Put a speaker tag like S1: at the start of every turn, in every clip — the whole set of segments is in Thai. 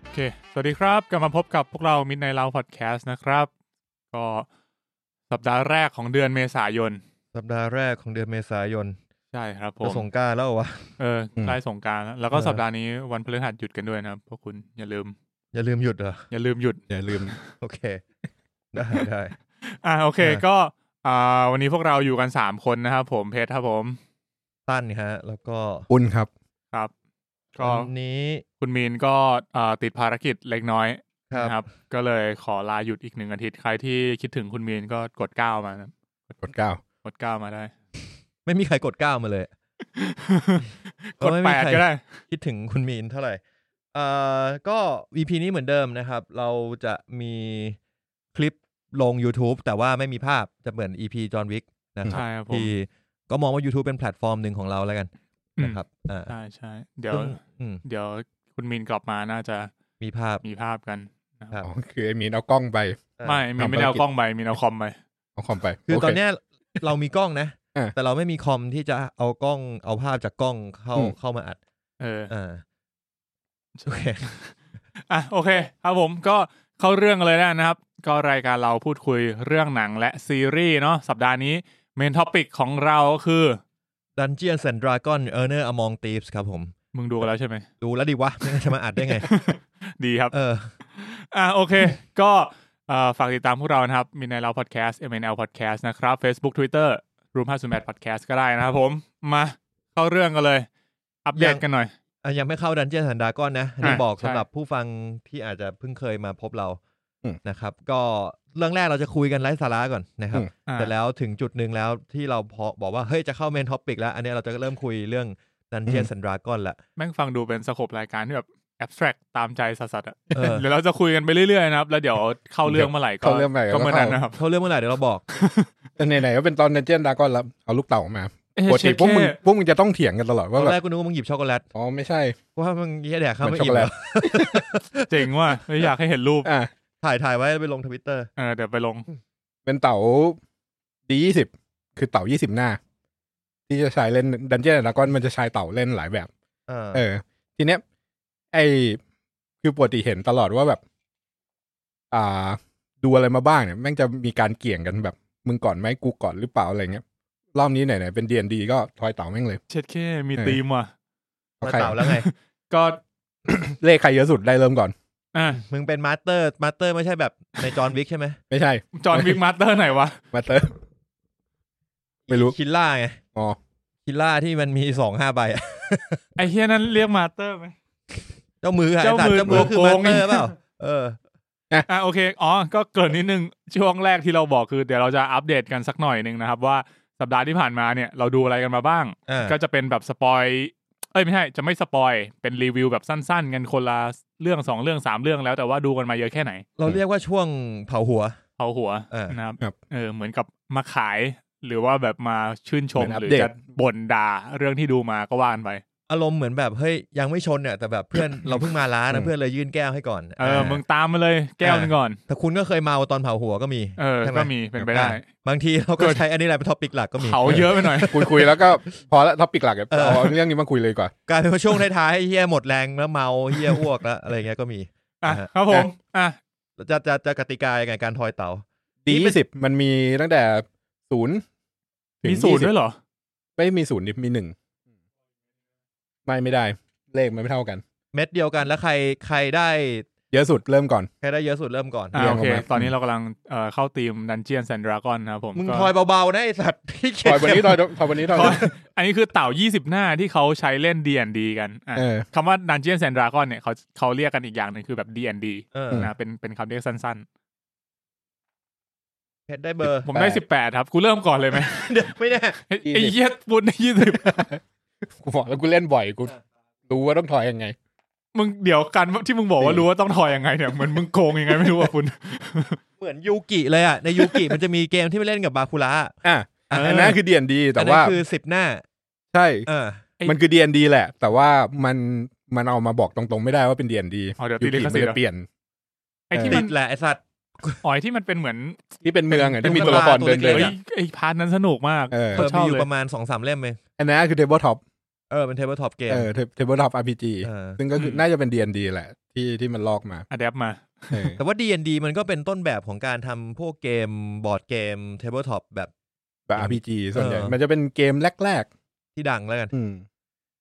S1: โอเค สวัสดีครับ กลับมาพบกับพวกเรา Midnight Lounge Podcast นะครับ ก็สัปดาห์แรกของเดือนเมษายน
S2: สัปดาห์แรกของเดือนเมษายน
S1: ใช่ครับผ
S2: จะ
S1: ม
S2: สงกรารแล้วเหรอวะ
S1: เออ
S2: อืม
S1: ใกล้สงกรารแล้วแล้วก็
S2: เออ
S1: สัปดาห์นี้วันพฤหัสหยุดกันด้วยนะครับ พวกคุณอย่าลืม
S2: อย่าลืมหยุดเหรอ
S1: อย่าลืมหยุด
S3: อย่าลืม
S2: โอเค ได้ได้
S1: อ่ะโอเค
S2: เออ
S1: ก็อ่าวันนี้พวกเราอยู่กันสามคนนะครับผมเพชรครับผม
S2: ตั้นฮะ แล้วก็
S3: อุ่นครับ
S1: ครับ ก็
S2: วันนี้
S1: คุณมีนก็อ่าติดภารกิจเล็กน้อย
S2: ครับ
S1: นะครับ ก็เลยขอลาหยุดอีกหนึ่งอาทิตย์ใครที่คิดถึงคุณมีนก็กดเก้ามานะ
S3: กดเก้าก
S1: ดเก้ามา ได้
S2: ไม่มีใครกดเก้าวมาเลย
S1: กด
S2: ไม่มี
S1: แปด
S2: ใคร
S1: ก็ได้
S2: คิดถึงคุณมีนเท่าไหร่เอ่อก็ EP นี้เหมือนเดิมนะครับ เราจะมีคลิปลง YouTube แต่ว่าไม่มีภาพจะเหมือน EP จอห์นวิกนะครับ
S1: ใช่ครับผม
S2: ที่ก็มองว่า YouTube เป็นแพลตฟอร์มหนึ่งของเราแล้วกันนะครับอ่า
S1: ใช่ใช่เดี๋ยว
S2: ซึ่งอืม
S1: เดี๋ยวคุณมินกลับมาน่าจะ
S2: มีภาพ
S1: มีภาพกัน
S2: ครับ
S3: อ๋อคือไอ้มีนเอากล้องไป
S2: อ่า
S1: ไม่มิน
S3: ทำ
S1: ไม่ได้เอา
S3: ภารกิจ
S1: กล้องไปมินเอาคอมไป
S3: เอาคอมไป
S2: คือ
S3: โ
S2: ตอนเนี้ยเรามีกล้องนะ
S3: อ่า
S2: แต่เราไม่มีคอมที่จะเอากล้องเอาภาพจากกล้องเข้า
S3: อืม
S2: เข้ามาอัด
S1: เออ
S2: อ่าโอเค
S1: อ่ะโอเค ครับผมก็เข้าเรื่องเลยแล้วนะครับ ก็รายการเราพูดคุยเรื่องหนังและซีรีส์เนาะสัปดาห์นี้เมนท็อปิกของเราคือ
S2: Dungeons and Dragon Earner Among Thieves ครับผม
S1: มึงดูกันแล้วใช่ไหม
S2: ดูแล้วดีวะ ไม่งั้นจะมาอัดได้ ไง
S1: ดีครับ
S2: เออ
S1: อ่ะโอเค ก็เอ่อฝากติดตามพวกเรานะครับมีในเราพอดแคสต์ MNL Podcast นะครับ Facebook Twitter Room 58 Podcast ก็ได้นะครับผมมาเข้าเรื่องกันเลย อัปเดตกันหน่อย
S2: อ่ะยังไม่เข้า Dungeons and Dragon นะอันนี้
S1: อ่ะ
S2: บอก
S1: ใช่
S2: สำหรับผู้ฟังที่อาจจะเพิ่งเคยมาพบเรา
S3: อืม
S2: นะครับ ก็เรื่องแรกเราจะคุยกันไร้สาระก่อนนะครับ
S3: อืม
S1: อ่ะ
S2: แต่แล้วถึงจุดหนึ่งแล้วที่เราพอบอกว่า เฮ้ย จะเข้าเมนท็อปิกแล้ว อันเนี้ยเราจะเริ่มคุยเรื่อง Dungeons and Dragon ละ
S1: แม่งฟังดูเป็นสโคปรายการที่แบบแอบสแตรกตามใจสัสๆอะ
S2: เออ
S1: เดี๋ยวเราจะคุยกันไปเรื่อยๆนะครับ แล้วเดี๋ยวเข้าเรื่องเมื่อไหร่ก็
S3: เข้าเรื่องเมื่อไหร่ก็
S1: ก็เมื่อนั้น
S3: เข้า
S1: นะครับ
S2: เขาเรื่องเมื่อไหร่เดี๋ยวเราบอก
S3: ไหนๆก็เป็นตอนเดนเจียนดาก้อนแล้วเอาลูกเต่ามา
S1: เอ้ย
S3: ปกติ
S1: เช็ค
S3: พวกมึง
S1: แค่
S3: พวกมึงจะต้องเถียงกันตลอด
S2: ต
S3: ว่า
S2: อน
S3: แบ
S2: แร
S3: บ
S2: กกูนึกว่ามึงหยิบช็อกโกแลต
S3: อ๋อไม่ใช่
S2: ว่ามึงเหี้ยแดก
S3: เห
S2: ข้าว
S3: มือน
S2: ไม่
S3: ช็อก
S2: อิ่ม
S3: โกแล
S2: แล้
S3: ต
S2: ว
S1: เจ๋งว่ะไม่อยากให้เห็นรูป
S3: อ่ะ
S2: ถ่ายถ่ายไว้ไปลงทวิตเตอร์
S1: เออเดี๋ยวไปลง
S3: เป็นเต่าดียี่สิบคือเต่ายี่สิบหน้า ที่จะใช้เล่นดันเจียนดาก้อนมันจะใช้เต่าเล่นหลายแบบ เออ ทีเนี้ยไอคือปกติเห็นตลอดว่าแบบ อ่า ดูอะไรมาบ้างเนี่ยแม่งจะมีการเกี่ยงกันแบบ มึงก่อนไหมกูก่อนหรือเปล่าอะไรเงี้ยรอบนี้ไหนๆเป็นเดียนดีก็ทอยเต่าแม่งเลย
S1: เช็ดแค่มี
S3: เออ
S1: ธีมว่ะ
S2: มาเต่าแล้วไง
S1: ก็
S3: เลขใครเยอะสุดได้เริ่มก่อน
S1: อ่ะ
S2: มึงเป็นมาสเตอร์มาสเตอร์ไม่ใช่แบบในจอห์นวิกใช่ไหม
S3: ไม่ใช่
S1: จอห์นวิกมาสเตอร์ไหนวะ
S3: มา เตอร์ ไม่รู้
S2: คิลล่าไง
S3: อ๋อ
S2: คิลล่าที่มันมีสองห้าใบอะ
S1: ไอ้เฮียนั้นเรียกมาสเตอร์ไหม
S2: เจ้ามืออะ
S1: เจ้า
S2: ไอ้สัต
S1: มือ
S2: ว์เจ้ามือคือมาสเตอ
S1: โกงอี
S2: ร์
S1: ก
S2: เปล่าเออ
S1: อ่ะโอเค อ๋อ ก็เกรินนิดนึง ช่วงแรกที่เราบอกคือ เดี๋ยวเราจะอัปเดตกันสักหน่อยหนึ่งนะครับ ว่าสัปดาห์ที่ผ่านมาเนี่ยเราดูอะไรกันมาบ้าง
S2: อ่า
S1: ก็จะเป็นแบบสปอย เอ้ยไม่ใช่ จะไม่สปอย เป็นรีวิวแบบสั้นๆ กันคนละเรื่องสองเรื่องสามเรื่องแล้วแต่ว่าดูกันมาเยอะแค่ไหน
S2: เราเรียกว่าช่วงเผาหัว
S1: เอาหัว
S2: เออ
S1: นะครับ
S3: ครับ
S1: เออ เหมือนกับมาขาย หรือว่าแบบมาชื่นชม
S3: เหมือนอั
S1: ห
S3: ป
S1: รือ
S3: เดต
S1: จะบ่นด่าเรื่องที่ดูมาก็ว่านไป
S2: อารมณ์เหมือนแบบเฮ้ยยังไม่ชนเนี่ยแต่แบบเพื่อน เราเพิ่งมาล้านะเพื่อนเลยยื่นแก้วให้ก่อน
S1: เออ มึงตามมาเลยแก้วหนึงก่อน
S2: แต่คุณก็เคยเมาตอนเผาหัวก็มี
S1: เออ
S2: ใช่ไหม
S1: ก็มีเป็นไปได้
S2: บางทีเราก็ใช้อันนี้แหละเป็นท็อปิกหลักก็มี
S1: เผาเยอะไปหน่อย
S3: คุยคุยแล้วก็พอละท็อปิกหลักอะเอาเรื่องนี้มาคุยเลยดีกว่อน
S2: กลายเป็นว่าช่วงท้ายๆเฮียหมดแรงแล้วเมาเฮียอ้วกแล้วอะไรเงี้ยก็มี
S1: อ่ะครับผมอ่ะ
S2: จะจะจะกติกายังไงการทอยเต่า
S3: ดียี่สิบมันมีตั้งแต่ศูนย์ถึง
S1: มีศูนย์ด้วยเหรอ
S3: 20ไม่มีศูนย์ดิมีหนึ่ง ไม่ไม่ได้ เลขมันไม่เท่ากัน
S2: เม็ดเดียวกันแล้วใครใครได้
S3: เยอะสุดเริ่มก่อน
S2: ใครได้เยอะสุดเริ่มก่อน
S1: อ่า
S3: เรียง
S1: โอเค
S3: ออกมา
S1: ตอนนี้เรากำลังเอ่อเข้าทีมดันเจียนแซนดรากอนนะครับผม
S2: มึง
S1: ก็
S2: ทอยเบาๆนะไอสัตว์ ที่เขี
S3: ทอยวันนี้ทอยทอยวันนี้ทอย
S1: ท
S3: วั
S1: อย
S3: นนี้
S1: อันนี้คือเต่า 20 หน้าที่เขาใช้เล่น D&D กันอ่ะ
S3: เออ
S1: คำว่าดันเจียนแซนดรากอนเนี่ยเขาเขาเรียกกันอีกอย่างหนึ่งคือแบบ D&D
S2: เออ
S1: นะเป็นเป็นคำเรียกสั้น
S2: เพชรได้เบอร์
S1: ๆ ผมได้ 18 ครับ กูเริ่มก่อนเลยไหม
S2: เดี๋ยวไม่แน่
S1: ไอ้
S3: 20
S1: ไอ้เหี้ยบุญได้ยี่สิบ
S3: กูบอกแล้วกูเล่นบ่อยกูรู้ว่าต้องถอยยังไง
S1: มึงเดี๋ยวกันที่มึงบอกว่ารู้ว่าต้องทอยยังไงเนี่ยเหมือนมึงโกงยังไงไม่รู้อ่ะคุณ
S2: เหมือนยูกิเลยอ่ะในยูกิมันจะมีเกมที่ไปเล่นกับบาคุระ
S3: อ่ะ
S1: เอออั
S3: อันนั้นคือเดียนดี แต่
S2: อันนั้
S3: ว่าน
S2: คือสิบหน้า
S3: ใช่
S2: เออ
S1: ไอ้
S3: มันคือ D&D แหละ แต่ว่ามันมันเอามาบอกตรงๆ ไม่ได้ว่าเป็น D&D
S1: อ๋อเดี๋ยว
S3: ยู
S1: ตีลิ
S3: กิ
S1: ข
S3: มัน
S1: สิทธิ์เหร
S3: จะ
S1: อ
S3: เปลี่ยน
S1: ไอ้ที่
S2: ติ
S1: มัน
S2: ดแหละไอสัตว์
S1: อ๋อยที่มันเป็นเหมือน
S3: ที่เป็นเมืองอ่ะ
S2: เป็น
S3: ที่มี
S2: ตุ๊
S3: ตั
S2: ก
S3: ว
S2: ตา
S3: ละคร
S2: ตัว
S3: เดิน
S2: เล็
S3: เดิ
S2: ก
S3: น
S2: ๆ
S1: เอ้ยไอ้พาร์ทนั้นสนุกมาก
S3: เออ
S2: เพิ่ม
S1: ชอบ
S2: มีอยู่
S1: เลย
S2: ประมาณสองสามเล่มเอง
S3: อันนั้นคือ Tabletop
S2: เอ ออเป็นเทเบิลท็อปเกม
S3: เออเทเบิลท็อปอาร์พีจี
S2: เออ
S3: ซึ่งก็คือ
S1: อืม
S3: น่าจะเป็น D&D แหละ ที่ที่มันลอกมา
S1: อะแดปมา
S3: เออ
S2: แต่ว่า D&D มันก็เป็นต้นแบบของการทำพวกเกมบอร์ดเกมเทเบิลท็อปแบบ
S3: แบบ RPG ส่วนใหญ่
S2: เออ
S3: มันจะเป็นเกมแรก
S2: ที่ดังแล้วกัน
S3: ๆ อืม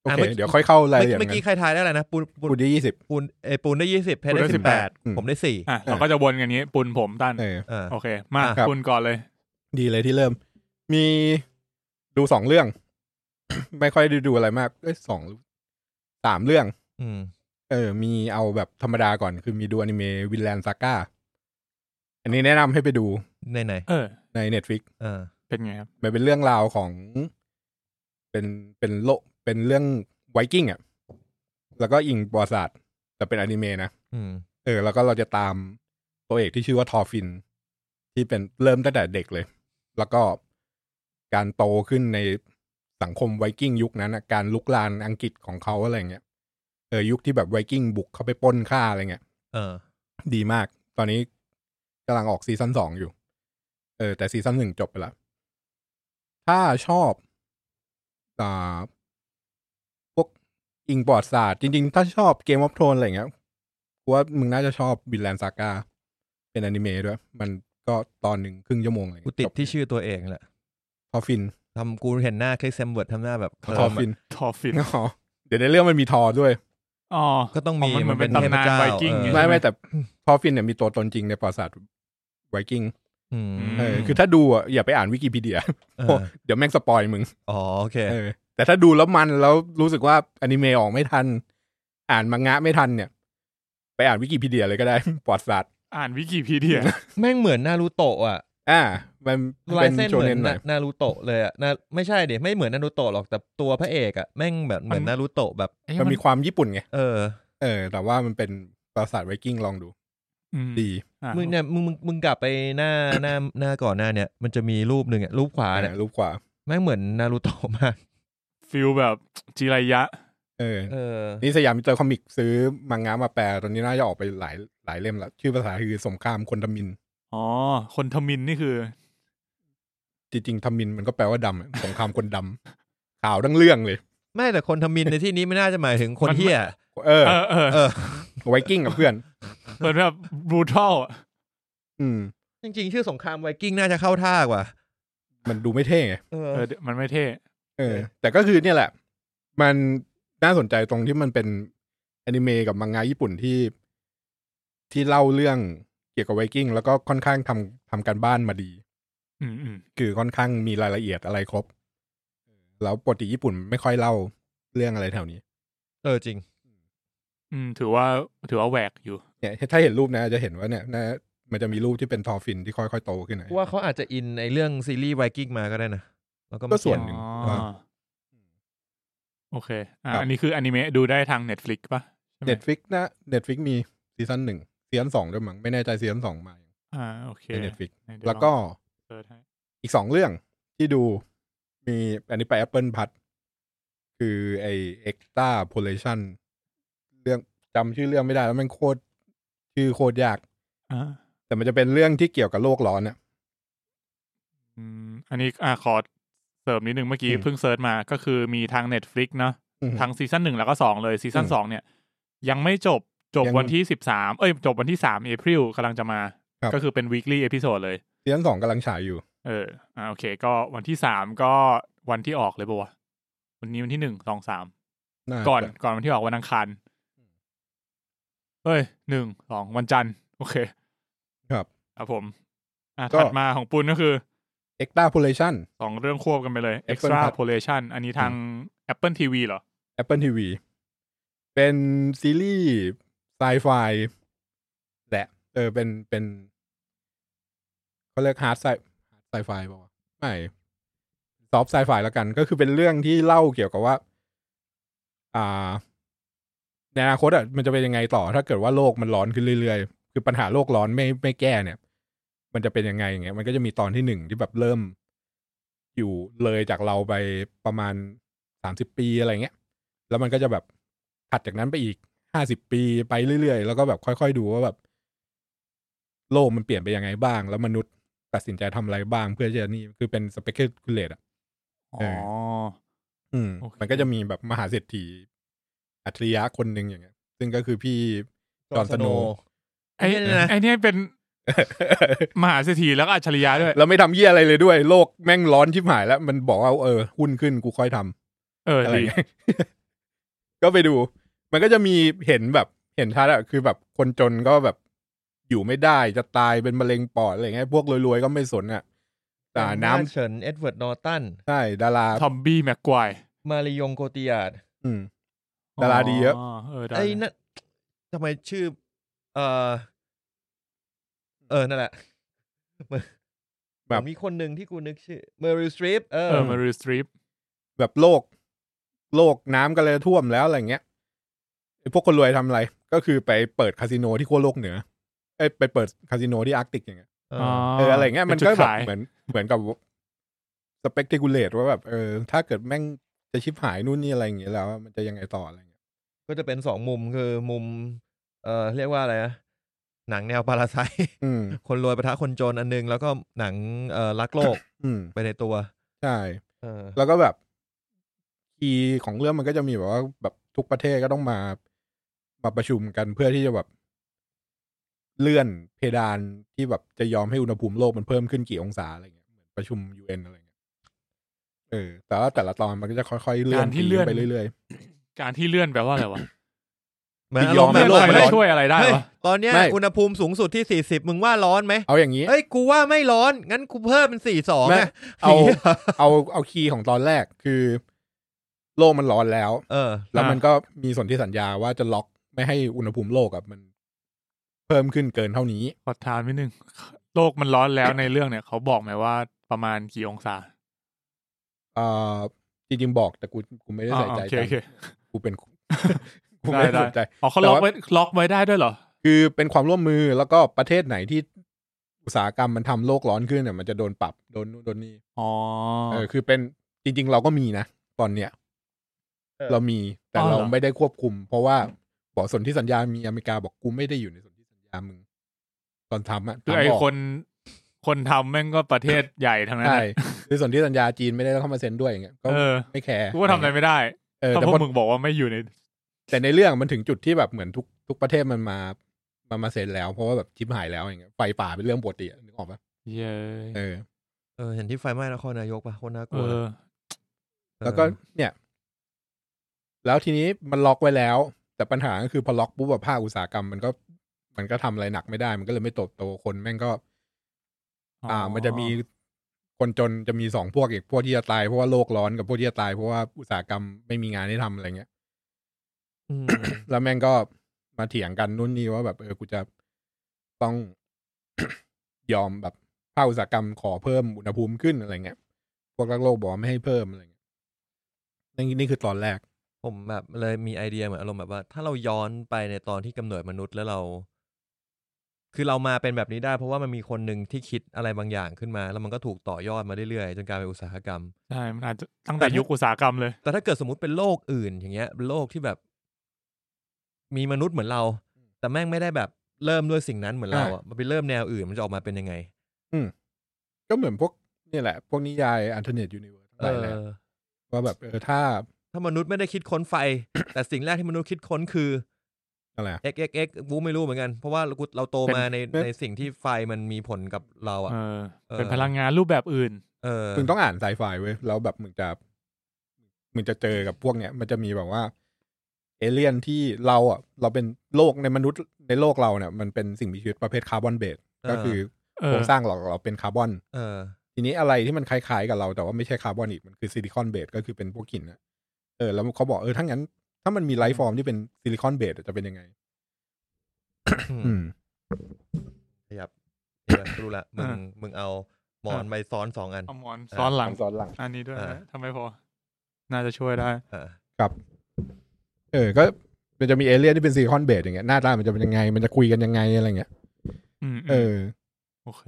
S3: โอ
S2: อ่ะ
S3: เค
S2: เมื่อกี้
S3: เดี๋ยวค่อยเข้ารายละเอียด
S2: เมื่อ
S3: กั
S2: กี้
S3: น
S2: ใครทายได้อะไรนะปูนปูน
S3: กูได้ยี่สิบ
S2: ปูนเอยปูนได้ยี่สิบเพชร
S1: ปูน
S2: ได้
S1: ได้
S2: สิบแปด
S3: อืม
S2: ผมได้สี่
S1: อ่ะเราก็จะวนกันอย่างนี้ปุนผมตั้น
S3: เออ
S2: เออ
S1: โอเค มา
S2: อ่ะ
S3: ครับ
S1: ปุนก่อนเลย
S3: ดีเลยที่เริ่ม มีดูสองเรื่อง ไม่ค่อยได้ดูอะไรมากเอ้ยสองสามเรื่อง
S2: อืม
S3: เออ มีเอาแบบธรรมดาก่อน คือมีดูอนิเมะวินแลนซาก้า อันนี้แนะนำให้ไปดู
S2: ไหนไหน
S1: เออ
S3: ใน Netflix
S2: ๆเออ
S1: เป็นไงครับ
S3: มันเป็นเรื่องราวของ เป็นเป็นโลกเป็นเรื่องไวกิ้งอ่ะ แล้วก็อิงประวัติศาสตร์แต่เป็นอนิเมะนะ
S2: อืม
S3: เออแล้วก็เราจะตามตัวเอกที่ชื่อว่าทอร์ฟิน ที่เป็นเริ่มตั้งแต่เด็กเลย แล้วก็การโตขึ้นในสังคมไวกิ้งยุคนั้นนะการลุกลานอังกฤษของเขาอะไรเงี้ยเออยุคที่แบบไวกิ้งบุกเข้าไปปล้นฆ่าอะไรเงี้ย
S2: เออ
S3: ดีมาก ตอนนี้กำลังออกซีซั่นสองอยู่ เออ แต่ซีซั่นหนึ่งจบไปแล้ว ถ้าชอบอ่าพวกอิงบอร์ดศาสตร์จริง ๆ ถ้าชอบเกมออฟโทนอะไรอย่างเงี้ยกูว่ามึงน่าจะชอบบิ l แลนซากาเป็นอนิเมะด้วย มันก็ตอนหนึ่งครึ่งชั่วโมงอะไร
S2: กู
S3: เงี้ย
S2: ติด
S3: จบ
S2: ที่ชื่อตัวเองแหละ
S3: ทอฟิน
S2: ทำกูเห็นหน้าคลิกเซมเวิร์ดทำหน้าแบบ
S3: ทอ
S2: เ
S3: ฟิน
S1: ทอฟิน
S3: อ๋อเดี๋ยวในเรื่องมันมีทอด้วย
S1: อ๋อ
S2: ก็ต้องมี
S1: อ๋อมันเหมือนเป็น
S2: ทพ
S1: ตำนาน
S2: เจ้า
S1: ไวกิ้ง
S2: เออ
S1: ใช่
S3: ไม่
S1: ห
S3: ไม่แต่ทอฟินเนี่ยมีตัวตนจริงในปราสาทไวกิ้ง
S2: อืม
S3: เออคือถ้าดูอ่ะอย่าไปอ่านวิกิพีเดีย
S2: เออ
S3: โอ้เดี๋ยวแม่งสปอยมึง
S2: อ๋อโอเค
S3: เออแต่ถ้าดูแล้วมันแล้วรู้สึกว่าอนิเมะออกไม่ทัน อ่านมังงะไม่ทันเนี่ย ไปอ่านวิกิพีเดียเลยก็ได้ ปลอดสัตว์
S1: อ่านวิกิพีเดีย
S2: แม่งเหมือนนารูโตะอ่ะ
S3: อ่า มัน
S2: ลา
S3: เป็
S2: ย
S3: น
S2: เส้น
S3: โช
S2: เหมื
S3: เน้
S2: อน
S3: นหน่อย
S2: นารูโตะเลยอ่ะนาไม่ใช่เดี๋ยวไม่เหมือนนารูโตะหรอกแต่ตัวพระเอกอ่ะแม่งแบบเหมือน
S1: มัน
S2: นารูโตะแบบ
S1: เอ้ย
S3: มันมีความญี่ปุ่นไง
S2: เออ
S3: เออ แต่ว่ามันเป็นปราสาทไวกิ้งลองดู
S1: อืม
S3: ดี
S1: อ่ะ
S2: มึงเนี่ยมึงมึงมึงกลับไปหน้า หน้าหน้าก่อนหน้าเนี่ย มันจะมีรูปหนึ่งอ่ะรูปขวาเนี่ย
S3: อ่ารูปขวา
S2: แม่งเหมือนนารูโตะมาก
S1: ฟิลแบบจิรายะ
S3: เออ
S2: เออ
S3: นี่สยามมิเตอร์คอมิกซื้อมังงะมาแปลตอนนี้น่าจะออกไปหลายหลายเล่มแล้ว ชื่อภาษาคือสงครามคนทมิน
S1: อ๋อ คนทมินนี่คือ
S3: จริงๆทมินมันก็แปลว่าดำอะสงครามคนดำข่าวทั้งเรื่องเลย
S2: ไม่แต่คนทำมินในที่นี้ไม่น่าจะหมายถึงคน
S1: มัน
S2: เที่ย
S3: เออ
S1: เออเออ
S2: เออ
S3: ไวกิ้งกับเพื่อน
S1: เหมือนแบบบรูทัล
S3: อืม
S2: จริงๆ ชื่อสงครามไวกิ้งน่าจะเข้าท่ากว่า
S3: มันดูไม่เท่ไง
S2: เออ
S1: เออเดี๋ยวมันไม่เท่
S3: เออ
S2: เออ
S3: แต่ก็คือเนี่ยแหละ มันน่าสนใจตรงที่มันเป็นอนิเมะกับมังงะญี่ปุ่นที่ที่เล่าเรื่องเกี่ยวกับไวกิ้งแล้วก็ค่อนข้างทำทำการบ้านมาดี
S1: อืมอืม
S3: คือค่อนข้างมีรายละเอียดอะไรครบ แล้วปกติญี่ปุ่นไม่ค่อยเล่าเรื่องอะไรแถวนี้
S2: เออจริง
S1: อืมถือว่าถือว่าแหวกอยู่
S3: เนี่ยถ้าเห็นรูปนะจะเห็นว่าเนี่ยนะมันจะมีรูปที่เป็นทอร์ฟินที่ค่อยๆโตขึ้นนะ
S2: ว่าเขาอาจจะอินในเรื่องซีรีส์ไวกิ้งมาก็ได้นะ แล้วก็มา
S3: ก็ส่วน
S2: เขีย
S3: หง
S1: อ๋อ
S3: ครับ
S1: โอเค อ่ะ
S3: ครับ
S1: อันนี้คืออนิเมะดูได้ทาง Netflix ป่ะใช่ไหม
S3: เน็ตฟิกนะเน็ตฟิกมีซีซั่นหนึ่งซีซั่นสองด้วยมั้งไม่แน่ใจซีซั่นสองมายัง
S1: อ่าโอเค
S3: ในเน็ตฟิก
S1: เดี๋ย
S3: แล้วก็
S1: องเปิดให้
S3: อีกสองเรื่องที่ดูมีอันนี้ไป Apple พัด คือไอเอ็กตาโพลชันเรื่องจำชื่อเรื่องไม่ได้แล้วมันโคตรชื่อโคตรยาก
S1: อ่า
S3: แต่มันจะเป็นเรื่องที่เกี่ยวกับโลกร้อนน่ะ
S1: อืมอันนี้อ่าขอเสริมนิดนึงเมื่อกี้
S3: อืม
S1: เพิ่งเซิร์ชมาก็คือมีทาง Netflix เนาะ
S3: อืม
S1: ทั้งซีซั่นหนึ่งแล้วก็สองเลยซีซั่น
S3: อืม
S1: สองเนี่ย ยังไม่จบจบ
S3: ยัง
S1: วันที่สิบสามเอ้ย จบวันที่สามเอพิลกำลังจะมา
S3: ครับ
S1: ก็คือเป็น weekly episode เลย
S3: ซีซั่นสองกำลังฉายอยู่
S1: เออ อ่า โอเค ก็วันที่สามก็วันที่ออกเลยปะวะ วันนี้วันที่หนึ่ง สองสาม
S3: น่า
S1: ก่อน
S3: จะ
S1: ก่อนวันที่ออกวันอังคาร เอ้ย หนึ่ง สอง วันจันทร์ โอเค
S3: ครับ
S1: ครับผม อ่ะ
S3: ก็
S1: ถัดมาของปุณก็คือ
S3: เอ็กตาโพลชัน
S1: สองเรื่องควบกันไปเลย
S3: Apple
S1: extra
S3: Plus
S1: polation อันนี้ทาง Apple TV เหรอ
S3: Apple TV เป็นซีรีส์ไซไฟแหละเออเป็นเป็นเขาเรียกฮาร์ดไซไซไฟป่าวะไม่ซอฟไซไฟแล้วกันก็คือเป็นเรื่องที่เล่าเกี่ยวกับว่า อ่าในอนาคตอ่ะมันจะเป็นยังไงต่อ ถ้าเกิดว่าโลกมันร้อนขึ้นเรื่อยๆ คือปัญหาโลกร้อนไม่ไม่แก้เนี่ย มันจะเป็นยังไงอย่างเงี้ยมันก็จะมีตอนที่หนึ่งที่แบบเริ่ม อยู่เลยจากเราไปประมาณสามสิบปีอะไรเงี้ย แล้วมันก็จะแบบถัดจากนั้นไปอีกห้าสิบปีไปเรื่อยๆ แล้วก็แบบค่อยๆดูว่าแบบ โลกมันเปลี่ยนไปยังไงบ้าง แล้วมนุษย์ตัดสินใจทำอะไรบ้างเพื่อจะนี่คือเป็นสเปกเกอร์คูลเลตอ่ะ
S1: อ๋
S3: เอ
S1: อ
S3: อ อืม
S1: โอเค
S3: มันก็จะมีแบบมหาเศรษฐีอัจฉริยะคนหนึ่งอย่างเงี้ย ซึ่งก็คือพี่ จอห์นสโนว์
S1: ไอ้
S2: ไม่ได้นะ
S1: ไอ้เนี่ยเป็นมหาเศรษฐีแล้วก็อัจฉริยะด้วย
S3: แล้วไม่ทำเยี่ยอะไรเลยด้วย โลกแม่งร้อนชิบหายแล้ว มันบอกว่าเออหุ้นขึ้นกูค่อยทำ
S1: เออ
S3: อะไร
S1: ดี
S3: เงี้ย ก็ไปดู มันก็จะมีเห็นแบบเห็นชัดอะคือแบบคนจนก็แบบอยู่ไม่ได้จะตายเป็นมะเร็งปอดอะไรเงี้ยพวกรวยๆก็ไม่สนอะแต่น้ำ
S2: เฉินเอ็ดเวิร์ดนอร์ตัน
S3: ใช่ดารา
S1: ทอมบี้แม็กควาย
S2: มาริยงโกติยาด
S3: อืม ดาราดีเยอะ
S1: เออดารา
S2: ไอ้นั่นทำไมชื่อ เออเออ นั่นแหละเหมือน
S3: แบบ
S2: มีคนหนึ่งที่กูนึกชื่อเมอริลสตรีปเออ
S1: เออมารีสตรีป
S3: แบบโลก โลกน้ำก็เลยท่วมแล้วอะไรเงี้ยไอ้พวกคนรวยทำอะไร ก็คือไปเปิดคาสิโนที่ขั้วโลกเหนือเอ้ยไปเปิดคาสิโนที่อาร์กติกอย่างเงี้ย
S2: เอ
S1: อ๋อ
S2: อ
S3: เอออะไรเงี้ยมันก็
S1: ป็จุด
S3: แบบ
S1: ขาย
S3: เหมือนเหมือนกับสเปกติกูเลตว่าแบบเออถ้าเกิดแม่งจะชิบหายนู่นนี่อะไรอย่างเงี้ยแล้วมันจะยังไงต่ออะไรเงี้ย
S2: ก็จะเป็นสองมุมคือมุม เออเรียกว่าอะไรนะหนังแนวปาราไซ
S3: อืม
S2: คนรวยปะทะคนจนอันหนึง แล้วก็หนังเอ่อรักโลก
S3: อืม
S2: ไปในตัว
S3: ใช่
S2: เออ
S3: แล้วก็แบบคีย์ของเรื่องมันก็จะมีแบบว่าแบบทุกประเทศก็ต้องมามาประชุมกันเพื่อที่จะแบบ เลื่อนเพดานที่แบบจะยอมให้อุณหภูมิโลกมันเพิ่มขึ้นกี่องศาอะไรเงี้ยเหมือนประชุมยูเอ็นอะไรเงี้ยเออ แต่ว่าแต่ละตอนมันก็จะค่อยๆเลื่อน
S1: การที่เลื่อน
S3: ไปเรื่อย
S1: การที่เลื่อนแปลว่าอะไรวะ
S2: เหมือน
S3: ยอม
S2: อารมณ์แบ
S1: เลื่อบ นไป
S3: โลกมัน
S1: ได้
S3: ร้อน
S1: ช่วยอะไรได้
S2: เฮ้ยว
S1: ะ
S2: ตอนเนี้ย
S3: ไม่
S2: อุณหภูมิสูงสุดที่สี่สิบมึงว่าร้อนไหม
S3: ๆ เอาอย่างนี้
S2: เอ้ยกูว่าไม่ร้อน งั้นกูเพิ่มเป็นสี่สอง
S3: ไม่
S2: นะ
S3: เอา
S2: ย่งงี้ย
S3: เอาเอาคีย์ของตอนแรกคือ โลกมันร้อนแล้ว
S2: เออ
S3: แล้วมันก็มีสนธิสัญญาว่าจะล็อกไม่ให้อุณหภูมิโลกอะมัน เพิ่มขึ้นเกินเท่านี้
S1: ขอถามนิดนึงโลกมันร้อนแล้วในเรื่องเนี่ยเขาบอกไหมว่าประมาณกี่องศา
S3: เอ่อจริงๆบอกแต่กูกูไม่ได้
S1: อ่า
S3: ใส่ใจ
S1: โอเคโอเค
S3: จำกู เป็นกู
S1: ได้
S3: ไม่ได้
S1: ได้
S3: สนใจ
S1: อ๋อเขา
S3: แต่
S1: ล็อก
S3: ว่า
S1: ไว้ล็อกไว้ได้ด้วยเหรอ
S3: คือเป็นความร่วมมือแล้วก็ประเทศไหนที่อุตสาหกรรมมันทำโลกร้อนขึ้นเนี่ยมันจะโดนปรับโดนนู่นโดนนี่
S1: อ๋อ
S3: เออคือเป็นจริง ๆ เราก็มีนะตอนเนี้ย
S2: เออ
S3: เรามีแต่
S1: อ๋อเหร
S3: เรา
S1: อ
S3: ไม่ได้ควบคุม เพราะว่าบอกสนธิสัญญามีอเมริกาบอกกูไม่ได้อยู่ในสนธิสัญญามึง ตอนทำอะ
S1: คือ
S3: ทำ
S1: ไอ้
S3: ก
S1: คนคนทำแม่งก็ประเทศใหญ่ทั้งนั้น
S3: ใช่
S1: อะ
S3: คือส่วนที่สัญญาจีนไม่ได้เข้ามาเซ็นด้วยอย่างเงี้ยก็
S1: เออ
S3: ไม่แคร์
S1: กูก็ทำอะไรไม่ได้
S3: เออ
S1: ถ้า
S3: แต่
S1: พว
S3: พอก
S1: มึงบอกว่าไม่อยู่ใน
S3: แต่ในเรื่องมันถึงจุดที่แบบเหมือนทุกทุกประเทศมันมามามาเซ็นแล้วเพราะว่าแบบชิบหายแล้วอย่างเงี้ยไฟป่าเป็นเรื่องปกติอะนึกออกปะ
S1: เย้ย
S3: เออ
S2: เออเห็นที่ไฟไหม้นครนายกป่ะโคนน่าก
S1: เอ
S2: ลัวเลย
S1: อ
S3: แล้วก็เนี่ย แล้วทีนี้มันล็อกไว้แล้ว แต่ปัญหาก็คือพอล็อกปุ๊บแบบภาคอุตสาหกรรม มันก็ มันก็ทำอะไรหนักไม่ได้ มันก็เลยไม่โตโตคนแม่งก็ อ่า มันจะมีคนจนจะมีสองพวกอีกพวกที่จะตายเพราะว่าโลกร้อนกับพวกที่จะตายเพราะว่าอุตสาหกรรมไม่มีงานให้ทำอะไรเงี้ย
S2: อืม
S3: แล้วแม่งก็มาเถียงกันนู่นนี่ว่าแบบเออกูจะต้อง ยอมแบบภาคอุตสาหกรรมขอเพิ่มอุณหภูมิขึ้นอะไรเงี้ยพวกรักโลกบอกว่าไม่ให้เพิ่มอะไรเงี้ยนี่นี่คือตอนแรก
S2: ผมแบบเลยมีไอเดียเหมือนอารมณ์แบบว่า ถ้าเราย้อนไปในตอนที่กำเนิดมนุษย์แล้วเรา คือเรามาเป็นแบบนี้ได้ เพราะว่ามันมีคนหนึ่งที่คิดอะไรบางอย่างขึ้นมา แล้วมันก็ถูกต่อยอดมาเรื่อยๆจนกลายเป็นอุตสาหกรรม
S1: ใช่ มันอาจจะตั้งแต่ยุคอุตสาหกรรมเลย
S2: แต่ถ้าเกิดสมมติเป็นโลกอื่นอย่างเงี้ยเป็นโลกที่แบบ มีมนุษย์เหมือนเรา แต่แม่งไม่ได้แบบเริ่มด้วยสิ่งนั้นเหมือนเราอ่ะมันไปเริ่มแนวอื่นมันจะออกมาเป็นยังไง
S3: ก็เหมือนพวกนี่แหละ พวกนิยายอันเทอร์เน็ตยูนิเวิร์สอะ
S2: เอ
S3: ไรแหละ
S2: อ
S3: ว่าแบบเออถ้า
S2: ถ้ามนุษย์ไม่ได้คิดค้นไฟ แต่สิ่งแรกที่มนุษย์คิดค้นคือ
S3: อะไรอะ
S2: x x x กูไม่รู้เหมือนกัน เพราะว่าเรากูเราโต
S1: เป็น
S2: มาใน
S3: เป็น
S2: ในสิ่งที่ไฟมันมีผลกับเราอ่ะ
S1: เออ
S2: เออ
S1: เป็นพลังงานรูปแบบอื่น
S2: เออ
S3: มึงต้องอ่านไซไฟเว้ยแล้วแบบมึงจะมึงจะเจอกับพวกเนี้ยมันจะมีแบบว่า เอเลี่ยนที่เราอ่ะ เราเป็นโลกในมนุษย์ในโลกเราเนี่ยมันเป็นสิ่งมีชีวิตประเภทคาร์บอนเบสก็คือ
S1: เอ
S3: โคร
S1: อ
S3: งสร้างหลักเราเป็นคาร์บอน
S2: เออ
S3: ทีนี้อะไรที่มันคล้ายๆกับเราแต่ว่าไม่ใช่คาร์บอนอีก มันคือซิลิคอนเบสก็คือเป็นพวกหินนะเออแล้วเขาบอกเออถ้างั้น ถ้ามันมีไลฟ์ฟอร์มที่เป็นซิลิคอนเบสจะเป็นยังไง
S2: อื
S3: อื
S2: ม
S3: ม
S2: ขยับเดี๋ยวรู้ละมึง
S1: อ่า
S2: มึงเอาหมอน
S1: อ่า
S2: ไปซ้อนสองอัน
S1: เอาหมอนซ้อนหลัง
S3: ซ้อนหลัง
S1: อันนี้ด้วย
S2: เออ
S1: ทำไมพอ น่าจะช่วยได้
S2: อ่า
S3: เออ ก็มันจะมีเอเลี่ยนที่เป็นซิลิคอนเบสอย่างเงี้ยหน้าตามันจะเป็นยังไง มันจะคุยกันยังไงอะไรเงี้ย
S1: อืม
S3: เออ
S1: โอเค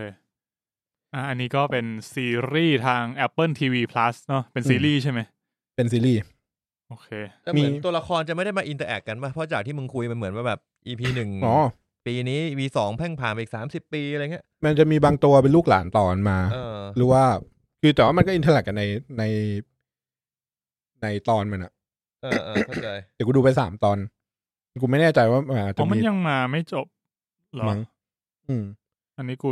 S1: อ่ะอันนี้ก็เป็นซีรีส์ทาง Apple TV Plus เนอะเป็นซีรีส์ใช่ไหม
S3: เป็นซีรีส์
S1: โอเค
S2: แต่เหมือน
S3: มี
S2: ตัวละครจะไม่ได้มาอินเตอร์แอคกันป่ะเพราะจากที่มึงคุยมันเหมือนว่าแบบ EP หนึ่ง
S3: อ๋อ
S2: ปีนี้ EP สองแพ่งผ่านไปอีกสามสิบปีอะไรเงี้ย
S3: มันจะมีบางตัวเป็นลูกหลานต่อกันมา
S2: เออ
S3: หรือว่า คือแต่ว่ามันก็อินเทอร์แลกกันในใน ใน ในตอนมันอะ
S2: เออเออเข้าใจ
S3: เดี๋ยวกูดูไปสามตอน กูไม่แน่ใจว่าอ่า
S1: เพ
S3: จะ
S1: ราะมัน
S3: มี
S1: ยังมาไม่จบเหรอ
S3: มั้งอืม
S1: อันนี้กู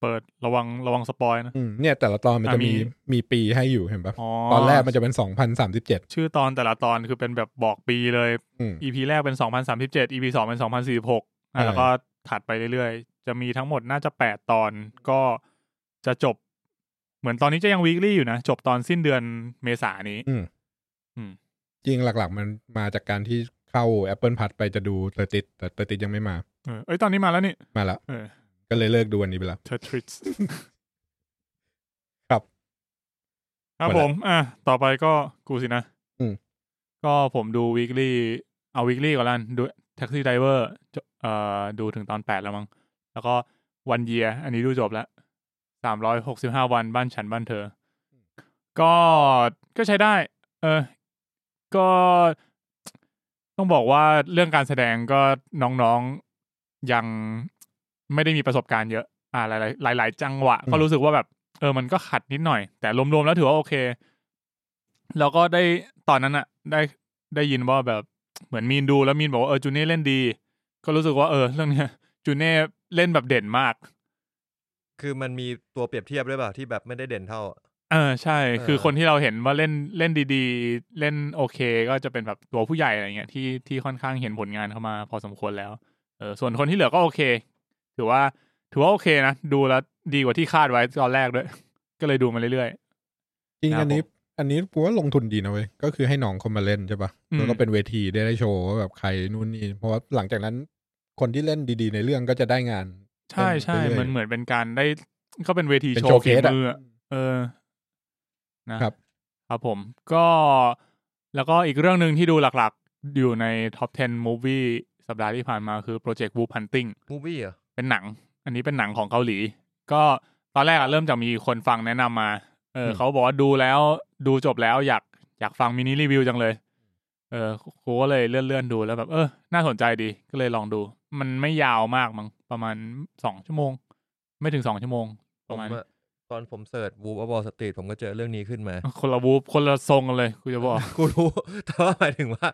S1: เปิดระวังระวังสปอยนะ
S3: อืมเนี่ยแต่ละตอนมันจะ
S1: อ่ะมี
S3: มีมีปีให้อยู่เห็นปะ
S1: อ๋อ
S3: ตอนแรกมันจะเป็นสองพันสามสิบเจ็ด
S1: ชื่อตอนแต่ละตอนคือเป็นแบบบอกปีเลย
S3: อืม
S1: EP แรกเป็นสองพันสามสิบเจ็ด EP สองเป็นสองพันสี่หก
S3: เออ
S1: แล้วก็ถัดไปเรื่อยๆ จะมีทั้งหมดน่าจะแปดตอนก็จะจบ เหมือนตอนนี้จะยังวีคลี่อยู่นะ จบตอนสิ้นเดือนเมษานี้
S3: อืม
S1: อืม
S3: จริงหลักๆ มันมาจากการที่เข้า Apple p a s ไปจะดูเตอร์ติดแต่เตอร์ติดยังไม่มา
S1: เออเอ้ยตอนนี้มาแล้วนี่
S3: มาละ
S1: เออ
S3: ก็เลยเลิกดูอันนี้ไปละ
S1: เทอร์ทริส
S3: ครับ
S1: ครับผม อ่ะต่อไปก็กูสินะ
S3: อืม
S1: ก็ผมดูวีคลี่เอาวีคลี่ก่อนละกันดูแท็กซี่ไดเวอร์เอ่อดูถึงตอนแปดแล้วมั้งแล้วก็วันเยียอันนี้ดูจบแล้วสามร้อยหกสิบห้าวันบ้านฉันบ้านเธอ ก็ก็ใช้ได้ เออ ก็ต้องบอกว่าเรื่องการแสดงก็น้องๆยังไม่ได้มีประสบการณ์เยอะ อ่าหลายๆหลาย ๆ จังหวะ
S3: อืม
S1: ก็รู้สึกว่าแบบ เออ มันก็ขัดนิดหน่อย แต่รวมๆแล้วถือว่าโอเค แล้วก็ได้ตอนนั้นอะได้ได้ยินว่าแบบเหมือนมีนดูแล้วมีนบอกว่าเออจูเน่เล่นดี ก็รู้สึกว่าเออเรื่องเนี้ยจูเน่เล่นแบบเด่นมาก
S2: คือมันมีตัวเปรียบเทียบด้วยเปล่าที่แบบไม่ได้เด่นเท่าอะ
S1: เออใช่
S2: เออ
S1: คือคนที่เราเห็นว่าเล่นเล่นดีๆ เล่นโอเค ก็จะเป็นแบบตัวผู้ใหญ่อะไรเงี้ยที่ที่ค่อนข้างเห็นผลงานเข้ามาพอสมควรแล้วเออส่วนคนที่เหลือก็โอเค ถือว่า ถือว่าโอเคนะ ดูแล้วดีกว่าที่คาดไว้ตอนแรกด้วย ก็เลยดูมาเรื่อย
S3: จริง
S1: ครับ
S3: อันนี้ อันนี้กูว่าลงทุนดีนะเว้ยก็คือให้น้องเขามาเล่นใช่ปะ
S1: อืม
S3: แล้วก็เป็นเวทีได้ได้โชว์ว่าแบบใครนู่นนี่เพราะว่าหลังจากนั้นคนที่เล่นดีๆ ในเรื่องก็จะได้งาน
S1: ๆ ใช่ใช่
S3: เรื่อยๆ
S1: มันเหมือนเป็นการได้ก็เป็นเวที
S3: เป็น
S1: โชว์ฝี
S3: showcase อะ
S1: มืออะเออนะครับ ครับผมก็แล้วก็อีกเรื่องหนึ่งที่ดูหลักๆ อยู่ในท็อป 10 movie สัปดาห์ที่ผ่านมาคือโปรเจกต์ Whoop Hunting
S2: มูวี่เหรอ
S1: เป็นหนัง อันนี้เป็นหนังของเกาหลี ก็ตอนแรกอะเริ่มจากมีคนฟังแนะนำมา เออ
S3: อืม
S1: เขาบอกว่าดูแล้วดูจบแล้วอยากอยากฟังมินิรีวิวจังเลย เออกูก็เลยเลื่อนเลื่อนๆดูแล้วแบบ เออ น่าสนใจดีก็เลยลองดู มันไม่ยาวมากมั้งประมาณสองชั่วโมง ไม่ถึงสองชั่วโมง
S2: ผ
S1: ประ
S2: ม
S1: มาณ
S2: อะตอนผมเสิร์ชวูบอบอสตรีทผมก็เจอเรื่องนี้ขึ้นมา
S1: คนละวูฟคนละทรงกันเลยกูจะบอก
S2: กูรู้ แต่ว่าหมายถึงว่า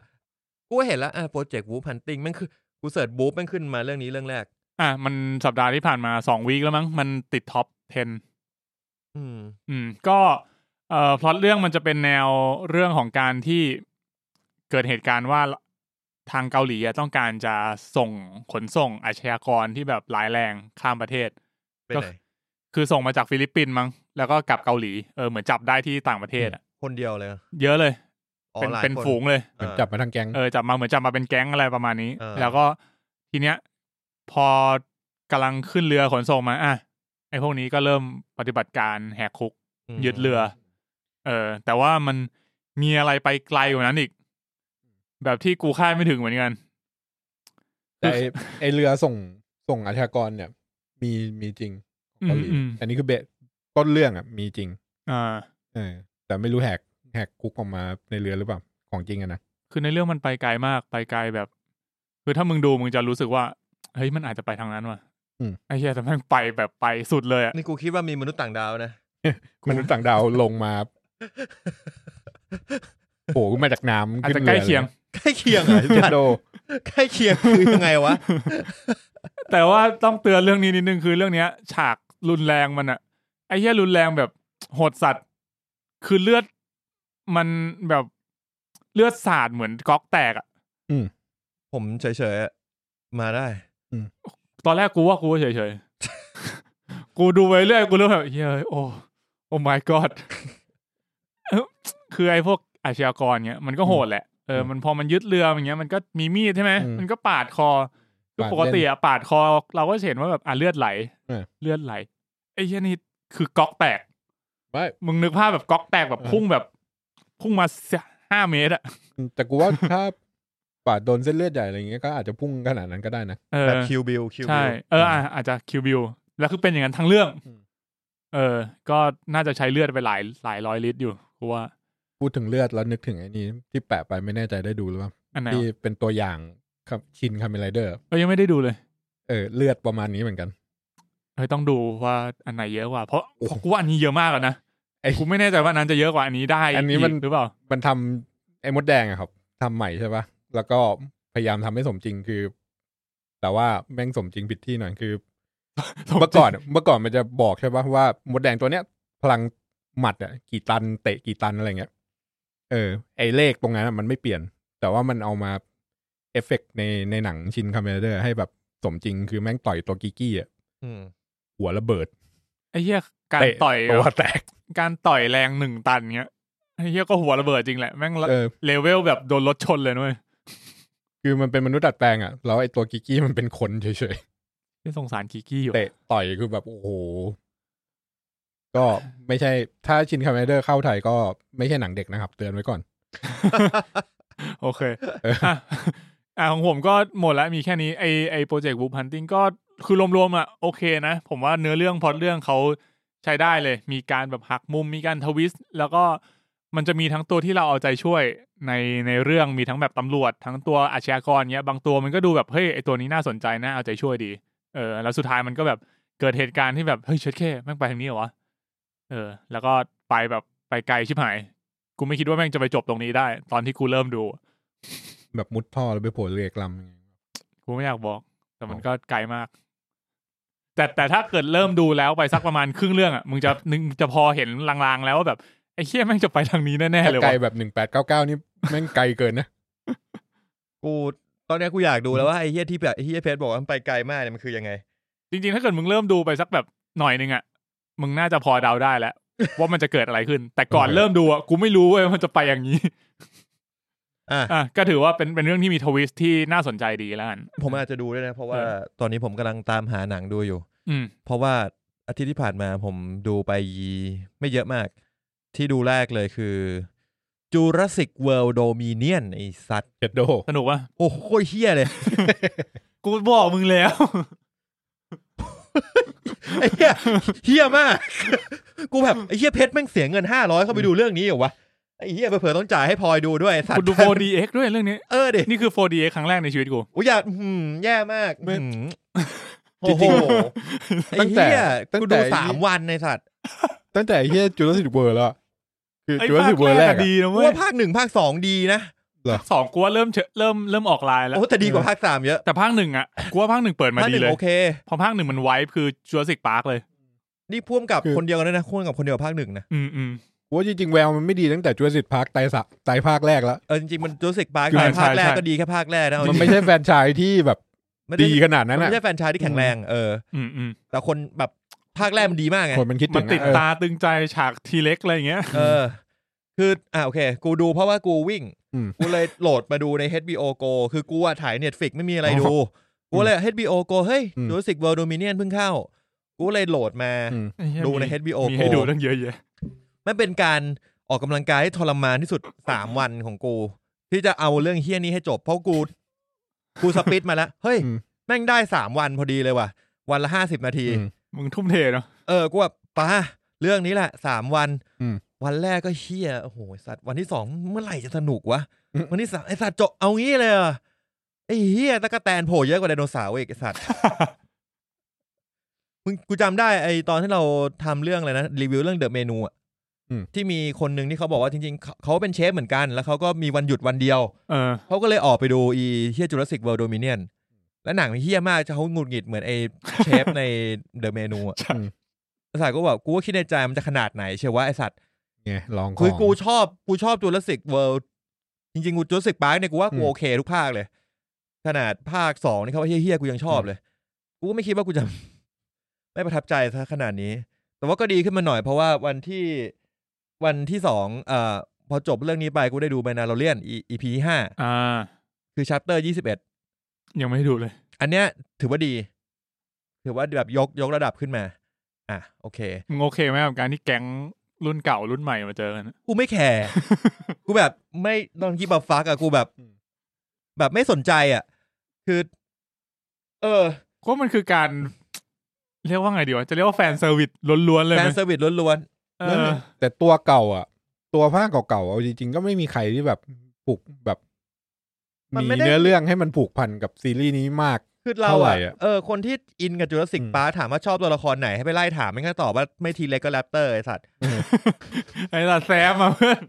S2: กูเห็นแล้วอ่ะโปรเจกต์วูพันติงมันคือ กูเสิร์ชวูฟมันขึ้นมาเรื่องนี้เรื่องแรก
S1: อ่ะมันสัปดาห์ที่ผ่านมาสองวีคแล้วมั้งมันติดท็อป 10
S2: อืม
S1: อืมก็เอ่อพล็อตเรื่องมันจะเป็นแนวเรื่องของการที่เกิดเหตุการณ์ว่าทางเกาหลีอะต้องการจะส่งขนส่งอาชญากรที่แบบร้ายแรงข้ามประเทศ
S2: ไปไหน
S1: คือส่งมาจากฟิลิปปินส์มั้งแล้วก็กลับเกาหลีเออเหมือนจับได้ที่ต่างประเทศอะ
S2: คนเดียวเลยเหรอ
S1: เยอะเลย
S2: อ๋อ
S1: เป็น
S2: หลาย
S1: เป็น
S2: ค
S1: ฝูงเลย
S3: เห
S2: เอ
S3: มือน
S2: อ
S3: จับมาทางแก๊ง
S1: เออจับมาเหมือนจับมาเป็นแก๊งอะไรประมาณนี้
S2: เออ
S1: แล้วก็ทีเนี้ย พอกำลังขึ้นเรือขนส่งมาอ่ะไอพวกนี้ก็เริ่มปฏิบัติการแหกคุก
S2: ม
S1: ยึดเรือ เออ แต่ว่ามันมีอะไรไปไกลกว่านั้นอีก แบบที่กูคาดไม่ถึงเหมือนกัน
S3: แต่ไอ้ไอเรือส่งส่งอาชญากรเนี่ย มีมีจริงของเกาหลี
S1: อืมอืม
S3: อันนี้คือเบสต้นเรื่องอ่ะมีจริง
S1: อ่า
S3: เออ แต่ไม่รู้แหกแหกคุกออกมาในเรือหรือเปล่าของจริงอะนะ
S1: คือในเรื่องมันไปไกลมาก ไปไกลแบบ คือถ้ามึงดูมึงจะรู้สึกว่า เฮ้ย มันอาจจะไปทางนั้นว่ะไอ้เหี้ยแต่แม่งไปแบบไปสุดเลยอะ
S2: นี่กูคิดว่ามีมนุษย์ต่างดาวนะ
S1: กู
S3: มนุษย์ต่างดาวลงมาโผล่ขึ้นมาจากน้ำ
S1: อาจ
S3: ขึ้
S1: จะ
S3: นเรือ
S1: ใกล้เคียง
S2: ใกล้เคีย งเหรอ
S3: เจ็ดโด
S2: ใกล้เคียงคือยังไงวะ
S1: แต่ว่าต้องเตือนเรื่องนี้นิดนึงคือเรื่องเนี้ย ฉากรุนแรงมันอะไอ้เหี้ยรุนแรงแบบโหดสัตว์คือเลือดมันแบบเลือดสาดเหมือนก๊อกแตกอะ
S2: ผมเฉยๆอะมาได้
S1: ตอนแรกกูว่ากูเฉยๆ กูดูไปเรื่อยกูเริ่มแบบเฮ้ยโอ้โอ้ my god เอ้อคือไอ้พวกอาชญากรเนี้ยมันก็โหดแหละ เออ มันพอมันยึดเรืออย่างเงี้ย มันก็มีมีดใช่ไหม
S3: อืม
S1: มันก็ปาดคอคือ
S3: ปาด
S1: ปกติอะปาดคอ เราก็จะเห็นว่าแบบอ่ะเลือดไหล
S3: เออ
S1: เลือดไหล ไอ้เหี้ยนี่คือก๊อกแตก
S3: ไม่
S1: มึงนึกภาพแบบก๊อกแตกแบบพุ่งแบบ พุ่งมาห้าเมตรอะ
S3: แต่กูว่าถ้าปาดโดนเส้นเลือดใหญ่อะไรอย่างเงี้ยก็อาจจะพุ่งขนาดนั้นก็ได้นะ
S1: เออ
S2: แบบคิวบิลคิวบิ
S1: ใช่
S2: ล
S1: เอออ่ะอาจจะคิวบิลแล้วคือเป็นอย่างนั้นทั้งเรื่อง
S3: อืม
S1: เออ ก็น่าจะใช้เลือดไปหลายหลายร้อยลิตรอยู่กูว่า
S3: พูดถึงเลือดแล้วนึกถึงไอ้นี้ที่แปะไปไม่แน่ใจได้ดูหรือเปล่า
S1: อันไหน
S3: ที่
S1: วะ
S3: เป็นตัวอย่างครับชินคาเมไรเดอร์
S1: เออยังไม่ได้ดูเลย
S3: เออเลือดประมาณนี้เหมือนกัน
S1: เฮ้ยต้องดูว่าอันไหนเยอะกว่า เพราะเพราะกูว่าอันนี้เยอะมากอะนะ
S3: ไอ้
S1: กูไม่แน่ใจว่าอันนั้นจะเยอะกว่าอันนี้ได้
S3: อันนี้มัน
S1: หรือเปล่า
S3: มันทำไอ้มดแดงอะครับทำใหม่ใช่ปะแล้วก็พยายามทำให้สมจริงคือ แต่ว่าแม่งสมจริงผิดที่หน่อยคือ เมื่อก่อนเมื่อก่อนมันจะบอกใช่ปะว่ามดแดงตัวเนี้ย พลังหมัดอะกี่ตันเตะกี่ตันอะไรเงี้ยเออ ไอเลขตรงนั้นอะมันไม่เปลี่ยน แต่ว่ามันเอามาเอฟเฟกต์ในในหนังชินคาเมเดอร์ ให้แบบสมจริงคือแม่งต่อยตัวกิกกี้อะ
S2: อืม
S3: หัวระเบิด
S1: ไอ้เหี้ยการ
S3: เตะ
S1: ต่อย
S3: ตัวแตก
S1: การต่อยแรงหนึ่งตันเงี้ยไอ้เหี้ยก็หัวระเบิดจริงแหละแม่งละ
S3: เออ
S1: เลเวลแบบโดนรถชนเลยนุ้ย
S3: คือมันเป็นมนุษย์ดัดแปลงอะแล้วไอตัวกิกกี้มันเป็นคนเฉย
S1: ที่สงสารกิกกี้อยู่
S3: ๆเตะต่อยคือแบบโอ้โห ก็ไม่ใช่ ถ้าชินคาเมเดอร์เข้าไทยก็ไม่ใช่หนังเด็กนะครับ เตือนไว้ก่อน
S1: โอเค
S3: เออ
S1: อ่ะ อ่ะของผมก็หมดแล้วมีแค่นี้ไอไอโปรเจกต์บูพันติงก็คือรวมๆอ่ะโอเคนะ ผมว่าเนื้อเรื่องพล็อตเรื่องเขาใช้ได้เลย มีการแบบหักมุมมีการทวิสต์แล้วก็มันจะมีทั้งตัวที่เราเอาใจช่วยในในเรื่องมีทั้งแบบตำรวจ ทั้งตัวอาชญากรเงี้ย บางตัวมันก็ดูแบบเฮ้ยไอตัวนี้น่าสนใจน่าเอาใจช่วยดี เออแล้วสุดท้ายมันก็แบบเกิดเหตุการณ์ที่แบบ เฮ้ยเช็ดแค่แม่งไปทางนี้เหรอวะเออ แล้วก็ไปแบบไปไกลชิบหาย กูไม่คิดว่าแม่งจะไปจบตรงนี้ได้ ตอนที่กูเริ่มดู
S3: แบบมุดท่อแล้วไปโผล่เรือกลำยังไง
S1: กูไม่อยากบอก แต่มันก็ไกลมาก แต่แต่ถ้าเกิดเริ่มดูแล้วไปสักประมาณครึ่งเรื่องอ่ะมึงจะนึงจะพอเห็นลางๆ แล้วว่าแบบไอ้เคี้ยแม่งจะไปทางนี้แน่ๆ
S3: ถ้า
S1: เลย
S3: ไกล
S1: วะ
S3: แบบหนึ่งแปดเก้าเก้านี่แม่งไกลเกินนะ
S2: กูตอนเนี้ยกูอยากดูแล้วว่าไอ้เฮียที่แบบไอ้เฮียเพจบอกว่ามันไปไกลมากเนี่ยมันคือยังไง
S1: จริงๆ ถ้าเกิดมึงเริ่มดูไปสักแบบหน่อยนึงอ่ะมึงน่าจะพอเดาได้แล้ว ว่ามันจะเกิดอะไรขึ้น แต่ก่อน
S3: โอเค
S1: เริ่มดูอ่ะกูไม่รู้เว้ยว่ามันจะไปอย่างนี้
S2: อ่ะ
S1: อ่ะก็ถือว่าเป็นเป็นเรื่องที่มีทวิสต์ที่น่าสนใจดีแล้วกัน
S2: ผมอาจจะดูด้วยนะ เพราะว่า
S1: เออ
S2: ตอนนี้ผมกำลังตามหาหนังดูอยู่
S1: อืม
S2: เพราะว่าอาทิตย์ที่ผ่านมาผมดูไปไม่เยอะมาก ที่ดูแรกเลยคือ Jurassic World Dominion ไอ้สัตว์
S3: เจ็ดโด
S1: สนุกวะ
S2: โอ้โหเฮี้ยเลย
S1: กูบอกมึงแล้ว
S2: ไอ้เฮี้ยเฮี้ยมาก กูแบบไอ้เฮี้ยเพชรแม่งเสียเงินห้าร้อยเข้าไปดูเรื่องนี้เหรอวะ ไอ้เฮี้ยเผื่อๆต้องจ่ายให้พลอยดูด้วยไอ้สัต
S1: กู
S2: ว์
S1: ดู 4DX ด้วยเรื่องนี้
S2: เออดิ
S1: นี่คือ 4DX ครั้งแรกในชีวิตกู
S2: อุยอยากอืมแย่มากอืม
S3: จ
S2: โอ้โห
S3: ริง
S2: ไอ้
S3: ตั้งแต่
S2: เฮี้ย
S3: ตั้ง
S2: กู
S3: แต่
S2: ดูสามวันในสัตว์
S3: ๆตั้งแต่เฮียจูเลสิกเวิร์แล้วอะคือ
S1: ไอ้
S3: จูเล
S1: ภา
S3: สิ
S1: ค
S3: กเวิร์แร
S1: แรก
S3: ก
S1: อะ
S3: อะ
S1: ดีนะ
S2: กู
S1: เว้ย
S2: ว่าภาคหนึ่งภาคสองดีนะ
S1: สองกูว่าเริ่มเชเริ่มเริ่มออกลายแล้ว
S2: โอ้แต่ดีกว่าภาคสามเยอะ
S1: แต่ภาคหนึ่งอ่ะกูว่าภาคหนึ่งเปิดมา
S2: ภาค
S1: ดี
S2: หนึ่ง
S1: เลย
S2: โอเค
S1: เพอภาคหนึ่งมันไวฟ์คือจูราสสิกพาร์คเลย
S2: นี่พ่วงกับคนเดียวกันด้วยนะพ่วงกับคนเดียวกับภาคหนึ่งนะ
S1: อืมอืม
S3: กูว่าจริงๆแววมันไม่ดีตั้งแต่จูเลสิกพาร์คไตสักไตภาคแรกแล้ว
S2: เออจริงๆมันรู้สึกบาร์
S1: ใช่
S2: ภาคแรก
S1: ใช่
S2: ก็ดีแค่ภาคแรกนะเอาจ
S3: มั
S2: ริ
S3: น
S2: ง
S3: ไม่ใช่แฟรนไชายที่แบบ
S2: ไม่ได้
S3: ดีขนาด
S2: มั
S3: นั้น นอะ
S2: ไม่ใช่แฟรนไชายที่แข็งแรงเออ
S1: อืมอืม
S2: แต่คนแบบภาคแรกมันดีมากไง
S3: คนมันคิด
S1: มั
S3: ถึ
S1: น
S3: ง
S1: ติด
S3: อะเออ
S1: ตาตึงใจฉากทีเล็กอะไรอย่างเงี้ย
S2: เออ คืออ่าโอเค กูดูเพราะว่ากูวิ่ง
S3: อืม
S2: กูเลยโหลดมาดูใน HBO Go คือกูอะถ่าย Netflix ไม่มีอะไรดู กูเลย HBO Go เฮ้ย
S3: อืม
S2: รู้สึก World Dominion เพิ่งเข้า กูเลยโหลดมา
S3: อืม
S2: ดูใน HBO
S1: มี
S2: Go
S1: ให้ดูตั้งเยอะแยะ
S2: มันเป็นการออกกำลังกายที่ทรมานที่สุดสามวันของกู ที่จะเอาเรื่องเฮี้ยนี้ให้จบ เพราะกู กูสปิดมาแล้ว เฮ้ย
S3: อืม
S2: แม่งได้สามวันพอดีเลยว่ะ วันละห้าสิบนาที
S3: อืม
S1: มึงทุ่มเทเนาะ
S2: เออ กูแบบป้าเรื่องนี้แหละสามวัน
S3: อืม
S2: วันแรกก็เฮี้ยโอ้โหไอ้สัตว์วันที่สองเมื่อไหร่จะสนุกวะ
S3: อืม
S2: วันที่สามไอสัตว์จบเอางี้เลยเหรอไอเฮี้ยตะกแตนโผล่เยอะกว่าไดโนเสาร์อีกไอ สัตว์ มึงกูจำได้ไอตอนที่เราทำเรื่องอะไรนะ รีวิวเรื่องเดอะเมนูอะ
S3: อืม ที่
S2: ที่มีคนหนึ่งที่เขาบอกว่าจริงๆเขาเขาเป็นเชฟเหมือนกัน แล้วเขาก็มีวันหยุดวันเดียว
S1: เออ
S2: เขาก็เลยออกไปดูอีเฮียจูราสสิกเวิลด์โดมิเนียนและหนังมันเฮี้ยมากจะเขาหงุดหงิดเหมือนไอเชฟ ในเดอะเมนูอะ
S1: ใช่
S2: ไอ้สัตว์ก็บอกกูก็คิดในใจมันจะขนาดไหนเชียวว่าไอสัตว์
S3: ไงลองข
S2: คือ
S3: อง
S2: กูชอบกูชอบจูราสสิกเวิลด์จริงๆกูจูราสสิกพาร์คเนี่ยกูว่ากู
S3: อืม
S2: โอเคทุกภาคเลย ขนาดภาคสองนี่เขาว่าเฮี้ยๆกูยังชอบเลย กูก็ไม่คิดว่ากูจะ ไม่ประทับใจซะขนาดนี้ แต่ว่าก็ดีขึ้นมาหน่อยเพราะว่าวันที่วันที่สองเอ่อพอจบเรื่องนี้ไปกูได้ดูแมนนาโรเลียนอีพีที่ห้า
S1: อ่า
S2: คือชัปเตอร์ยี่สิบเอ็ด
S1: ยังไม่ได้ดูเลย
S2: อันเนี้ยถือว่าดี ถือว่าแบบยกยกระดับขึ้นมา อ่ะ โอเค
S1: มึงโอเคไหมกับการที่แก๊งรุ่นเก่ารุ่นใหม่มาเจอกันอะ
S2: กูไม่แคร์ กูแบบไม่ตอนกี้บับฟักอะกูแบบ
S3: อืม
S2: แบบไม่สนใจอะคือ เออ
S1: ก็มันคือการ เรียกว่าไงดีวะ จะเรียกว่าแฟนเซอร์วิสล้วนๆเลย
S2: แฟ
S1: ไหม
S2: นเซอร์วิสล้วน
S1: เอ
S3: นั่น
S1: อ
S3: แหละแต่ตัวเก่าอ่ะ ตัวภาคเก่าๆเอาจริงๆ ก็ไม่มีใครที่แบบผูกแบบ มีเนื้อเรื่องให้มันผูกพันกับซีรีส์นี้มาก
S2: คือเรา
S3: เท่าไหร่
S2: อะ
S3: อะ
S2: เออคนที่อินกับจูราสสิก
S3: อืม
S2: ปาถามว่าชอบตัวละครไหนให้ไปไล่ถามไม่งั้นตอบว่าไม่ทีเล็กก็แรปเตอร์ไอสัตว์
S1: ไอ้สัตว์แซมมาเพื่อน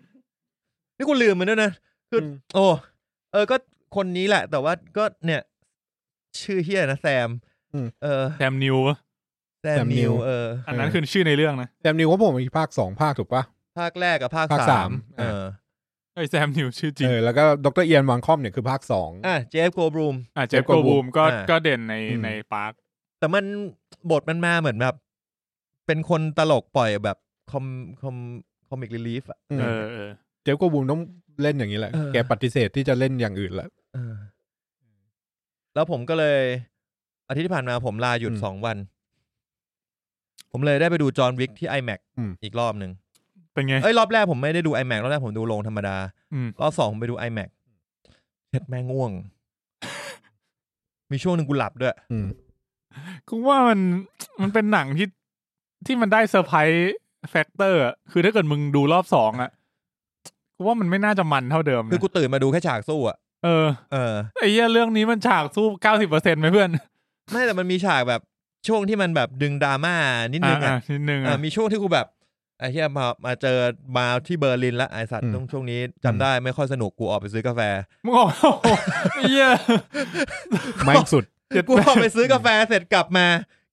S2: นี่กูลืมมันด้วยนะ คืออ
S3: ม
S2: โอ้เออก็คนนี้แหละ แต่ว่าก็เนี่ย ชื่อเฮียนะแซม
S3: อืม
S2: เออ
S1: แซมนิวปะ
S2: แซ
S3: แซ
S2: ม
S3: มนิ
S2: นิว
S3: ว
S2: เออ
S1: อันนั้นคือชื่อในเรื่องนะ
S3: แซมนิวว่าผมมีภาคสองภาคถูกปะ
S2: ภาคแรกกับภาค
S3: ภาค
S2: สา
S3: สาม ม
S2: เออ
S1: ไอ้แซมนิวชื่อจริง
S3: เออแล้วก็ดรเอียนวังคอมเนี่ยคือภาคสอง
S2: อ่ะเจฟโกบรูม
S1: อ่ะเจฟ
S3: Jeff
S1: โกบูมก็
S2: อ่า
S1: ก็เด่นใน
S3: อืม
S1: ในปาร์ค
S2: แต่มันบทมันมาเหมือนแบบ เป็นคนตลกปล่อยแบบคอมคอมคอมิกรีลีฟอ่ะ
S3: อืม
S1: เออเออ
S3: เจฟโก็บูมต้องเล่นอย่างนี้แหละ
S2: เออ
S3: แกปฏิเสธที่จะเล่นอย่างอื่นละ
S2: เออแล้วผมก็เลย อาทิตย์ที่ผ่านมาผมลาหยุด
S3: อืม
S2: สองวัน ผมเลยได้ไปดูจอห์นวิกที่ iMac
S3: อืม
S2: อีกรอบหนึ่ง
S1: เป็นไง
S2: เอ้ยรอบแรกผมไม่ได้ดู iMac รอบแรกผมดูโรงธรรมดา
S1: อืม
S2: รอบสองผมไปดู iMac เช็ดแม่งง่วง มีช่วงหนึ่งกูหลับด้วย
S3: อืม
S1: กูว่ามันมันเป็นหนังที่ที่มันได้เซอร์ไพรส์แฟกเตอร์อะคือถ้าเกิดมึงดูรอบสองอ่ะกูว่ามันไม่น่าจะมันเท่าเดิมนะ
S2: คือกูตื่นมาดูแค่ฉากสู้อ่ะ
S1: เออ
S2: เออ
S1: ไอ้เหี้ยเรื่องนี้มันฉากสู้เก้าสิบเปอร์เซ็นต์ไหมเพื่อน
S2: ไม่แต่มันมีฉากแบบช่วงที่มันแบบดึงดราม่านิดนึง
S1: อ่ะ
S2: อ่ะ
S1: นิดนึง
S2: เอ
S1: อ่ะ
S2: อมีช่วงที่กูแบบไอ้เฮียมามาเจอมาที่เบอร์ลินละไอสัตว์
S3: อืม
S2: ช่วงช่วงนี้จำได้ไม่ค่อยสนุกกูออกไปซื้อกาแฟ
S1: มึงออกโอ้โหไอ้เหี้ย
S3: ไม่สุด
S1: เจ็ด
S2: กูออกไปซื้อกาแฟเสร็จกลับมา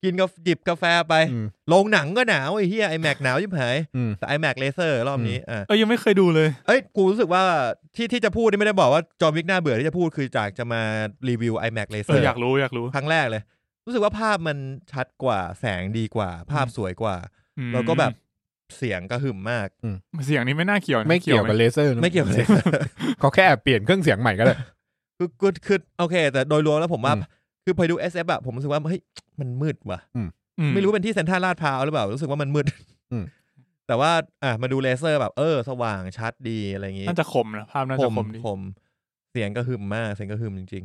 S2: กินกาแฟหยิบกาแฟไป
S3: อืม
S2: โรงหนังก็หนาวไอ้เฮียไอแม็กหนาวยิ่งหาย
S3: อืม
S2: แต่ไอแม็กเลเซอร์รอบนี้อ่ะ
S1: เอ้ยยังไม่เคยดูเลย
S2: เอ้ยกูรู้สึกว่าที่ที่จะพูดนี่ไม่ได้บอกว่าจอมวิกหน้าเบื่อที่จะพูดคือจากจะมารีวิว iMac
S1: เอ
S2: Laser
S1: ออยากรู้อยากรู้
S2: ครั้งแรกเลย รู้สึกว่าภาพมันชัดกว่าแสงดีกว่า ภาพสวยกว่า
S1: อืม
S2: แล้วก็แบบเสียงกระหึ่มมาก
S1: เสียงนี้ไม่น่าเกี่ยวนะ
S3: ไม่เกี่ยวกับ
S1: ไหม
S3: เลเซอร์นะ
S2: ไม่เกี่ยวกับเลเซอร์
S3: เขาแค่เปลี่ยนเครื่องเสียงใหม่ก็ได้
S2: คือกูคือโอเค แต่โดยรวมแล้วผมว่า
S3: อืม
S2: คือพอดู SF อะผมรู้สึกว่าเฮ้ยมันมืดว่ะ
S1: อื
S2: ไม่รู้เป็นที่เซ็นทรัลลาดพร้าวหรือเปล่า รู้สึกว่ามันมืด
S3: อืม
S2: แต่ว่า อ่ะมาดูเลเซอร์แบบเออ สว่างชัดดีอะไรอย่างงี้
S1: น่าจะคมนะภาพน่า
S2: ค
S1: จะค
S2: ม
S1: มดี
S2: คมเสียงก็หึมมาก เสียงก็หึมจริง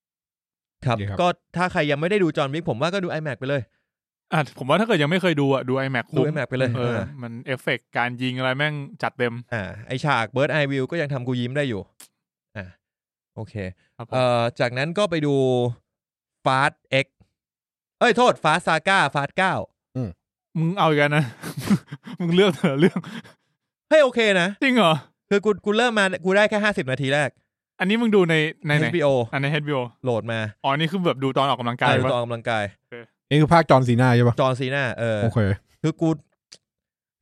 S2: ๆ ครับ
S3: ดีครับ
S2: ก็ถ้าใครยังไม่ได้ดูจอห์นวิกผมว่าก็ดู iMac ไปเลย
S1: อ่ะผมว่าถ้าเกิดยังไม่เคยดูอ่ะดูไอแม็ก
S2: ดู iMac ไปเลย
S1: เออ
S2: เออ
S1: มันเอฟเฟกต์การยิงอะไรแม่งจัดเต็ม
S2: อ่า ไอฉากเบิร์ดไอวิวก็ยังทำกูยิ้มได้อยู่ อ่าโอเค
S1: ครับผม
S2: เอ่อจากนั้นก็ไปดูฟาสเอ็กเอ้ยโทษฟาสซาก้าฟาสเก้า
S1: มึงเอาอีกแล้วนะ มึงเลือกเถอะเรื่อง
S2: เฮ้ยโอเคนะ
S1: จริงเหรอ
S2: คือกูกูเริ่มมากูได้แค่ห้าสิบนาทีแรก
S1: อันนี้มึงดูในในไหน
S2: HBO
S1: อันใน HBO
S2: โหลดมา
S1: อ๋อนี่คือแบบดูตอนออกกำลังกาย
S2: อ่ะดู
S1: ปะ
S2: ตอนออกกำลังกาย
S3: นี่คือภาคจอร์นซีนาใช่ปะ
S2: จอร์นซีน่าเออ
S3: โอเค
S2: คือกู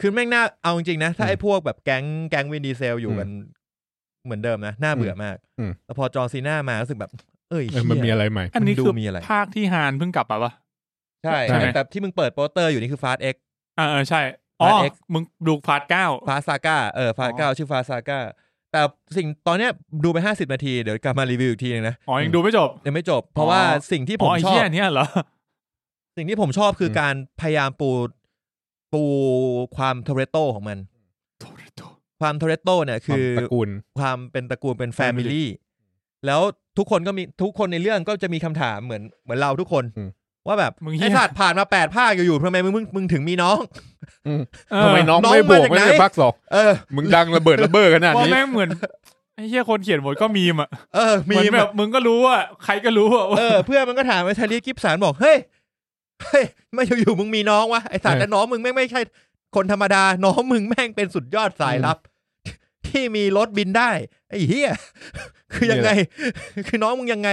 S2: คือแม่งน่าเอาจริงๆนะ ถ้า
S3: อืม
S2: ไอ้พวกแบบแก๊งแก๊งวินดีเซลอยู่กัน เหมือนเดิมนะ น่าเบื่อมาก
S3: อืม
S2: แต่พอจอร์นซีน่ามารู้สึกแบบ เอ้ย
S3: เออมันมี
S2: เหี้ย
S3: อะไรใหม่
S1: อันนี้คือ
S2: มันดูมีอะไร
S1: ภาคที่ฮานเพิ่งกลับมาปะ
S2: ใช่
S1: ใช่ไหม
S2: แต่ที่มึงเปิดโปสเตอร์อยู่นี่คือฟาสเอ็ก
S1: อ่าเออใช่อ๋อ
S2: Part X
S1: มึงดูพาร์ทเก้า
S2: ฟาซาก้าเออฟา
S1: อ๋อ
S2: เก้าชื่อฟาซาก้าแต่สิ่งตอนเนี้ยดูไปห้าสิบนาทีเดี๋ยวกลับมารีวิวอีกทีนึงนะ
S1: อ๋อยังดูไม่จบ
S2: ยังไม่จบ เพราะว่า
S1: อ๋อ
S2: สิ่งที่ผ
S1: อ๋อ
S2: ม
S1: ไอ้
S2: ชอ
S1: เหี้
S2: บ
S1: ยเนี่ยเหรอ
S2: สิ่งที่ผมชอบคืออ
S3: ม
S2: การพยายามปูปูความโทเรโตของมัน ความโทเรโตเนี่ย
S3: คื
S2: คือ
S3: อตระกูล
S2: ความเป็นตระกูลเป็นแฟมิ
S1: Family
S2: ลี่แล้วทุกคนก็มีทุกคนในเรื่องก็จะมีคำถามเหมือนเหมือนเราทุกคน
S3: อืม
S2: ว่าแบบ
S1: มึงเหี้ย
S2: ไอ้สัตว์ผ่านมาแปดภาคอยู่ๆทำไมมึงมึงมึงถึงมีน้อง
S1: เออ
S3: ทำไมน้อง
S2: น้อง
S3: ไม่บวก
S2: มาจาก
S3: ไม่
S2: ไห
S3: ได้
S2: น
S3: ภาคสอง
S2: เออ
S3: มึงดังระเบิดระเบ้อขนาด
S1: ว่า
S3: นี้
S1: แม่งเหมือนไอ้เหี้ยคนเขียนบทก็มีมอ่ะ
S2: เออ
S1: เห
S2: มี
S1: มือน
S2: แบ
S1: แบบ บมึงก็รู้อ่ะใครก็รู้อ่ะว่า
S2: เออเพื่อนมันก็ถามไอ้ชาลีกิฟสันบอกเฮ้ยเฮ้ยไม่อยู่ๆมึงมีน้องวะไอ้สัตว์
S3: เออ
S2: แต่น้องมึงแม่งไม่ใช่ คนธรรมดา น้องมึงแม่งเป็นสุดยอดสายลับ ที่มีรถบินได้ ไอ้เหี้ย คือยังไง คือน้องมึงยังไง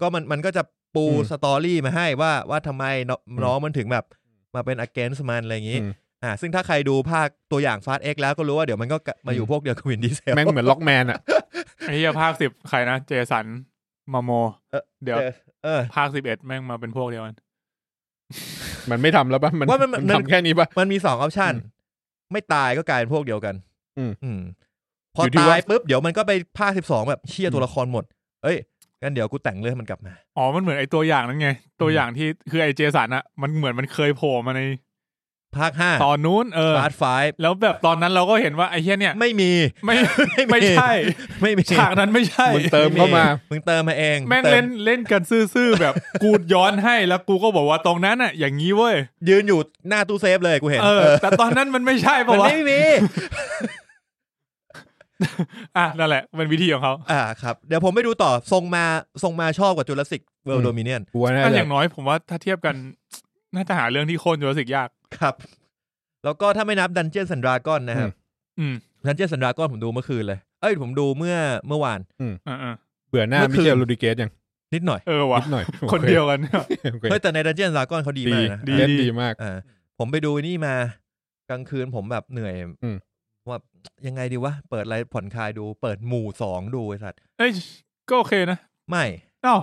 S2: ก็มันมันก็จะปู
S3: อืม
S2: สตอรี่มาให้ว่าว่าทำไมน้องน้องมันถึงแบบ มาเป็น against มันอะไรอย่างงี้
S3: อืม
S2: อ่า ซึ่งถ้าใครดูภาคตัวอย่างฟาสเอ็กแล้วก็รู้ว่าเดี๋ยวมันก็กลับมาอยู่พวกเดียวกับวินดีเซล
S3: แม่งเหมือนล็อกแมนอ่ะ
S1: ไอ้เหี้ยภาคสิบใครนะเจสันมาโม
S2: เออ
S1: เดี๋ยว
S2: เออ
S1: ภาคสิบเอ็ดแม่งมาเป็นพวกเดียวกัน
S3: มันไม่ทำแล้วปะมัน
S2: ว่ามันมัน
S3: ทำแค่นี้ปะ
S2: มันมีสองออปชัน
S3: อืม
S2: ไม่ตายก็กลายเป็นพวกเดียวกัน
S3: อืม
S2: อืม พออยู่
S3: ที่
S2: ตา
S3: ว่า
S2: ยปุ๊บ เดี๋ยวมันก็ไปภาคสิบสองแบบเชี่ยตัวละครหมด เอ้ยงั้นเดี๋ยวกูแต่งเรื่องให้มันกลับมา
S1: อ๋อมันเหมือนไอ้ตัวอย่างนั้นไง ตัวอย่างที่คือไอ้เจสันอ่ะมันเหมือนมันเคยโผล่มาใน
S2: ภาคห้า
S1: ตอนนู้นเออ
S2: พาร์ทไฟ
S1: แล้วแบบตอนนั้นเราก็เห็นว่าไอ้เฮียเนี่ย
S2: ไม่มี
S1: ไม่
S2: ไม่มี
S1: ไม่ใช่
S2: ไม่มี
S1: ฉากนั้นไม่ใช่
S3: มึงเติมเข้ามา
S2: มึงเติมมาเอง
S1: แม่ง
S2: ติ
S1: เล่นเล่นกันซื่อๆแบบกูย้อนให้แล้วกูก็บอกว่าตรงนั้นอ่ะ อย่างนี้เว้ย
S2: ยืนอยู่หน้าตู้เซฟเลยกูเห็น
S1: เออ
S2: เออ
S1: แต่ตอนนั้นมันไม่ใช่ปะ
S2: มัน
S1: วะ
S2: ไม่มี
S1: อ่ะนั่นแหละเป็นวิธีของเขา
S2: อ่าครับ เดี๋ยวผมไปดูต่อทรงมาทรงมาชอบกว่าจูราสสิกเวิลด์โดมิเนียน
S3: กลัวแน่
S1: แต่
S3: เล
S1: อย ย่างน้อยผมว่าถ้าเทียบกัน น่าจะหาเรื่องที่โค่นจูราสสิกยาก
S2: ครับ แล้วก็ถ้าไม่นับดันเจียนสันดรากอนนะครับ
S1: อืม
S2: ดันเจียนสันดรากอนผมดูเมื่อคืนเลย เอ้ยผมดูเมื่อเมื่อวาน
S1: อ่า
S3: เบื่อหน้า
S2: เมื่อ
S3: มิ
S2: คืน
S3: เชลโรดิเกสยัง
S2: นิดหน่อย
S1: เออวะ
S3: นิดหน่อย
S1: คนเดียวกันเนี่ย
S3: โอเค
S2: เฮ้ยแต่ในดันเจียนสันดรากอนเขาดี
S3: ดี
S2: มากนะ
S1: ดี
S3: เล่นดีมาก
S2: อ่าผมไปดูนี่มากลางคืนผมแบบเหนื่อย
S3: อืม
S2: ว่ายังไงดีวะเปิดอะไรผ่อนคลายดู เปิดหมู่สองดูไอ้สัตว์
S1: เอ้ยก็โอเคนะ
S2: ไม่
S1: อ้าว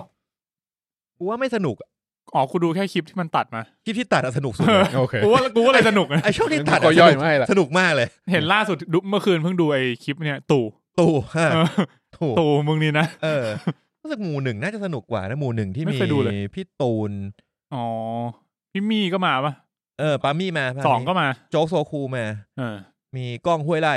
S2: กูว่าไม่สนุกอะ
S1: อ๋อกูดูแค่คลิปที่มันตัดมา
S2: คลิปที่ตัดอะสนุกสุ ดเลย
S3: โอเค
S1: กูว่ากูว่าอะไรสนุกนะ
S2: ไอช่วงที่ตัด
S3: ก็
S2: อะส
S3: ย่อย
S2: นุก
S3: ไม่ให้ละ
S2: สนุกมากเลย
S1: เห็นล่าสุดดูเมื่อคืนเพิ่งดูไอ้คลิปเนี่ยตู่
S2: ตู่ฮะ
S1: เออ
S2: ถูก
S1: ตู่มึงนี่นะ
S2: เออรู้สึกหมู่หนึ่งน่าจะสนุกกว่านะหมู่หนึ่งที่
S1: ไม่
S2: มี
S1: เคยดูเลย
S2: พี่ตูน
S1: อ๋อพี่มี่ก็มาปะ
S2: เออปามี่มาปามี่
S1: สองก็มา
S2: โจ๊กโซคูมา
S1: เออ
S2: มีกล้องห้วยไร่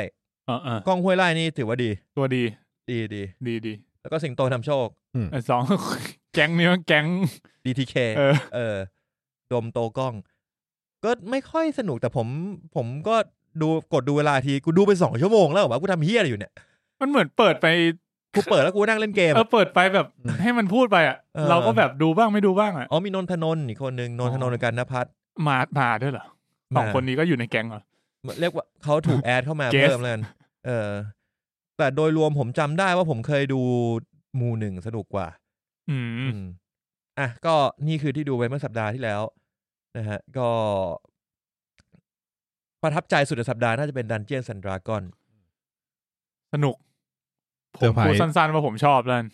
S1: เออเออก
S2: ล้องห้วยไร่นี่ถือว่าดี
S1: ตัวดี
S2: ดีดี
S1: ดีดี
S2: แล้วก็สิงโตนำโชค
S1: ไอ้สอง แก๊งนี้มันแก๊ง
S2: DTK
S1: เออ
S2: เออดมโตกล้อง ก็ไม่ค่อยสนุกแต่ผม ผมก็ดูกดดูเวลาทีกูดูไปสองชั่วโมงแล้วว่ากูทำเฮียอะไรอยู่เนี่ย
S1: มันเหมือนเปิดไป
S2: กูเปิดแล้วกูนั่งเล่นเกม
S1: เออเปิดไปแบบให้มันพูดไปอ่ะ
S2: เออ
S1: เราก็แบบดูบ้างไม่ดูบ้างอ่ะ
S2: อ๋อมีนนทนนท์อีกคนหนึ่งนนทนนท์กับกันนภัทร
S1: มามาด้วยเหรอสองคนนี้ก็อยู่ในแก๊งเหรอ
S2: เรียกว่าเขาถูกแอดเข้ามา
S1: Guest
S2: เพิ่มแล้วกันเออ แต่โดยรวมผมจำได้ว่าผมเคยดูหมู่หนึ่งสนุกกว่า
S1: อืม
S2: อืมอ่ะก็นี่คือที่ดูไปเมื่อสัปดาห์ที่แล้วนะฮะ ก็ ประทับใจสุดในสัปดาห์น่าจะเป็นดันเจียนซันดรากอน
S1: สนุกผ
S3: เซ
S1: ม
S3: อร์ไพร
S1: พูด
S3: ส์
S1: สั้นๆว่าผมชอบแล้วกัน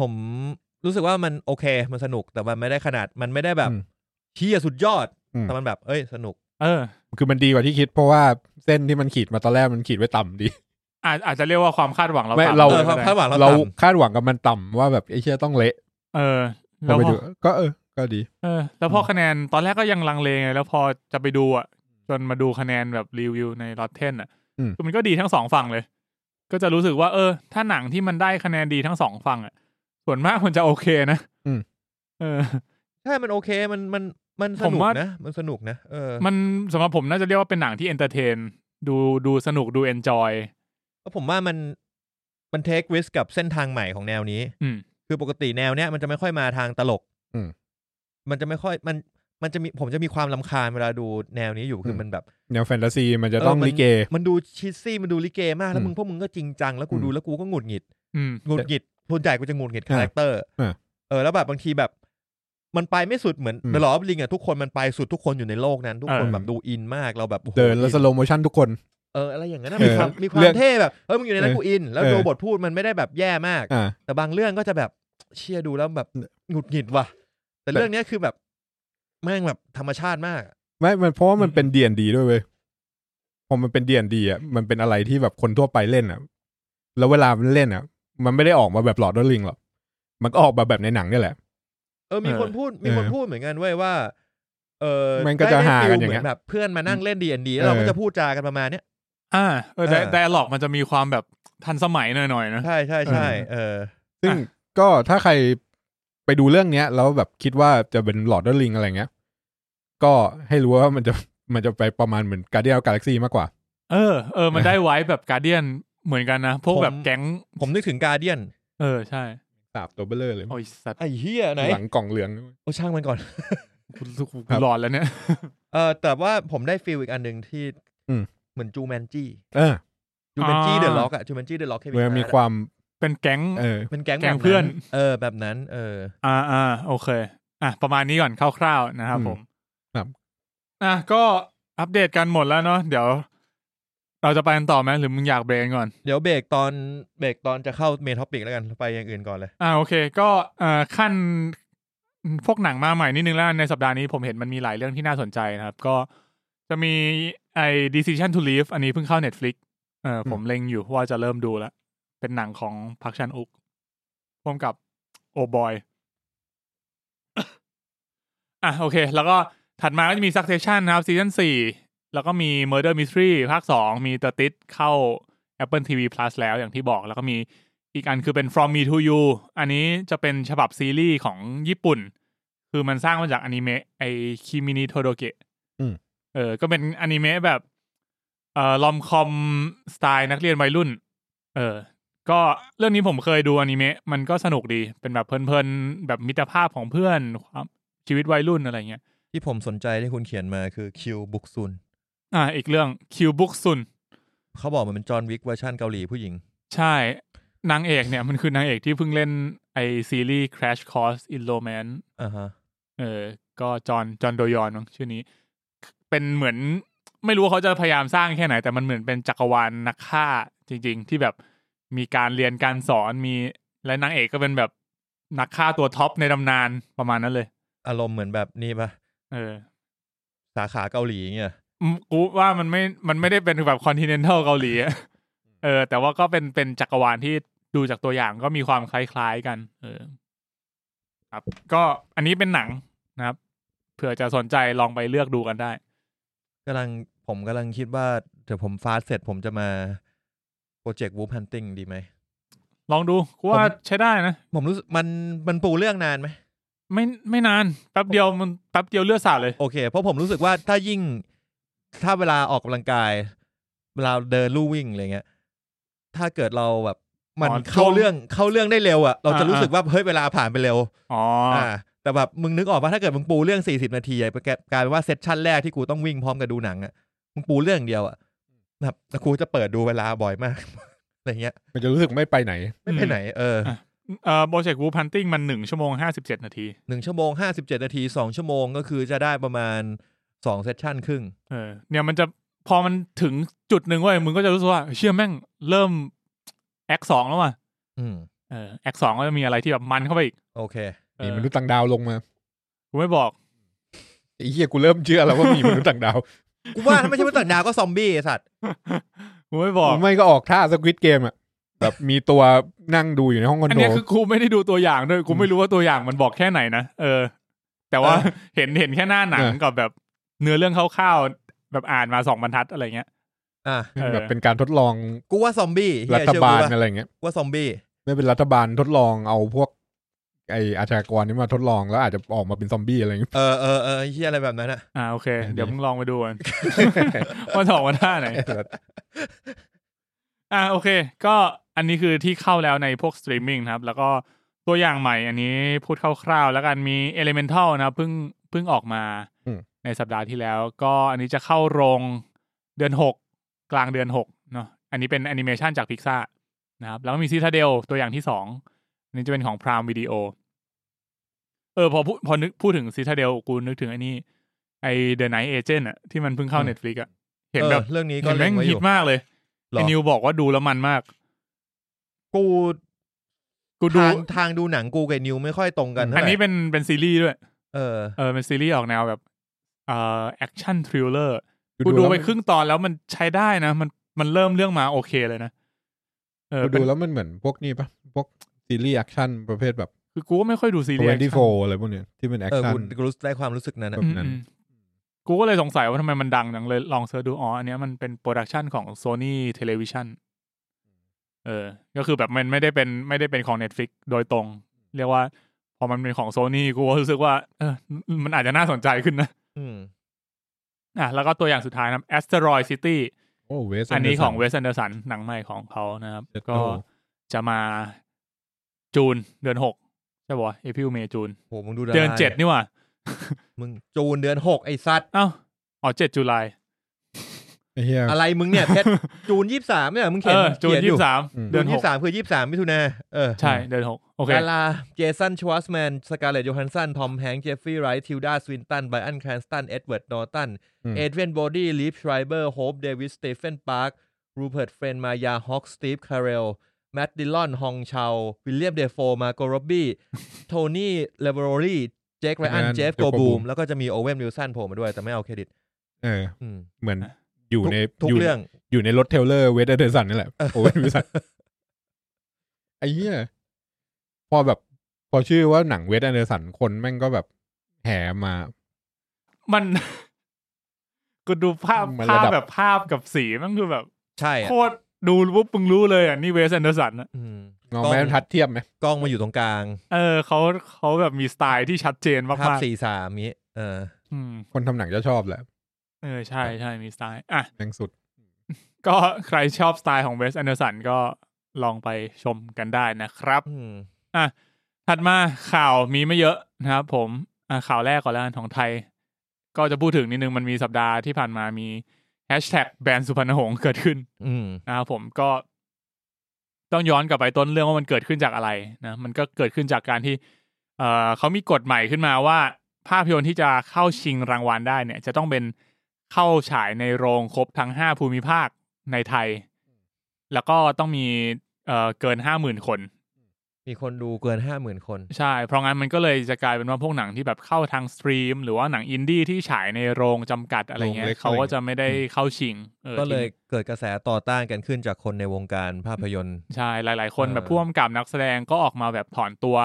S2: ผมรู้สึกว่ามันโอเค มันสนุกแต่มันไม่ได้ขนาด มันไม่ได้แบบ
S3: อืม
S2: เชี่ยสุดยอด
S3: อืม
S2: แต่มันแบบ เอ้ย สนุก
S1: เออ
S3: คือมันดีกว่าที่คิดเพราะว่าเส้นที่มันขีดมาตอนแรกมันขีดไว้ต่ำดี
S1: อาจอาจจะเรียกว่าความคาดหวังเรา
S3: ไม่
S1: ต่ำ
S3: เรา
S2: เออ
S1: ก็
S2: ความ
S1: ได้
S2: คาดหวังเรา
S3: เรา
S2: ต่
S3: คาดหวังกับมันต่ำว่าแบบไอ้เชี่ยต้องเละ
S1: เออ
S3: พอ
S1: แล้ว
S3: ไป
S1: พอ
S3: ดูก็เออ ก็ดี
S1: เออ แล้วพอคะแนนตอนแรกก็ยังลังเลไงแล้วพอจะไปดูอ่ะ จนมาดูคะแนนแบบรีวิวในรอตเทนอ่ะ
S3: อืม
S1: คือมันก็ดีทั้งสองฝั่งเลย ก็จะรู้สึกว่า เออ ถ้าหนังที่มันได้คะแนนดีทั้งสองฝั่งอ่ะ ส่วนมากมันจะโอเคนะ
S3: อืม
S1: เออ
S2: ำใช่มันโอเค มันมันมันส
S1: ผม
S2: นุก
S1: ว่า
S2: นะ มันสนุกนะเออ
S1: มันสำหรับผมน่าจะเรียกว่าเป็นหนังที่เอนเตอร์เทน ดูดูสนุกดูเอนจอย
S2: ก็ผมว่ามันมันเทควิสกับเส้นทางใหม่ของแนวนี้
S1: อืม
S2: คือปกติแนวเนี้ยมันจะไม่ค่อยมาทางตลก
S3: อืม
S2: มันจะไม่ค่อยมันมันจะมีผมจะมีความลำคาญเวลาดูแนวนี้อยู่คืออ
S3: ม
S2: มันแบบ
S3: แนวแฟนตาซีมันจะต้อง
S2: เออมัน
S3: ลิเก
S2: มันดูชิดซี่มันดูลิเกมาก แล้ว
S3: อืม
S2: มึงพวกมึงก็จริงจัง แล้วกู
S3: อืม
S2: ดูแล้วกูก็หงุดหงิด
S1: อืม
S2: หงุดหงิดส่วนใหญ่กูจะหงุดหงิด
S3: อ่า
S2: คาแรคเตอร์
S3: อ่า
S2: เออแล้วแบบบางทีแบบ มันไปไม่สุดเหมือน
S3: อืม
S2: เดลอฟลิงอ่ะทุกคนมันไปสุดทุกคนอยู่ในโลกนั้น ทุกคน
S3: เออ
S2: แบบดูอินมากเราแบบโอ้โห
S3: เดินแล้วสโลโมชั่นทุกคน
S2: เอออะไรอย่างนั้นนะ
S3: เออ
S2: มีความมีความ
S3: เรื่อง
S2: เท่แบบเออมึงอยู่ในนั้น
S3: เออ
S2: กูอิน แล้ว
S3: เออ
S2: ดูบทพูดมันไม่ได้แบบแย่มาก
S3: อ่า
S2: แต่บางเรื่องก็จะแบบเชียดูแล้วแบบหงุดหงิดว่ะแต่
S3: แต่
S2: เรื่องเนี้ยคือแบบแม่งแบบธรรมชาติมากอะ
S3: ไม่มันเพราะว่ามัน
S1: อืม
S3: เป็นเดียนดีด้วยเว้ยพอมันเป็นเดียนดีอ่ะมันเป็นอะไรที่แบบคนทั่วไปเล่นอ่ะ แล้วเวลามันเล่นอ่ะ มันไม่ได้ออกมาแบบหลอดดอลลิงหรอกมันก็ออกมาแบบในหนังนี่แหละ
S2: เออมี
S1: เออ
S2: คนพูดมีคน
S3: เออ
S2: พูดเหมือนกันเว้ยว่า เออ
S3: มันก็จะ
S2: ได้ได้
S3: หา
S2: ฟิล
S3: กันอย่าง
S2: เห
S3: เงี้
S2: มื
S3: ย
S2: แบบเพื่อนมานั่งเล่นดีแอนดี
S3: เออ
S2: เราก็จะพูดจากันประมาณเนี้ย
S1: อ่าเออแต่
S2: เออ
S1: แต่หลอกมันจะมีความแบบทันสมัยหน่อยๆนะ
S2: ใช่ใช่ใช่เออ
S3: ซึ่ง
S1: อ่ะ
S3: ก็ถ้าใครไปดูเรื่องเนี้ย แล้วแบบคิดว่าจะเป็นหลอดดอลลิงอะไรเงี้ย ก็ให้รู้ว่ามันจะ มันจะไปประมาณเหมือนการ์เดียลกาแล็กซีมากกว่า
S1: เออเออ มันได้ไว้แบบการเดียนเหมือนกันนะ พวกแบบ
S2: ผม
S1: แก๊ง
S2: ผมนึกถึงการเดียน
S1: เออ ใช่
S3: สาบตัวเบลเลอร์เลย
S1: โอ้ยสัตว์
S2: ไอ้เฮียไหน
S3: หลังกล่องเหลือง
S2: โอ้ช่างมันก่อน
S1: กูรู้สึกกู
S3: ครับ
S1: หลอนแล้วเนี่ย
S2: เออแต่ว่าผมได้ฟิลอีกอันหนึ่งที่
S3: อืม
S2: เหมือนจูแมนจี้
S3: เออ
S2: จูแมนจี้
S1: อ่า
S2: เดอะล็อกอะจูแมนจี้เดอะล็อก
S3: มันมีความ
S1: เป็นแก๊ง
S3: เออ
S2: เป็นแก๊ง
S1: แก๊ง
S2: แบบ
S1: เพื่อน
S2: เออแบบนั้น เออ
S1: อ่าอ่าโอเค อ่ะ ประมาณนี้ก่อนคร่าวๆนะครับ
S3: อืม
S1: ผม
S3: ครับ
S1: อ่ะ ก็อัปเดตกันหมดแล้วเนาะเดี๋ยว เราจะไปกันต่อไหมหรือมึงอยากเบรกก่อน
S2: เดี๋ยวเบรกตอนเบรกตอนจะเข้าเมนท็อปิกแล้วกันไปอย่างอื่นก่อนเลย
S1: อ่าโอเค ก็เอ่อขั้นพวกหนังมาใหม่นิดนึงแล้วกันในสัปดาห์นี้ผมเห็นมันมีหลายเรื่องที่น่าสนใจนะครับ ก็จะมีไอ้ decision to leave อันนี้เพิ่งเข้า Netflix เออผมเล็งอยู่ว่าจะเริ่มดูแล้ว เป็นหนังของพักชันอุกร่วมกับโอบอย อ่ะโอเค แล้วก็ถัดมาก็จะมี succession นะครับซีซั่นสี่แล้วก็มี murder mystery ภาคสองมี the tit เข้า Apple TV Plus แล้วอย่างที่บอกแล้วก็มี อีกอันคือเป็น From Me to You อันนี้จะเป็นฉบับซีรีส์ของญี่ปุ่น คือมันสร้างมาจากอนิเมะไอคิมินิโทโดเกะ
S3: อืม
S1: เออ ก็เป็นอนิเมะแบบ เ เอ่อลอมคอมสไตล์นักเรียนวัยรุ่น เออ ก็เรื่องนี้ผมเคยดูอนิเมะมันก็สนุกดีเป็นแบบเพลินๆแบบมิตรภาพของเพื่อนความชีวิตวัยรุ่นอะไรเงี้ย
S2: ที่ผมสนใจที่คุณเขียนมาคือคิวบุกซุน
S1: อ่าอีกเรื่องคิวบุกซุน
S2: เขาบอกมันเป็นจอห์นวิกเวอร์ชันเกาหลีผู้หญิง
S1: ใช่ นางเอกเนี่ยมันคือนางเอกที่เพิ่งเล่นไอซีรีส์ Crash Course in Romance
S2: อ่าฮะ
S1: เออ ก็จอห์นจอห์นโดยอนมั้งชื่อนี้ เป็นเหมือนไม่รู้ว่าเขาจะพยายามสร้างแค่ไหน แต่มันเหมือนเป็นจักรวาลนักฆ่าจริง ๆ ที่แบบมีการเรียนการสอนมีและนางเอกก็เป็นแบบนักฆ่าตัวท็อปในตำนานประมาณนั้นเลย
S2: อารมณ์เหมือนแบบนี่ปะ
S1: เออ
S2: สาขาเกาหลีเงี้ย
S1: อืมกูว่ามันไม่มันไม่ได้เป็นแบบคอนติเนนทัลเกาหลีอะเออ แต่ว่าก็เป็นเป็นจักรวาลที่ดูจากตัวอย่างก็มีความคล้าย ๆกัน เออ ครับ ก็อันนี้เป็นหนังนะครับเผื่อจะสนใจลองไปเลือกดูกันได้
S2: กำลังผมกำลังคิดว่าเดี๋ยวผมฟาสเสร็จผมจะมาโปรเจกต์วูฟฮันติงดีไหม
S1: ลองดูกูว่า
S2: ผม
S1: ใช้ได้นะ
S2: ผมรู้สึกมันมันปูเรื่องนานไหม
S1: ไม่ไม่นานแป๊บเดียวมันแป๊บเดียวเลือดสาดเลย
S2: โอเค เพราะผมรู้สึกว่าถ้ายิ่งถ้าเวลาออกกำลังกาย เวลาเดินลู่วิ่งอะไรเงี้ย ถ้าเกิดเราแบบ มัน
S1: อ๋อ
S2: เข้าเรื่องเข้าเรื่องได้เร็วอะเราจะ
S1: อ่า
S2: รู้สึกว่าเฮ้ยเวลาผ่านไปเร็ว
S1: อ๋อ
S2: อ่า แต่แบบมึงนึกออกป่ะถ้าเกิดมึงปูเรื่องสี่สิบนาทีอะกลายกลายเป็นว่าเซสชั่นแรกที่กูต้องวิ่งพร้อมกับดูหนังอะมึงปูเรื่องเดียวอะแบบแล้วกูจะเปิดดูเวลาบ่อยมาก อะไรเงี้ย
S3: มันจะรู้สึกไม่ไปไหน
S2: ไม่ไปไหน เออ
S1: เอ่อโปรเจกต์วูพันติ้งมันหนึ่งชั่วโมงห้าสิบเจ็ดนาที
S2: หนึ่งชั่วโมงห้าสิบเจ็ดนาทีสองชั่วโมงก็คือจะได้ประมาณสองเซสชั่นครึ่ง
S1: เออ เนี่ยมันจะพอมันถึงจุดหนึ่งเว้ยมึงก็จะรู้สึกว่า เชื่อแม่งเริ่มแอคสองแล้วว่ะ
S2: อืม
S1: เออแอคสองก็จะมีอะไรที่แบบมันเข้าไปอีก
S2: โอเค
S1: เอ
S3: มี
S1: อ
S3: มนุษย์ต่างดาวลงมา
S1: กูไม่บอก
S3: ไอ้เหี้ยกูเริ่มเชื่อแล้วว่ามีมนุษย์ต่างดาว
S2: กูว่าถ้าไม่ใช่มนุษย์ต่างดาวก็ซอมบี้ไอ้สัตว์
S1: กูไม่ บอก
S3: ไม่ก็ออกท่าสควิตเกมอะแบบมีตัวนั่งดูอยู่ในห้องคอน
S1: อัน
S3: โด
S1: เนี้ยคือกูไม่ได้ดูตัวอย่างด้วยกูไม่รู้ว่าตัวอย่างมันบอกแค่ไหนนะเออ แต่ว่า เห็นเห็นแค่หน้าหนังกับแบบเนื้อเรื่องคร่าวๆแบบอ่านมาสองบรรทัดอะไรเงี้ย
S2: อ่ะ
S1: เออ
S3: แบบเป็นการทดลอง
S2: กูว่าซอมบี้เหี้
S3: รั
S2: ย
S3: ฐ
S2: เชื่อบ
S3: าล
S2: กูปะ
S3: อะไรเงี้ย
S2: กูว่าซอมบี้
S3: ไม่เป็นรัฐบาลทดลองเอาพวก ไออาชญากรนี้มาทดลองแล้วอาจจะออกมาเป็นซอมบี้อะไรอย่างเงี้ย
S2: เออเออเออไอ้เฮียอะไรแบบนั้นอะ
S1: อ่าโอเค
S3: อันนี้
S1: เดี๋ยวมึงลองไปดูกัน ว่าจะออกมาท่าไหน อ่าโอเค ก็อันนี้คือที่เข้าแล้วในพวกสตรีมมิ่งนะครับ แล้วก็ตัวอย่างใหม่อันนี้พูดคร่าวๆ แล้วกันมี Elemental นะครับเพิ่งเพิ่งออกมา
S3: อืม
S1: ในสัปดาห์ที่แล้ว ก็อันนี้จะเข้าโรงเดือนหกกลางเดือนหกเนาะอันนี้เป็นแอนิเมชันจากพิกซ่านะครับ แล้วก็มีซิ t าเดลตัวอย่างที่สองอันนี้จะเป็นของพรามวิดีโอเออพอพูดพอนึกพูดถึงซิ t าเดลกูนึกถึงไอ้นี่ไอเดอะไนท์เอเจนอะที่มันเพิ่งเข้าเน็ตฟลิกอะเห็น
S2: เออ
S1: แบบ
S2: เรื่องนี้ก็
S1: เห็น
S2: เล็
S1: แม่
S2: ง
S1: ง
S2: ไว้อ
S1: ฮิ
S2: ยู่
S1: ตมากเลย
S2: หร
S1: ไอ
S2: อ
S1: นิวบอกว่าดูแล้วมันมาก
S2: กู
S1: กูดู
S2: ทางทางดูหนังกูกับนิวไม่ค่อยตรงกันท่าไหร่
S1: อันนี้เป็นเป็นซีรีส์ด้วย
S2: เออ
S1: เออเป็นซีรีส์ออกแนวแบบเอ่อแอคชั่นทริลเลอร์
S3: กู
S1: กู
S3: ดู
S1: ดู
S3: แล้ว
S1: ไป
S3: มัน
S1: ครึ่งตอนแล้วมันใช้ได้นะ มันมันเริ่มเรื่องมาโอเคเลยนะเออ
S3: กู
S1: เป็น
S3: ดูแล้วมันเหมือนพวกนี่ปะพวกซีรีส์แอคชั่นประเภทแบบ
S1: คือกูก็ไม่ค่อยดูซี
S3: ท
S1: รี
S3: เว
S1: ส์
S3: นตี้โฟอะไรพวกเนี้ยที่เป็นแอค
S2: เออ
S3: ชั่น
S2: กูกูรู้สึกได้ความรู้สึกนั้นอะ
S3: แบบ นั้น
S1: อืมๆกูก็เลยสงสัยว่าทำไมมันดังจังเลยลองเสิร์ชดูอ๋ออันเนี้ยมันเป็นโปรดักชันของ Sony Television เออ ก็คือแบบมันไม่ได้เป็นไม่ได้เป็นของ Netflix โดยตรง เรียกว่า พอมันเป็นของ Sony กูก็รู้สึกว่าเออมันอาจจะน่าสนใจขึ้นนะ
S2: อืม
S1: อ่ะแล้วก็ตัวอย่างสุดท้ายนะ Asteroid City
S3: โอ้เวส
S1: อันนี้ของเวส a n นเดอร์สันหนังใหม่ของเขานะครับ
S3: เจ็ด
S1: ก็
S3: โล
S1: จะมาจูนเดือนหกใช่ป่ะเอพิวเมจูน
S2: โหมึงดูารา
S1: เดือนเจ็ดนี่หว่า
S2: มึงจูนเดือนหกไอ้สัตว์
S1: เอ้าอ๋อเจ็ดจุลาย
S3: ไอ้เหี้ย
S2: อะไรมึงเนี่ยเพชรจูนยี่สามเนี่ยมึง
S1: เอ
S2: เขียน
S1: อจูน
S2: เขียอ
S1: ยี่สิบสาม
S3: อืม
S1: เดือนห
S2: ยี่
S1: ก
S2: สามคือยี่สามมิถุนาเออ
S1: ใช่ เดือนหกโอเค
S2: ดาราเจสันชวาสแมนสกาเลตโยฮันสันทอมแฮงค์เจฟฟรีย์ไรท์ทิลดาสวินตันไบอันแคลนสตันเอ็ดเวิร์ดนอร์ตัน
S3: อืม
S2: เอเดรียนบอดี้ลีฟชไรเบอร์โฮปเดวิสสเตเฟนปาร์ครูเพิร์ตเฟรนมายาฮอคสตีฟคาร์เรลแมตต์ดิลลอนฮองชาววิลเลียมเดฟโฟมาโกโรบบี้ โทนี่เลเวอร i ี่เจคไรอัน
S3: Ryan
S2: เจฟ
S3: Jeff
S2: โกบู
S3: Goldblum
S2: มแล้วก็จะมีโอเวนวิลสันโผล่มาด้วยแต่ไม่เอาเครดิต
S3: เออ
S2: อืม
S3: เหมือนอยู่ใน
S2: ทุก
S3: ยู่
S2: เรื่อง
S3: อยู่ในรถเทรลเลอร์เวสเดอร์สันนี่แหละโอเวนวิสันไอ้เหี้ยพอแบบ พอชื่อว่าหนังเวสเดอร์สันคนแม่งก็แบบแห่มา
S1: มัน กูดูภาพ
S3: มัน
S1: ภา
S3: ระ
S1: พ
S3: ดับ
S1: แบบภาพกับสีมันคือแบบ
S2: ใช่อะ
S1: โคตรดูปุ๊บมึงรู้เลยอ่ะ นี่เวส a n นเดอร์สันนะ
S2: อืม
S3: งอแม่ทัดเทียบไหม
S2: กล้องมาอยู่ตรงกลาง
S1: เออเขาเขาแบบมีสไตล์ที่ชัดเจน
S2: ภาพ
S1: มาก
S2: สี่สามนี้เออ
S1: ๆอืม
S3: คนทำหนังจะชอบแหละ
S1: เออใช่ใช่มีสไตล์อ่ะ
S3: แม่งสุด
S1: ก็ใครชอบสไตล์ของเวสแอนเดอร์สันก็ลองไปชมกันได้นะครับ
S2: อืม
S1: อ่ะถัดมาข่าวมีไม่เยอะนะครับผมอ่ะข่าวแรกก่อนแล้วกันของไทย ก็จะพูดถึงนิดนึงมันมีสัปดาห์ที่ผ่านมามีแฮชแท็กแบรนด์สุพรรณหงส์เกิดขึ้น
S2: อืม
S1: นะครับผมก็ต้องย้อนกลับไปต้นเรื่องว่ามันเกิดขึ้นจากอะไรนะมันก็เกิดขึ้นจากการที่ เอ่อเขามีกฎใหม่ขึ้นมาว่า ภาพยนตร์ที่จะเข้าชิงรางวัลได้เนี่ย จะต้องเป็นเข้าฉายในโรงครบทั้งห้าภูมิภาคในไทย แล้วก็ต้องมีเอ่อเกินห้าหมื่นคน
S2: มีคนดูเกินห้าหมื่นคน
S1: ใช่ เพราะงั้นมันก็เลยจะกลายเป็นว่าพวกหนังที่แบบเข้าทางสตรีม หรือว่าหนังอินดี้ที่ฉายในโรงจำกัดอะไรเงี้
S3: โรงเล็
S1: ย
S3: ก
S1: เขาก็จะไม่ได้เข้าชิงออ
S2: ก็เลย
S1: ทีนี้
S2: เกิดกระแสต่อต้านกันขึ้นจากคนในวงการภาพยนตร์
S1: ใช่หลาย ๆ คน
S2: เออ
S1: แบบพ่วงกับนักแสดงก็ออกมาแบบถอนตัว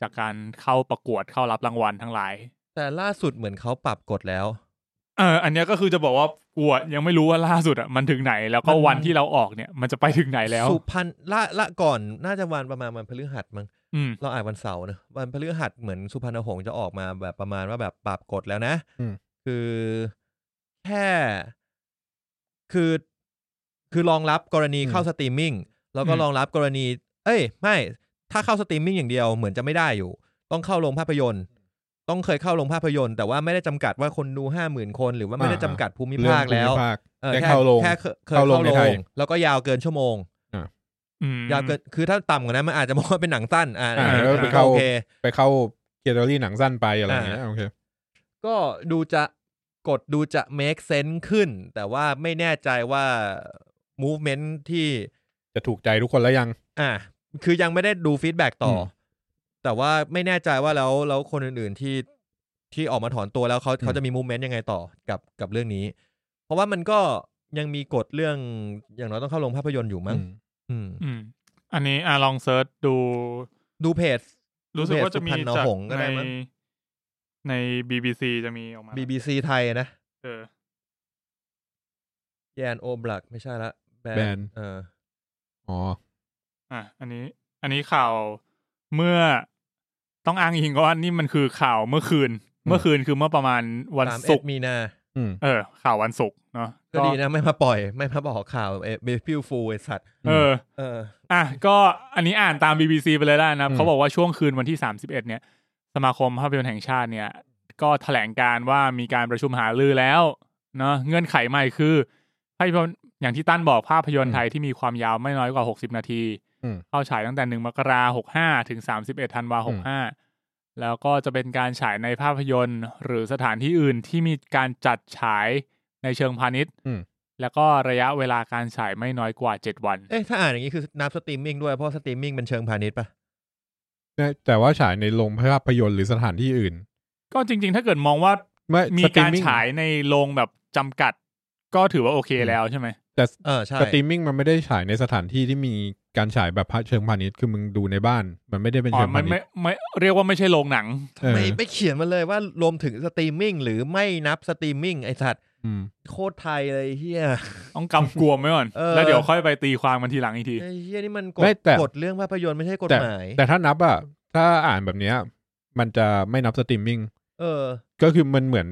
S1: จากการเข้าประกวดเข้ารับรางวัลทั้งหลาย
S2: แต่ล่าสุดเหมือนเขาปรับกฎแล้ว
S1: เอออันเนี้ยก็คือจะบอกว่ากวดยังไม่รู้ว่าล่าสุดอ่ะมันถึงไหน แล้วก็
S2: มัน
S1: วันที่เราออกเนี่ย มันจะไปถึงไหนแล้ว
S2: สุพรรณละละก่อนน่าจะวันประมาณวันพฤหัสมั้ง
S1: อืม
S2: เราอ่านวันเสาร์นะวันพฤหัสเหมือนสุพรรณหงษ์จะออกมาแบบประมาณว่าแบบปรับกฎแล้วนะ
S3: อืม
S2: คือแค่คือคือรองรับกรณีเข้าสตรีมมิ่งแล้วก็
S1: อืม
S2: รองรับกรณี เอ้ย ไม่ถ้าเข้าสตรีมมิ่งอย่างเดียวเหมือนจะไม่ได้อยู่ ต้องเข้าโรงภาพยนตร์ ต้องเคยเข้าโรงภาพยนตร์แต่ว่าไม่ได้จำกัดว่าคนดูห้าหมื่นคน หรือว่าไม่ได้จำกัดภูมิ
S3: เรื่อง
S2: ภาคแล้ว
S3: ภูมิภาค
S2: เออ
S3: แค่
S2: แค่
S3: เข้าลง
S2: แค่เคยเคย
S3: เข้า
S2: เข้าล
S3: ลง
S2: ง
S3: ในไทย
S2: แล้วก็ยาวเกินชั่วโมง
S1: อืม
S2: ยาวเกินคือถ้าต่ำกว่านั้นมันอาจจะมองว่าเป็นหนังสั้นอ่า
S3: อ่า
S1: เออ
S3: แล้วไป
S2: ก็
S3: เข้า
S2: โอเค
S3: ไปเข้าเกียร์รี่หนังสั้นไปอะไรอย่างเงี้ย
S2: อ่า
S3: โอเค
S2: ก็ดูจะกดดูจะ make sense ขึ้น แต่ว่าไม่แน่ใจว่า movement ที่
S3: จะถูกใจทุกคนแล้วยัง
S2: อ่า คือยังไม่ได้ดูฟีดแบ็ต่ออ
S3: ม
S2: แต่ว่าไม่แน่ใจว่าแล้วแล้วคนอื่นๆที่ที่ออกมาถอนตัวแล้วเขาเขาจะมี movement ยังไงต่อกับกับเรื่องนี้ เพราะว่ามันก็ยังมีกฎเรื่องอย่างน้อยต้องเข้าโรงภาพยนตร์อยู่มั้งอืม
S1: อืม อันนี้อ่ะลองเซิร์ชดู
S2: ดูเพจ
S1: รู้สึกว่าจะมี
S2: สุพรรณ
S1: จาก
S2: หงส์ก็
S1: ใน
S2: ได้มั้ง
S1: ใน BBC จะมีออกมา
S2: BBC ไทยนะ
S1: เออ
S2: แยนโอบ a ักไม่ใช่ละแบ
S3: แบน
S2: เออ
S3: อ๋อ
S1: อ่ะอันนี้ อันนี้ข่าวเมื่อต้องอ้างอิงก็ว่านี่มันคือข่าวเมื่อคืน
S3: อืม
S1: เมื่อคืนคือเมื่อประมาณวัน
S2: สาม
S1: ศุ
S2: เอ็ด
S1: กร์
S2: มีนา
S3: อืม
S1: เออ ข่าววันศุกร์เนาะ
S2: ก็ดีนะ ไม่มาปล่อย ไม่มาบอกข่าวเอเบฟิลฟูไอสัตว์
S1: เออ
S2: เออ
S1: อ่ะก็อันนี้อ่านตาม BBC ไปเลยได้นะครับ
S3: อืม
S1: เขาบอกว่าช่วงคืนวันที่ 31 เนี่ยสมาคมภาพยนตร์แห่งชาติเนี่ย ก็ถแถลงการว่ามีการประชุมหารือแล้วเนาะเงื่อนไขใหม่คือภาพยนตร์อย่างที่ตั้นบอกภาพยนตร์ไทยที่มีความยาวไม่น้อยกว่า 60 นาที
S3: อืม
S1: เข้าฉายตั้งแต่ 1 มกราคม 65 ถึง 31 ธันวาคม 65 แล้วก็จะเป็นการฉายในภาพยนตร์ หรือสถานที่อื่นที่มีการจัดฉายในเชิงพาณิชย์
S3: อืม
S1: แล้วก็ระยะเวลาการฉายไม่น้อยกว่า 7 วัน
S2: เอ๊ะ ถ้าอ่านอย่างนี้คือนับสตรีมมิ่งด้วย เพราะสตรีมมิ่งเป็นเชิงพาณิชย์ปะ
S3: แต่ว่าฉายในโรงภาพยนตร์หรือสถานที่อื่น
S1: ก็จริง ๆ ถ้าเกิดมองว่า
S3: ไมี
S1: มีการฉายในโรงแบบจำกัด ก็ถือว่าโอเค
S3: อืม
S1: แล้วใช่ไหม
S3: แต่
S2: เออ ใช่
S3: สตรีมมิ่งมันไม่ได้ฉายในสถานที่ที่มีการฉายแบบพระเชิงพาณิชย์คือมึงดูในบ้าน มันไม่ได้เป็น
S1: อ๋อ
S3: เชิง
S1: มั
S3: พาน ณิ
S1: ไม่
S3: ชย์
S1: ไม่เรียกว่าไม่ใช่โรงหนัง
S3: เออ
S2: ไม่ไม่เขียนมาเลยว่ารวมถึงสตรีมมิ่งหรือไม่นับสตรีมมิ่งไอสัตว์
S3: อืม
S2: โคตรไทยเลยเฮี ย
S1: ต้องกำกวมไว้ก่อน
S2: เออ
S1: แล้วเดี๋ยวค่อยไปตีความมันทีหลังอีกที
S2: ไอเฮียนี่มันก
S3: ไม่
S2: ฎ
S3: แต่
S2: กฎเรื่องภาพยนตร์ไม่ใช่กฎ
S3: แต่
S2: หมาย
S3: แต่ถ้านับอ่ะถ้าอ่านแบบเนี้ย มันจะไม่นับสตรีมมิ่ง
S2: เออ
S3: ก็คือมันเหมือน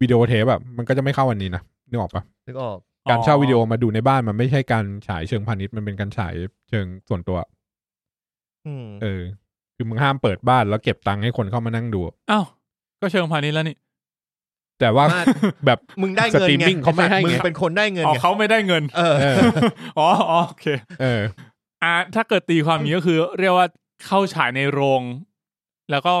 S3: วิดีโอเทปแบบมันก็จะไม่เข้าวันนี้นะนึกออกปะ
S2: นึกออก
S3: การเช่าวิดีโอมาดูในบ้านมันไม่ใช่การฉายเชิงพาณิชย์มันเป็นการฉายเชิงส่วนตัว
S2: อืม
S3: เออ คือมึงห้ามเปิดบ้านแล้วเก็บตังค์ให้คนเข้ามานั่งดู
S1: อ้าว ก็เชิงพาณิชย์แล้วนี่
S3: แต่ว่า
S2: มา
S3: แบบ
S2: มึงได้เงิน
S3: สตรีม
S2: ไง
S3: มิ่งเขาไม่ให้ไง
S2: มึงเป็นคนได้เงิน
S1: อ๋อ
S2: ไง
S1: เขาไม่ได้เงิน
S2: เออ
S3: เออ
S1: อ๋ออ๋อโอเค
S3: เออ
S1: อ่าถ้าเกิดตีความนี้ก็คือ เรียกว่าเข้าฉายในโรง แล้วก็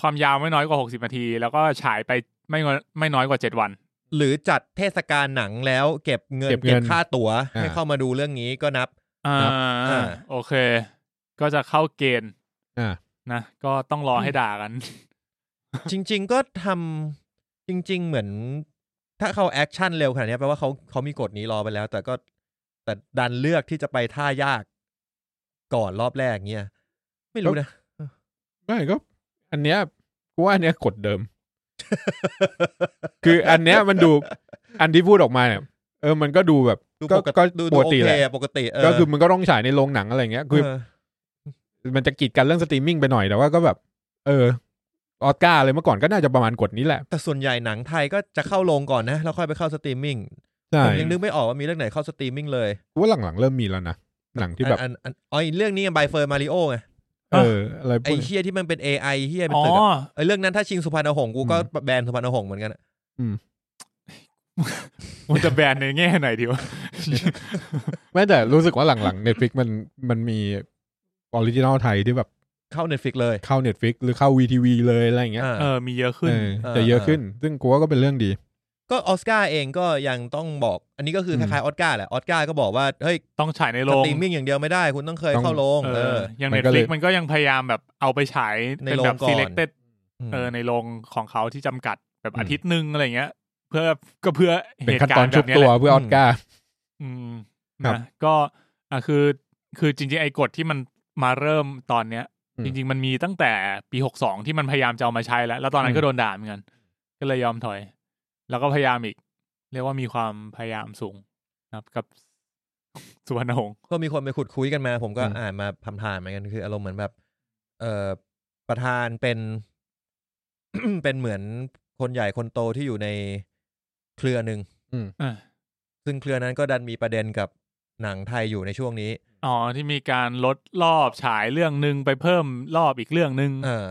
S1: ความยาวไม่น้อยกว่า 60 นาที แล้วก็ฉายไปไม่น้อยไม่น้อยกว่า 7 วัน
S2: หรือจัดเทศกาลหนังแล้วเก็บเงิน
S3: เก็
S2: เก็
S3: บเงิน
S2: บค่าตั๋วให้
S3: อ่า
S2: เข้ามาดูเรื่องนี้ก็นับ
S1: อ่า
S2: ครับอ่า
S1: โอเค ก็จะเข้าเกณฑ์
S3: อ่า
S1: นะก็ต้องรอให้ด่ากัน
S2: จริง ๆ ก็ทำจริง ๆ เหมือน ถ้าเขาแอคชั่นเร็วขนาดเนี้ยแปลว่าเขาเขามีกฎนี้รอไปแล้ว แต่ก็แต่ดันเลือกที่จะไปท่ายาก ก่อนรอบแรกเงี้ยไม่รู้นะ
S3: ไม่ก็ อันเนี้ยกูว่าอันเนี้ยกฎเดิม คืออันเนี้ยมันดูอันที่พูดออกมาเนี่ยเออมันก็ดูแบบ
S2: ดู
S3: ก็
S2: ปก
S3: ก็
S2: ติดูดู
S3: ปก
S2: โอ
S3: ติ
S2: เค
S3: แหละ
S2: ปกติเ
S3: ก็คือมันก็ต้องฉายในโรงหนังอะไรเงี้ยคือ
S2: เออ
S3: มันจะกีดกันเรื่องสตรีมมิ่งไปหน่อยแต่ว่าก็แบบ เออออสการ์อะไรเมื่อก่อนก็น่าจะประมาณกฎนี้แหละ
S2: แต่ส่วนใหญ่หนังไทยก็จะเข้าลงก่อนนะ แล้วค่อยไปเข้าสตรีมมิ่ง
S3: ใช่
S2: ผมยังนึกไม่ออกว่ามีเรื่องไหนเข้าสตรีมมิ่งเลย
S3: กูว่าหลังๆเริ่มมีแล้วนะหนังที่แบบ
S2: อันอันอ๋ออีกเรื่องนี้ไบเฟิร์นมาริโอไง
S3: เออ อะไรพ
S2: ไอ
S3: วก
S2: เฮียที่มันเป็น AI เฮียเป็น
S1: อ๋อ
S2: ตึกอะไอเรื่องนั้นถ้าชิงสุพรรณหงส์กูก็แบนสุพรรณหงส์เหมือนกันอะ
S1: มันจะแบนในแง่ไหนดีวะ
S3: ไม่แต่รู้สึกว่าหลังๆ Netflix มันมันมีออริจินอลไทยที่แบบ
S2: เข้าเน็ตฟิกเลย
S3: เข้า Netflix หรือเข้า VTV เลยอะไรอย่างเงี้ย
S2: อ่า
S1: เออ มีเยอะขึ้น
S3: เออจะเยอะขึ้น ซึ่งกูว่าก็เป็นเรื่องดี
S2: ก็ออสการ์เองก็ยังต้องบอก อันนี้ก็คือค
S3: อืม
S2: ล้ายๆออสการ์แหละออสการ์ก็บอกว่าเฮ้ย
S1: ต้องฉายใน
S2: ส
S1: โรง
S2: ตรีมมิ่งอย่างเดียวไม่ได้ คุณต้องเคย
S3: ต้อง
S2: เข้าโรง
S1: เอ
S2: เอ
S1: อ
S2: อ
S1: อย่าง
S3: มั
S1: เน็
S3: น
S1: ต
S3: ก็
S1: ฟ
S3: เลย
S1: ลิกมันก็ยังพยายามแบบเอาไปฉาย
S2: ใน
S1: เป็น
S2: โรง
S1: แบบ
S2: ก่อน
S1: selected เออ
S2: ม
S1: ในโรงของเขาที่จำกัดแบบ
S3: อืม
S1: อาทิตย์หนึ่งอะไรเงี้ย เพื่อก็เพื่อ
S3: เป็น
S1: เหตุ
S3: ขั้น
S1: การ
S3: ตอน
S1: ณ์แบ
S3: ชุบบ
S1: เนี้ย
S3: ตั
S1: แห
S3: ว
S1: ละ
S3: เพื่อออสการ์
S1: อืม
S3: ครับ
S1: นะก็อ่ะคือคือจริงๆไอ้กฎที่มันมาเริ่มตอนเนี้ย
S3: อืม
S1: จริง ๆ มันมีตั้งแต่ปีหกสองที่มันพยายามจะเอามาใช้แล้ว แล้วตอนนั้นก็โดนด่าเหมือนกัน ก็เลยยอมถอย แล้วก็พยายามอีก เรียกว่ามีความพยายามสูงนะครับกับสุวรรณหงษ์
S2: ก็มีคนไปขุดคุยกันมา ผมก็
S3: อืม
S2: อ่านมาพำทานเหมือนกันคืออารมณ์เหมือนแบบ เออประธานเป็น เป็นเหมือนคนใหญ่คนโตที่อยู่ในเครือหนึ่ง
S1: อ่ะ
S2: ซึ่งเครือนั้นก็ดันมีประเด็นกับหนังไทยอยู่ในช่วงนี้
S1: อ๋อที่มีการลดรอบฉายเรื่องหนึ่งไปเพิ่มรอบอีกเรื่องหนึ่ง
S2: เออ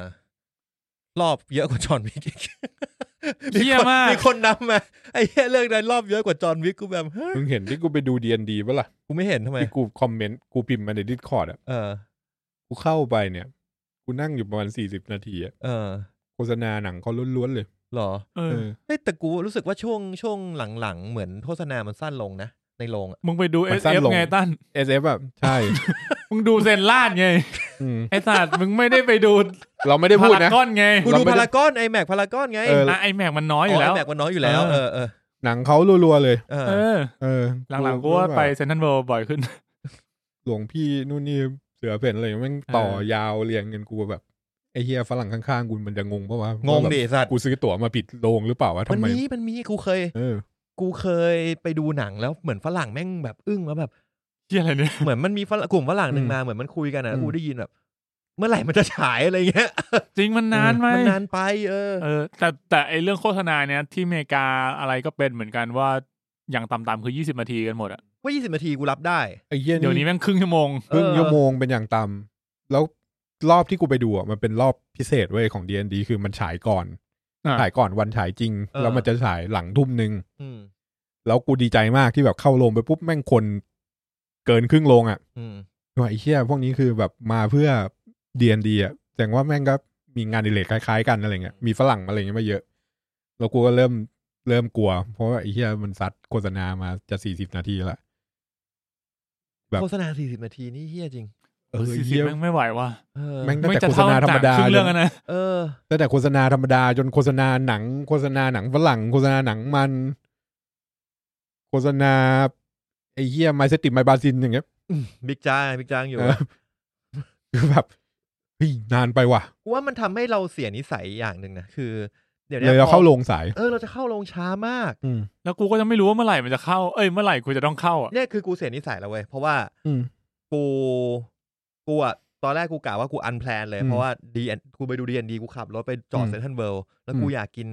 S2: รอบเยอะกว่าจอห์นวิกอีก
S1: เหี้ย
S2: คน
S1: มาก
S2: มีคนนำมาไอ้เหี้ยเรื่องนั้นรอบเยอะกว่าจอห์นวิกกูแบบเฮ้ย
S3: มึงเห็นที่กูไปดู D&D ป่ะล่ะ
S2: กูไม่เห็นทำไม
S3: ที่กูคอมเมนต์กูพิมพ์มาในดิสคอร์ดอ่ะ
S2: เออ
S3: กูเข้าไปเนี่ย กูนั่งอยู่ประมาณสี่สิบนาทีอะ
S2: เออ
S3: โฆษณาหนังเขาล้วนๆเลย
S2: เหรอ
S1: เอ
S3: เอ
S1: อ
S3: อ
S2: เฮ้ยแต่กูรู้สึกว่าช่วงช่วงหลังๆ เหมือนโฆษณามันสั้นลงนะ ในโรงอะ
S1: มึงไปดู
S3: มั
S1: เอน ส
S3: สั้น
S1: เอฟ
S3: ลง
S1: ไงตั้น
S3: SF อ่ะใช่
S1: มึงดูเซนลาดไง
S3: อืม
S1: ไอสัตว์มึงไม่ได้ไปดู
S3: เราไม่ได้พูด
S1: พา
S3: นะ
S1: รากอนไง
S2: กู
S3: เรา
S2: ดู
S3: ไม่ได้
S2: พารากอนไอแม็กพารากอนไง
S3: เออ
S1: ไอแม็กมันน้อยอยู่แล้ว
S2: ไอแม็กมันน้อยอยู่แล้ว
S1: เอ
S2: เอ
S1: อ
S2: อเออ
S3: หนังเขารัวๆเลย
S2: เอ
S1: เอ
S2: อ
S1: อ
S3: เออ
S1: หลังๆกูว่าไปเซนทันเวิลด์บ่อยขึ้น
S3: หลวงพี่นู่นนี่เสือเพ่นอะไรแม่งต่อ
S1: เออ
S3: ยาวเรียงกันกูแบบไอ้เฮียฝรั่งข้างๆกูมันจะงงเพราะว่าง ง
S2: งดิสัตว์
S3: กูซื้อตั๋วมาผิดโรงหรือเปล่าวะ
S2: มั
S3: ทำ
S2: น
S3: ไม
S2: มีมันมีกูเคย
S3: เออ
S2: กูเคยไปดูหนังแล้วเหมือนฝรั่งแม่งแบบอึ้งแล้วแบบ
S1: เหียอะไรเนี่ย
S2: เหมือนมันมีฝรั่งกลุ่มฝรั่งหนึ่ง
S3: อืม
S2: มาเหมือนมันคุยกันอ่ะ
S3: อืม
S2: กูได้ยินแบบ เมื่อไหร่มันจะฉายอะไรเงี้ย
S1: จริงมันนานไหม
S2: มันนานไปเออ
S1: เออ แต่แต่ไอเรื่องโฆษณาเนี้ยที่อเมริกาอะไรก็เป็นเหมือนกันว่าอย่างต่ำๆคือ 20 นาทีกันหมดอะ
S2: ว่ายี่สิบนาทีกูรับได้
S3: ไอ้เฮีย
S1: เดี๋ยวนี้
S3: นี่
S1: แม่งครึ่งชั่วโมง
S3: ครึ่ง
S2: เออ
S3: ชั่วโมงเป็นอย่างต่ำแล้วรอบที่กูไปดูอ่ะมันเป็นรอบพิเศษเว้ยของ D&D คือมันฉายก่อน
S1: อ่ะ
S3: ฉายก่อนวันฉายจริง
S2: เออ
S3: แล้วมันจะฉายหลังทุ่มหนึ่ง
S2: อืม
S3: แล้วกูดีใจมากที่แบบเข้าโรงไปปุ๊บแม่งคนเกินครึ่งโรงอ่ะ
S2: อืม
S3: ว่าไอ้เฮียพวกนี้คือแบบมาเพื่อ D&D อ่ะแสดงว่าแม่งก็มีงานอดิเลกคล้ายๆกันอะไรเงี้ยมีฝรั่งอะไรเงี้ยมาเยอะ แล้วกูก็เริ่มเริ่มกลัว เพราะว่าไอ้เฮียมันซัดโฆษณามาจะสี่สิบนาทีละ แบบ
S2: โฆษณาสี่สิบนาทีนี่เฮี้ยจริง
S3: เออ
S1: สี่สิ
S3: เฮี
S1: บ
S3: ย
S1: แม่งไม่ไหวว่ะ
S2: เออ
S3: แม่ง ตั้ง
S1: ไม่
S3: แต่
S1: จะ
S3: โฆษ
S1: เท่า
S3: ณาธรรมดา
S1: หนังครึ่งเรื่องแล้วนะ
S2: เออ
S3: ตั้งแต่โฆษณาธรรมดาจนโฆษณาหนัง โฆษณาหนังฝรั่งโฆษณาหนังมัน โฆษณาไอ้เหี้ยไมเซติไมบาซินอย่างเงี้ย
S2: บิ๊กจ้างบิ๊กจ้างอยู่
S3: เออคือแบบเฮ้ยนานไปว่ะ
S2: กูว่ามันทำให้เราเสียนิสัยอย่างหนึ่งนะ คือ เดี๋ยว
S3: เลยเรา
S2: พอ
S3: เข้าโรงสาย
S2: เออเราจะเข้าโรงช้ามาก
S3: อืม
S1: แล้วกูก็ยังไม่รู้ว่าเมื่อไหร่มันจะเข้าเอ้ยเมื่อไหร่กูจะต้องเข้าอ่ะ
S2: เนี่ยคือกูเสียนิสัยแล้วเว้ย เพราะว่า
S3: อืม
S2: กูกูอ่ะตอนแรกกูกะว่ากูอันแพลนเลย
S3: อืม
S2: เพราะว่าดีกูไปดูดีนดีกูขับรถไปจอด
S3: อืม
S2: เซนทรัลเวิลด์แล้วกู
S3: อืม
S2: อยากกิน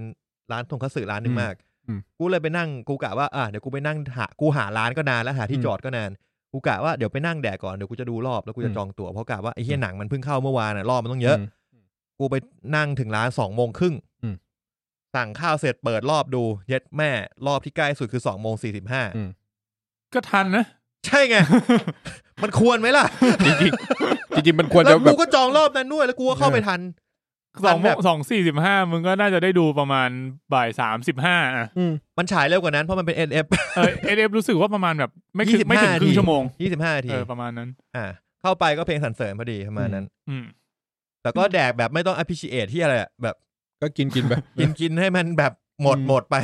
S2: ร้านทงคัตสึร้านหนึ่งมาก
S3: อืม
S2: กูเลยไปนั่งกูกะว่าอ่ะเดี๋ยวกูไปนั่งหากูหาร้านก็นานแล้วหาที่จอดก็นาน กูกะว่าเดี๋ยวไปนั่งแดกก่อนเดี๋ยวกูจะดูรอบแล้วกูจะจองตั๋วเพราะกะว่าไอ้เหี้ยหนังมันเพิ่งเข้าเมื่อวานอ่ะรอบมันต้องเยอะ
S3: ม
S2: กูไปนั่งถึงร้านสองโมงครึ่ง
S3: อืม
S2: สั่งข้าวเสร็จเปิดรอบดู เย็ดแม่รอบที่ใกล้สุดคือสองโมงสี่สิบห้า
S3: อืม
S1: ก็ทันนะ
S2: ใช่ ไง มันควรไหมล่ะ
S3: จริงๆจริงๆมันควร
S2: แล้
S3: จะ
S2: ว
S3: แบ
S2: กู
S3: บ
S2: ก็จองรอบนั้นด้วย แล้วกูก็เข้าไปทัน
S1: สองโม
S2: แบ
S1: ง
S2: บ
S1: สองสี่สิบห้ามึงก็น่าจะได้ดูประมาณบ่ายสามสิบห้าอ่ะ
S3: อืม
S2: มันฉายเร็วกว่านั้นเพราะมันเป็น NF
S1: เออเอเฟรู้สึกว่าประมาณแบบ ไม่ถึง
S2: 25
S1: ไม่ถึงครึ่งชั่วโมง
S2: ยี่สิบห้านาที
S1: เออประมาณนั้น
S2: อ่า เข้าไปก็เพลงสรรเสริญพอดีประมาณนั้น
S1: อืม
S2: แต่ก็แดกแบบไม่ต้อง appreciate ที่อะไรอะแบบ
S3: ก็กินกินไป
S2: กินกินให้มันแบบหมด
S3: อืม
S2: หมดไป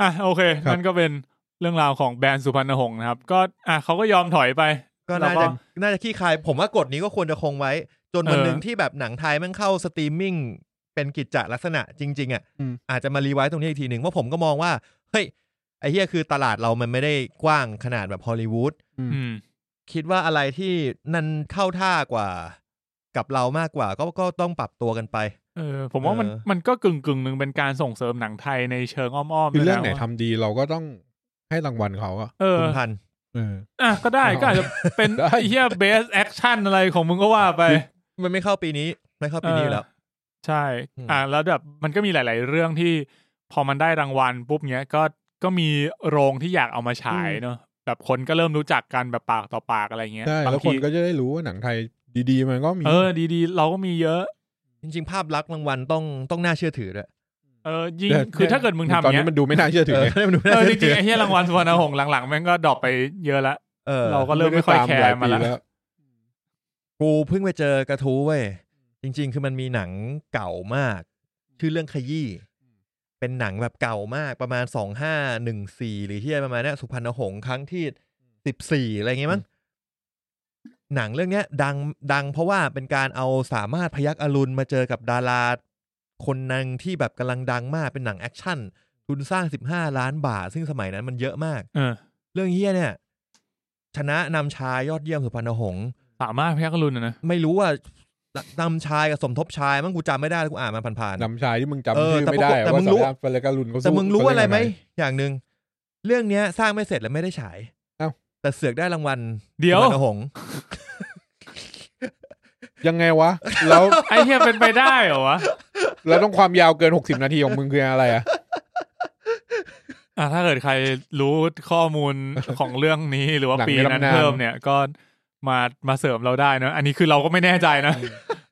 S1: อ่ะโอเค
S3: ครับ
S1: นั่นก็เป็นเรื่องราวของแบรนด์สุพรรณหงษ์นะครับ ก็อ่ะเขาก็ยอมถอยไป
S2: ก็
S1: แล้วก็
S2: น่าจะน่าจะขี้คาย ผมว่ากฎนี้ก็ควรจะคงไว้ จนวัน
S1: เออ
S2: หนึ่งที่แบบหนังไทยแมันเข้าสตรีมมิ่งเป็นกิจจลักษณะจริง ๆ อ่ะ
S3: อืม
S2: อาจจะมารีไวซ์ตรงนี้อีกทีหนึ่งว่าะผมก็มองว่า เฮ้ย ไอ้เหี้ยคือตลาดเรามันไม่ได้กว้างขนาดแบบฮอลลีวูด
S3: อืม
S1: อืม
S2: คิดว่าอะไรที่นั่นเข้าท่ากว่า กับเรามากกว่า ก็ก็ต้องปรับตัวกันไป
S1: เออผมว่ามัน
S2: เออ
S1: มันก็กึ่งกึ่งหนึ่งเป็นการส่งเสริมหนังไทยในเชิงอ้อมๆ
S3: คือเรื่อง
S1: ด้วยะ
S3: ไหนทำดีเราก็ต้องให้รางวัลเขาอะ
S1: เออ
S2: คุณพันธุ์
S3: เออ
S1: อ่ะก็ได้ก็อาจจะเป็น
S3: ได้
S1: ไอ้เฮียเบสแอคชั่นอะไรของมึงก็ว่าไป
S2: มันไม่เข้าปีนี้ไม่เข้าปีนี้อยู่แล้ว
S1: ใช่
S2: อืม
S1: อ่า แล้วแบบมันก็มีหลาย ๆ เรื่องที่พอมันได้รางวัลปุ๊บเนี้ยก็ก็มีโรงที่อยากเอามาฉายเนอะแบบคนก็เริ่มรู้จักกันแบบปากต่อปากอะไรเงี้ย
S3: ใช่
S1: บา
S3: แล้
S1: ง
S3: วค
S1: ที
S3: นก็จะได้รู้ว่าหนังไทยดีๆ มันก็มี
S1: เออ ดี ๆ เราก็มีเยอะ
S2: จริง ๆ ภาพลักษณ์รางวัลต้องต้องน่าเชื่อถือด้วย
S1: เออยิ่งคือถ้าเกิดมึง
S3: ตอ
S1: ทำ
S3: นนี้
S1: เนี้ย
S3: มันดูไม่น่าเชื่อถือไง
S2: เออดู
S1: เอ
S2: น่า
S1: อจริ
S2: เชื่อถื
S1: งๆ
S2: อ
S1: ไอ้เหี้ยรางวัลสุวรรณหงส์หลัง ๆ แม่งก็ดรอปไปเยอะละ
S2: เออ
S1: เราก็เริ่มไม่ค่อยแค
S3: ด้ต
S1: ร์
S3: ห
S1: มัน
S3: ปี
S1: ละ
S3: แล้ว
S2: กูเพิ่งไปเจอกระทู้เว้ยจริง ๆ คือมันมีหนังเก่ามาก ชื่อเรื่องขยี้เป็นหนังแบบเก่ามากประมาณสองห้าหนึ่งสี่หรือที่ประมาณเนี้ยสุพรรณหงส์ครั้งที่สิบสี่อะไรเงี้ยมั้งหนังเรื่องเนี้ย ดังดังเพราะว่าเป็นการเอาสามารถพยักอรุณมาเจอกับดาราคนหนึ่งที่แบบกำลังดังมากเป็นหนังแอคชั่นทุนสร้างสิบห้าล้านบาท ซึ่งสมัยนั้นมันเยอะมาก
S1: เออ
S2: เรื่องเฮียเนี่ย ชนะนำชายยอดเยี่ยมสุพรรณหงษ์
S1: สามารถแพ้กรุณนะนะ
S2: ไม่รู้ว่านำชายกับสมทบชายมั้งกูจำไม่ได้แล้วกูอ่านมาผ่านๆ
S3: นำชายที่มึง
S2: เอ
S3: จำ
S2: อ
S3: ชื่อ
S2: แต่
S3: ไม่ได้
S2: ปรากฏแต่มึ
S3: ว่าง สา
S2: รู้
S3: รามเฟลกาลุนเขา
S2: แต่มึงรู้
S3: เขา
S2: อะ
S3: เล่
S2: ไร
S3: นกัน
S2: ไหมอย่างหนึ่งเรื่องเนี้ย สร้างไม่เสร็จและไม่ได้ฉาย
S3: เอ้า
S2: แต่เสือกได้รางวัล
S1: เดี๋ยว
S2: สุพรรณหงษ์
S3: ยังไงวะ แล้ว
S1: ไอ้เหี้ยเป็นไปได้เหรอวะ
S3: แล้วต้องความยาวเกินหกสิบนาทีของมึงคืออะไรอะ
S1: อ่ะถ้าเกิดใครรู้ข้อมูลของเรื่องนี้หรือว่าปีนั้นเพิ่มเนี่ยก็มามาเสริมเราได้เนอะอันนี้คือเราก็ไม่แน่ใจนะ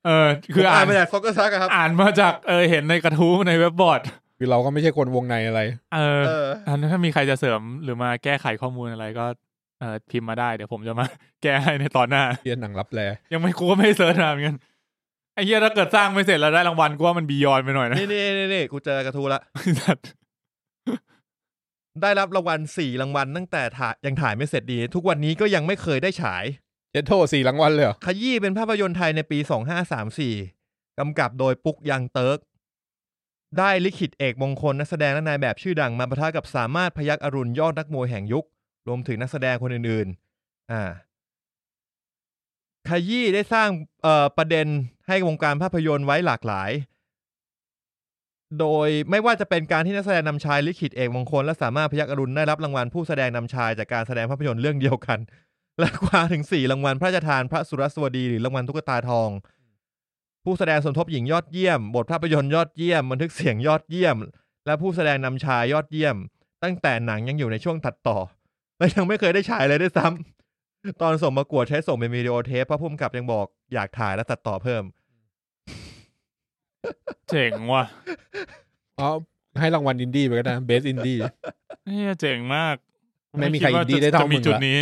S1: เออ คือ
S2: ผม
S1: อ่าน
S2: นมาจากฟอกเกอร์ซักครับ
S1: อ่านมาจากเออเห็นในกระทู้ในเว็บบอร์ด
S3: คือเราก็ไม่ใช่คนวงในอะไร
S1: เออ
S2: เออ
S1: อันนั้นถ้ามีใครจะเสริมหรือมาแก้ไขข้อมูลอะไรก็เออพิมพ์มาได้เดี๋ยวผมจะมา แก้ให้ในตอนหน้า
S3: เรียนหนังรับแล
S1: ยังไม่กูก็ไม่เสิร์ชมาเหมือนกันไอ้เหี้ยถ้าเกิดสร้างไม่เสร็จแล้วได้รางวัลกูว่ามันบียอนไปหน่อยนะ
S2: นี่นี่นี่นี่กูเจอกระทู้ละ
S1: สัตว์
S2: ได้รับรางวัลสี่รางวัลตั้งแต่ถ่ายยังถ่ายไม่เสร็จดี ทุกวันนี้ก็ยังไม่เคยได้ฉาย
S3: เจดโทสี่รางวัลเลยเหรอ
S2: ขยี้เป็นภาพยนตร์ไทยในปี 2534 กำกับโดยปุ๊กยังเติร์ก ได้ลิขิตเอกมงคลนักแสดงและนายแบบชื่อดังมาประทะกับสามารถพยักอรุณยอดนักมวยแห่งยุค รวมถึงนักแสดงคนอื่นๆ อ่า ขยี้ได้สร้างเอ่อประเด็นให้วงการภาพยนตร์ไว้หลากหลาย โดยไม่ว่าจะเป็นการที่นักแสดงนำชายลิขิตเอกมงคลและสามารถพยักอรุณได้รับรางวัลผู้แสดงนำชายจากการแสดงภาพยนตร์เรื่องเดียวกัน และกว่าถึงสี่รางวัลพระราชทานพระสุรสวดีหรือรางวัลตุ๊กตาทอง ผู้แสดงสมทบหญิงยอดเยี่ยม บทภาพยนตร์ยอดเยี่ยม บันทึกเสียงยอดเยี่ยม และผู้แสดงนำชายยอดเยี่ยม ตั้งแต่หนังยังอยู่ในช่วงตัดต่อ และยังไม่เคยได้ฉายเลยด้วยซ้ำตอนส่งประกวดใช้ส่งเป็นวิดีโอเทปเพราะผู้กำกับยังบอกอยากถ่ายและตัดต่อเพิ่ม
S1: เจ๋งว่ะ
S3: อ๋อให้รางวัลอินดี้ไปก็ได้เบสอินดี้
S1: เฮียเจ๋งมาก
S3: ไม่มีใคร
S1: ดว่า
S3: ดีได้เท่า
S1: จะมี
S3: มึงละ
S1: จุดนี้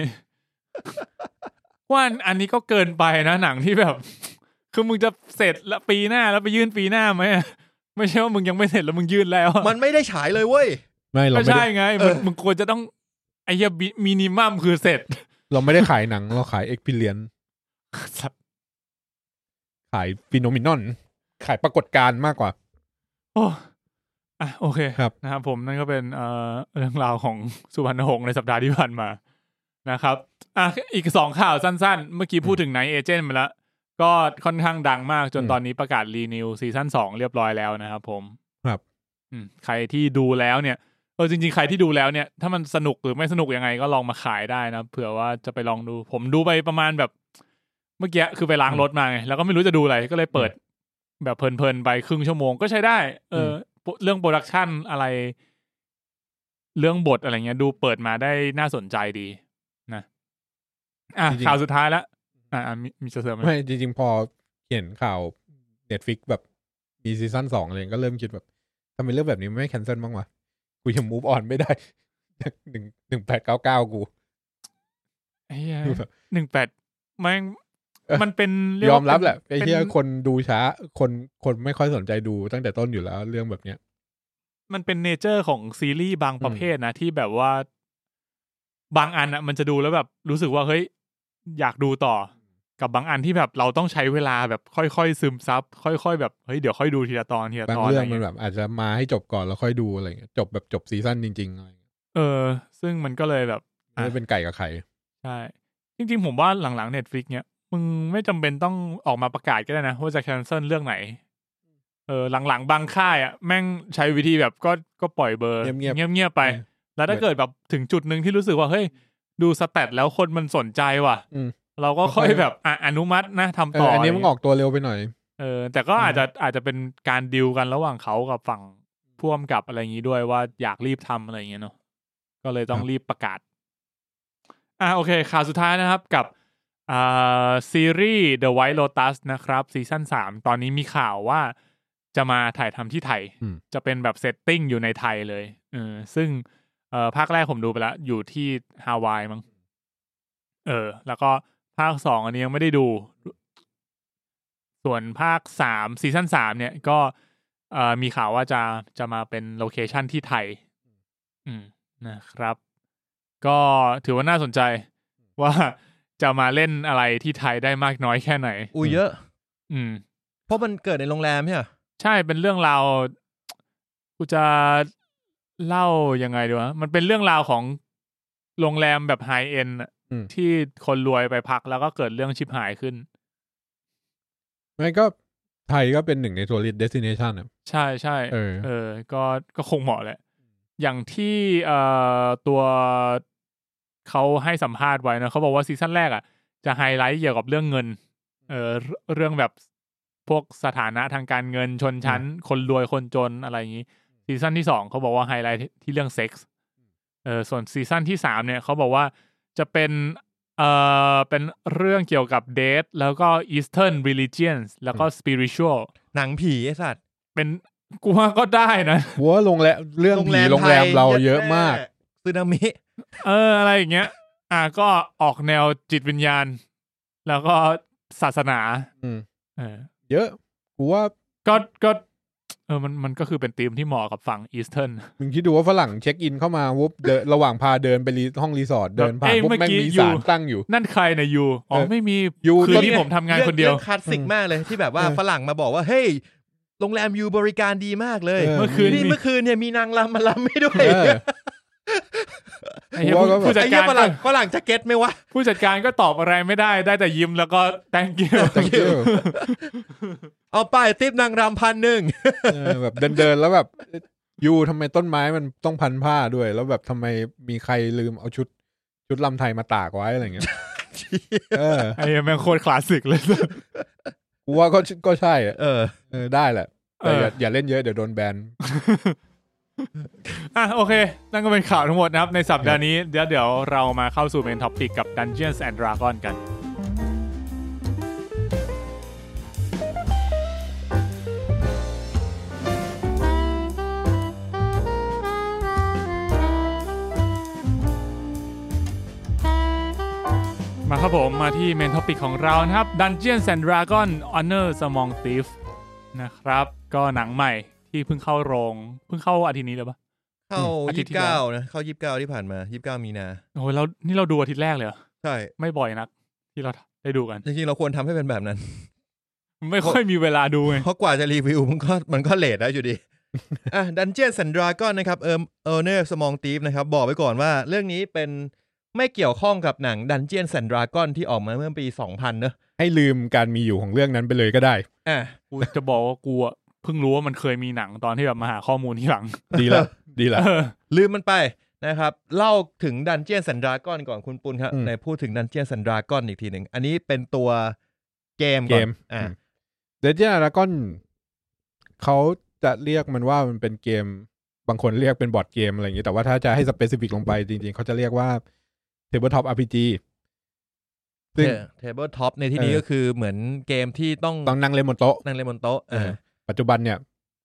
S1: ว่าอันอันนี้ก็เกินไปนะหนังที่แบบ คือมึงจะเสร็จแล้วปีหน้าแล้วไปยื่นปีหน้าไหมอะ ไม่ใช่ว่ามึงยังไม่เสร็จแล้วมึงยื่นแล้วอะ
S2: มันไม่ได้ฉายเลยเว้ย
S3: ไม่เรา
S1: ก็
S3: ไม่
S1: ใช่
S3: ได้
S1: ไงมันมึงควรจะต้องไอ้เหี้ยมินิมัมคือเสร็จ
S3: เราไม่ได้ขายหนังเราขายเอ็กเพ i ียนขายฟีโนมินอน ขายปรากฏการณ์มากกว่า
S1: โอ้อ่ะโอเค
S3: ครับ
S1: นะครับผมนั่นก็เป็นเอ่อเรื่องราวของ สุวรรณหงษ์ในสัปดาห์ที่ผ่านมานะครับอ่ะอีกสองข่าวสั้นๆ เมื่อกี้พูดถึงไนเอเจนต์ไปแล้ว ก็ค่อนข้างดังมากจนตอนนี้ประกาศรีนิวซีซั่นสองเรียบร้อยแล้วนะครับผม
S3: ครับ
S1: อืมใครที่ดูแล้วเนี่ยเออจริงๆ ใครที่ดูแล้วเนี่ย ถ้ามันสนุกหรือไม่สนุกยังไงก็ลองมาขายได้นะเผื่อว่าจะไปลองดู ผมดูไปประมาณแบบ เมื่อกี้คือไปล้างรถมาไงแล้วก็ไม่รู้จะดูอะไรก็เลยเปิด แบบเพลินๆไปครึ่งชั่วโมงก็ใช้ได้ เอออเรื่องโปรดักชันอะไร เรื่องบทอะไรเงี้ย ดูเปิดมาได้น่าสนใจดี นะอ่ะ
S3: จริงๆ
S1: ข่าวสุดท้ายละอ่ะอ่ะมีมีจะเสริมไหม
S3: ไม่จริงๆ พอเห็นข่าวเน็ตฟิกแบบมีซีซั่นสองอะไรก็เริ่มคิดแบบทำไมเรื่องแบบนี้ไม่แคนเซิลบ้างวะกูยังมูฟออนไม่ได้ หนึ่งหนึ่งแปดเก้าเก้ากู
S1: ไอ้เหี้ยหนึ่งแปดแม่ง
S3: เออ
S1: มันเป็นเก
S3: ยอ
S1: ว่าม เป็น
S3: รับแหละไอ้เหี้ย
S1: ป็น
S3: คนดูช้า คนคนไม่ค่อยสนใจดูตั้งแต่ต้นอยู่แล้ว เรื่องแบบเนี้ย
S1: มันเป็นเนเจอร์ของซีรีส์บางประเภทนะที่แบบว่า บางอันอ่ะ มันจะดูแล้วแบบรู้สึกว่าเฮ้ย อยากดูต่อ กับบางอันที่แบบเราต้องใช้เวลาแบบค่อยๆซึมซับ ค่อยๆแบบเฮ้ยเดี๋ยวค่อยดูทีละตอนทีละ
S3: บาง
S1: ตอนอะ
S3: เรื่
S1: ไร
S3: องมั
S1: เงี้
S3: น
S1: ย
S3: แบบอาจจะมาให้จบก่อนแล้วค่อยดูอะไรเงี้ยจบแบบจบซีซั่นจริงๆอะไรเงี้ย
S1: เออ ซึ่งมันก็เลยแบบ
S3: ไม่ได้เป็นไก่กับไข่
S1: ใช่ จริงๆ ผมว่าหลังๆเน็ตฟลิกเนี่ย มึงไม่จำเป็นต้องออกมาประกาศก็ได้นะว่าจะ cancel เรื่องไหน เออหลังๆ บางค่ายอ่ะแม่งใช้วิธีแบบก็ก็ปล่อยเบอร์
S3: เงียบๆ
S1: ยบๆไป
S3: เออ
S1: แล้วถ้าเกิดแบบถึงจุดหนึ่งที่รู้สึกว่าเฮ้ยดูสแตทแล้วคนมันสนใจว่ะ
S3: อืม
S1: เราก็ค่อยแบบอ่ะอนุมัตินะทำ
S3: เอ
S1: ต่
S3: ออันนี้
S1: อะไร
S3: มึง
S1: เงี้ย
S3: ออกตัวเร็วไปหน่อย
S1: เออแต่ก็
S3: อืม
S1: อาจจะอาจจะเป็นการดิวกันระหว่างเขากับฝั่งพ่วมกับอะไรอย่างนี้ด้วยว่าอยากรีบทำอะไรอย่างเงี้ยเนาะก็เลยต้องรีบประกาศ อ่าโอเคข่าวสุดท้ายนะครับกับอ่าซีรีส์ The White Lotus นะครับซีซั่นสามตอนนี้มีข่าวว่าจะมาถ่ายทำที่ไทย
S3: อืม
S1: จะเป็นแบบเซตติ้งอยู่ในไทยเลยเออซึ่งเออภาคแรกผมดูไปแล้ว อยู่ที่ฮาวายมั้งเออ แล้วก็ภาคสองอันนี้ยังไม่ได้ดู ส่วนภาคสามซีซั่นสามเนี่ยก็เอ่อมีข่าวว่าจะจะมาเป็นโลเคชันที่ไทย อืมนะครับ ก็ถือว่าน่าสนใจว่าจะมาเล่นอะไรที่ไทยได้มากน้อยแค่ไหน
S2: อุ้ยเยอะ
S1: อืม
S2: เพราะมันเกิดในโรงแรมใช่ไหม
S1: ใช่เป็นเรื่องราวกูจะเล่ายังไงดีวะมันเป็นเรื่องราวของโรงแรมแบบไฮเอ็น
S3: อืม
S1: ที่คนรวยไปพักแล้วก็เกิดเรื่องชิบหายขึ้น
S3: ไม่ก็ไทยก็เป็นหนึ่งในทัวริสเดสติเนชันอ่ะ
S1: ใช่ใช่
S3: เออ
S1: เออ ก็ก็คงเหมาะแหละ อย่างที่เอ่อตัวเขาให้สัมภาษณ์ไว้นะเขาบอกว่าซีซั่นแรกอ่ะ จะไฮไลท์เกี่ยวกับเรื่องเงิน เออเรเรื่องแบบพวกสถานะทางการเงินชนชั้น คนรวยคนจนอะไรอย่างนี้ซีซั่นที่สองเขาบอกว่าไฮไลท์ที่เรื่องเซ็กส์เออส่วนซีซั่นที่สามเนี่ยเขาบอกว่าจะเป็นเออเป็นเรื่องเกี่ยวกับเดทแล้วก็ Eastern religions แล้วก็ spiritual
S2: หนังผีไอ้สัตว์
S1: เป็นกูว่าก็ได้นะ
S3: หัวโรงแรมเรื่องผีโรงแรมเราเยอะมาก
S2: ซึนามิ
S1: เอออะไรอย่างเงี้ย อ่ะก็ออกแนวจิตวิญญาณ แล้วก็ศาสนา
S3: อืม
S1: เออ
S3: เยอะกูว่า
S1: ก็ก็ เออมันมันก็คือเป็นธีมที่เหมาะกับฝั่งอีสเทิร์น
S3: มึงคิดดูว่าฝรั่งเช็คอินเข้ามาวุบเดิน ระหว่างพาเดินไปรีห้องรีสอร์ทเดินผ่า
S1: เอ้
S3: น
S1: ย
S3: ปุ๊บ
S1: เมื่อ
S3: แม่ง
S1: กี้
S3: มี
S1: อยู่
S3: สารตั้ง อยู่
S1: นั่นใครนะยูอ๋อ
S3: เออ
S1: ไม่มี
S3: ยู
S1: คืนนี้
S2: เนี่ย
S1: ผมทำงานคนเดียว
S2: รื่องคลาสสิก
S3: อืม
S2: มากเลยที่แบบว่า
S3: เออ
S2: ฝรั่งมาบอกว่า เฮ้ย โรงแรมอยู่บริการดีมากเลย
S3: เออ
S1: เมื่อคืน
S2: นี่
S1: มี
S2: เมื่อคืนเนี่ยมีนางรำมาลำไม่ด้วย
S3: เออ
S1: ไอ้เหี้ย
S3: ผมว่าก็
S1: ผู้ผู้จั
S2: ไอ้
S1: ด
S2: เหี้
S1: กาย รก็
S2: ฝรั่งฝรั่งจะเก็ตไหมวะ
S1: ผู้จัดการก็ตอบอะไรไม่ได้ได้แต่ยิ้มแล้วก็ thank you
S3: thank you
S2: เอาไปติปนางรำพันหนึ่ง
S3: เออแบบเดินเดินๆแล้วแบบยูทำไมต้นไม้มันต้องพันผ้าด้วย แล้วแบบทำไมมีใครลืมเอาชุดชุดลำไทยมาตากไว้อะไรเงี้ยเออ
S1: ไอ้เหี้ยแม่งโคตรคลาสสิกเลย
S3: กูว่าก็ก็ใช่อะ
S2: เออ
S3: เออได้แหละ
S1: เอ
S3: แต่
S1: อย่
S3: อาอย่าเล่นเยอะเดี๋ยวโดนแบน
S1: อ่ะโอเค นั่นก็เป็นข่าวทั้งหมดนะครับ ในสัปดาห์นี้เดี๋ยวเดี๋ยวเรามาเข้าสู่เมนท็อปิกกับ Dungeons and Dragon กัน มาครับผมมาที่เมนท็อปิกของเรานะครับ Dungeons and Dragon Honor Among Thief นะครับ ก็หนังใหม่ที่เพิ่งเข้าโรง เพิ่งเข้าอาทิตย์นี้เลยปะ
S2: เข้า
S1: อาทิตย์
S2: ยี่สิ
S1: ที่
S2: บ
S1: แล้
S2: เก้าว นะเข้ายี่สิบเก้าที่ผ่านมายี่สิบเก้ามีนา
S1: โอ้ยเรานี่เราดูอาทิตย์แรกเลยเหรอ
S2: ใช่
S1: ไม่บ่อยนัก ที่เราได้ดูกัน
S2: จริงๆเราควรทำให้เป็นแบบนั้น
S1: ไม่ค่อยมีเวลาดูไง
S2: เพราะกว่าจะรีวิวมันก็มันก็เลทแล้วอยู่ดี อ่ะดันเจียนสันดราก้อนนะครับเอิมเออเนอร์สมองตีฟนะครับ บอกไว้ก่อนว่าเรื่องนี้เป็นไม่เกี่ยวข้องกับหนังดันเจียนสันดราก้อนที่ออกมาเมื่อปี 2000 เนอะ
S3: ให้ลืมการมีอยู่ของเรื่องนั้นไปเลยก็ได้
S2: อ่ะ
S1: กูจะบอกว่ากูอะเพิ่งรู้ว่ามันเคยมีหนังตอนที่แบบมาหาข้อมูลที่หลัง
S3: ดีละดีละ
S1: เออ
S2: ลืมมันไปนะครับ เล่าถึงดันเจียนสันดราก้อนก่อนคุณปุณครับ
S3: อืม
S2: ในพูดถึงดันเจียนสันดราก้อนอีกทีหนึ่ง อันนี้เป็นตัวเกมก่อน
S3: เกม
S2: อ่ะ
S3: อืม เดจิอาร์กอนเขาจะเรียกมันว่ามันเป็นเกม บางคนเรียกเป็นบอร์ดเกมอะไรอย่างนี้ แต่ว่าถ้าจะให้สเปซิฟิกลงไปจริงๆ เขาจะเรียกว่า Tabletop RPG ซึ่ง
S2: เทเบิลท็อปในที่นี้
S3: เออ
S2: ก็คือเหมือนเกมที่ต้อง
S3: ต้องนั่งเล่นบนโต๊ะ
S2: นั่งเล่นบนโต๊ะอ่ะ
S3: เออ ปัจจุบันเนี่ย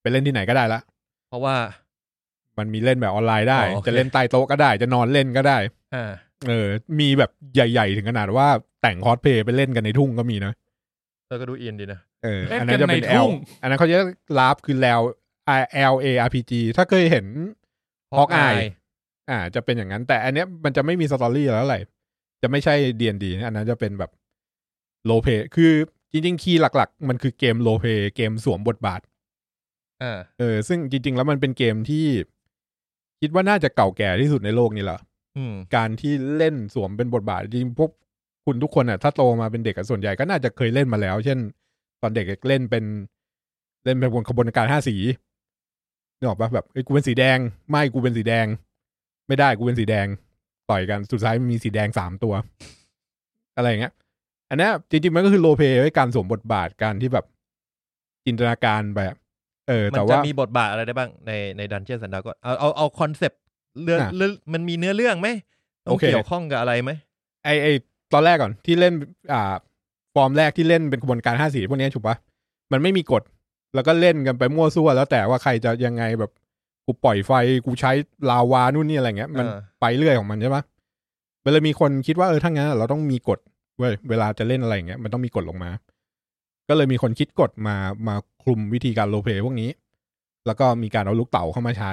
S3: ไปเล่นที่ไหนก็ได้ละ
S2: เพราะว่า
S3: มันมีเล่นแบบออนไลน์ได้
S2: อ๋อโอเค
S3: จะเล่นใต้โต๊ะก็ได้ จะนอนเล่นก็ได้
S2: อ่า
S3: เออ มีแบบใหญ่ๆ ถึงขนาดว่าแต่งคอสเพลย์ไปเล่นกันในทุ่งก็มีนะ
S2: เออก็ดูอินดีนะ
S3: เออ
S1: เล่น
S3: อัน
S1: กั
S3: นั้นนจะเป็น
S1: ในทุ่
S3: L
S1: ง
S3: อันนั้นเขาจะลาฟคือแล้ว L A R P G ถ้าเคยเห็น Hawkeye
S2: Hawkeye
S3: อ่า จะเป็นอย่างนั้น แต่อันเนี้ยมันจะไม่มีสตอรี่แล้วอะไหรจะไม่ใช่ D&D นะอันนั้นจะเป็นแบบโลเ y คือจริงๆ คีย์หลักๆ มันคือเกมโลเ y เกมสวมบทบาท
S2: อ่า
S3: เออ ซึ่งจริง ๆ แล้วมันเป็นเกมที่ คิดว่าน่าจะเก่าแก่ที่สุดในโลกนี่แหละ
S2: อืม
S3: การที่เล่นสวมเป็นบทบาทจริงๆพวก คุณทุกคนอ่ะถ้าโตมาเป็นเด็กอะส่วนใหญ่ก็น่าจะเคยเล่นมาแล้ว เช่น ตอนเด็กเล่นเป็น เล่นเป็นขบวนการห้าสีนึกออกปะแบบเอ้ยกูเป็นสีแดง ไม่กูเป็นสีแดง ไม่ได้กูเป็นสีแดง ต่อยกันสุดท้ายมันมีสีแดงสามตัว อะไรอย่างเงี้ย อันเนี้ยจริงๆมันก็คือโรลเปไว้การสวมบทบาทการที่แบบ จินตนาการไปอะเออ
S2: มัน
S3: แต่
S2: จะ
S3: ว่าม
S2: มีบทบาทอะไรได้บ้างในในดันเจียนสันดาก็เอาเอาเอาคอนเซปต์เรื่อง
S3: อ่ะ
S2: เรื่องมันมีเนื้อเรื่องไหมต้อ
S3: โอง เค
S2: เกี่ยวข้องกับอะไรไหม
S3: ไอไอตอนแรกก่อนที่เล่นอ่า ฟอร์มแรกที่เล่นเป็นขบวนการห้าสีพวกเนี้ยถูกปะมันไม่มีกฎ แล้วก็เล่นกันไปมั่วซั่ว แล้วแต่ว่าใครจะยังไงแบบกูปล่อยไฟกูใช้ลาวานู่นนี่อะไรเงี้ยมัน
S2: เออ
S3: ไปเรื่อยของมันใช่ปะมันเลยมีคนคิดว่าเออถ้างั้นเราต้องมีกฎเว้ยเวลาจะเล่นอะไรอย่างเงี้ยมันต้องมีกฎลงมา ก็เลยมีคนคิดกฎมามาคลุมวิธีการโรลเพลย์พวกนี้ แล้วก็มีการเอาลูกเต่าเข้ามาใช้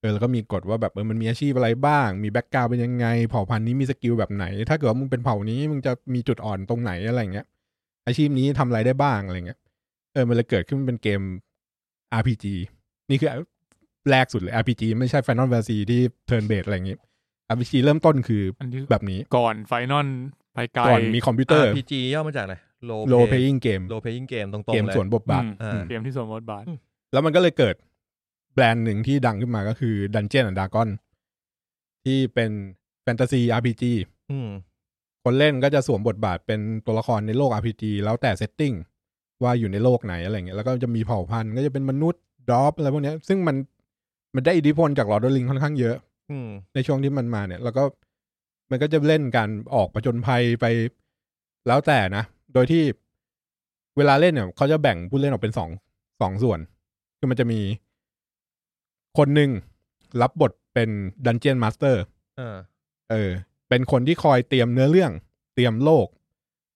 S3: เออแล้วก็มีกฎว่าแบบเออมันมีอาชีพอะไรบ้าง มีแบ็กกราวเป็นยังไง เผ่าพันธุ์นี้มีสกิลแบบไหน ถ้าเกิดว่ามึงเป็นเผ่านี้มึงจะมีจุดอ่อนตรงไหนอะไรอย่างเงี้ย อาชีพนี้ทำอะไรได้บ้างอะไรเงี้ย เออมันเลยเกิดขึ้นเป็นเกม RPG นี่คือแรกสุดเลย RPG ไม่ใช่ Final Fantasy ที่ Turn Based อะไรอย่างงี้ RPG เริ่มต้นคือ
S1: อันนี้
S3: แบบนี้
S1: ก่อนไฟนอลไปไกล
S3: ก่อนมีคอมพิวเตอร์
S2: พีจีย่อมาจากอะไรโล
S3: role playing game
S2: โลเพยิงเกมตรง
S3: เกม
S2: ๆเลย
S3: สวนบทบาท
S1: อืม
S2: อ่า
S1: เกมที่สวมบทบาท
S3: แล้วมันก็เลยเกิดแบรนด์หนึ่งที่ดังขึ้นมาก็คือ Dungeon and Dragon ที่เป็นแฟนตาซี RPG
S2: อืม
S3: คนเล่นก็จะสวมบทบาทเป็นตัวละครในโลก RPG แล้วแต่เซตติ้งว่าอยู่ในโลกไหนอะไรเงี้ยแล้วก็จะมีเผ่าพันธุ์ก็จะเป็นมนุษย์ดอปอะไรพวกเนี้ยซึ่งมันมันได้อิทธิพลจากลอร์ดลิงค่อนข้างเยอะ
S2: อืม
S3: ในช่วงที่มันมาเนี่ย แล้วก็มันก็จะเล่นการออกประจนภัยไปแล้วแต่นะ โดยที่เวลาเล่นเนี่ยเขาจะแบ่งผู้เล่นออกเป็นสองสองส่วน คือมันจะมีคนหนึ่งรับบทเป็นดันเจียนมาสเตอร์
S2: อ่า
S3: เออ เป็นคนที่คอยเตรียมเนื้อเรื่อง เตรียมโลก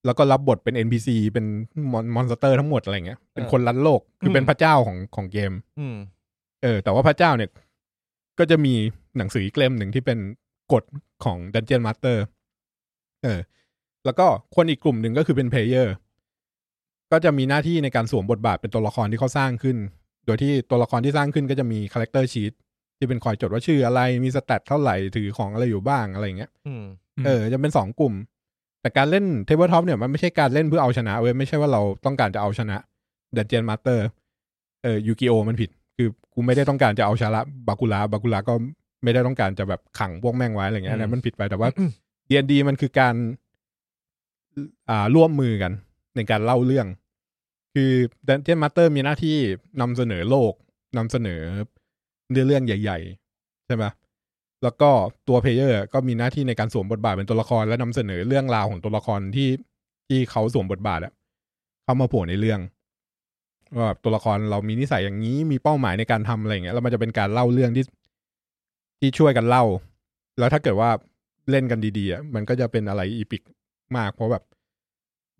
S3: แล้วก็รับบทเป็น NPC เป็นมอนมอนสเตอร์ทั้งหมดอะไรเงี้ย เป็นคนรันโลก คือเป็นพระเจ้าของของเกม
S2: อืม
S3: เออ แต่ว่าพระเจ้าเนี่ย ก็จะมีหนังสืออีกเล่มหนึ่งที่เป็นกฎของ Dungeon Master เออ แล้วก็คนอีกกลุ่มหนึ่งก็คือเป็นเพลเยอร์ ก็จะมีหน้าที่ในการสวมบทบาทเป็นตัวละครที่เขาสร้างขึ้น โดยที่ตัวละครที่สร้างขึ้นก็จะมีคาแรคเตอร์ชีตที่เป็นคอยจดว่าชื่ออะไร มีสแตทเท่าไหร่ ถือของอะไรอยู่บ้างอะไรอย่างเงี้ย
S2: อืม
S1: อืม
S3: เออจะเป็นสองกลุ่ม แต่การเล่นเทเบิลท็อปเนี่ยมันไม่ใช่การเล่นเพื่อเอาชนะเว้ยไม่ใช่ว่าเราต้องการจะเอาชนะดัจเจนมาสเตอร์เออยูกิโอมันผิด คือกูไม่ได้ต้องการจะเอาชนะบากุระบากุระก็ไม่ได้ต้องการจะแบบขังพวกแม่งไว้อะไรเงี้ยอันนั้นมันผิดไปแต่ว่า d ีนดีมันคือการอ่าร่วมมือกัน ในการเล่าเรื่อง คือดันเจียนมาสเตอร์มีหน้าที่นำเสนอโลกนำเสนอเนื้อเรื่องใหญ่ ๆ ใช่ไหมแล้วก็ตัวเพลเยอร์ก็มีหน้าที่ในการสวมบทบาทเป็นตัวละคร และนำเสนอเรื่องราวของตัวละครที่ที่เขาสวมบทบาทอะเข้ามาโผล่ในเรื่องว่าแบบตัวละครเรามีนิสัยอย่างนี้มีเป้าหมายในการทำอะไรอย่างเงี้ยแล้วมันจะเป็นการเล่าเรื่องที่ที่ช่วยกันเล่า แล้วถ้าเกิดว่าเล่นกันดีๆอะมันก็จะเป็นอะไรอีพิกมากเพราะแบบ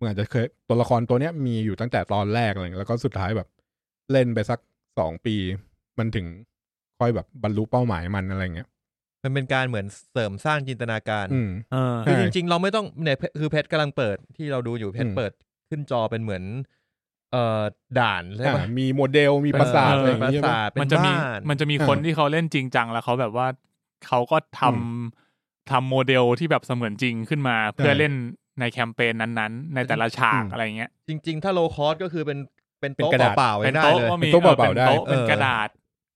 S3: มึงอาจจะเคยตัวละครตัวเนี้ยมีอยู่ตั้งแต่ตอนแรกอะไรเงี้ยแล้วก็สุดท้ายแบบ เล่นไปสักสองปี มันถึงค่อยแบบบรรลุเป้าหมายมันอะไรเงี้ย
S2: มันเป็นการเหมือนเสริมสร้างจินตนาการ
S3: อืม
S1: เออ
S3: ใช่
S2: คือจริงๆ เราไม่ต้องเนี่ยเพคือเพชรกำลังเปิดที่เราดูอยู่เพชร
S3: อืม
S2: เปิดขึ้นจอเป็นเหมือน เอ่อด่านใช่
S3: อ่า
S2: ปะ
S3: มีโมเดลมีปราสาท
S1: เอออ
S3: อะไร
S2: เป็
S3: อน ย่าง
S2: ปรา
S3: เงี้ย
S2: สาท
S3: ใช่ปะ
S2: เป็น
S1: มันจะมี
S2: บ้าน
S1: มันจะมี
S3: เออ
S1: คนที่เขาเล่นจริงจังแล้วเขาแบบว่าเขาก็ทำ
S3: อื
S1: ทำโมเดลที่แบบเสมือนจริงขึ้นมา เพื่อเล่นในแคมเปญนั้นๆ ในแต่ละฉาก
S3: อืม
S1: อะไรเงี้ย
S2: จริง ๆ ถ้าโลคอสก็คือเป็นเป็น
S3: เป็น
S2: โต๊ะ
S3: กระดาษ
S2: เปล่าๆไว้
S1: เป็น
S2: ได้
S1: โต๊ะ
S2: เลย
S1: ก็มี
S3: เป็นโต๊ะเปล่าๆได้
S1: ออเป็นโต๊ะเป็น
S2: เออ
S1: กระดาษ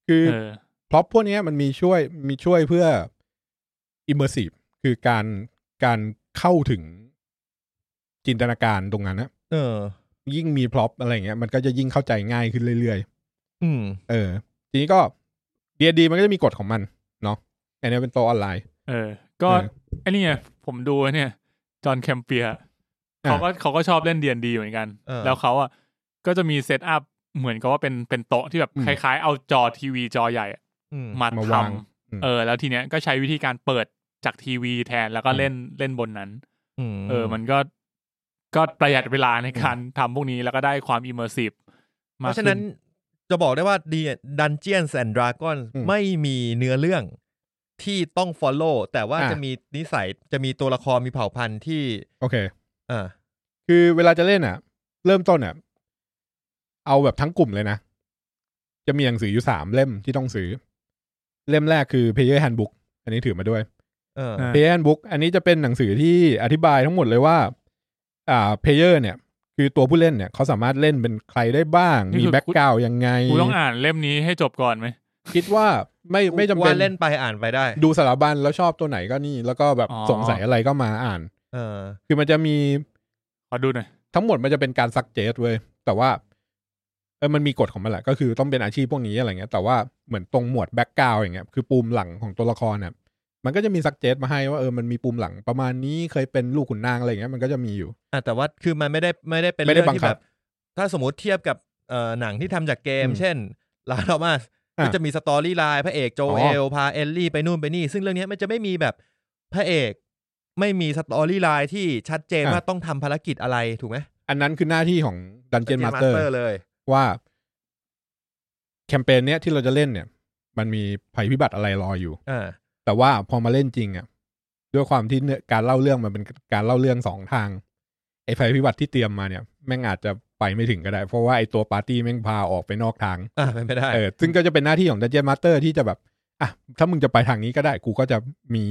S3: คือ
S1: เออ
S3: พร็อพพวกเนี้ยมันมีช่วยมีช่วยเพื่อ immersive คือการการเข้าถึงจินตนาการตรงนั้นนะ
S2: เออ
S3: ยิ่งมีพร็อพอะไรเงี้ยมันก็จะยิ่งเข้าใจง่ายขึ้นเรื่อยๆ
S2: อืม
S3: เออ ทีนี้ก็ดีดีมันก็จะมีกฎของมัน เนาะอันนี้เป็นโตะออนไลน์
S1: เออ ก็
S3: เออ
S1: ไอ้นี่ไงผมดูเนี่ย จอห์นแคมเปียร์
S3: อ่ะ
S1: เขาก็เขาก็ชอบเล่นเดียนดีเหมือนกัน
S2: เออ
S1: แล้วเขาอ่ะก็จะมีเซตอัพเหมือนกับว่าเป็นเป็นโต๊ะที่แบบคล้ายๆ เอาจอทีวีจอใหญ่อะ
S2: อืม
S1: มาท
S3: มาวางอืม
S1: ำเออ แล้วทีเนี้ยก็ใช้วิธีการเปิดจากทีวีแทนแล้วก็เล่นเล่นบนนั้น
S2: ม
S1: เออ มันก็ก็ประหยัดเวลาในการทำพวกนี้แล้วก็ได้ความอิมเมอร์ซีฟ
S2: เพ
S1: มาก
S2: ราะฉะ
S1: ขึ้
S2: นั้น นจะบอกได้ว่าดีดันเจียนแ d นดราก้อน
S3: อืม
S2: ไม่มีเนื้อเรื่องที่ต้อง follow แต่ว่า
S3: อ่ะ
S2: จะมีนิสัยจะมีตัวละครมีเผ่าพันธุ์ที่
S3: โอเค
S2: อ่า
S3: คือเวลาจะเล่นอ่ะ เริ่มต้นอ่ะ เอาแบบทั้งกลุ่มเลยนะ จะมีหนังสืออยู่สามเล่มที่ต้องซื้อ เล่มแรกคือ Player Handbook อันนี้ถือมาด้วย
S2: เออ
S1: อ่า
S3: เพย์แอนบุ๊กอันนี้จะเป็นหนังสือที่อธิบายทั้งหมดเลยว่า อ่าเพเยอร์เนี่ย คือตัวผู้เล่นเนี่ยเขาสามารถเล่นเป็นใครได้บ้าง
S1: นี่
S3: มี
S1: คือ
S3: แบ็กกราวยังไง
S1: กูต้องอ่านเล่มนี้ให้จบก่อนไหม
S3: คิดว่าไม่ไม่จำเป็
S2: ว่าเล่
S3: น
S2: นไปอ่านไปได้
S3: ดูสารบัญแล้วชอบตัวไหนก็นี่ แล้วก็แบบสงสัยอะไรก็มาอ่าน
S2: เออ
S3: คือมันจะมี
S1: ขอดูหน่อย
S3: ทั้งหมดมันจะเป็นการซักเจสเว้ยแต่ว่าเออมันมีกฎของมันแหละก็คือต้องเป็นอาชีพพวกนี้อะไรเงี้ยแต่ว่าเหมือนตรงหมวดแบ็กกราวอย่างเงี้ยคือปูมหลังของตัวละครเนี่ยมันก็จะมีซักเจสมาให้ว่าเออมันมีปูมหลังประมาณนี้เคยเป็นลูกขุนนางอะไรเงี้ยมันก็จะมีอยู่
S2: อ่ะแต่ว่าคือมันไม่ได้ไม่ได้เป็น
S3: ไม่ได้
S2: เรื่อง
S3: บั
S2: ที่
S3: งคั
S2: แบบ บ ถ้าสมมติเทียบกับเอ่อหนังที่ทำจากเกม
S3: อืม
S2: เช่นลาโรมาสก็
S3: อ่ะ
S2: จะมีสตอรี่ไลน์พระเอกโจ
S3: อ๋อ
S2: เอล พาเอลลี่ไปนู่นไปนี่ ซึ่งเรื่องเนี้ยมันจะไม่มีแบบพระเอก ไม่มีสตอรี่ไลน์ที่ชัดเจนว่าต้องทำภารกิจอะไรถูกไหม
S3: อันนั้นคือหน้าที่ของดันเจียนมาสเตอร์
S2: เลย
S3: ว่าแคมเปญเนี้ยที่เราจะเล่นเนี่ย มันมีภัยพิบัติอะไรรออยู่
S2: อ่า
S3: แต่ว่าพอมาเล่นจริงอ่ะด้วยความที่เนื้อการเล่าเรื่องมันเป็นการเล่าเรื่องสองทางไอ้ภัยพิบัติที่เตรียมมาเนี่ยแม่งอาจจะไปไม่ถึงก็ได้ เพราะว่าไอ้ตัวปาร์ตี้แม่งพาออกไปนอกทาง
S2: อ่าเป็นไปได้
S3: เออซึ่งก็จะเป็นหน้าที่ของดันเจียนมาสเตอร์ที่จะแบบอ่ะถ้ามึงจะไปทางนี้ก็ได้ กูก็จะมี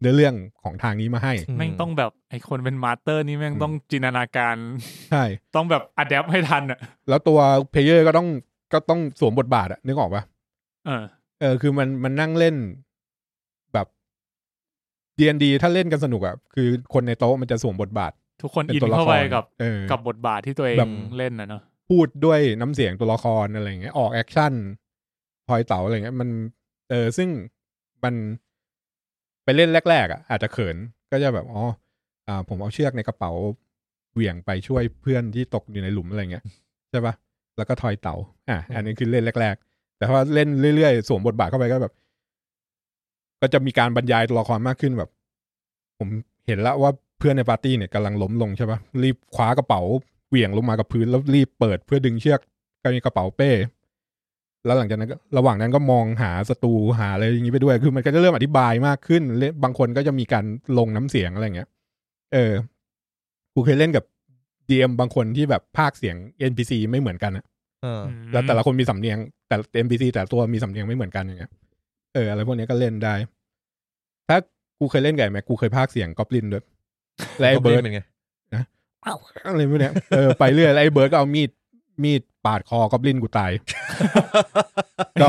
S3: เนื้อเรื่องของทางนี้มาให้
S2: อืม
S1: แม่งต้องแบบไอคนเป็นมาสเตอร์นี่แม่ง
S3: อืม
S1: ต้องจินตนาการ
S3: ใช่
S1: ต้องแบบอัดแอปให้ทันอ่ะ
S3: แล้วตัวเพลเยอร์ก็ต้องก็ต้องสวมบทบาทอะนึกออกปะ
S1: เออ
S3: เออคือมันมันนั่งเล่นแบบ D&D ถ้าเล่นกันสนุกอะ่ะ คือคนในโต๊ะมันจะสวมบทบาท
S1: ทุกคน
S3: เป็น
S1: อิน
S3: ตัวละ
S1: เข้า
S3: ค
S1: ไป
S3: ร
S1: กับ
S3: เออ
S1: กับบทบาทที่ตัวเอง
S3: แบบ
S1: เล่นนะเนาะ
S3: พูดด้วยน้ำเสียงตัวละครอะไรอย่างเงี้ยออกแอคชั่นพอยเต๋าอะไรเงี้ยมัน เออซึ่งมันไปเล่นแรก ๆอะ่ะอาจจะเขินก็จะแบบอ๋ออ่า ผมเอาเชือกในกระเป๋าเหวี่ยงไปช่วยเพื่อนที่ตกอยู่ในหลุมอะไรเงี้ยใช่ปะแล้วก็ทอยเต๋าอ่ะอันนี้คือเล่นแรก ๆ แต่พอเล่นเรื่อยๆสวมบทบาทเข้าไปก็แบบ ก็จะมีการบรรยายตัวละครมากขึ้นแบบ ผมเห็นแล้วว่าเพื่อนในปาร์ตี้เนี่ยกำลังล้มลงใช่ปะรีบคว้ากระเป๋าเหวี่ยงลงมากับพื้นแล้วรีบเปิดเพื่อดึงเชือกก็มีกระเป๋าเป้ แล้วหลังจากนั้นก็ระหว่างนั้นก็มองหาศัตรูหาอะไรอย่างนี้ไปด้วย คือมันก็จะเริ่มอธิบายมากขึ้นเล่นบางคนก็จะมีการลงน้ำเสียงอะไรอย่างเงี้ย เออกูเคยเล่นกับดีเอ็มบางคนที่แบบภาคเสียง NPC ไม่เหมือนกันอะ
S2: เออ
S1: อืม
S3: แล้วแต่ละคนมีสำเนียงแต่ NPC แต่ละตัวมีสำเนียงไม่เหมือนกันอย่างเงี้ยเอออะไรพวกเนี้ยก็เล่นได้ ถ้ากูเคยเล่นไก่แม็กกูเคยพากย์เสียงกอบลินด้วยและไอ้
S2: Goblin
S3: เบิร์ด
S2: เป็นไง
S3: อะไรพวกเนี้ยเออไปเรื่อยแล้วไอ้เบิร์ดก็เอามีดมีดปาดคอกอบลินกูตาย ก็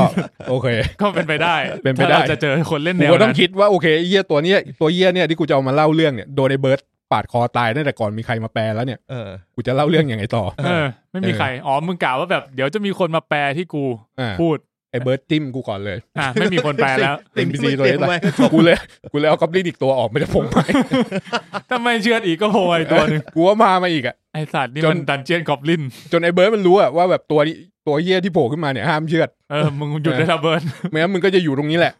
S3: โอเค
S1: ก็เป็นไปได้
S3: เป็นไป
S1: ถ้า
S3: ได้
S1: เราจะเจอคนเล่นแน
S3: กู
S1: ว
S3: ก็ต้
S1: นั้
S3: อง
S1: น
S3: คิดว่าโอเคไอ้เหี้ยตัวเนี้ยตัวเหี้ยเนี่ยที่กูจะเอามาเล่าเรื่องเนี่ยโดนไอ้เบิร์ดปาดคอตายตั้งแต่ก่อนมีใครมาแปลแล้วเนี่ย
S2: เออ
S3: กูจะเล่าเรื่องยังไงต่อ
S1: เออ ไม่มี
S3: เออ
S1: ใครอ๋อมึงกล่าวว่าแบบเดี๋ยวจะมีคนมาแปลที่กู
S3: อ่า
S1: พูด
S3: ไอ้เบิร์ดจิ้มกูก่อนเลย
S1: อ่ะไม่มีคนแปล แล้ว
S2: สิ่ง
S3: NPC
S2: ที่มึง
S3: ตัวนี้
S2: เตรียมไว้
S3: กูเลยกูเลยเอากอบลินอีกตัวออกมาจากผมไป
S1: ทำไมเชือดอีกก็โผล่อีกตัวหนึง
S3: เออกูว่ามามาอีกอ่ะ
S1: ไอสัตว์นี่
S3: จน
S1: มันดันเจียนกอบลิน
S3: จนไอ้เบิร์ดมันรู้อ่ะว่าแบบตัวนี้ตัวเหี้ยที่โผล่ขึ้นมาเนี่ยห้ามเชือด
S1: เออ มึงหยุดได้และเบิร์น
S3: ไม่งั้นมึงก็จะอยู่ตรงนี้แหละ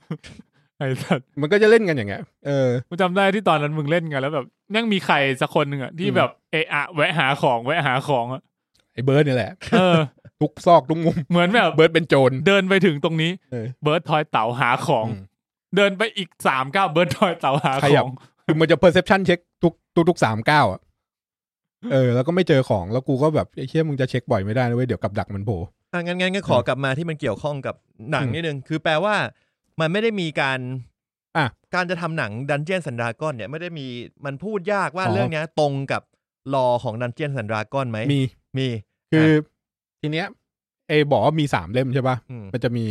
S1: ไอสัตว์
S3: มันก็จะเล่นกันอย่างเงี้ยเออ
S1: กูจำได้ที่ตอนนั้นมึงเล่นกันแล้วแบบยังมีใครสักคนหนึ่งอะที่
S3: อืม
S1: แบบเอะอะแวะหาของแวะหาของอะ
S3: ไอ้เบิร์ดนี่แหละ
S1: เออ
S3: ทุกซอกทุกมุม
S1: เหมือนแบบ
S3: เบิร์ดเป็นโจร
S1: เดินไปถึงตรงนี้
S3: เออ
S1: เบิร์ดทอยเต่าหาของ
S3: อืม
S1: เดินไปอีกสามก้าวเบิร์ดทอยเต่าหา
S3: ข
S1: ข
S3: ยั
S1: อบ ง
S3: คือมันจะเพอร์เซพชันเช็คทุกทุกทุกสามก้าวอ่ะเออ แล้วก็ไม่เจอของแล้วกูก็แบบไอ้เชี่ยมึงจะเช็คบ่อยไม่ได้นะเว้ยเดี๋ยวกับดักมันโผล่
S2: อ่ะงั้นงั้นก็ขอกลับมาที่มันเกี่ยวข้องกับหนัง
S3: อืม
S2: นิดนึง คือแปลว่ามันไม่ได้มีการ
S3: อ่ะ
S2: การจะทำหนังดันเจียนสันดากอนเนี่ยไม่ได้มีมันพูดยากว่า
S3: อ๋อ
S2: เรื่องเนี้ยตรงกับรอของดันเจียนสันดากอนไหม
S3: มี
S2: มี
S3: คืออทีเนี้ยเอบอกว่ามีสามเล่มใช่ป่ะ
S2: อืม
S3: มันจะมี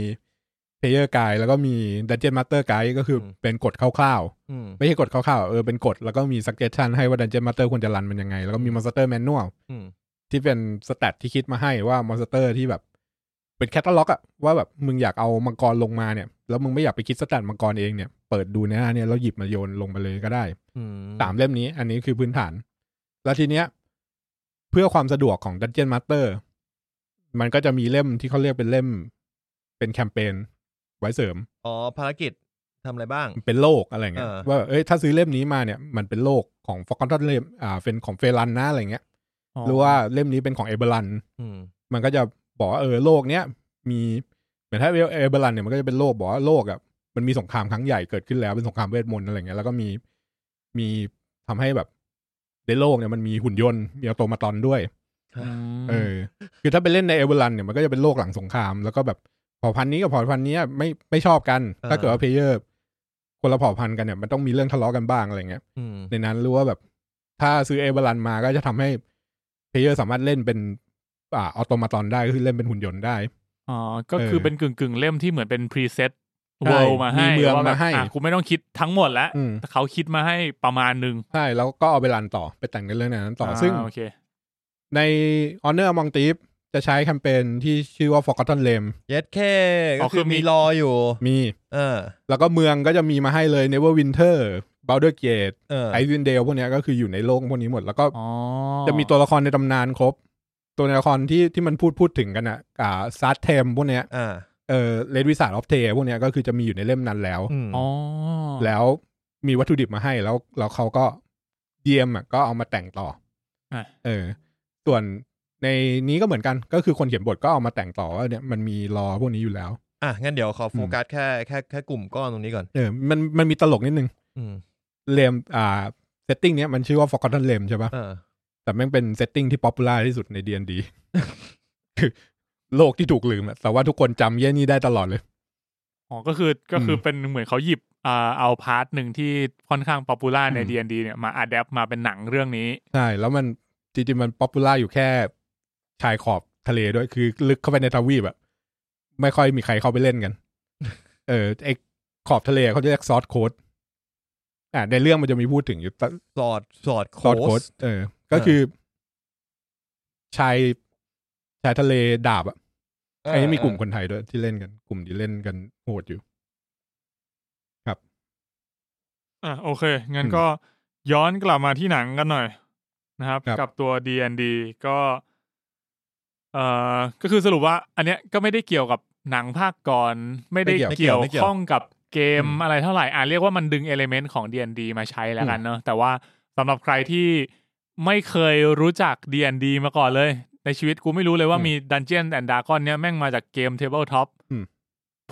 S3: เพเยอร์ไกด์แล้วก็มีดันเจียนมาสเตอร์ไกด์ก็คืออ
S2: ม
S3: เป็นกฎคร่าวๆ
S2: อืม
S3: ไม่ใช่กฎคร่าวๆ เออ เป็นกฎ แล้วก็มี suggestion ให้ว่า Dungeon Master ควรจะรันมันยังไง แล้วก็มี Monster Manual
S2: อืม
S3: ที่เป็นสแตทที่คิดมาให้ว่า Monster ที่แบบ เป็นแคตตาล็อกอะว่าแบบมึงอยากเอามังกรลงมาเนี่ย แล้วมึงไม่อยากไปคิดสแตทมังกรเองเนี่ย เปิดดูในหน้าเนี่ยแล้วหยิบมาโยนลงมาเลยก็ได้
S2: อื
S3: สามเล่มนี้ อันนี้คือพื้นฐาน แล้วทีเนี้ย เพื่อความสะดวกของ Dungeon Master มันก็จะมีเล่มที่เขาเรียกเป็นเล่ม เป็นแคมเปญไว้เสริม
S2: อ๋อภารกิจทำอะไรบ้าง
S3: เป็นโลกอะไรเงี้ย
S2: เออ
S3: ว่าเอ้ยถ้าซื้อเล่มนี้มาเนี่ยมันเป็นโลกของฟอก o อนเล่มอ่าเป็นของเฟรันนะอะไรเงี้ยหรือว่าเล่มนี้เป็นของเอเบรัน
S2: อืม
S3: มันก็จะบอกว่าเออโลกเนี้ยมีเหมือนถ้าเอเบรันเนี่ยมันก็จะเป็นโลกบอกว่าโลกอ่ะมันมีสงครามครั้งใหญ่เกิดขึ้นแล้วเป็นสงครามเวทมนต์อะไรเงี้ยแล้วก็มีมีทำให้แบบในโลกเนี่ยมันมีหุ่นยนต์มีออโตมาตอนด้วย
S1: อืม
S3: เออ คือถ้าไปเล่นในเอเวอร์ลันเนี่ยมันก็จะเป็นโลกหลังสงคราม แล้วก็แบบเผ่าพันธุ์นี้กับเผ่าพันธุ์เนี้ยไม่ไม่ชอบกัน ถ้าเกิดว่าเพลเยอร์ คนละเผ่าพันธุ์กันเนี่ยมันต้องมีเรื่องทะเลาะกันบ้างอะไรเงี้ย
S2: อืม
S3: ในนั้นรู้ว่าแบบ ถ้าซื้อเอเวอรันมาก็จะทำให้เพลเยอร์สามารถเล่นเป็น อ่าออโตมาตอนได้ก็คือเล่นเป็นหุ่นยนต์ได้
S1: อ๋อ ก็คือเป็นกึ่งกึ่งๆเล่มที่เหมือนเป็นพรีเซ็ต
S3: ใช่
S1: เวลมาให้
S3: มีเมือง
S1: ว่แบบ
S3: มาให้
S1: อ่ะกูไม่ต้องคิดทั้งหมดแล้ว
S3: อืม
S1: เขาคิดมาให้ประมาณหนึ่ง
S3: ใช่แล้วก็เอาไปรันต่อไปแต่งในเรื่องนั้นต่ออา ซึ่ง
S1: โอเค
S3: ใน Honor Among Thieves จะใช้แคมเปญที่ชื่อว่า Forgotten Realm
S2: เย็ดแค่
S1: อ๋
S2: ก็
S1: อคื
S2: คือ อ
S1: มี
S2: มีรออยู่
S3: มี
S2: เออ
S3: แล้วก็เมืองก็จะมีมาให้เลย Neverwinter Baldur's Gate
S2: เออ
S3: Icewind Dale พวกเนี้ยก็คืออยู่ในโลกพวกนี้หมด แล้วก็
S1: อ๋อ
S3: จะมีตัวละครในตำนานครบ ตัวละครที่ที่มันพูดพูดถึงกันอ่ะอ่าซาร์เทมพวกเนี้ย
S2: อ่า
S3: เออเลดวิสาร์ออฟเทพวกเนี้ยก็คือจะมีอยู่ในเล่มนั้นแล้ว
S2: อืม
S1: อ๋อ
S3: แล้วมีวัตถุดิบมาให้แล้วแล้วเขาก็เดียมอ่ะก็เอามาแต่งต่ออะ เออ ส่วนในนี้ก็เหมือนกันก็คือคนเขียนบทก็เอามาแต่งต่อว่าเนี่ยมันมีรอพวกนี้อยู่แล้ว
S2: อ่ะงั้นเดี๋ยวขอโฟกัสแค่แค่แค่กลุ่มก้อนตรงนี้ก่อน
S3: เออมันมันมีตลกนิดนึง
S2: อืม
S3: เลมอ่าเซตติ้งเนี้ยมันชื่อว่า Forgotten Realm ใช่ปะ
S2: เออ
S3: แต่แม่งเป็นเซตติ้งที่ป๊อปปูล่าที่สุดใน D&D คือโลกที่ถูกลืมอะแต่ว่าทุกคนจำเย่นี่ได้ตลอดเลย
S1: อ๋อก็คือก็คืออ
S3: ม
S1: เป็นเหมือนเขาหยิบอ่าเอาพาร์ทหนึ่งที่ค่อนข้างป๊อปปูล่าใน
S3: อืม
S1: D&D เนี่ยมาอัดแอปมาเป็นหนังเรื่องนี้
S3: ใช่แล้วมันจริงๆมันป๊อปปูล่าอยู่แค่ชายขอบทะเลด้วยคือลึกเข้าไปในทวีปอะไม่ค่อยมีใครเข้าไปเล่นกัน เออไอขอบทะเลเขาจะเรียกซอสโค้ดอ่าในเรื่องมันจะมีพูดถึงอยู่ต
S2: สอดสอด
S3: ซอสโค้ด
S2: ส
S3: เออ ก็คือ ชายชายทะเลดาบอะ
S2: เ
S3: ไอ้นี่มีกลุ่มคนไทยด้วยที่เล่นกัน กลุ่มที่เล่นกันโหดอยู่
S1: อ่ะโอเค งั้น
S3: อืม
S1: ก็ย้อนกลับมาที่หนังกันหน่อยนะครับ
S3: ครับ
S1: กับตัว D&D ก็เอ่อก็คือสรุปว่า อันเนี้ยก็ไม่ได้เกี่ยวกับหนังภาคก่อน ไม่ได้
S2: ไม่เกี่
S1: เกี่ย
S2: ยว
S1: ว
S2: ไม่เกี่ยว
S1: ข้องกับเกมอะไรเท่าไหร่อ่ะเรียกว่ามันดึงเอลเมนต์ของ D&D มาใช้แล้วกันเนอะแต่ว่าสำหรับใครที่ไม่เคยรู้จัก D&D มาก่อนเลย ในชีวิตกูไม่รู้เลยว่ามี Dungeon and Dragon เนี่ยแม่งมาจากเกม Tabletop
S3: อืม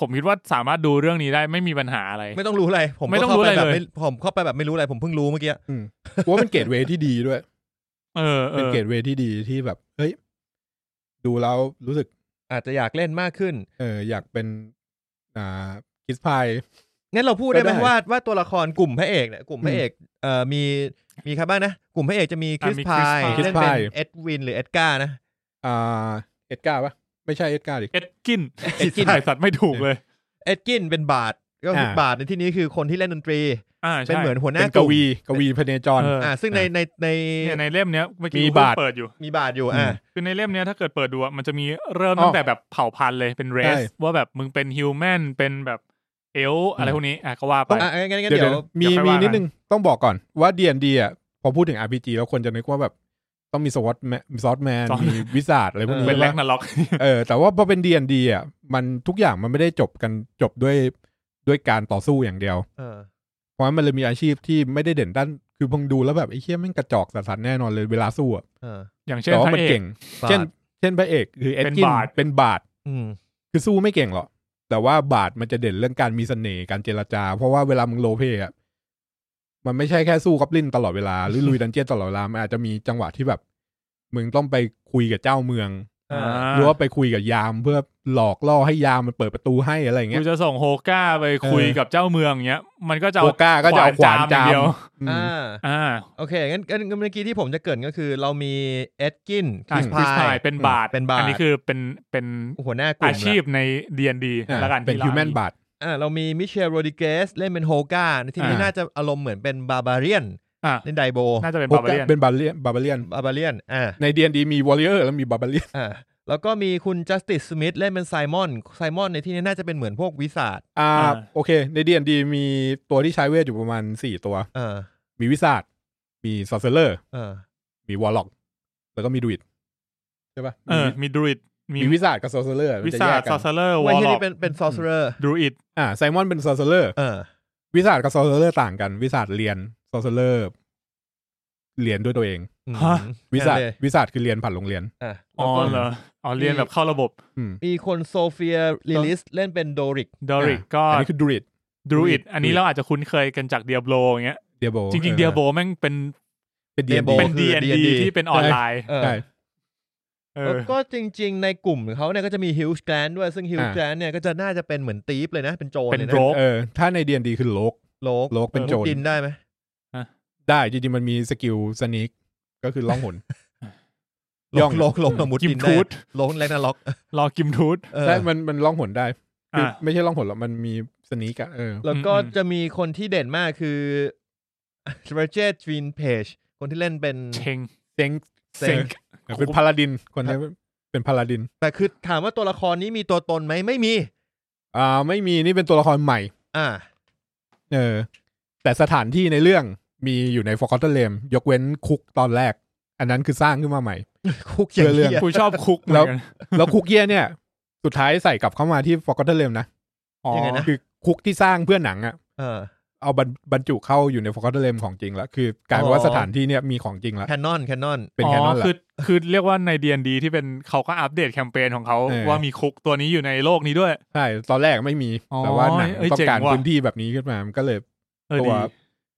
S1: ผมคิดว่าสามารถดูเรื่องนี้ได้ไม่มีปัญหาอะไร
S2: ไม่ต้องรู้อะไร ผม
S1: ไม่
S2: ก็
S1: ต้อง
S2: เข้า
S1: รู้
S2: ไป
S1: อะไร
S2: แบบ
S1: เลย
S2: ไม่ผมเข้าไปแบบไม่รู้อะไร ผมเพิ่งรู้เมื่อกี้
S3: อืมกู ว่าเป็นเกตเวย์ที่ดีด้วย
S1: เออออ
S3: เป็นเกตเวย์ที่ดีที่แบบ เฮ้ย ดูแล้วรู้สึก
S2: อาจจะอยากเล่นมากขึ้น
S3: เอออยากเป็น อ่าคิสพาย
S2: งั้นเราพูดได้ไหม
S3: ก็ได้
S2: ว่าว่าตัวละครกลุ่มพระเอกเนี่ยกลุ่มพระเอกเอ่อมีมีใครบ้างนะ กลุ่มพระเอกจะมีคริส
S1: อ่ะมี
S2: พาย
S1: Chris Pine
S2: เล่นเป็น
S3: Chris Pine
S2: เอ็ดวินหรือเอ็ดการ์นะ
S3: อ่าเอ็ดการ์ปะไม่ใช่เอ็ดการ์ดิ
S1: เอ็ดกิ น
S2: เอ็ดกิน
S1: ถ่ายสัตว์ไม่ถูกเลย
S2: เอ็ดกินเป็นบาทก็คืออา บาทในที่นี้คือคนที่เล่นดนตรี
S1: อ่าใช่
S2: เป็นเหมือนหัวหน้า
S3: เป็นก
S2: ลุ่ม
S3: วีกวีพเนจร
S1: เออ
S2: อ่าซึ่งในในใน
S1: เนี่ยในเล่มเนี้ยเมื่อกี้
S3: มี
S1: เพิ่ง
S3: บาท
S1: เปิดอยู่
S2: มีบาทอยู่
S3: อื
S2: อ่าม
S1: คือในเล่มเนี้ยถ้าเกิดเปิดดูอะมันจะมีเริ่ม
S3: อ๋อ
S1: ตั้งแต่แบบเผ่าพันธุ์เลยเป็นเรส
S3: ใช่
S1: ว่าแบบมึงเป็นฮิวแมนเป็นแบบเอลฟ์อะไรพวกนี้อ่ะก็ว่าไป
S2: อ่ะงั้นงั้น
S3: เดี๋ยว
S2: เดี๋ยว
S3: ๆมี
S1: เดี๋ยวค่
S3: มี
S1: อยว่ากัน
S3: นิดนึงต้องบอกก่อนว่า D&D อ่ะพอพูดถึง RPG แล้วคนจะนึกว่าแบบ ต้องมีสวอตแมนซอสแมนมีวิสาดอะไรพวกนี้
S1: เป็นแลก
S3: ใช่ปะ
S1: นาล็อก
S3: เออแต่ว่าพอเป็น D&D อ่ะมันทุกอย่างมันไม่ได้จบกันจบด้วยด้วยการต่อสู้อย่างเดียว
S2: เออ
S3: เพราะฉะนั้นมันเลยมีอาชีพที่ไม่ได้เด่นด้านคือเพิ่งดูแล้วแบบไอ้เหี้ยแม่งกระจอกสัสๆแน่นอนเลยเวลาสู้อะ
S2: เออ
S1: อย่างเช่น
S3: แต่ว่า
S1: พ
S3: มัน
S1: ระเอก
S3: เก่ง เช่น
S2: บาท
S3: เช่นพระเอกคือเอ็ด
S1: เป็น
S3: กิน
S1: บาท
S3: เป็นบาท
S2: อืม
S3: คือสู้ไม่เก่งหรอก แต่ว่าบาทมันจะเด่นเรื่องการมีเสน่ห์การเจรจา เพราะว่าเวลามึงโลเพอะมันไม่ใช่แค่สู้กับลินตลอดเวลา หรือลุยดันเจียนตลอดเวลา มันอาจจะมีจังหวะที่แบบ มึงต้องไปคุยกับเจ้าเมือง
S2: อ่า
S1: อ่า
S3: หรือว่าไปคุยกับยามเพื่อหลอกล่อให้ยามมันเปิดประตูให้อะไรอย่าง
S1: กู
S3: เงี้ย
S1: จะส่งโฮก้าไปคุยกับเจ้าเมืองเงี้ย มันก็จะ
S3: โฮก้าก็จะเอาขวาน
S1: อย่
S3: จาง ม
S1: เดียว
S3: อืม
S2: อ่า
S1: อ่า
S2: โอเคงั้นงั้นงั้นเมื่อกี้ที่ผมจะเกรินก็คือเรามีเอ็ดกินคริส
S1: คริส
S2: พา
S1: พาย ยเป็นบาท
S2: เป็นบาท
S1: อันนี้คือเป็นเป็น
S2: หัวหน้ากลุ่ม
S1: อา
S2: ละ
S1: ชีพใน D&D
S3: อ่า
S1: แล้วกัน
S3: เป็น
S1: ที่รา
S3: ฮิวแมน
S1: มี
S3: บาท
S2: อ่าเรามีมิเชลโรดิเกสเล่นเป็นโฮกาในที่นี้
S3: อ่า
S2: น่าจะอารมณ์เหมือนเป็นบาบาเรียน
S1: อ่ะ
S2: เล่นไดโบ
S1: น่าจะเป็น
S3: โฮ
S1: บาบา
S3: ก้า
S1: เลียน
S3: เป็นบาเลียนบาบาเลียน
S2: บาบาเรียนอ่า
S3: ในดีนดีมีวอลเลอร์แล้วมีบาบาเลียน
S2: อ่าแล้วก็มีคุณจัสติสสมิธเล่นเป็นไซมอนไซมอนในที่นี้น่าจะเป็นเหมือนพวกวิสาด
S3: อ่า
S1: อ่า
S3: โอเค ในดีนดีมีตัวที่ใช้เวทอยู่ประมาณสี่ตัว
S2: เออ
S3: มีวิสาดมีซอเซเลอร์
S2: เออ
S3: มีวอลล็อก แล้วก็มีดูอิดใช่ปะ
S1: เออมีดรูิด
S3: มีวิสาดกับซอเซเลอร์
S1: วิสาซา
S3: ซ
S1: ซาเลอร์ว
S2: ไว้
S1: อล
S2: ที่
S1: ล็อ
S2: นี่
S1: ก
S2: เป็นเป็นซอสเซอร์
S1: ดรูอิด
S3: อ่าไซมอนเป็นซอเซเลอร์
S2: เออ
S3: วิสาดกับซอเซเลอร์ต่างกันวิสาดเรียนซอเซเลอร์เรียนด้วยตัวเอง
S2: อืม
S3: วิสาด
S2: นั่นเลย
S3: วิสาดคือเรียนผ่านโรงเรียน
S2: อ่ะ
S1: อ๋อ
S2: แล้วก็
S1: เหรออ๋อเรียนแบบเข้าระบบ
S3: อืม
S2: มีคนโซเฟียลิลิสเล่นเป็นโดริก
S1: ดริกก็
S3: อันนี้คือดูริด
S1: ดรูอิด
S3: Druid
S1: อันนี้เราอาจจะคุ้นเคยกันจากเดียบโลอย่างเงี้ย
S3: เดียโบ
S1: จริงๆเดียโบแม่งเป็น
S3: เป็นเดียโบ
S2: Diablo
S1: เป็น
S2: คื
S1: ดี
S2: อ
S1: เอ็น
S2: D&D
S1: ดีที่เป็นออนไลน์
S2: เออ
S3: ใช่
S1: เอ
S2: แล้ว
S1: อ
S2: ก็จริง ๆ ในกลุ่มเขาเนี่ยก็จะมีฮิลส์แกรนด้วยซึ่งฮิลส์
S3: อ่า
S2: แกรนเนี่ยก็จะน่าจะเป็นเหมือนตีฟเลยนะเป็นโจร
S1: เป็น
S2: เลยนะ
S1: โรก
S3: เออถ้าในดีนดีคือโลก
S2: โลก
S3: โลกเป็นโจร
S2: ดินได้ไหม
S3: ได้จริงๆมันมีสกิลสนิกก็คือล่องหน ย่
S2: โล
S3: อง
S2: กโลกโลกมุด
S1: กิ
S2: ดิ
S1: ม
S2: น
S1: ทู
S2: ได้
S1: ด
S2: โลกแลกนาล็อก
S1: รอกิมทูด
S2: เออ
S3: ได้มันมันล่องหนได้คือ
S1: อ่ะ
S3: อไม่ใช่ล่องหนหรอกมันมีสนิกอะเออ
S2: แล้วก็
S1: อืม
S2: จะมีคนที่เด่นมากคือเรเจอร์จีนเพจคนที่เล่นเป็น
S1: เชง
S3: เซ็ง
S1: เซ็ง
S3: เป็นพาลาดินคนนี้เป็นพาลาดิน
S2: แต่คือถามว่าตัวละครนี้มีตัวตนไหมไม่มี
S3: อ่า ไม่มีนี่เป็นตัวละครใหม่
S2: อ่า
S3: เออ แต่สถานที่ในเรื่องมีอยู่ใน Forgotten Realm ยกเว้นคุกตอนแรก อันนั้นคือสร้างขึ้นมาใหม่
S2: คุกอย่าง
S3: เพื่อเรื่
S2: เงี้
S3: อง
S2: ย
S1: กูชอบคุกเหมื
S3: แล้
S1: อ
S3: ว
S1: นกัน
S3: แล้วคุกเย่เนี่ย สุดท้ายใส่กลับเข้ามาที่ Forgotten Realm นะ
S1: อ๋อ
S2: ยังไงนะ
S3: คือคุกที่สร้างเพื่อหนังอะ
S2: เออ
S3: เอาบรรบรรจุเข้าอยู่ใน Forgotten Realm ของจริงแล้วคือกลายเป็นว่า
S2: อ๋อ
S3: สถานที่เนี่ยมีของจริงแล้ว
S2: แคนนอนแคนนอน
S3: เป็นแค่นั้น
S1: อ๋อ
S3: แหละ
S1: คือคือเรียกว่าใน D&D ที่เป็นเขาก็อัปเดตแคมเปญของเขา
S3: เออ
S1: ว่ามีคุกตัวนี้อยู่ในโลกนี้ด้วย
S3: ใช่ตอนแรกไม่มี
S1: อ๋อ
S3: แต่ว่าหนัง
S1: เอ้ย
S3: ต้องการ
S1: เจ๋งว่ะ
S3: พื้นที่แบบนี้ขึ้นมามันก็เลย
S1: เออ
S3: ตัว
S1: ดี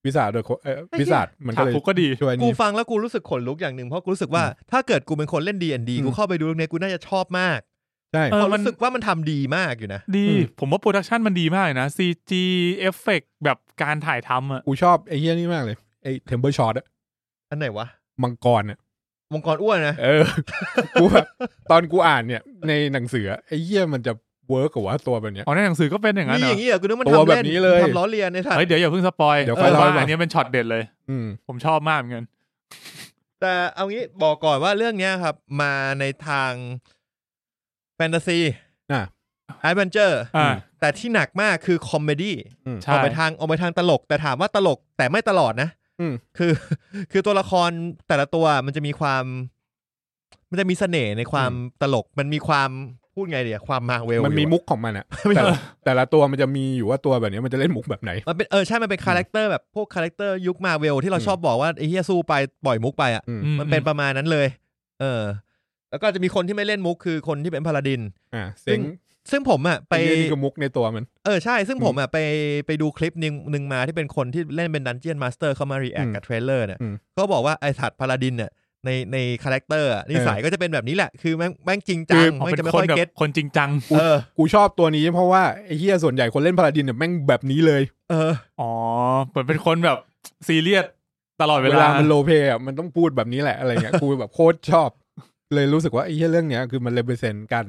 S3: วิสาโดยเออ
S2: ไอ้เหี้ย
S3: วิสาดมัน
S1: ฉา
S3: ก็
S1: ก
S3: เลย
S1: คุกก็ดี
S3: ช่วย
S2: กู
S3: นี่
S2: ฟังแล้วกูรู้สึกขนลุกอย่างหนึ่งเพราะกูรู้สึกว่า ถ้าเกิดกูเป็นคนเล่นดีแอนดี
S3: อืม
S2: กูเข้าไปดูเรื่องนี้กูน่าจะชอบมาก
S3: ใช่
S1: เออ
S2: เพราะ
S1: มัน
S2: รู้สึกว่ามันทำดีมากอยู่นะ
S1: ดี
S3: อืม
S1: ผมว่าโปรดักชันมันดีมากเลยนะ CG เอฟเฟกแบบการถ่ายทำอ่ะ
S3: กูชอบไอ้เฮี้ยนี่มากเลยไอ้เทมเ e อร์ช็อตอะ
S2: อันไหนวะ
S3: มังกรอะ
S2: วงกรอ้วนนะ
S3: เออ กูแบบตอนกูอ่านเนี่ยในหนังสืออะไอ้เฮี้ยมันจะเวิร์กกับว่าตัวแบบเนี้ย
S1: อ๋อในหนังสือก็เป็นอย่างนั้
S2: มี
S1: นเหร
S2: อ
S1: อย่าง
S2: นี้เหรอกูนึกว่ามัน
S3: ตัว
S2: ทำ
S3: แบ
S2: เล่
S3: บ
S2: น
S3: นี้เลย
S2: ทำล้อเลียนในสัต
S1: เฮ้ย
S2: ว์
S1: เดี๋ยวอย่าเพิ่งสปอย
S3: เดี๋ยว
S1: เอ
S3: ค่
S1: อว่า
S3: อยเล่าให้ฟัง
S1: อันนี้เป็นช็อตเด็ดเลย
S3: อืม
S1: ผมชอบมากเหมือนกัน
S2: แต่เอางี้บอกก่อนว่าเรื่องเนี้ยครับ มาในทางแฟนตาซี
S3: อ่ะ
S2: แอดเวนเจอร์
S1: อ่า
S2: แต่ที่หนักมากคือคอมเมดี้
S1: ใช่
S2: ออกไปทางออกไปทางตลก แต่ถามว่าตลกแต่ไม่ตลอดนะ
S3: อืม
S2: คือ คือตัวละครแต่ละตัวมันจะมีความ มันจะมีเสน่ห์ในความตลก มันมีความพูดไงเดียความมาเวล
S3: มันมี
S2: อยู่อะ
S3: มุกของมันอะแต่ละแต่ละตัวมันจะมีอยู่ว่าตัวแบบเนี้ยมันจะเล่นมุกแบบไหน
S2: มันเป็นเออใช่มันเป็นคาแรคเตอร์แบบพวกคาแรคเตอร์ยุคมาเวลที่เรา
S3: อืม
S2: ชอบบอกว่าไอ้เฮียสู้ไปปล่อยมุกไปอ่ะ
S3: อืม
S1: อื
S2: มันเป็นประมาณนั้นเลย เออ แล้วก็จะมีคนที่ไม่เล่นมุกคือคนที่เป็นพาลาดิน
S3: อ่าเซ็ง
S2: ซึ่งผมอ่ะไป
S3: ไปนี่คือมุกในตัวมัน
S2: เออใช่ ซึ่งผมอ่ะไปไปดูคลิปหนึงหนึ่งมาที่เป็นคนที่เล่นเป็นดันเจียนมาสเตอร์เขามารีแอค
S3: อืม
S2: กับเทรลเลอร์เนี่ย
S3: อืม
S2: เขาบอกว่าไอสัตว์พาลาดินเนี่ยในในคาแรคเตอร์อะนิสัยก็จะเป็นแบบนี้แหละ คือแม่งแม่งจริงจั
S3: คื
S2: ง
S3: อ
S1: อ๋อ
S2: แม่ง
S1: เป็
S2: จะ
S1: น
S2: ไม่
S1: คน
S2: ค่อย
S1: แบบ
S2: เก็ต
S1: คนจริงจัง
S2: เออ
S3: กูชอบตัวนี้เพราะว่าไอ้เฮี้ยส่วนใหญ่คนเล่นพาลาดินเนี่ยแม่งแบบนี้เลย
S2: เออ
S1: อ๋อเหมือนเป็นคนแบบซีเรียสตลอดเว
S3: เว
S1: ลา
S3: ลามันโลเพอะมันต้องพูดแบบนี้แหละอะไรเงี้ย กูแบบโคตรชอบ เลยรู้สึกว่าไอ้เหี้ยเรื่องเนี้ยคือมันเลเ r เซนต์การ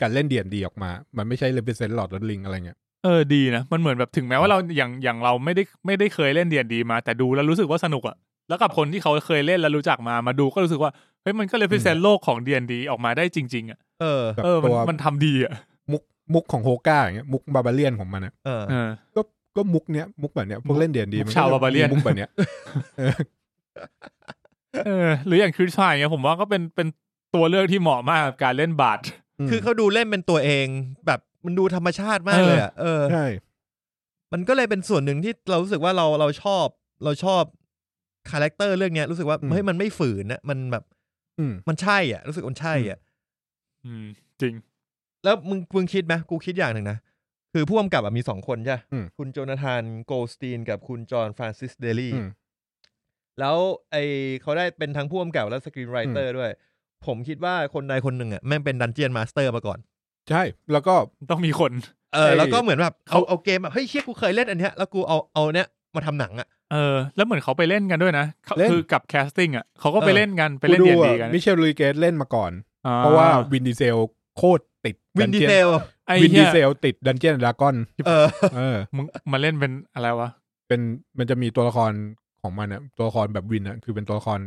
S3: การเล่นเดียนดีออกมา มันไม่ใช่เลเ r เซนต์หลอดลดลิงอะไรเงี้ย
S1: เออดีนะ มันเหมือนแบบถึงแม้ว่าเราอย่างอย่างเราไม่ได้ไม่ได้เคยเล่นเดียนดีมา แต่ดูแล้วรู้สึกว่าสนุกอะแล้วกับคนที่เขาเคยเล่นแล้วรู้จักมามาดูก็รู้สึกว่าเฮ้ยมันก็เลยพิเศษโลกของเดียนดีออกมาได้จริง ๆอะ
S2: เออ
S3: แบบ
S1: เออมัน
S3: ตัว
S1: มันทำดีอะ
S3: มุกมุกของโฮก้าอย่างเงี้ยมุกบาบาเลียนของมันอะ
S2: เออ
S1: เออ
S3: ก็มุกเนี้ยมุกแบบเนี้ยพวกเล่นเดียนดี
S1: มุก
S3: มัน
S1: ชาว Barbarian
S3: มุกแบบเนี้ย
S1: เออหรืออย่างคริสชายเงี้ยผมว่าก็เป็นเป็นตัวเลือกที่เหมาะมากกับการเล่นบาท
S2: คือเขาดูเล่นเป็นตัวเองแบบมันดูธรรมชาติมากเลยอะเออ
S3: ใช่
S2: มันก็เลยเป็นส่วนหนึ่งที่เรารู้สึกว่าเราเราชอบ เราชอบคาแรคเตอร์เรื่องเนี้ยรู้สึกว่าเฮ้ยมันไม่ฝืนนะมันแบบ
S3: อืม
S2: มันใช่อ่ะ รู้สึกมันใช่อ่ะ
S1: อืม จริง
S2: แล้วมึงมึงคิดไหมกูคิดอย่างหนึ่งนะ คือผู้กำกับอะมีสองคนใช่ปะ
S3: อืม
S2: คุณโจนาธานโกลสตีนกับคุณจอห์นฟรานซิสเดลี่
S3: อืม
S2: แล้วไอเขาได้เป็นทั้งผู้กำกับและสกรีนไรเตอร์ด้วย ผมคิดว่าคนใดคนหนึ่งอ่ะแม่งเป็นดันเจียนมาสเตอร์มาก่อน
S3: ใช่ แล้วก็
S1: ต้องมีคน
S2: เออ
S3: ใช่
S2: แล้วก็เหมือนแบบเอาเอาเกมแบบเฮ้ยเชี่ยกูเคยเล่นอันเนี้ยแล้วกูเอาเอาเนี้ยมาทำหนังอ่ะ
S1: เออ แล้วเหมือนเขาไปเล่นกันด้วยนะเขา
S3: เล่น
S1: คือกับแคสติ้งอะเขาก็ไป
S2: เออ
S1: เล่นกันไป
S3: กู
S1: เล่น
S3: ดู
S1: เดียนดีกัน
S3: มิเชลลุยเกตเล่นมาก่อน
S1: อ่
S3: เพราะว่าวินดีเซลโคตรติด
S2: วิน
S3: Dungeon
S2: ดีเซล
S1: ไอ้
S3: วินดี
S1: เหี้ย
S3: เซลติดดันเจียนดากอน
S2: เออ
S3: เออ
S1: มึงมาเล่นเป็นอะไรวะ
S3: เป็นมันจะมีตัวละครของมันอะตัวละครแบบวินอะคือเป็นตัวละคร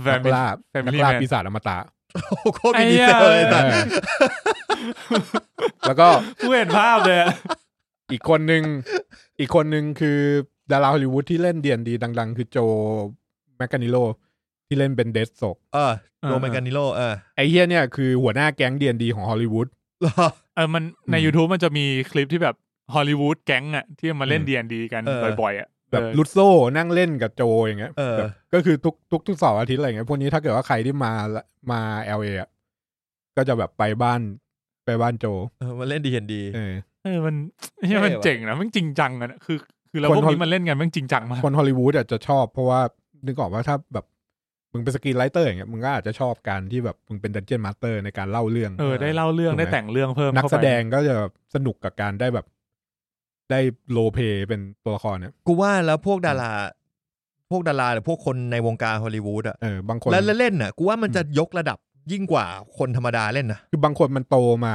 S1: แฟ
S3: นั
S1: น
S3: กล่า
S1: Family
S3: นักล่า
S1: Man
S3: ปีศาจอมตะ
S2: โอ้โหโคตรวินดีเซลเล
S1: ไอ้
S2: ย
S1: เหี้ย
S2: แต่
S3: เออ แล้วก็
S1: กูเห็นภาพเลยอะ
S3: อีกคนนึง อีกคนนึงคือดาราฮอลลีวูดที่เล่นเดียนดีดัง ๆ คือโจแมคกานิโลที่เล่นเป็นเดส โซก
S2: เออโรแมนกานิโลเอ อ
S3: ไอเฮียเนี่ยคือหัวหน้าแก๊งเดียนดีของฮอลลีวูด
S2: เหรอ
S1: เออมันใน YouTube มันจะมีคลิปที่แบบฮอลลีวูดแก๊งอะที่มาเล่น
S3: อืม
S1: เดียนดีกัน
S2: เออ
S1: บ่อยๆอะ
S3: แบบ
S1: เออ
S3: ลุดโซ่นั่งเล่นกับโจอย่างเงี้ย
S2: เออ
S3: แบบก็คือทุกทุกทุกเสาร์อาทิตย์อะไรเงี้ยพวกนี้ถ้าเกิดว่าใครที่มาละมาเอลเอะก็จะแบบไปบ้านไปบ้านโจ
S2: เออมาเล่นดีเห็นดี
S3: เออ
S1: เออมันเหี้ยมัน
S2: เท่ว่ะ
S1: เจ๋งนะมันจริงจังอะนะคือ คือเรา
S3: คน
S1: พวกนี้
S3: ฮอล
S1: มันเล่นกันมันจริงจังมาก
S3: คนฮอลลีวูดอาจจะชอบเพราะว่านึกออกว่าถ้าแบบมึงเป็นสกรีนไรเตอร์อย่างเงี้ยมึงก็อาจจะชอบการที่แบบมึงเป็นดันเจียนมาสเตอร์ในการเล่าเรื่อง
S1: เออได้เล่าเรื่อง
S3: ถูกไหม
S1: ได้แต่งเรื่องเพิ่ม
S3: นัก
S1: เข้าไป
S3: แสดงก็จะสนุกกับการได้แบบ ได้โลเปเป็นตัวละครเนี่ย
S2: กูว่าแล้วพวกดารา พวกดาราหรือพวกคนในวงการฮอลลีวูดอะ
S3: เออบางคน
S2: แล้วเล่นน่ะ กูว่ามันจะยกระดับยิ่งกว่าคนธรรมดาเล่นนะ
S3: คือบางคนมันโตมา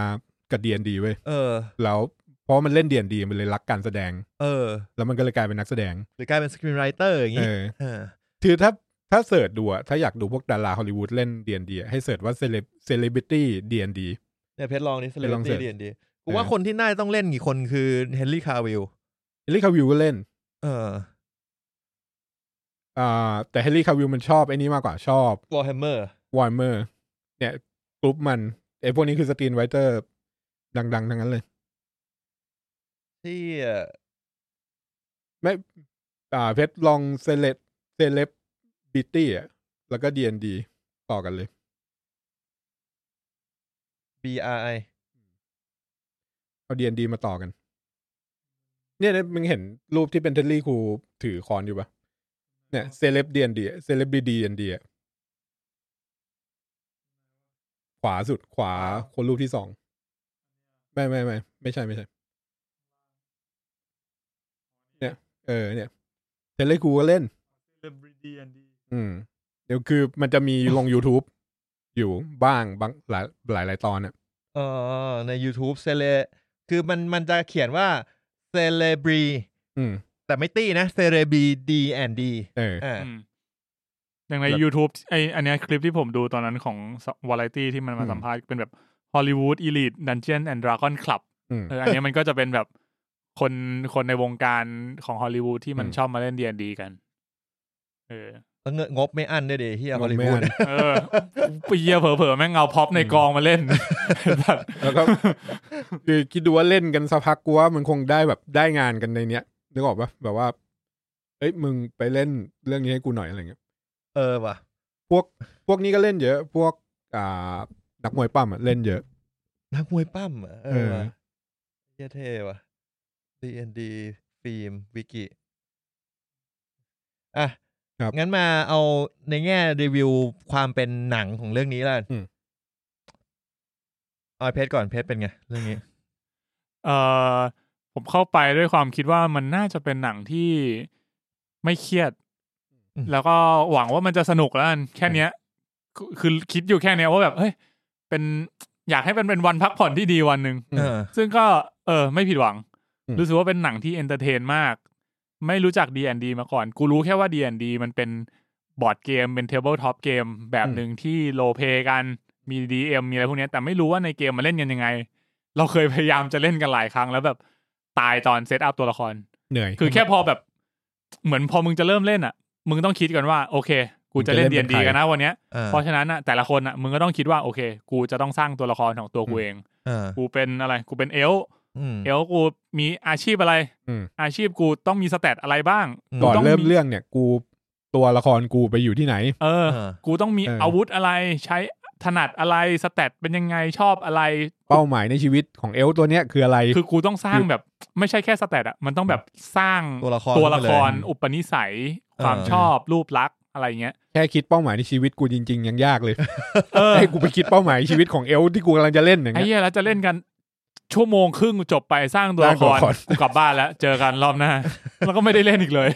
S3: กับดีนดีเว้ย
S2: เออ
S3: แล้วเพราะมันเล่นดีนดีมันเลยรักการแสดง
S2: เออ
S3: แล้วมันก็เลยกลายเป็นนักแสดง
S2: หรือกลายเป็นสกรีนไรเตอร์อย่าง
S3: เอ
S2: งี้
S3: อ
S2: เออ
S3: คือถ้าถ้าเสิร์ชดูอะถ้าอยากดูพวกดาราฮอลลีวูดเล่นดีนดีให้เสิร์ชว่าเซเลบเซเลบริตี้ดีนดี
S2: เนี่ยเพชรลองนี่เซเล
S3: เพชร
S2: บ
S3: ลองเสิ
S2: ตี้
S3: ร์ช
S2: เดียนดีกู
S3: เออ
S2: ว่าคนที่น่าจะต้องเล่นกี่คนคือเฮนรี่คาวิล
S3: เฮลิคาวิลก็เล่น
S2: เออ
S3: อ่าแต่เฮลิคาวิลมันชอบไอ้นี้มากกว่าชอบ
S2: วอลแฮมเมอร์
S3: วอร์เมอร์ เนี่ยกรุ๊ปมันไอ้พวกนี้คือสตรีนไวเตอร์ ดังๆ ทั้งนั้นเลย
S2: ที่
S3: ไม่ อ่าเพชรลองเซเลบเซเลบบิตี้อ่ะ แล้วก็ดีนดีต่อกันเลย
S2: บีอาร์ไอ
S3: เอาดีนดีมาต่อกัน เนี่ยเนี่ยมึงเห็นรูปที่เป็นเทลลี่ครูถือคอนอยู่ปะเนี่ยเซเลบดีนดีเซเลบบีดีนดีขวาสุดขวาคนรูปที่สองไม่ไม่ไม่ไม่ใช่ไม่ใช่ เนี่ย เออ เนี่ยเทเลครูก็เล่น
S1: เซเลบริตี้อันดี
S3: อืมเดี๋ยวคือมันจะมีลง YouTube อยู่บ้างบางหลายหลายหลายตอนอ่ะ
S2: เอ่อใน YouTube เซเลคือมันมันจะเขียนว่าเซเลบรี
S3: อืม
S2: แต่ไม่ตี้นะเซเลบีดีแอนดี
S3: เออ
S2: อ่า
S1: อย่างใน
S3: แบบ
S1: YouTube ไออันเนี้ยคลิปที่ผมดูตอนนั้นของวาไรตี้ที่มันมา
S3: อืม
S1: สัมภาษณ์เป็นแบบฮอลลีวูดอีลิทดันเจียนแอนด์ดราก้อนคลับ
S3: อืม
S1: เอออันเนี้ยมันก็จะเป็นแบบคนคนในวงการของฮอลลีวูดที่มัน
S3: อืม
S1: ชอบมาเล่นดีนดีกัน เอ อ
S2: แล้วเงินงบไม่อั้นด้วยดิเฮีย
S3: งบ
S2: ฮอลลี
S3: ไม่
S2: วู
S3: อั้
S2: ด
S3: น
S1: เออปีเยเผลอๆแม่งเอาพ็อปในกองมาเล่น แบบ
S3: แล้วก็ คือคิดดูว่าเล่นกันสักพักกูว่ามันคงได้แบบได้งานกันในเนี้ยนึกออกปะแบบว่า เอ้ยมึงไปเล่นเรื่องนี้ให้กูหน่อยอะไรเงี้ย
S2: เออว่ะ
S3: พวกนี้ก็เล่นเยอะ พวกอ่านักมวยปั้มอะเล่นเยอะ
S2: นักมวยปั้มอ่ะเอ
S3: เอ
S2: อ
S3: อ
S2: ว่ะเฮียเท่ว่ะดีแอนดีฟิล์มวิกิอ่ะ
S3: ครับ
S2: งั้นมาเอาในแง่รีวิวความเป็นหนังของเรื่องนี้ล่ะ
S3: อืม
S2: เอาเพชรก่อนเพชรเป็นไง เรื่องนี้
S1: เออผมเข้าไปด้วยความคิดว่ามันน่าจะเป็นหนังที่ไม่เครียด
S2: อืม
S1: แล้วก็หวังว่ามันจะสนุกแล้วกันแค่เนี้ยคือคือคิดอยู่แค่เนี้ยว่าแบบเฮ้ยเป็นอยากให้เป็นเป็นวันพักผ่อนที่ดีวันหนึ่ง
S2: เออ
S1: ซึ่งก็เออ ไม่ผิดหวัง
S3: อืม
S1: รู้สึกว่าเป็นหนังที่เอนเตอร์เทนมาก ไม่รู้จัก D&D มาก่อน กูรู้แค่ว่า D&D มันเป็นบอร์ดเกม เป็นเทเบิลท็อปเกม แบบหนึ่งที่โลเ y กันมี DM มีอะไรพวกเนี้ยแต่ไม่รู้ว่าในเกมมันเล่นกันยังไง เราเคยพยายามจะเล่นกันหลายครั้งแล้วแบบตายตอนเซตอัพตัวละคร
S3: เหนื่อย
S1: คือแค่พอแบบ เหมือนพอมึงจะเริ่มเล่นอ่ะ มึงต้องคิดกันว่า โอเค กูจะเล่น
S3: มึงจะเล่นเป็น
S1: D&D
S3: ใคร
S1: กันนะวันเนี้ย
S2: อ่า
S1: เพราะฉะนั้นอ่ะแต่ละคนอ่ะมึงก็ต้องคิดว่าโอเค กูจะต้องสร้างตัวละครของตัวกูเอง
S2: อ่า
S1: กูเป็นอะไร กูเป็นเอลฟ์
S2: อืม
S1: เดี๋ยวกูมีอาชีพอะไร
S3: อืม
S1: อาชีพกูต้องมีสเตตอะไรบ้าง
S2: อืม
S3: ก่อน
S1: ต้อง
S3: เริ่ม
S1: มี
S3: เรื่องเนี่ย กูตัวละครกูไปอยู่ที่ไหน
S1: เออ
S2: อ่า
S1: กูต้องมี
S3: เอออ
S1: อาวุธอะไร ใช้ถนัดอะไรสเตตเป็นยังไงชอบอะไร
S3: เป้าหมายในชีวิตของเอลฟ์ตัวเนี้ยคืออะไร
S1: คือกูต้องสร้างแบบ ไม่ใช่แค่สเตตอะมันต้องแบบสร้าง
S2: ตัวละคร
S1: ตัวละคร
S2: ขึ้นมาเลย
S1: อุปนิสัย ความ
S2: เออ
S1: ชอบรูปลักษณ์อะไรเงี้ย
S3: แค่คิดเป้าหมายในชีวิตกูจริง ๆ ยังยากเลย
S1: เออ
S3: ให้กูไปคิดเป้าหมายชีวิตของเอลฟ์ที่กูกำลังจะเล่นอย่าง
S1: ไอ้
S3: เงี้ย
S1: เหี้ยแล้วจะเล่นกัน ชั่วโมงครึ่งจบไปสร้างตัวละคร
S3: สร้างตัวละคร
S1: กูกลับบ้านแล้ว เจอกันรอบหน้า แล้วก็ไม่ได้เล่นอีกเลย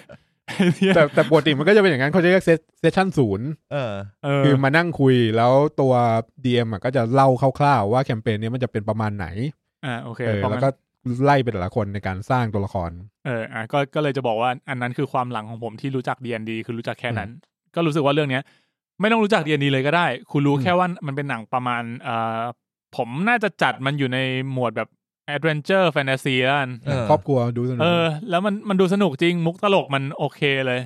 S1: ไอ้เหี้ย
S3: แต่แต่ปกติมันก็จะเป็นอย่างนั้นเขาจะเรียกเซสชั่นศูนย์
S2: เออ
S1: เออ
S3: คือมานั่งคุยแล้วตัว DM อ่ะก็จะเล่าคร่าวๆว่าแคมเปญเนี้ยมันจะเป็นประมาณไหน
S1: อ่าโอเค
S3: เออ
S1: เพราะ
S3: แล้ว
S1: งั้น
S3: ก็ไล่เป็นแต่ละคนในการสร้างตัวละคร
S1: เอออ่ะก็ก็เลยจะบอกว่าอันนั้นคือความหลังของผมที่รู้จัก D&D คือรู้จักแค่นั้น ก็รู้สึกว่าเรื่องเนี้ย ไม่ต้องรู้จัก D&D เลยก็ได้ คุณรู้แค่ว่ามันเป็นหนังประมาณเอ่อผมน่าจะจัดมันอยู่ในหมวดแบบแอดเวนเจอร์แฟนตาซีแล้วกัน
S2: เออ
S3: ครอบครัวดูสนุก
S1: เออ แล้วมันมันดูสนุกจริงมุกตลกมันโอเคเลย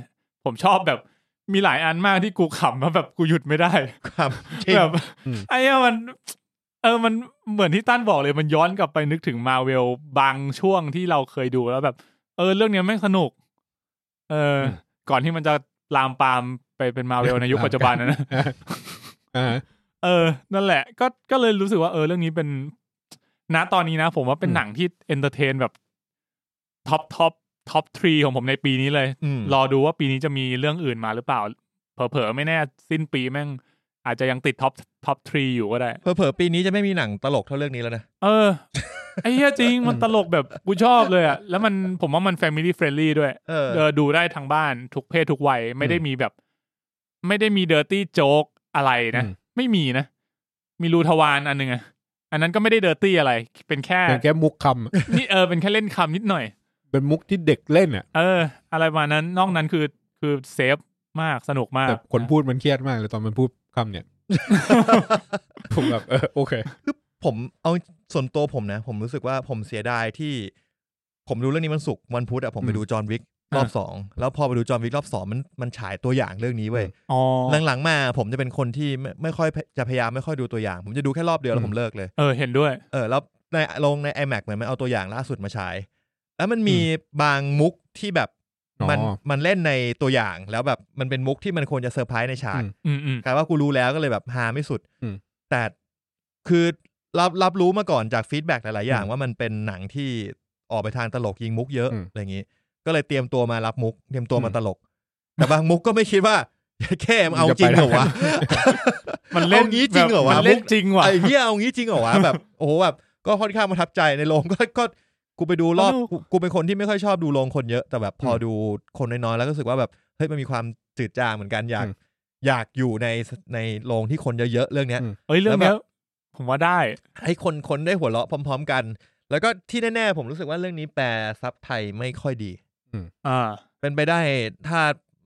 S1: ผมชอบแบบมีหลายอันมากที่กูขำมาแบบกูหยุดไม่ได้
S2: ครับจริง
S1: แบบไอ้เนี้ยมัน เออมันเหมือนที่ตั้นบอกเลยมันย้อนกลับไปนึกถึงมาเวลบางช่วงที่เราเคยดูแล้วแบบ เออ เรื่องเนี้ยแม่งสนุก เอออก่อนที่มันจะลามปามไปเป็นมาเวลใน ยุคปัจจุบันนะนะ
S3: อ่า
S1: เออนั่นแหละ ก็ก็เลยรู้สึกว่าเออเรื่องนี้เป็นณตอนนี้นะ ผมว่าเป็นหนังที่เอนเตอร์เทนแบบท็อปท็อปท็อปทรีของผมในปีนี้เลย
S2: อืม
S1: รอดูว่าปีนี้จะมีเรื่องอื่นมาหรือเปล่า เผลอๆไม่แน่สิ้นปีแม่ง อาจจะยังติดท็อปท็อปทรีอยู่ก็ได้
S2: เผลอๆปีนี้จะไม่มีหนังตลกเท่าเรื่องนี้แล้วนะ
S1: เออ ไอ้เหี้ยจริงมันตลกแบบกูชอบเลยอ่ะ แล้วมันผมว่ามัน Family Friendly ด้วย
S2: เออ
S1: เออดูได้ทั้งบ้านทุกเพศทุกวัยไม่ได้มีแบบ ไม่ได้มีเดอร์ตี้โจ๊กอะไรนะ
S3: อืม
S1: ไม่มีนะ มีรูทวานอันหนึ่งอะอันนั้นก็ไม่ได้เดอร์ตี้อะไร เป็นแค่
S3: เป็นแค่มุกคำอะ
S1: นี่เออเป็นแค่เล่นคำนิดหน่อย
S3: เป็นมุกที่เด็กเล่นอ่ะ
S1: เออ อะไรประมาณนั้นนอกนั้นคือคือเซฟมากสนุกมาก
S3: แต่คนพูดมันเครียดมากเลยตอนมันพูดคำเนี่ย ผมแบบเออโอเค
S2: ผมเอาส่วนตัวผมนะ ผมรู้สึกว่าผมเสียดายที่ ผมดูเรื่องนี้มันสุกร์วันพุธอะผมไป
S3: อืม
S2: ดูจอห์นวิกรอบสองแล้วพอไปดูจอห์นวิกรอบสองมันมันฉายตัวอย่างเรื่องนี้เว้ย
S3: อืม
S1: อ๋อ
S2: หลังๆมาผมจะเป็นคนที่ไม่ไม่ค่อยจะพยายามไม่ค่อยดูตัวอย่าง ผมจะดูแค่รอบเดียวแล้วผมเลิกเลย
S1: เออเห็นด้วย
S2: เออแล้วในลงใน iMac เหมือนมันเอาตัวอย่างล่าสุดมาฉาย แล้วมันมีบางมุกที่แบบ
S3: อ๋อ
S2: มันมันเล่นในตัวอย่างแล้วแบบมันเป็นมุกที่มันควรจะเซอร์ไพรส์ในฉาก
S3: อืม
S1: อืมอืม
S2: กลายว่ากูรู้แล้วก็เลยแบบฮาไม่สุด
S3: อืม
S2: แต่คือรับรับรู้มาก่อนจากฟีดแบ็กหลาย ๆ อย่าง
S3: อืม
S2: ว่ามันเป็นหนังที่ออกไปทางตลกยิงมุกเยอะ
S3: อืม
S2: อะไรอย่างนี้ ก็เลยเตรียมตัวมารับมุก เตรียมตัวมา
S3: อืม
S2: ตลก แต่บางมุกก็ไม่คิดว่า แค่เอาจริงเหรอวะ
S1: มันเล่น
S2: เอางี้จริงเหรอวะ
S1: แบบมันเล่นจริงว่ะ
S2: ไอ้เหี้ยเอางี้จริงเหรอวะ แบบโอ้โหแบบก็ค่อนข้างประทับใจในโรง ก็ก็กูไปดูรอบ
S1: สนุก
S2: กูกูเป็นคนที่ไม่ค่อยชอบดูโรงคนเยอะ แต่แบบพออ
S3: ม
S2: ดูคนน้อยๆแล้วก็รู้สึกว่าแบบเฮ้ยมันมีความจืดจางเหมือนกันอยาก
S3: อืม
S2: อยากอยู่ในในโรงที่คนเยอะๆเรื่องเนี้ย
S1: เอ้ยเรื่อง
S2: แล้ว
S1: เนี้
S2: แบ
S1: ย
S2: บ
S1: ผมว่าได้
S2: ให้คนคนได้หัวเราะพร้อม ๆ กัน แล้วก็ที่แน่ๆผมรู้สึกว่าเรื่องนี้แปลซับไทยไม่ค่อยดี
S1: อ่า
S2: เป็นไปได้ถ้า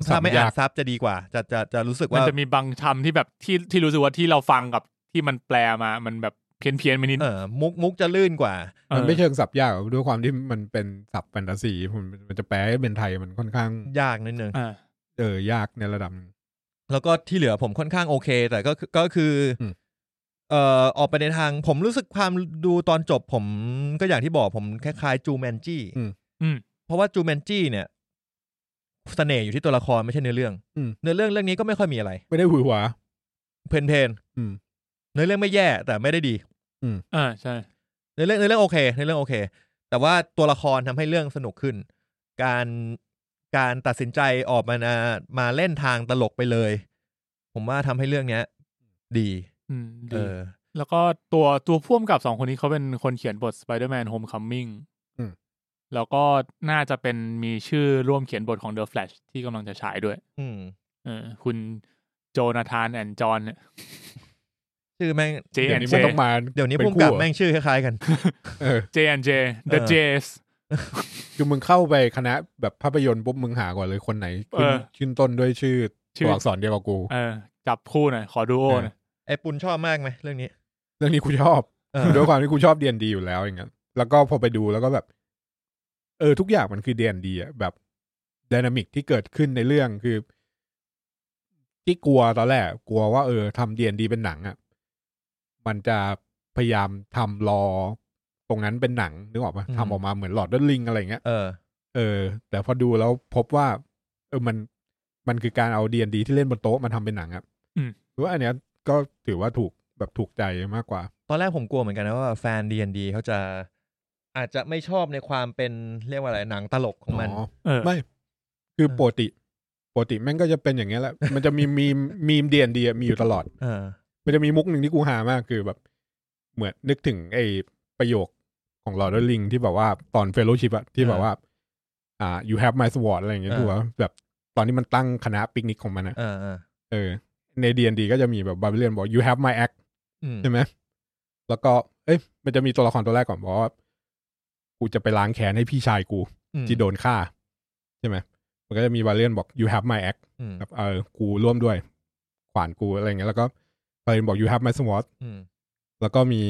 S2: ถ้าไม่อ่านซับจะดีกว่า จะจะจะรู้สึก
S1: มัน
S2: ว่า
S1: จะมีบางคำที่แบบที่ที่รู้สึกว่าที่เราฟังกับที่มันแปลมา มันแบบเพี้ยนเพี้ยนๆไปนิด
S2: เออมุกมุกจะลื่นกว่า
S3: มันไม่เชิงสับยากหรอกด้วยความที่มันเป็นสับแฟนตาซีผมมันจะแปลให้เป็นไทยมันค่อนข้าง
S2: ยากนิดนึง
S1: เออ
S3: เออยากในระดับหนึ่ง
S2: แล้วก็ที่เหลือผมค่อนข้างโอเค แต่ก็คือก็คืออ
S3: ม
S2: เอ่อออกไปในทางผมรู้สึกความดูตอนจบผมก็อย่างที่บอกผมคล้ายๆจูแมนจี้
S1: อืม
S2: เพราะว่าจูแมนจี้เนี่ยเสน่ห์อยู่ที่ตัวละครไม่ใช่เนื้อเรื่อง
S3: อืม
S2: เนื้อเรื่องเรื่องนี้ก็ไม่ค่อยมีอะไร
S3: ไม่ได้หวือหวา
S2: เพนเพน
S3: อืม
S2: ๆเนื้อเรื่องไม่แย่แต่ไม่ได้ดี
S1: เออใช่
S2: ในเรื่องในเรื่องโอเคในเรื่องโอเค แต่ว่าตัวละครทำให้เรื่องสนุกขึ้น การการตัดสินใจออกมานะมาเล่นทางตลกไปเลย ผมว่าทำให้เรื่องเนี้ย ดี
S1: อืม
S2: เอ
S1: ดี
S2: อ
S1: แล้วก็ตัวตัวพ่วงกับสองคนนี้เขาเป็นคนเขียนบท Spider-Man Homecoming
S3: อืม
S1: แล้วก็น่าจะเป็นมีชื่อร่วมเขียนบทของ The Flash ที่กำลังจะฉายด้วย
S2: อืม
S1: เออ คุณโจนาธานแอนจอนเนี่ย
S2: ชื่อแม่ง
S1: J
S3: เดี๋ยว
S1: and
S3: นี้
S1: J
S3: มันต้องมา
S2: เดี๋ยวนี้
S3: ป็
S2: พุ่มกับ
S3: คู่อะ
S2: แม่งชื่อคล้ายๆกัน
S3: เออ
S1: J and J The
S2: เออ
S1: J's
S3: คือมึงเข้าไปคณะแบบภาพยนตร์ปุ๊บมึงหาก่อนเลยคนไหนขึ้น
S1: เออ
S3: ขึ้นต้นด้วยชื่อ
S1: ชื่
S3: ตัว
S1: อ
S3: อักษรเดียวกับกู
S1: เออ จับคู่หน่อย ขอดูโอหน่อย
S2: ไอปุนชอบมากไหมเรื่องนี้
S3: เรื่องนี้กูชอบ
S2: เออ
S3: ด้วยความที่กูชอบเดียนดีอยู่แล้วอย่างเงี้ยแล้วก็พอไปดูแล้วก็แบบ เออทุกอย่างมันคือเดียนดีอะแบบดินามิกที่เกิดขึ้นในเรื่องคือ ที่กลัวตอนแรกกลัวว่าเออทำเดียนดีเป็นหนังอะมันจะพยายามทำรอ ตรงนั้นเป็นหนังนึกออกปะทำออกมาเหมือนหลอดเดอร์ลิงอะไรอย่างเงี้ย
S2: เออ
S3: เออ แต่พอดูแล้วพบว่า เออมันมันคือการเอาดีนดีที่เล่นบนโต๊ะมาทำเป็นหนังอะ
S1: อืม
S3: หรือว่าอันเนี้ยก็ถือว่าถูกแบบถูกใจมากกว่า
S2: ตอนแรกผมกลัวเหมือนกันนะว่าแฟน D&D เขาจะ อาจจะไม่ชอบในความเป็นเรียกว่าอะไรหนังตลกของมัน
S3: อ๋อ
S1: เออ
S3: ไม่ คือ
S2: เออ
S3: ปกติปกติแม่งก็จะเป็นอย่างเงี้ยแหละ มัน จะมีมีมมีมเดียนดีมีอยู่ตลอด
S2: เออ
S3: มันจะมีมุกหนึ่งที่กูหามากคือแบบ เหมือนนึกถึงไอ้ประโยคของลอร์ดลิงที่แบบว่าตอนเฟลโลชิพอะที่แบบว่า อ่า you have my sword อะไรอย่างเงี้ย
S2: เออ
S3: ถูกป่ะแบบตอนที่มันตั้งคณะปิกนิกของมันอะ
S2: เออเออ
S3: เออในดีนดีก็จะมีแบบบาบิเลียนบอก you have my axe
S2: อืม
S3: ใช่ไหม แล้วก็ เอ้ย มันจะมีตัวละครตัวแรกก่อนบอกว่า กูจะไปล้างแค้นให้พี่ชายกู
S2: อืม
S3: ที่โดนฆ่า ใช่ไหม มันก็จะมีวาเลียนบอก you have my axe
S2: อืม
S3: แบบเออ กูร่วมด้วย ขวานกูอะไรอย่างเงี้ย แล้วก็วาเลียนบอก you have my sword
S2: อืม
S3: แล้วก็มี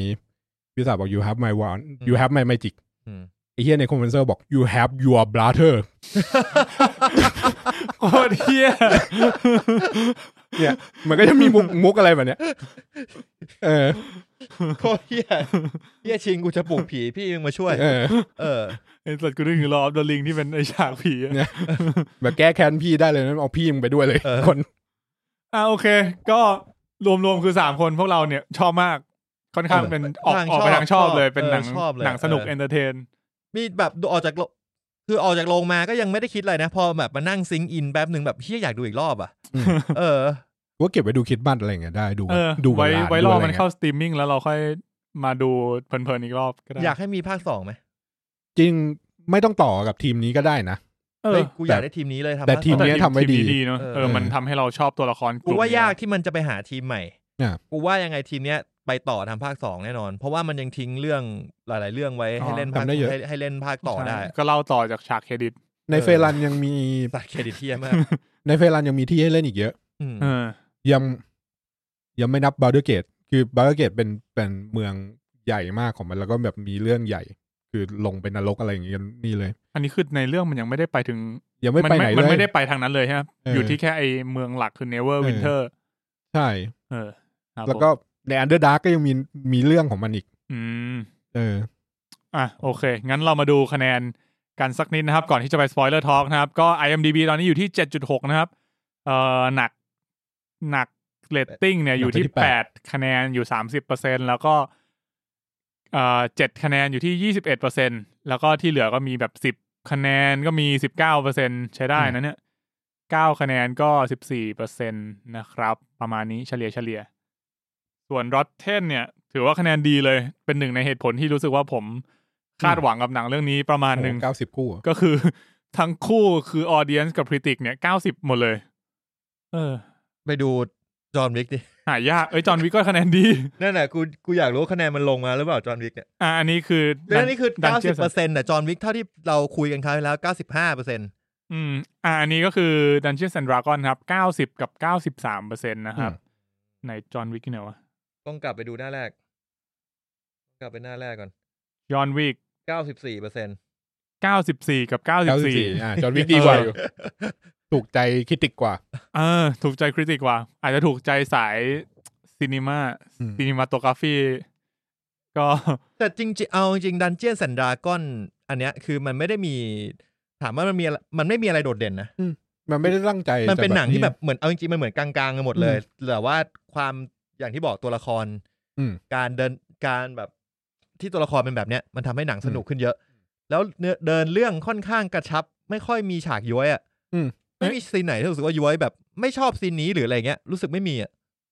S3: พิศาจบอก you have my wand
S2: อืม
S3: you have my magic
S2: อืม
S3: ไอ้เฮียในคอมเพนเซอร์บอก you have your brother
S1: โคตรเฮีย
S3: เนี่ย มันก็จะมีมุกมุกอะไรแบบเนี้ย เออ
S2: โคตรเฮียเฮียชิงกูจะปลุกผีพี่มึงมาช่วย
S3: เออ
S2: เออ
S1: ไอ้สัตว์กูนึกถึงลอบดอลิงที่เป็นไอฉากผีอะ
S3: เนี่ย แบบแก้แค้นพี่ได้เลยนะเอาพี่มึงไปด้วยเลย
S2: เออ
S3: คน
S1: อ่าโอเค ก็รวมๆคือสามคนพวกเราเนี่ย ชอบมากค่อนข้างเป็นออก
S2: ทาง
S1: ออกไป
S2: ชอบ
S1: ทางชอบเลย
S2: ชอบ
S1: เป็นหนัง
S2: เออชอบเลย
S1: หนังสนุก
S2: เออ
S1: เอนเตอร์เทน
S2: มีแบบดูออกจากโรงคือออกจากโรงมาก็ยังไม่ได้คิดอะไรนะ พอแบบมานั่งซิงค์อินแป๊บหนึ่งแบบเฮียอยากดูอีกรอบอ่ะ
S3: อืม
S2: เออ
S3: ว่าเก็บไว้ดูคริดบัตอะไรอย่างเงี้ยได้ดู
S1: เออ
S3: ดู
S1: ไว้
S3: ลา
S1: ไว้รอ
S3: ดูะ
S1: มัน
S3: เงี้ย
S1: เข้าสตรีมมิ่งแล้วเราค่อยมาดูเพลินๆอีกรอบก็ได้
S2: อยากให้มีภาคสองไหม
S3: จริงไม่ต้องต่อกับทีมนี้ก็ได้นะ
S1: เออ
S2: เฮ้ยกูอยากได้ทีมนี้เลยทำ
S3: แต่
S2: ภาค
S3: ทีม
S2: สอง
S3: เนี้ย ทำไว้ดี
S1: ทีมนี้เนอะเอ
S2: เอ
S1: อ
S2: อ
S1: มันทำให้เราชอบตัวละคร
S2: กู
S1: ลุ่ม
S2: ว่ายาก
S1: นี้
S2: ที่มันจะไปหาทีมใหม่
S3: อ่ะ
S2: กูว่ายังไงทีมเนี้ยไปต่อทำภาคสองแน่นอน เพราะว่ามันยังทิ้งเรื่องหลาย ๆ เรื่องไว้ให้เล่นภาค
S3: ทำได้เยอะ
S2: ให้ให้เล่นภาคต่อได้
S1: ใช่ก็เล่าต่อจากฉากเครดิต
S3: ใน
S2: เออ
S3: เฟรันยังมี
S2: สายเครดิตเทียมาก
S3: ในเฟรันยังมีที่ให้เล่นอีกเยอะ
S2: อืม
S1: เออ
S3: ยังยังไม่นับบา l เดอร์เกต คือบา l เดอร์เกตเป็นเป็นเมืองใหญ่มากของมันแล้วก็แบบมีเรื่องใหญ่ คือลงไปนรกอะไรอย่างเงี้ยนี่เลย
S1: อันนี้คือในเรื่องมันยังไม่ได้ไปถึง
S3: ยังไม่
S1: มั
S3: ไปไหน
S1: มั
S3: เลย
S1: ไม่ได้ไปทางนั้นเลยฮะ
S3: เออ
S1: อ
S3: อ
S1: ยู่ที่แค่ไอเมืองหลักคือ Never Winter
S3: ใช่
S1: เออครับ
S3: แล้วก็
S1: ผม
S3: ในอันเดอร์ดาร์ก็ยังมีมีเรื่องของมันอีก
S1: อืม
S3: เออ
S1: อ่ะโอเค งั้นเรามาดูคะแนนกันสักนิดนะครับ ก่อนที่จะไปสปอยเลอร์ทอล์กนะครับ ก็ IMDB ตอนนี้อยู่ที่ 7.6 นะครับ เอ่อหนักหนักเรตติ้งเนี่ยอยู่ที่
S3: หนักไปที่
S1: 8 คะแนนอยู่ 30%แล้วก็เอ่อ7คะแนนอยู่ที่ 21%แล้วก็ที่เหลือก็มีแบบ 10 คะแนนก็มี 19%ใช้ได้นะเนี่ย 9 คะแนนก็ 14%นะครับ ประมาณนี้เฉลี่ยเฉลี่ย ส่วน Rotten เนี่ย ถือว่าคะแนนดีเลย เป็นหนึ่งในเหตุผลที่รู้สึกว่าผมคาดหวังกับหนังเรื่องนี้ประมาณหนึ่ง
S3: เก้าสิบคู่อะ
S1: ก็คือ ทั้งคู่คือออเดียนส์กับพริติกเนี่ยเก้าสิบหมดเลย เออ
S2: ไปดูจอห์นวิกดิ
S1: หายาก เอ้ย จอห์นวิกก็คะแนนดี
S2: นั่นแหละกูกูอยากรู้ว่าคะแนนมันลงมาหรือเปล่าจอห์นวิกเนี่ย
S1: อ่ะอันนี้คือ
S2: เรื่องนี้คือ
S1: ดั
S2: เก้าสิ
S1: จี้ย
S2: บเปอร์เซ็นต์แต่จอห์นวิกเท่าที่เราคุยกันคราวที่แล้วเก้าสิบห้าเปอร์เซ็นต์
S1: อืม อ่ะอันนี้ก็คือ Dungeons and Dragons ครับเก้าสิบ90 กับเก้าสิบสามเปอร์เซ็นต์นะครับ ไหนจอห์นวิกอยู่ไหนวะ
S2: ต้องกลับไปดูหน้าแรก กลับไปหน้าแรกก่อน
S1: จอห์นวิก
S2: เก้าสิบสี่เปอร์เซ็นต์
S1: เก้าสิบสี่กับเก้าสิ
S3: เก้า
S1: บ
S3: สิบ
S1: สี่
S3: สี่อ่ะจอห์นวิกดีกว่า
S1: เออ
S3: อ
S1: อ
S3: ยู่ ถูกใจคิดติกกว่า
S1: เออ ถูกใจคริติกว่า อาจจะถูกใจสายซีนิมา
S3: อืม
S1: ซีนิมาโตกราฟีก็
S2: แต่จริงๆเอาจริงดันเจียนสันดากอนอันเนี้ยคือมันไม่ได้มี ถามว่ามันมีอะไรมันไม่มีอะไรโดดเด่นนะ
S3: มันไม่ได้ตั้งใจ
S2: มันเป็น
S3: จะ
S2: หนังที่แบบเหมือนเอาจริงๆมันเหมือนกลางๆกันหมดเลย แต่ว่าความอย่างที่บอกตัวละคร
S3: อืม
S2: การเดินการแบบที่ตัวละครเป็นแบบเนี้ยมันทำให้หนังสนุกขึ้นเยอะ แล้วเนื้อเดินเรื่องค่อนข้างกระชับ ไม่ค่อยมีฉากย้อยอ่ะ
S3: อืม
S2: ไม่มีซีนไหนที่รู้สึกว่าย้อยแบบ ไม่ชอบซีนนี้หรืออะไรเงี้ยรู้สึกไม่มีอ่ะ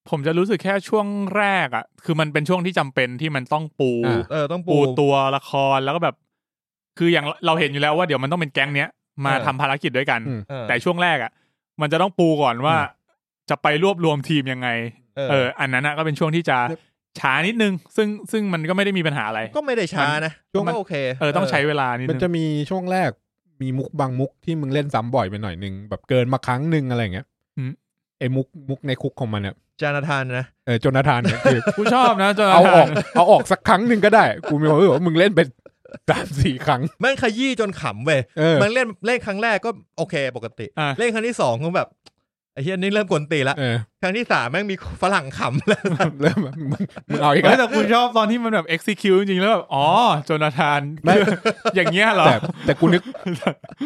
S1: ผมจะรู้สึกแค่ช่วงแรกอะ่ะ คือมันเป็นช่วงที่จำเป็นที่มันต้องปู
S3: อ่า
S2: เออต้องปู
S1: ปูตัวละครแล้วก็แบบ คืออย่างเราเห็นอยู่แล้วว่าเดี๋ยวมันต้องเป็นแก๊งเนี้ยมา
S2: เออ
S1: ทำภารกิจด้วยกัน
S3: อืม
S2: เออ
S1: แต่ช่วงแรกอะ่ะ มันจะต้องปูก่อนว่า จะไปรวบรวมทีมยังไง
S2: เออ
S1: เออ อันนั้นอะก็เป็นช่วงที่จะช้านิดนึง ซึ่งซึ่งมันก็ไม่ได้มีปัญหาอะไร
S2: ก็ไม่ได้ช้านะ
S1: ช่วง
S2: ก็โอเค
S1: เออต้องใช้เวลานิด
S3: มัน
S1: นึง
S3: จะมีช่วงแรกมีมุกบางมุกที่มึงเล่นซ้ำบ่อยไปหน่อยหนึ่งแบบเกินมาครั้งหนึ่งอะไรอย่างเงี้ยไอ้มุกมุกในคุกของมันเนี่ย
S2: จานาธานนะ
S3: เออจนาธา นเนี่ยคือ
S1: กูชอบนะจน
S3: เอาออกเอาออกสักครั้งหนึ่งก็ได้ กูมีความรู้สึกว่ามึงเล่นเป็นสามสี่ครั้ง
S2: แม่งขยี้จนขำเว้ย
S3: เออ
S2: มันเล่นเล่นครั้งแรกก็โอเคปกติ
S1: อ่ะ
S2: เล่นครั้งที่สองก็แบบไอ้เฮียนี่เริ่มกวนตีนละ
S3: เออ
S2: ครั้งที่สามแม่งมีฝรั่งขำแล้ว
S3: เริ่มแบบมึงมึงเอาอีก
S1: เฮ้ย
S3: แล้ว
S1: แต่กูชอบตอนที่มันแบบ execute จริงๆแล้วแบบอ๋อจนาธานอย่าง เงี้ยเหรอ
S3: แต่แต่กูนึก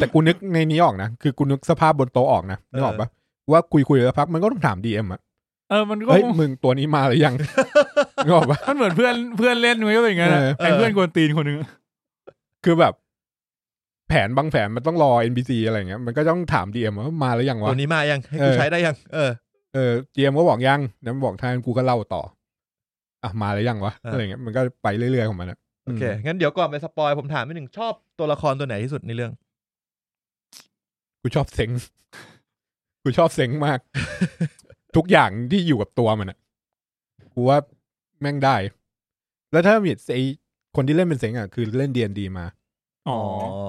S3: แต่กูนึกในนี้ออกนะ คือกูนึกสภาพบนโต๊ะออกนะนึกออกปะว่าคุยคุยแล้วพักมันก็ต้องถามดีเอ็มอะ
S1: เออมันก็
S3: เฮ้ยมึงตัวนี้มาห รือยังนึกออกปะ
S1: มันเหมือนเพื่อนเพื่อนเล่นมันก็เป็นอย่างนั้นอะ
S3: เออ
S1: ไอ้เพื่อนกวนตีนคนหนึงอะ
S3: คือแบบ แผนบางแผนมันต้องรอ NBC อะไรเงี้ยมันก็ต้องถามดีเอ็มว่ามาหรือยังวะ
S2: ตัวนี้มายังให้กู
S3: เออ
S2: ใช้ได้ยัง เออ
S3: เออเจมก็บอกยังน้ำบอกทางกูก็เล่าต่ออ่ะมาหรือยังวะ
S2: เอออ
S3: อะไรเงี้ยมันก็ไปเรื่อยๆของมันอะ
S2: โอเค งั้นเดี๋ยวก่อนไปสปอยผมถามนิดหนึ่งชอบตัวละครตัวไหนที่สุดในเรื่อง
S3: กูชอบเซ็ง กูชอบเซ็งมาก ทุกอย่างที่อยู่กับตัวมันอะกูว่าแม่งได้ แล้วถ้ามีไอคนที่เล่นเป็นเซ็งอะคือเล่นเดียนดีมา
S1: อ๋อ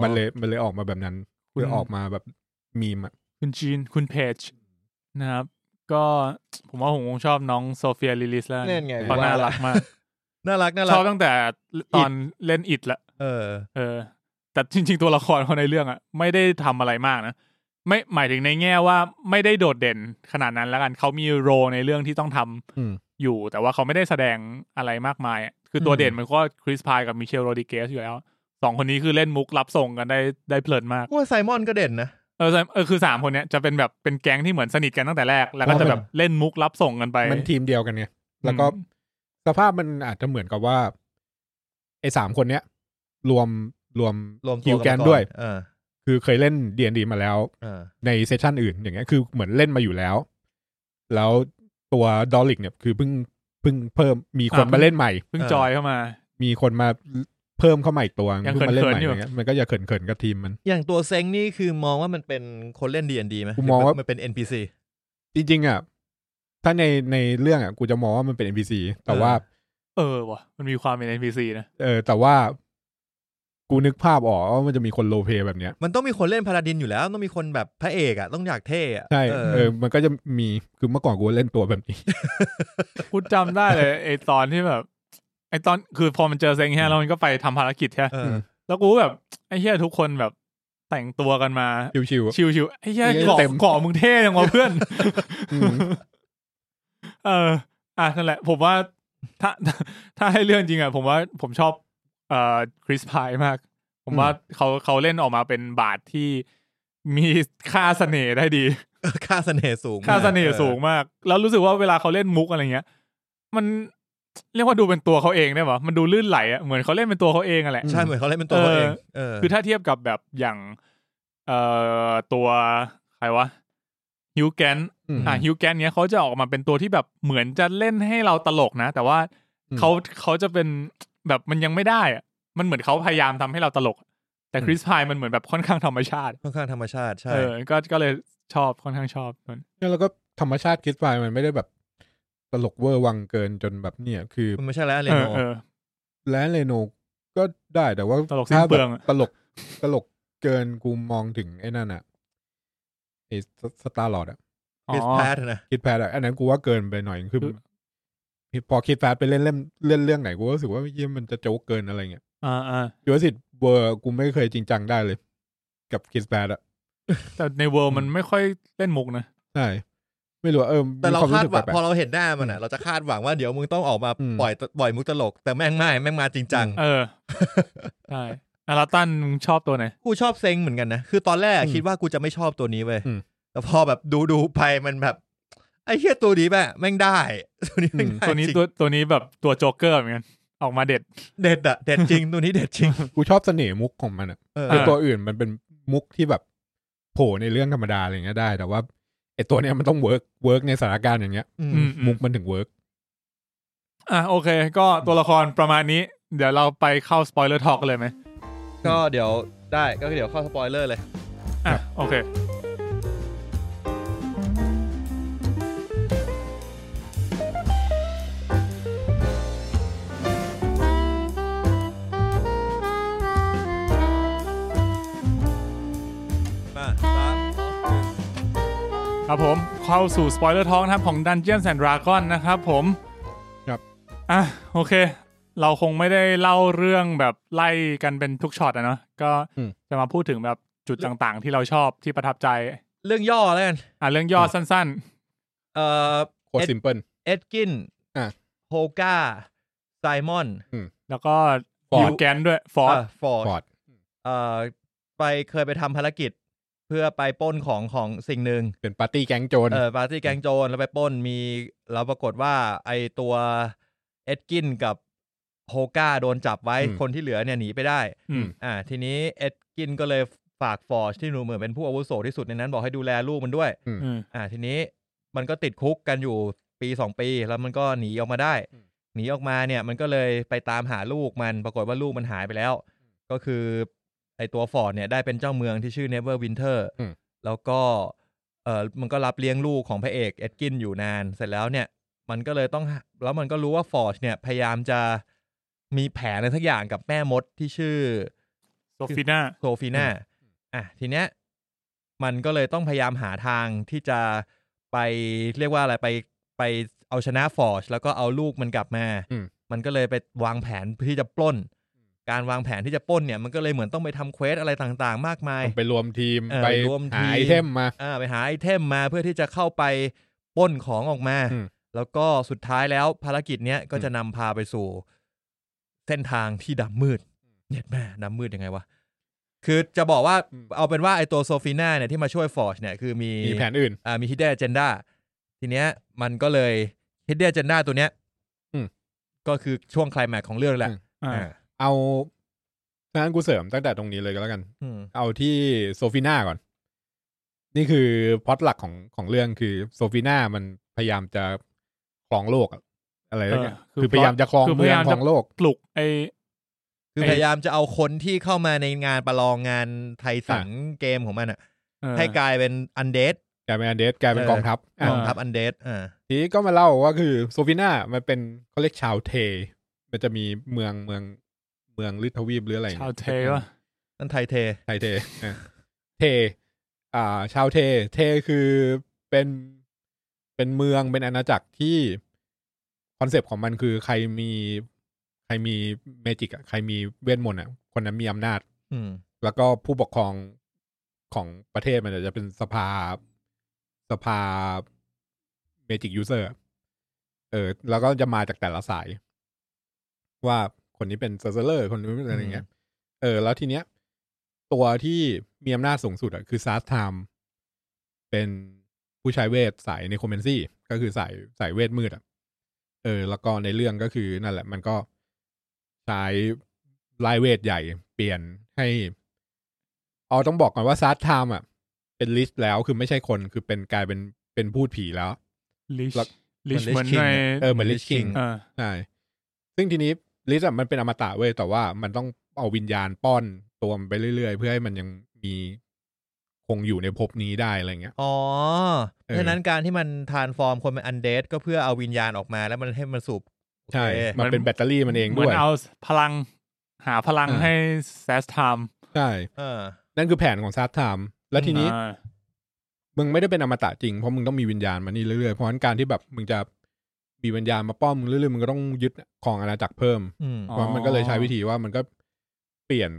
S3: มันเลยมันเลยออกมาแบบนั้น
S1: คุ
S3: คื
S1: ณ
S3: อออกมาแบบมีมอะ
S1: คุณจีนคุณเพจนะครับ ก็ผมว่าผมคงชอบน้องโซเฟียลิลิสแล้ว
S2: เล่นไง
S1: เพราะน่ารักมาก
S2: น่ารักน่า
S1: ช
S2: รั
S1: อบ
S2: ก
S1: ตั้งแต่ตอนเล่นอิดละ
S2: เออ
S1: เออ แต่จริง ๆ ตัวละครเขาในเรื่องอ่ะ ไม่ได้ทำอะไรมากนะ ไม่หมายถึงในแง่ว่าไม่ได้โดดเด่นขนาดนั้นแล้วกันเขามีโรในเรื่องที่ต้องทำ
S3: อืม
S1: อยู่ แต่ว่าเขาไม่ได้แสดงอะไรมากมายอะคือตัว
S3: อืม
S1: เด่นมันก็คริสพายกับมิเชลโรดิเกสอยู่แล้วสองคนนี้คือเล่นมุกรับส่งกันได้ได้เพลินมาก
S2: กูว่าไซมอนก็เด่นนะ
S1: เออใช่เออคือสามคนเนี้ยจะเป็นแบบเป็นแก๊งที่เหมือนสนิทกันตั้งแต่แรก แล้วก็
S3: เพราะ
S1: จะ
S3: มัน
S1: แบบเล่นมุกรับส่งกันไป
S3: มันทีมเดียวกันไงแล้วก็
S1: อืม
S3: สภาพมันอาจจะเหมือนกับว่าไอ้สามคนเนี้ย รวมรวม
S2: รวมตั
S3: คิ
S2: ว
S3: วแกน
S2: มาอ
S3: ด้วย
S2: เออ
S3: คือเคยเล่นเดียนดีมาแล้ว
S2: เออ
S3: ในเซสชันอื่นอย่างเงี้ยคือเหมือนเล่นมาอยู่แล้ว แล้ว ตัวดอลลิกเนี่ยคือเพิ่งเพิ่งเพิ่มมีคน
S1: อ่ะ
S3: มาเล่นใหม่
S1: เพิ่ง
S2: เออ
S1: จอยเข้ามา
S3: มีคนมาเพิ่มเข้ามาอีกตัว
S1: ยัง
S3: เพิ่งมาเล่นใหม่
S1: เขินๆอยู่
S3: อะไรเงี้ยมันก็จะเขินๆกับทีมมัน
S2: อย่างตัวเซ็งนี่คือมองว่ามันเป็นคนเล่น D&D ไหม
S3: กูมองว่า
S2: หรืนเป็น NPC
S3: จริงๆอ่ะถ้าในในเรื่องอ่ะกูจะมองว่ามันเป็น NPC แต่ว่า
S1: เออว่ะมันมีความเป็น NPC นะ
S3: เออ แต่ว่ากูนึกภาพออกว่ามันจะมีคนโลเปแบบเนี้ย
S2: มันต้องมีคนเล่นพาราดินอยู่แล้ว ต้องมีคนแบบพระเอกอ่ะต้องอยากเท่อะ
S3: ใช่
S2: เออ
S3: เออ มันก็จะมีคือเมื่อก่อนกูเล่นตัวแบบนี้
S1: พูดจำได้เลย ไอตอนที่แบบไอตอนคือพอมันเจอเซ็งแฮะแล้วมันก็ไปทำภารกิจใช่ไหม
S2: เออ
S1: แล้วกูก็แบบไอเฮียทุกคนแบบแต่งตัวกันมา
S3: ชิว
S1: ชิวๆไอ้เหี้ย
S3: เยอะ
S1: เกาะ
S3: เต็ม
S1: เกาะมึงเท่ยังวะเพื่อน
S3: ๆอืม
S1: เออ อ่ะนั่นแหละ ผมว่าถ้า ถ้าถ้าให้เรื่องจริงอ่ะผมว่าผมชอบเอ่อคริสพายมาก ผมว่าเขาเขาเล่นออกมาเป็นบาทที่มีค่าเสน่ห์ได้ดี
S2: ค่าเสน่ห์สูงมก
S1: ค่าเสน่ห์สูง
S2: เอ
S1: มาก แล้วรู้สึกว่าเวลาเขาเล่นมุกอะไรเงี้ย มันเรียกว่าดูเป็นตัวเขาเองได้ปะมันดูลื่นไหลอ่ะเหมือนเขาเล่นเป็นตัวเขาเองอ่ะแหละ
S2: อใช่เหมือนเขาเล่นเป็นตัวเขาเองเออ
S1: คือถ้าเทียบกับแบบอย่าง เอ่อตัวใครวะฮิวแกน
S3: อืม
S1: อ่ะฮิวแกนเนี้ยเขาจะออกมาเป็นตัวที่แบบเหมือนจะเล่นให้เราตลกนะ แต่ว่า
S3: อืม
S1: เขาเขาจะเป็นแบบมันยังไม่ได้อะมันเหมือนเขาพยายามทำให้เราตลก แต่
S3: อืม
S1: คริสพายมันเหมือนแบบค่อนข้างธรรมชาติ
S2: ค่อนข้างธรรมชาติใช่
S1: เออ ก็ก็เลยชอบค่อนข้างชอบมัน
S3: แล้วก็ธรรมชาติคิดไปมันไม่ได้แบบตลกเวอร์วังเกินจนแบบเนี่ย คือ
S2: มันไม่ใช่แล้วเล
S1: เออ
S2: โน
S1: เออ
S3: แลนเรโนก็ได้แต่ว่า
S1: ตลกสิ้นเปลืองอะ
S3: ถ้าแบบตลกตลกเกินกูมองถึงไอ้นั่นอะไอ้สตาร์ลอดอะ
S1: อ๋
S2: มิส
S1: อ
S2: แพทนะ
S3: คิดแพดอะอันนั้นกูว่าเกินไปหน่อยคือ
S1: คือ
S3: พอคิดแพดไปเล่นเล่มเล่นเรื่องไหนกูก็รู้สึกว่าเยี่ยมมันจะโจ๊กเกินอะไรเงี้ย
S1: อ่าอ่า
S3: ยูสิตเวอร์กูไม่เคยจริงจังได้เลย กับคิสแบดอะ
S1: แต่ในเวิร์มันไม่ค่อยเล่นมุกนะ
S3: ใช่ไม่รู้อะเออ
S2: แต่เรา
S3: มีวม
S2: คาด
S3: สึก
S2: หวัง
S3: แปลก
S2: พอเราเห็นหน้ามันอ่ะเราจะคาดหวังว่าเดี๋ยวมึงต้องออกมา
S3: อืม
S2: ปล่อยปล่อยมุกตลก แต่แม่งไม่แม่งมาจริงจัง
S1: เออ ใช่อาราตันมึงชอบตัวไหน
S2: กูชอบเซ็งเหมือนกันนะ คือตอนแรกอะ
S3: อืม
S2: คิดว่ากูจะไม่ชอบตัวนี้เว้ย
S3: อืม
S2: แต่พอแบบดูดูไปมันแบบ ไอ้เหี้ยตัวนี้แบบแม่งได้ ตัวนี้แม่งได้
S1: ตัวนี้
S2: จริง
S1: ตัวตัวนี้แบบตัวโจ๊กเกอร์เหมือนกันออกมาเด็ด
S2: เด็ดอะเด็ดจริง ตัวนี้เด็ดจริง
S3: ๆกูชอบเสน่ห์มุกของมันอะ
S2: เออ
S3: คือ
S1: เ
S3: ตัวอื่นมันเป็นมุกที่แบบโผล่ในเรื่องธรรมดาอะไรอย่างเงี้ยได้ แต่ว่าไอตัวเนี้ยมันต้องเวิร์กเวิร์กในสถานการณ์อย่างเงี้ย
S2: อืม
S1: อืม
S3: มุกมันถึงเวิร์ก
S1: อ่ะโอเค ก็ตัวละครประมาณนี้ เดี๋ยวเราไปเข้าสปอยเลอร์ทอกเลยไหม
S2: ก็เดี๋ยวได้ก็เดี๋ยวเข้าสปอยเลอร์เลย
S1: อ่ะโอเค
S2: มาสามสองหนึ่ง
S1: ครับผมเข้าสู่สปอยเลอร์ทอกนะครับของ Dungeons and Dragons นะครับผม
S3: ครับ
S1: อ่ะโอเค เราคงไม่ได้เล่าเรื่องแบบไล่กันเป็นทุกช็อตอะเนาะก็
S3: อืม
S1: จะมาพูดถึงแบบจุดต่างๆ ที่เราชอบที่ประทับใจ
S2: เรื่องย่อแล้วกัน
S1: อ่ะเรื่องย่อสั้น
S2: เอ่อ
S3: โคตร
S2: เอ็ด
S3: ซิมเพิล
S2: เอ็ดกิน
S3: อ่ะ
S2: โฮก้าไซมอน
S1: ๆ แล้วก็
S3: ฟอร์ด
S1: ฮิวแกนด้วยฟอร์ด
S2: ฟอร์ด
S3: ฟอร์ด
S2: เอ่อไปเคยไปทำภารกิจ เพื่อไปปล้นของของสิ่งหนึ่ง
S3: เป็นปาร์ตี้แก๊งโจร
S2: เออปาร์ตี้แกงโจรแล้วไปปล้นมีเราปรากฏว่าไอตัวเอ็ดกินกับโฮก้าโดนจับไว้คนที่เหลือเนี่ยหนีไปได้
S1: อืม
S2: อ่า ทีนี้เอ็ดกินก็เลยฝากฟอร์ชที่หนูเหมือนเป็นผู้อาวุโสที่สุดในนั้นบอกให้ดูแลลูกมันด้วย
S1: อืม
S2: อ่า ทีนี้มันก็ติดคุกกันอยู่ปีสองปีแล้วมันก็หนีออกมาได้ หนีออกมาเนี่ยมันก็เลยไปตามหาลูกมันปรากฏว่าลูกมันหายไปแล้ว ก็คือไอตัวฟอร์ดเนี่ยได้เป็นเจ้าเมืองที่ชื่อ Never Winter
S3: อืม
S2: แล้วก็เออมันก็รับเลี้ยงลูกของพระเอกเอ็ดกินอยู่นานเสร็จแล้วเนี่ย มันก็เลยต้องหาแล้วมันก็รู้ว่าฟอร์ดเนี่ยพยายามจะมีแผนอะไรทักอย่างกับแม่มดที่ชื่อ
S1: โซฟีน่า
S2: โซฟีน่า อ่ะ ทีเนี้ย มันก็เลยต้องพยายามหาทางที่จะไปเรียกว่าอะไรไปไปเอาชนะฟอร์ชแล้วก็เอาลูกมันกลับมา
S3: อืม
S2: มันก็เลยไปวางแผนที่จะปล้น การวางแผนที่จะปล้นเนี่ย มันก็เลยเหมือนต้องไปทำเควสอะไรต่างๆ มากมาย
S3: ไปรวมทีม
S2: เออ
S3: ไป
S2: รวมที
S3: หาม ไอเทมมา
S2: อ่าไปหาไอเทมมาเพื่อที่จะเข้าไปปล้นของออกมา
S3: อืม
S2: แล้วก็สุดท้ายแล้วภารกิจเนี้ยก็จะนำพาไปสู่ เส้นทางที่ดำมืดเน็ดแม่ดำมืดยังไงวะ คือจะบอกว่า
S3: อืม
S2: เอาเป็นว่าไอตัวโซฟีน่าเนี่ยที่มาช่วยฟอร์ชเนี่ยคือมี
S3: มีแผนอื่น
S2: อ่ามีฮิดเด a เจนดาทีเนี้ย มันก็เลยฮิดเด a เจนดาตัวเนี้ย
S3: อืม
S2: ก็คือช่วงไคลายแม็กซ์ของเรื่องแหละ
S3: อืม
S1: อ่า
S2: อ่า
S3: เอานั้นกูเสริมตั้งแต่ตรงนี้เลยก็แล้วกัน
S2: อืม
S3: เอาที่โซฟีน่าก่อน นี่คือพล็อตหลักของของเรื่องคือโซฟีน่ามันพยายามจะ คลองโลกอะอะไร
S1: เอ
S3: สัก
S1: อ
S3: อย่าง
S1: คือ
S3: คือพยายามจะคลอง
S1: คือ
S3: เมือ
S1: พ
S3: ง
S1: ยายามจะ
S3: คลองโลก
S1: ปลุกไอ
S2: คือ
S1: ไอ้
S2: พยายามจะเอาคนที่เข้ามาในงานประลองงานไทยสังเกมของมันอ่ะ
S1: เออ
S2: ให้กลายเป็นอันเดด
S3: กลายเป็นอันเดสกลายเป็น
S2: เออ
S3: กองทัพอ่ะ
S2: กองทัพอันเดดอ่า
S3: ทีนี้ก็มาเล่าว่าคือโซฟิน่ามันเป็นเขาเรียกชาวเท มันจะมีเมืองเมืองเมืองลิทวีปหรืออะไร
S1: ชาวเทวะ
S2: นั่นไทยเท
S3: ไทยเท อ่ะเท อ่า ชาวเท เทคือเป็นเป็นเมืองเป็นอาณาจักรที่คอนเซปต์ของมันคือใครมีใครมีเมจิกอะใครมีเวทมนต์อะคนนั้นมีอำนาจ
S2: อืม
S3: แล้วก็ผู้ปกครองของประเทศมันจะเป็นสภาสภาเมจิกยูเซอร์เออ แล้วก็จะมาจากแต่ละสาย ว่าคนนี้เป็นเซอร์เซอร์ คนนี้เป็นอะไรอย่างเงี้ย เออ แล้วทีเนี้ย ตัวที่มีอำนาจสูงสุดอะคือซาร์ทามเป็นผู้ใช้เวทสายในคอมเมนซี่ก็คือสายสายเวทมืดอะเออ แล้วก็ในเรื่องก็คือนั่นแหละ มันก็ใช้ลายเวทใหญ่เปลี่ยนให้เอาต้องบอกก่อนว่าซาร์ทามอะเป็นลิสต์แล้วคือไม่ใช่คนคือเป็นกลายเป็นเป็นพูดผีแล้ว
S1: ลิช
S3: แล้ว
S1: ลิช
S2: มัน Lich
S1: เหมือน
S2: King
S1: ใน
S3: เออเหมือนลิชคิง
S1: เออ
S3: ใช่ ซึ่งทีนี้ลิสต์อะมันเป็นอมตะเว้ย แต่ว่ามันต้องเอาวิญญาณป้อนตัวมันไปเรื่อยๆ เพื่อให้มันยังมีคงอยู่ในภพนี้ได้อะไรเงี้ย
S2: อ๋อ
S3: เออ
S2: ดังนั้นการที่มันทานฟอร์มคนเป็นอันเดดก็เพื่อเอาวิญญาณออกมาแล้วมันให้มันสูบโอเค
S3: ใช่ มันเป็น
S1: เหมือน
S3: แบตเตอรี่มันเอง
S1: เหมื
S3: ด้
S1: อ
S3: วย
S1: นเอาพลังหาพลัง
S3: อ่า
S1: ให้แซสไทม์
S3: ใช่
S2: เออ
S3: นั่นคือแผนของซาร์ทไทม์แล้วทีนี้
S1: อ่า
S3: มึงไม่ได้เป็นอมตะจริง เพราะมึงต้องมีวิญญาณมานี่เรื่อยๆ เพราะฉะนั้นการที่แบบมึงจะมีวิญญาณมาป้อนมึงเรื่อยๆ มึงก็ต้องยึดของอาณาจักรเพิ่ม
S2: อืม
S1: อ๋อ
S3: เพราะมันก็เลยใช้วิธีว่ามันก็เปลี่ยน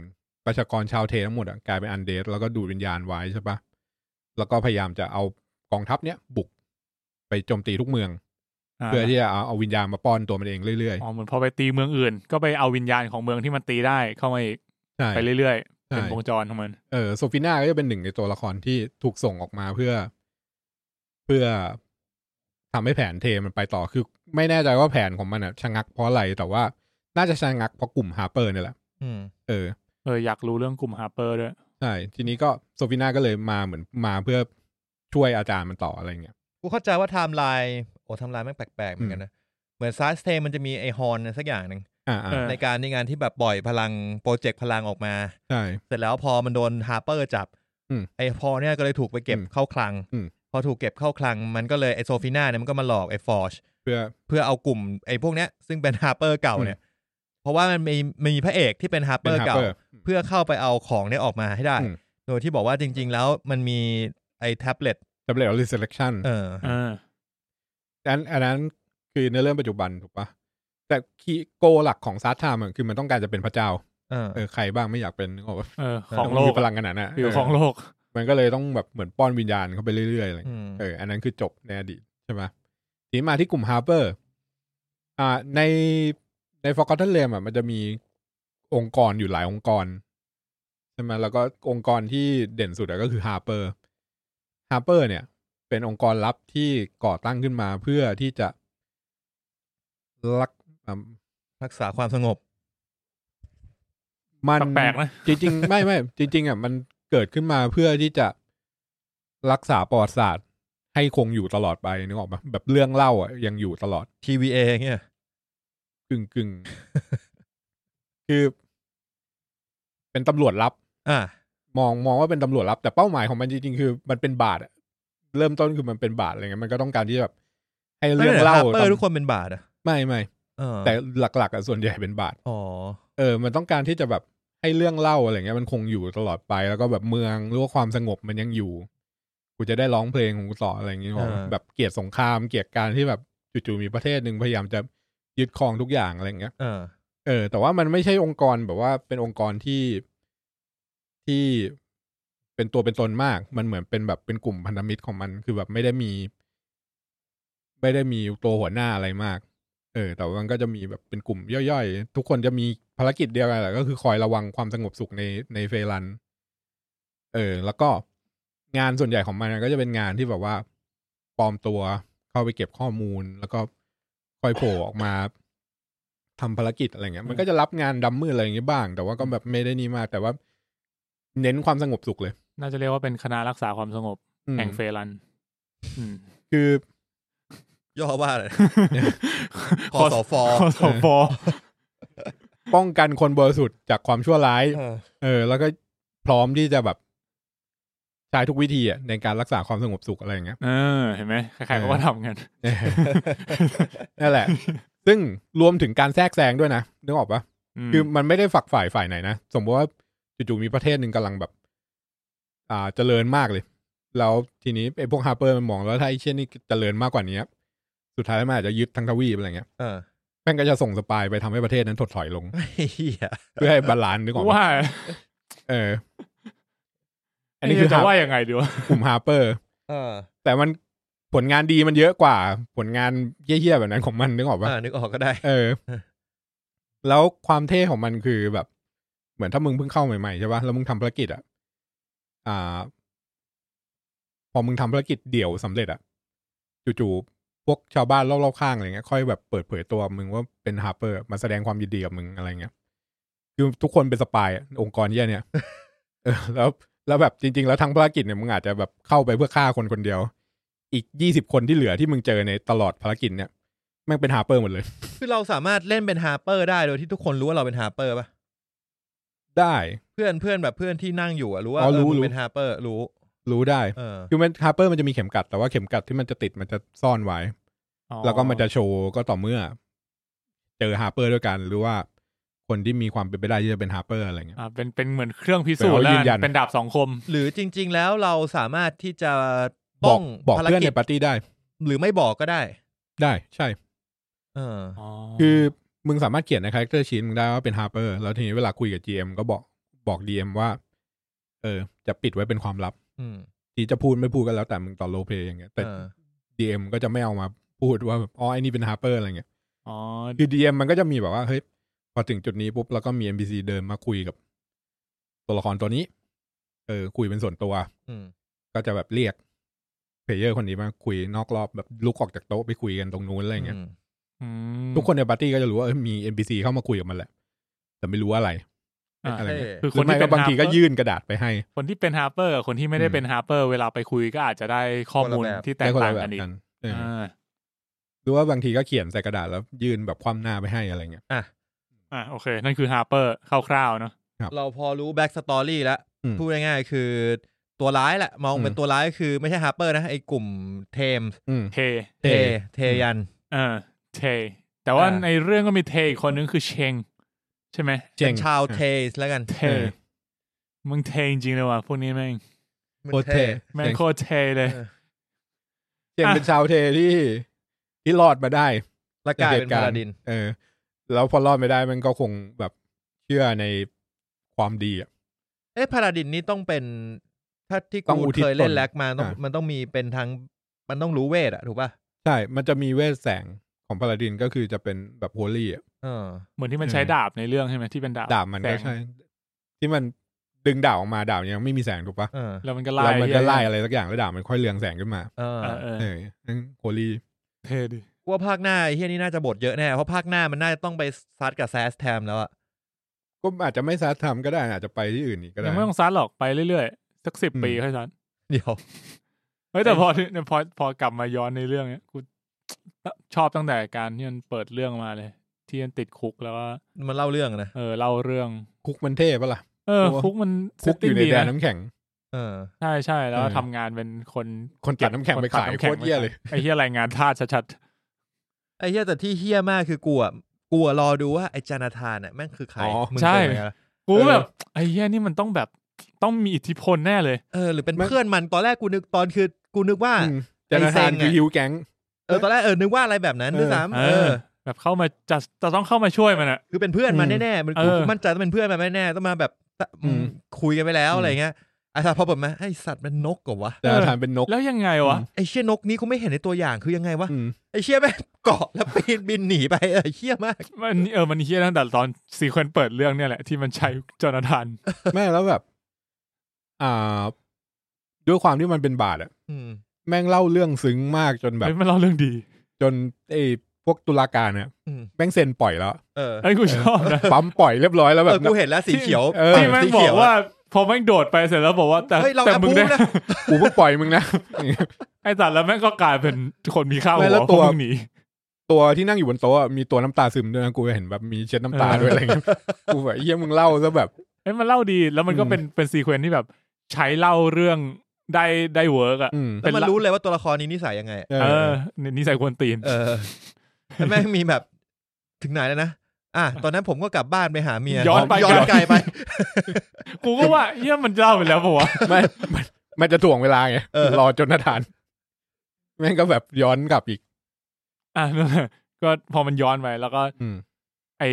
S3: ประชากรชาวเททั้งหมดอะกลายเป็นอันเดสแล้วก็ดูดวิญญาณไว้ใช่ปะแล้วก็พยายามจะเอากองทัพเนี้ยบุกไปโจมตีทุกเมือง เพื่อที่จะเอาเอาวิญญาณมาป้อนตัวมันเองเรื่อย
S1: อ๋อเหมือนพอไปตีเมืองอื่น ก็ไปเอาวิญญาณของเมืองที่มันตีได้เข้ามาอีก
S3: ๆใช่
S1: ไปเรื่อยๆ
S3: ใช่
S1: เป็นวงจรของมัน
S3: เออโซฟิน่าก็จะเป็นหนึ่งในตัวละครที่ถูกส่งออกมาเพื่อ เพื่อทำให้แผนเทมันไปต่อคือ ไม่แน่ใจว่าแผนของมันอะชะงักเพราะอะไรแต่ว่าน่าจะชะงักเพราะกลุ่มฮาร์เปอร์เนี่ยแหละ
S2: อืม
S3: เออ
S1: เอออยากรู้เรื่องกลุ่มฮาร์เปอร์ด้วย
S3: ใช่ ทีนี้ก็โซฟิน่าก็เลยมาเหมือนมาเพื่อช่วยอาจารย์มันต่ออะไรเงี้ย
S2: กูเข้าใจว่าไทม์ไลน์โอ้ไทม์ไลน์แม่งแปลกๆเหมือนกันนะ เหมือนซาสเทมันจะมีไอฮอนสักอย่างหนึ่ง
S3: อ่า
S1: เออ
S2: ในการในงานที่แบบปล่อยพลังโปรเจกต์พลังออกมา
S3: ใช่
S2: เสร็จแล้วพอมันโดนฮาร์เปอร์จับ
S3: อืม
S2: ไอพอเนี่ยก็เลยถูกไปเก็บ
S3: อืม
S2: เข้าคลัง
S3: อืม
S2: พอถูกเก็บเข้าคลัง มันก็เลยไอโซฟีน่าเนี่ยมันก็มาหลอกไอฟอร์ช
S3: เพื่อ
S2: เพื่อเอากลุ่มไอพวกเนี้ยซึ่งเป็นฮาร์เปอร์เก่าเนี่ย เพราะว่ามันมีมีพระเอกที่เป็นฮาร์เป
S3: เป็
S2: อน ร์เก่า
S3: Harper
S2: เพื่อเข้าไปเอาของเนี่ยออกมาให้ได้
S3: อืม
S2: โดยที่บอกว่าจริง ๆ แล้วมันมีไอแท็บเล็ต
S3: จำเลยเอา resurrection
S2: เออ
S1: เออ
S3: อันอันนั้นคือในเรื่องปัจจุบันถูกปะแต่คีย์โกหลักของซาร์ทามอะคือมันต้องการจะเป็นพระเจ้า
S2: เออ
S3: เออใครบ้างไม่อยากเป็นนึกออกปะ
S1: เออ ของโลก
S3: มันมีพลังขนาดนั้น
S1: อยู่
S3: เ
S1: ของโลก
S3: มันก็เลยต้องแบบเหมือนป้อนวิญญาณเข้าไปเรื่อยๆอะไรเงี้ย
S2: อืม
S3: เอออันนั้นคือจบในอดีตใช่ปะทีนี้มาที่กลุ่มฮาร์เปอร์ อ่าในใน Forgotten Realm อ่ะมันจะมีองค์กรอยู่หลายองค์กรใช่ไหมแล้วก็องค์กรที่เด่นสุดอะก็คือฮาร์เปอร์ฮาร์เปอร์เนี่ย เป็นองค์กรลับที่ก่อตั้งขึ้นมาเพื่อที่จะรักอ่ะ
S2: รักษาความสงบ
S3: มัน
S1: แปลกๆนะ
S3: จริงๆ ไม่ไม่จริง ๆอ่ะมันเกิดขึ้นมาเพื่อที่จะรักษาประวัติศาสตร์ให้คงอยู่ตลอดไปนึกออกปะแบบเรื่องเล่าอ่ะยังอยู่ตลอด
S2: TVA เงี้ย
S3: กึ่งกึ่งๆ คือ เป็นตำรวจลับ
S2: อ่ะ
S3: มองมองว่าเป็นตำรวจลับ แต่เป้าหมายของมันจริงๆ คือมันเป็นบาทอะเริ่มต้นคือมันเป็นบาทอะไรเงี้ยมันก็ต้องการที่จะแบบให้เรื่องเล่า
S2: ฮาร์เปอร์ทุกคนเป็นบาทอ่ะ
S3: ไม่ไม่
S2: เออ
S3: แต่หลักๆอ่ะส่วนใหญ่เป็นบาท
S2: อ๋อ
S3: เออ มันต้องการที่จะแบบให้เรื่องเล่าอะไรเงี้ยมันคงอยู่ตลอดไปแล้วก็แบบเมืองหรือว่าความสงบมันยังอยู่ กูจะได้ร้องเพลงของกูต่ออะไรอย่างเงี้ย
S2: อ่า
S3: แบบเกลียดสงครามเกลียดการที่แบบจู่ๆมีประเทศหนึ่งพยายามจะยึดครองทุกอย่างอะไรเงี้ย
S2: เออ
S3: เออ แต่ว่ามันไม่ใช่องค์กรแบบว่าเป็นองค์กรที่ที่เป็นตัวเป็นตนมาก มันเหมือนเป็นแบบเป็นกลุ่มพันธมิตรของมัน คือแบบไม่ได้มี ไม่ได้มีตัวหัวหน้าอะไรมาก เออ แต่ว่ามันก็จะมีแบบเป็นกลุ่มย่อยๆ ทุกคนจะมีภารกิจเดียวกันแหละก็คือคอยระวังความสงบสุขในในเฟรัน เออ แล้วก็งานส่วนใหญ่ของมันก็จะเป็นงานที่แบบว่าปลอมตัวเข้าไปเก็บข้อมูล แล้วก็คอยโผล่ออกมาทำภารกิจอะไรเงี้ย มันก็จะรับงานดำมืดอะไรอย่างเงี้ยบ้าง แต่ว่าก็แบบไม่ได้นี่มาก แต่ว่าเน้นความสงบสุขเลย
S1: น่าจะเรียกว่าเป็นคณะรักษาความสงบ
S3: อืม
S1: แห่งเฟรัน อืม
S3: คือ
S2: ย่อว่าอะไร ค
S1: ค
S2: อ
S1: อ
S2: ส
S1: ส
S2: ฟอ
S1: คอสฟอ
S3: ป้องกันคนบริสุทธิ์จากความชั่วร้าย
S2: เออ
S3: เออ แล้วก็พร้อมที่จะแบบใช้ทุกวิธีอะในการรักษาความสงบสุขอะไรอย่างเงี้ย
S1: เออเห็นไหมใครๆเขาก็ทำกัน
S3: นั่น แหละ ซึ่งรวมถึงการแทรกแซงด้วยนะนึกออกปะคือมันไม่ได้ฝักฝ่ายฝ่ายไหนนะ สมมติว่าจู่ๆมีประเทศหนึ่งกำลังแบบ อ่าเจริญมากเลย แล้วทีนี้ไอ้พวกฮาร์เปอร์มันมองแล้วถ้าไอ้เช่นนี้เจริญมากกว่านี้สุดท้ายมันอาจจะยึดทั้งทวีปอะไรเงี้ย
S2: เออ
S3: แม่งก็จะส่งสปายไปทำให้ประเทศนั้นถดถอย ลง
S2: ไอ้เหี้ย
S3: เพื่อให้บาลานซ์นึกออกปะ
S1: ว่า
S3: เออ อั
S1: อั
S3: น
S1: น
S3: นี้
S1: นี้คื
S3: คื
S1: อ อ
S3: ฮา
S1: จะ
S3: ร์
S1: ว่ายังไงดีวะ
S3: กลุ่มฮาร์เปอร์
S2: เออ
S3: แต่มันผลงานดีมันเยอะกว่า ผลงานเหี้ยๆแบบนั้นของมันนึกออกปะ
S2: อ่านึกออกก็ได้
S3: เออ
S2: เออ
S3: แล้วความเท่ของมันคือแบบ เหมือนถ้ามึงเพิ่งเข้าใหม่ๆใช่ปะแล้วมึงทำภารกิจอ่ะ อ่า พอมึงทำภารกิจเดี่ยวสำเร็จอ่ะ จู่ๆพวกชาวบ้านรอบๆข้างอะไรเงี้ยค่อยแบบเปิดเผยตัวมึงว่าเป็นฮาร์เปอร์มาแสดงความยินดีกับมึงอะไรเงี้ยคือทุกคนเป็นสปายอะองค์กรเยี่ยเนี่ย เออ แล้ว แล้วแบบจริง ๆ แล้วทั้งภารกิจเนี่ยมึงอาจจะแบบเข้าไปเพื่อฆ่าคนคนเดียว อีกยี่สิบคนที่เหลือที่มึงเจอในตลอดภารกิจเนี่ยแม่งเป็นฮาร์เปอร์หมดเลย
S2: คือเราสามารถเล่นเป็นฮาร์เปอร์ได้โดยที่ทุกคนรู้ว่าเราเป็นฮาร์เปอร์ป่ะ
S3: ได้
S2: เพื่อนเพื่อนแบบเพื่อนที่นั่งอยู่อะรู้ว่า
S3: อ๋
S2: เอ
S3: อ
S2: อ
S3: รู้
S2: มึ
S3: รู้
S2: งเป็นฮาร์เปอร์รู้
S3: รู้ได้
S2: เออ
S3: คือมันฮาร์เปอร์มันจะมีเข็มกัด แต่ว่าเข็มกัดที่มันจะติดมันจะซ่อนไว้ แล้วก็มันจะโชว์ก็ต่อเมื่อ เจอฮาร์เปอร์ด้วยกัน หรือว่าคนที่มีความเป็นไปได้ที่จะเป็นฮาร์เปอร์อะไรเงี้ย
S1: อ่าเป็นเป็นเหมือนเครื่องพิสูจน์
S3: เป็น
S1: แล้ว
S3: เอายืนยัน
S1: เป็นดาบสองคม
S2: หรือจริง ๆ แล้วเราสามารถที่จะ
S3: บ
S2: ป้
S3: อ
S2: อก ง
S3: บอก
S2: ภาร
S3: เพื่อน
S2: กิ
S3: ใน
S2: จ
S3: ปาร์ตี้ได้
S2: หรือไม่บอกก็ได้
S3: ได้ใช่
S2: เออ
S3: คือมึงสามารถเขียนในคาแรคเตอร์ชีนมึงได้ว่าเป็นฮาร์เปอร์แล้วทีนี้เวลาคุยกับ GM ก็บอกบอก DM ว่า เออ จะปิดไว้เป็นความลับ
S2: อืม
S3: ที่จะพูดไม่พูดกันแล้วแต่มึงต่อโลเปอย่างเงี้ยแต่
S2: เออ
S3: DM ก็จะไม่เอามาพูดว่าแบบอ๋อไอ้นี่เป็นฮาร์เปอร์อะไรเงี้ย
S1: อ๋อ
S3: คือ DM มันก็จะมีแบบว่าเฮ้ยพอถึงจุดนี้ปุ๊บ แล้วก็มี NPC เดินมาคุยกับ ตัวละครตัวนี้ เออ คุยเป็นส่วนตัว
S2: อืม
S3: ก็จะแบบเรียกเพลเยอร์คนนี้มาคุยนอกรอบแบบลุกออกจากโต๊ะไปคุยกันตรงนู้นอะไรอย่างเงี้ย
S2: อืม
S1: อืม
S3: ทุกคนในปาร์ตี้ก็จะรู้ว่าเออมี NPC เข้ามาคุยกับมันแหละ แต่ไม่รู้ว่าอะไร
S1: อ่า
S3: อะไรเงี้ย
S1: คือ
S3: ห
S1: ค
S3: รื
S1: น
S3: อไม่
S1: ที่
S3: ก็
S1: เป็น
S3: บางทีก็
S1: ฮาร์เปอร์
S3: ยื่นกระดาษไปให้
S1: คนที่เป็นฮาร์เปอร์กับคนที่ไม่ได้
S3: อืม
S1: เป็นฮาร์เปอร์ เวลาไปคุยก็อาจจะได้ข้อมูลที่แต
S3: ได้
S1: ก
S3: คน
S1: ต่า
S3: ละ
S1: ง
S3: แบ
S1: กับ นอีก
S3: กันเออ
S1: อ่า
S3: หรือว่าบางทีก็เขียนใส่กระดาษแล้วยื่นแบบคว่ำหน้าไปให้อะไรเงี้ย
S2: อ่ะ
S1: อ่าโอเค นั่นคือฮาร์เปอร์คร่าวๆเนาะ
S3: ครับ
S2: เราพอรู้แบ็กสตอรี่แล้ว
S3: อืม
S2: พูดง่ายๆคือตัวร้ายแหละ มอง
S3: อืม
S2: เป็นตัวร้ายก็คือไม่ใช่ฮาร์เปอร์นะ ไอ้กลุ่มเทมส์
S3: อืม
S1: เท
S2: เท
S3: เท
S2: เทยัน
S1: เออเท แต่ว่า
S2: อ่า
S1: ในเรื่องก็มีเทอีกคนนึงคือเชง ใช่ไหม
S3: เจ๋
S2: เป็
S3: ง
S2: นชาวเทสแล้วกัน
S1: เท
S3: เออ
S1: มึงเทจริงเลยว่ะพวกนี้แม่ง
S2: มัน
S3: โคตรเท่
S1: แม่งโคตรเทเลย
S2: เออ
S3: เจมส์เป็นชาวเทที่ที่รอดมาได้
S2: แล้วกลายเป็นพาราดิน
S3: เออ แล้วพอรอดไม่ได้มันก็คงแบบเชื่อในความดีอ่ะ
S2: เอ๊ะพาราดินนี่ต้องเป็น ถ้าที่
S3: ต้อง
S2: กู
S3: อุทิศ
S2: เคยเล่
S3: ต
S2: น
S3: น
S2: แล็กมาต้อง
S3: อ่ะ
S2: มันต้องมีเป็นทางมันต้องรู้เวทอะถูกป่ะ
S3: ใช่ มันจะมีเวทแสงของพาราดินก็คือจะเป็นแบบโฮลี่อ่ะ
S2: เออ
S1: เหมือนที่มันใช้
S3: เออ
S1: ดาบในเรื่องใช่ไหมที่เป็นดาบ
S3: ดาบมันก็
S1: แสง
S3: ใช่ ที่มันดึงดาบออกมาดาบยังไม่มีแสงถูกปะ
S2: เออ
S1: แล้วมันก็ไล่
S3: แล้วมันก็ไล่
S1: เหี้ย
S3: อะไรสักอย่างแล้วดาบมันค่อยเรืองแสงขึ้นมา
S2: เออ
S1: เออเออ
S3: เออโฮลี่
S1: เท่ดิ
S2: กูว่าภาคหน้าไอ้เฮียนี่น่าจะบทเยอะแน่ เพราะภาคหน้ามันน่าจะต้องไปซัดกับแซสแทมแล้วอะ
S3: ก็อาจจะไม่ซัดทำก็ได้อาจจะไปที่อื่นอีกก็ได้
S1: ยังไม่ต้องซัดหรอกไปเรื่อยๆสักสิบ
S3: อืม
S1: ปีค่อยซัด
S2: เดี๋ยว
S1: เฮ้ยแต่พอถึงพอพอกลับมาย้อนในเรื่องเนี้ยกูชอบตั้งแต่การที่มันเปิดเรื่องมาเลย ที่มันติดคุกแล้วว่า
S2: มันเล่าเรื่องอะนะ
S1: เออเล่าเรื่อง
S3: คุกมันเท่ปะล่ะ
S1: เออ
S3: โอ้
S1: คุกมัน
S3: คุกอยู่ใน
S1: เซตติ้งดี
S3: แดน
S1: นะ
S3: น้ำแข็ง
S2: เออ
S1: ใช่ใช่แล้ว
S3: เออ
S1: ทำงานเป็นคน
S3: คนตัดน้ำแข็งไปขาย
S1: ตัดน้ำ
S3: โคตรเยี่ยเลย
S1: ไอ้เหี้ยรายงานทาสชัด
S2: ไอ้เหี้ยแต่ที่เหี้ยมากคือกูอ่ะกูอะรอดูว่าไอ้จานาธานเนี่ยแม่งคือใคร
S3: อ๋อ
S2: มึงเป็นไงล่ะ
S1: ๆกูแบบไอ้เหี้ยนี่มันต้องแบบต้องมีอิทธิพลแน่เลย
S2: เออหรือเป็นเพื่อนมันตอนแรกกูนึกตอนคือกูนึกว่า
S3: อืมเจนาธา
S2: ไอ้
S3: น
S2: เซ็งอะ
S3: คือฮิวแก๊ง
S2: เออตอนแรกเออนึกว่าอะไรแบบนั้นด้วยซ้ำ
S1: เอ
S2: เอ
S1: อ
S2: อ
S1: แบบเข้ามาจะจะต้องเข้ามาช่วยมันอะ
S2: คือเป็นเพื่อนมัน
S3: อืม
S2: แน่ๆมัน
S1: เอ
S2: กู
S1: อ
S2: มั่นใจต้องเป็นเพื่อนมันแน่ๆต้องมาแบบ
S3: อืม
S2: คุยกันไปแล้วอะไรเงี้ยไอ้สัตว์พอเปิดมาไอ้สัตว์มันนกกวะ
S3: จนาธานเป็นนก
S1: แล้วยังไงวะ
S2: ไอ้เชี่ยนกนี้กูไม่เห็นในตัวอย่างคือยังไงวะ
S3: อืม
S2: ไอ้เชี่ยแม่งเกาะแล้วปีนบินหนีไปเออเชี่ยมาก
S1: มันเออมันเหี้ยตั้งแต่ตอนซีเควนต์เปิดเรื่องเนี่ยแหละที่มันใช้จอนาธาน
S3: แม่งแล้วแบบ อ่า ด้วยความที่มันเป็นบาทอะ
S2: อืม
S3: แม่งเล่าเรื่องซึ้งมากจนแบบ
S1: เฮ้ยมันเล่าเรื่องดี
S3: จนไอ้พวกตุลาการเนี่ย
S2: อืม
S3: แม่งเซ็นปล่อยแล้ว
S2: เออ
S1: ไอ้ยกูชอบนะ
S3: ปั๊มปล่อยเรียบร้อยแล้ว
S2: เอ
S3: แบ
S2: อบ กูเห็นแล้วสีเขียว
S3: เออ
S1: ที่แม่ง
S2: สี
S1: บอ
S2: เขี
S1: ก
S2: ยะ
S1: ว่า พอแม่งโดดไปเสร็จแล้วบอกว่าแต่
S2: เฮ้ยเรา
S1: แต่มึง
S2: approve
S1: ได้
S2: นะ
S3: กูเพิ่งปล่อยมึงนะ
S1: ไอ้สัตว์แล้วแม่งก็กลายเป็นคนมีข้าว
S3: ไม่
S1: หั
S3: แล้ว
S1: ว
S3: ตัว
S1: พวกหนี
S3: ตัวที่นั่งอยู่บนโต๊ะอะมีตัวน้ำตาซึมด้วยนะกูเห็นแบบมีเช็ดน้ำตาด้วยอะไรเงี้ยกูแบบเยี่ยมึงเล่าซะแบบ
S1: เอ้ยมันเล่าดีแล้วมันก็
S3: อืม
S1: เป็นเป็นซีเควนซ์ที่แบบใช้เล่าเรื่องได้ได้เวิร์กอ่ะ
S3: อืม
S1: เป็น
S2: แล้วมัน
S1: ละ
S2: รู้เลยว่าตัวละครนี้นิสัยยังไง
S3: เอ
S1: เอ
S3: อ
S1: อนี่นี่ใส่ควนตีน
S2: เออแล้วแม่งมีแบบถึงไหนแล้วนะอ่ะตอนนั้นผมก็กลับบ้านไปหาเมีย
S1: ย้อนไป
S2: ย้อนไกลไป
S1: กูก็ว่าเฮียมันเล่าไปแล้วปะวะ
S3: ไม่มันมันจะถ่วงเวลาไง
S2: เออ
S3: รอจนนาท านแม่งก็แบบย้อนกลับอีก
S1: อ่ะนั่นแหละก็พอมันย้อนไปแล้วก็
S3: อืม
S1: ไอ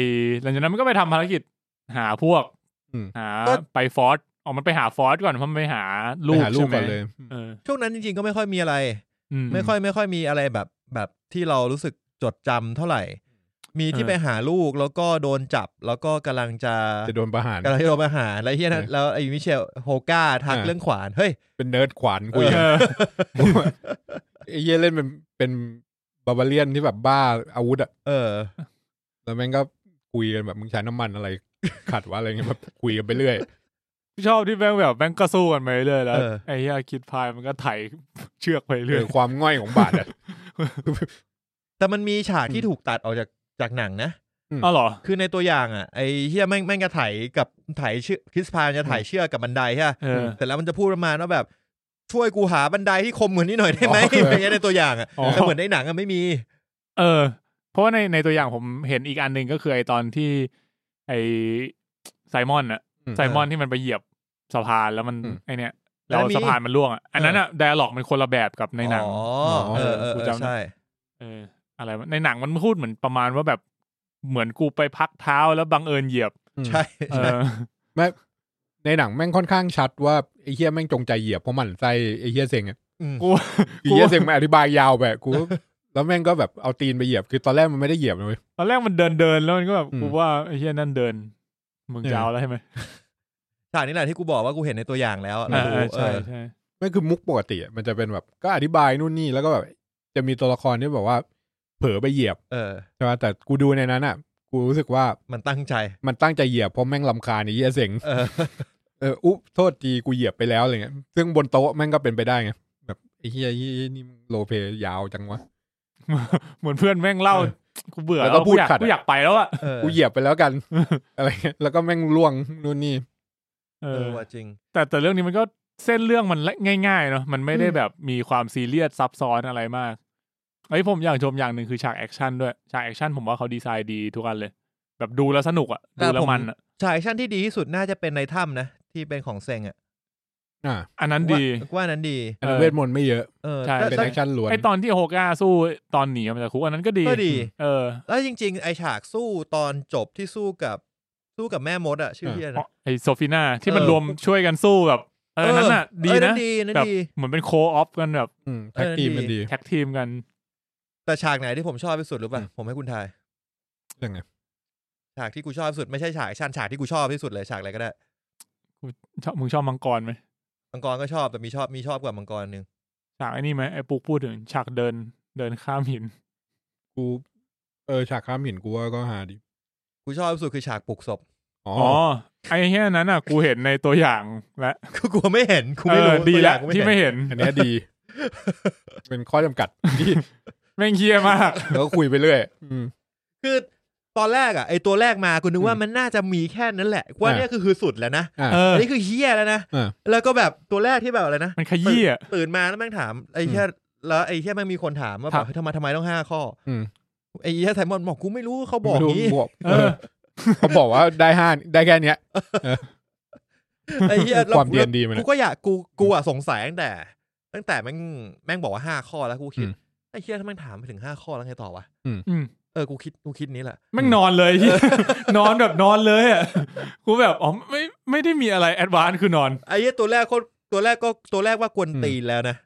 S1: หลังจากนั้นมันก็ไปทำภารกิจหาพวก
S3: อืม
S1: หา
S2: ก็
S1: ไปฟอสออกมันไปหาฟอสก่อนเพราะมันไปหาลู
S3: ไป
S1: ก
S3: หาลู
S1: ใช่
S3: ก
S1: ไหม
S3: ก่อนเลย
S1: เออ
S2: ช่วงนั้นจริงๆก็ไม่ค่อยมีอะไร
S1: อืม
S2: ไม่ค่อยไม่ค่อยมีอะไรแบบแบบที่เรารู้สึกจดจำเท่าไหร่ มีที่
S1: เออ
S2: ไปหาลูกแล้วก็โดนจับ แล้วก็กำลังจะ
S3: จะโดนประหาร
S2: กำลังจะโดนประหารแล้วเฮียนะ
S3: เออ
S2: แล้วไอ้มิเชลโฮก้าทัก
S3: อ่า
S2: เรื่องขวานเฮ้ย
S3: เป็นเนิร์ดขวานคุย
S1: เออ
S3: ไอ้เยี่ยเล่นเป็นเป็นบาบาเลียนที่แบบบ้าอาวุธอะ
S2: เออ
S3: แล้วแม่งก็คุยกันแบบมึงใช้น้ำมันอะไร ขัดวะอะไรเงี้ยแบบคุยกันไปเรื่อย
S1: ชอบที่แม่งแบบแม่งก็สู้กันไปเรื่อยแล้ว
S2: เออ
S1: ไอ้เฮียคิดพายมันก็ไถเชือกไป
S3: เรื่
S1: เรื่
S3: อ
S1: อย
S3: งความง่อยของบาทอะ
S2: แต่มันมีฉากที่ถูกตัดออกจากจากหนังนะ
S1: อ๋อเหรอ
S2: คือในตัวอย่างอ่ะไอ้เฮียแม่งแม่งจะไถกับไถเชือกคริสพายจะไถเชือกกับบันไดใช่ปะ
S1: เออ
S2: แต่แล้วมันจะพูดประมาณว่าแบบ ช่วยกูหาบันไดที่คมเหมือนนี่หน่อยได้ไหม
S3: อ๋อ
S2: อะไรเงี้ยในตัวอย่างอ่ะ
S1: อ๋อ
S2: แต่เหมือนในหนังอ่ะไม่มี
S1: เออ เพราะว่าในในตัวอย่างผมเห็นอีกอันหนึ่งก็คือไอตอนที่ ไอไซมอนอะ
S3: อืม
S1: ไซมอนที่มันไปเหยียบสะพานแล้วมัน
S3: อืม
S1: ไอเนี้ย
S2: แล้
S1: แล้วว
S2: มี
S1: สะพานมันร่วงอะอันนั้นอะไดอะล็อกมันคนละแบบกับในหนัง
S2: อ๋อ
S3: อ๋อ
S2: เออเออ
S1: กู
S2: เออ
S1: จำ
S2: ใช่
S1: เออ อะไรวะในหนังมันพูดเหมือนประมาณว่าแบบเหมือนกูไปพักเท้าแล้วบังเอิญเหยียบ
S2: ใช่
S1: เอ
S2: ใช่
S1: อ
S3: ในหนังแม่งค่อนข้างชัดว่าไอ้เฮียแม่งจงใจเหยียบเพราะหมันไส้ไอ้เฮียเซงอะ
S2: ม
S1: กู
S3: ไอ้เฮียเซงมาอธิบายยาวแบบกู แล้วแม่งก็แบบเอาตีนไปเหยียบคือตอนแรกมันไม่ได้เหยียบนะเลย
S1: ตอนแรกมันเดินเดินๆแล้วมันก็แบบ
S3: อืม
S1: กูว่าไอเฮียนั่นเดิน มึง
S3: เออ
S1: จะเอาแล้วใช่ไหม
S2: ฉากนี้แหละที่กูบอกว่ากูเห็นในตัวอย่างแล้ว
S1: เอ
S2: เรา
S1: อ
S2: ดู
S1: เออ
S2: เอ
S1: ใช่
S2: อ
S1: ใช่
S3: ไม่คือมุกปกติอะมันจะเป็นแบบก็อธิบายนู่นนี่แล้วก็แบบจะมีตัวละครที่แบบว่า เผลอไปเหยียบ
S2: เออ
S3: ใช่ไหมแต่กูดูในนั้นอ่ะ กูรู้สึกว่า
S2: มันตั้งใจ
S3: มันตั้งใจเหยียบเพราะแม่งลำคาญไอ้เฮียเซง
S2: เออ
S3: เอออุ๊บโทษทีกูเหยียบไปแล้วอะไรเงี้ยซึ่งบนโต๊ะแม่งก็เป็นไปได้ไงแบบไอ้เฮียเหี้ยนี่มึงโลเพยาวจังวะ
S1: เหมือนเพื่อนแม่งเล่า
S3: เออ
S1: กูเบื่อ
S3: แล้
S1: แล้ว
S3: ก็
S1: ว
S3: พู
S1: กู
S3: ด
S1: อยาก
S3: ขัดอะ
S1: กูอยากไปแล้วอะ
S2: เออ
S3: กูเหยียบไปแล้วกัน อะไรเงี้ยแล้วก็แม่งล่วงนู่นนี่
S1: เอ
S2: เอ
S1: อ
S2: อว่าจริง
S1: แต่แต่เรื่องนี้มันก็เส้นเรื่องมันละง่ายๆเนาะมันไม่ได้แบบมีความซีเรียสซับซ้อนอะไรมากไอ้ยผมอยากชมอย่างหนึ่งคือฉากแอคชั่นด้วยฉากแอคชั่นผมว่าเขาดีไซน์ดีทุกอันเลย แบบดูแล้วสนุกอะ
S2: แต่
S1: ดูแล้
S2: ผ
S1: ว
S2: ม
S1: มันอะ
S2: ฉากแอคชั่นที่ดีที่สุดน่าจะเป็นในถ้ำนะ ที่เป็นของเซงอ่ะ
S3: อ่า
S1: อันนั้นดี
S2: ว่าว่านั้นดี
S3: อันนั้น
S1: เออ
S3: เวทมนต์ไม่เยอะ
S2: เออ
S1: ใช่
S2: แต่
S3: เป็น
S2: แต่
S3: แอคชั่นล้วน
S1: ไอตอนที่โฮก้าสู้ตอนหนีออกมาจากคุกอันนั้นก็ดี
S2: ก็ดี
S1: เออ
S2: แล้วจริง ๆ ไอฉากสู้ตอนจบที่สู้กับสู้กับแม่มดอ่ะชื่อ
S3: เออ
S2: ที่อะไร
S1: เพราะ
S2: นะ
S1: ไอโซฟีน่าที่มัน
S2: เออ
S1: รวมช่วยกันสู้แบบเออนั้นน่ะดี
S2: เออ
S1: นะ
S2: ดีนั่น
S1: แบบ
S2: ดี
S1: เหมือนเป็นโคออฟกันแบบ
S3: อืมแท็กทีมมันดี
S1: แท็กทีมกัน
S2: แต่ฉากไหนที่ผมชอบที่สุดรู้ป่ะผมให้คุณทาย
S3: ยังไง
S2: ฉากที่กูชอบที่สุดไม่ใช่ฉากแอคชั่นฉากที่กูชอบที่สุดเลยฉากอะไรก็ได้
S1: ชอบมึงชอบมังกรไหม
S2: มังกรก็ชอบแต่มีชอบมีชอบกว่ามังกรหนึ่ง
S1: ฉากไอ้นี่ไหมไอ้ปุ๊กพูดถึงฉากเดินเดินข้ามหิน
S3: กูเออฉากข้ามหินกูว่าก็หาดี
S2: กูชอบที่สุดคือฉากปลุกศพ
S3: อ๋อ
S1: อ๋อไอ้เหี้ยนั้นอ่ะ กูเห็นในตัวอย่างและ
S2: กูกลัวไม่เห็นกูไม่รู้
S1: เออดี
S2: ตัวอ
S1: ละ
S2: ย่างกู
S1: ที่ไม่
S2: เห็น
S1: เห็น
S3: อันเนี้ยดี เป็นข้อจำกัด ที่
S1: แม่งเคียมาก
S3: แล้วก็คุยไปเรื่อยอืม
S2: คือตอนแรกอ่ะไอตัวแรกมากูนึกว่า
S3: อืม
S2: มันน่าจะมีแค่นั้นแหละว่า
S3: อ่า
S2: เนี่ยคือคือสุดแล้วนะ
S3: อ่า
S1: เออ
S2: อันนี้คือเฮียแล้วนะ
S3: อ่า
S2: แล้วก็แบบตัวแรกที่แบบอะไรนะ
S1: มันขยี้อ่ะ
S2: ตื่นมาแล้วแม่งถามไอ้แค่แล้วไอ้แค่แม่งมีคนถามว่า
S1: ค
S2: แบ
S1: รั
S2: บบ เฮ้ยทำไมทำไมต้องห้าข้อ
S3: อืม
S2: ไอ้แค่ไซมอนบอกกูไม่รู้เขาบอก
S3: ไม่รู้
S2: งี้
S3: บอก
S1: เออ
S3: เขาบอกว่าได้ห้าได้แค่เนี้ย
S2: ไอ้แค่
S3: ความเรียนดีมันอะ
S2: กูก็อยากกูกูอะสงสัยตั้งแต่ ตั้งแต่แม่งแม่งบอกว่าห้าข้อแล้วกูคิด
S3: อืม
S2: ไอ้แค่ถ้าแม่งถามไปถึงห้าข้อแล้วไงต่อวะ
S1: อืม
S2: เออกูคิดกูคิดนี้แหละ
S1: แม่งนอนเลยเหี้ยนอนแบบนอนเลยอ่ะกูแบบอ๋อไม่ไม่ได้มีอะไรแอดวานซ์คือนอน
S2: ไอ้เหี้ยตัวแรกโคตรตัวแรกก็ตัวแรกว่ากวนตีนแล้วนะ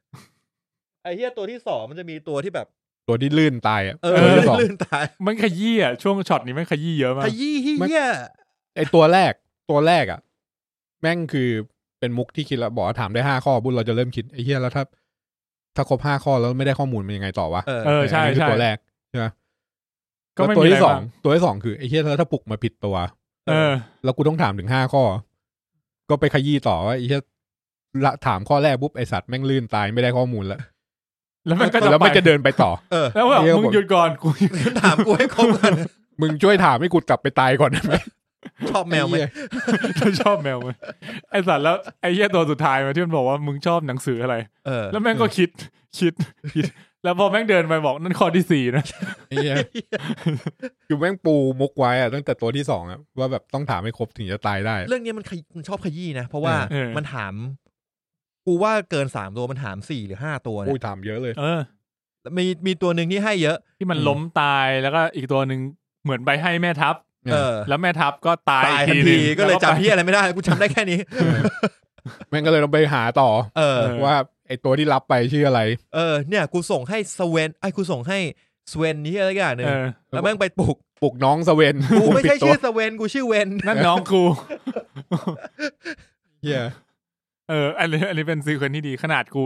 S2: ไอ้เหี้ยตัวที่สองมันจะมีตัวที่แบบ
S3: ตัวที่ลื่นตายอ่ะ
S2: เออ
S3: ตัวที่สอง
S2: ลื่นตาย
S1: มันขยี้อ่ะช่วงช็อตนี้แม่งขยี้เยอะมาก
S2: ขยี้เหี้ย
S3: ไอตัวแรกตัวแรกอ่ะ แม่งคือเป็นมุกที่คิดแล้วบอกว่าถามได้ห้าข้อบุญเราจะเริ่มคิดไอ้เหี้ยแล้วถ้า ถ้าครบห้าข้อแล้วไม่ได้ข้อมูลมันยังไงต่อวะ
S2: เออ
S1: เออใช่
S3: นนี้คือ
S1: ใช่
S3: ตัวแรกใช่ไหม
S1: ก็ไม่
S3: แล้วตัว
S1: มีอะไร
S3: ที่สอง
S1: มาก
S3: ตัวที่สองคือไอ้เฮียแล้วถ้าปลุกมาผิดตัว
S1: เออ
S3: แล้วกูต้องถามถึงห้าข้อ ก็ไปขยี้ต่อว่าไอ้เหี้ยละถามข้อแรกปุ๊บไอสัตว์แม่งลื่นตายไม่ได้ข้อมูลแล้ว
S1: แล้วมันก็
S3: แล้ว
S1: ไป
S3: ไม่จะเดินไปต่อ
S2: เออ
S1: แล้วแบบ
S3: เดี๋ยว
S1: มึง
S3: ผม
S1: หยุดก่อนกู
S2: ถามกูให้ครบกัน
S3: มึงช่วยถามให้กูกลับไปตายก่อนได้ไหม
S2: ชอบแมวไหม
S3: ไอ้
S1: เรา
S3: เหี้ย
S1: ชอบแมวไหมไอสัตว์แล้วไอเหี้ยตัวสุดท้ายมาที่มันบอกว่ามึงชอบหนังสืออะไร
S2: เออ
S1: แล้วแม่งก็คิดคิดคิด แล้วพอแม่งเดินไปบอกนั่นข้อที่สี่นะ
S3: ไอ้เหี้ย คือแม่งปูมุกไว้อะตั้งแต่ตัวที่สองอะว่าแบบต้องถามให้ครบถึงจะตายได้
S2: เรื่องเนี้ยมันขยมันชอบขยี้นะ เพราะว่า
S1: เออ
S2: มันถาม กูว่าเกินสามตัวมันถามสี่หรือห้าตัวเนี่
S3: อุ้ย
S2: ย
S3: ถามเยอะเลย
S1: เออ
S2: มีมีตัวหนึ่งที่ให้เยอะ
S1: ที่มัน
S2: อืม
S1: ล้มตายแล้วก็อีกตัวหนึ่งเหมือนไปให้แม่ทัพ
S3: เนี่ย
S2: เออ
S1: แล้วแม่ทัพก็ตายอี
S2: ตาย
S1: ก
S2: ทัน
S1: ห
S2: ที
S1: ง
S2: ก็เลย
S1: แวไป
S2: จำพี่อะไรไม่ได้กูจำได้แค่นี้
S3: แม่งก็เลยต้องไปหาต่อ
S2: เออ
S3: ว่าไอตัวที่รับไปชื่ออะไร
S2: เออเนี่ยกูส่งให้สเวนไอ้ยกูส่งให้สเวนนี่อะไรอย่างหนึ่ง
S1: เออ
S2: แล้วแม่งไปปลุก
S3: ปลุกน้องสเวน
S2: กูไม่ใช่
S3: ปลุกผิดตัว
S2: ชื่อสเวนกูชื่อเวน
S1: นั่นน้องกู
S3: เหี้ย
S1: เออ อันนี้อันนี้เป็นซีเควนซ์ที่ดีขนาดกู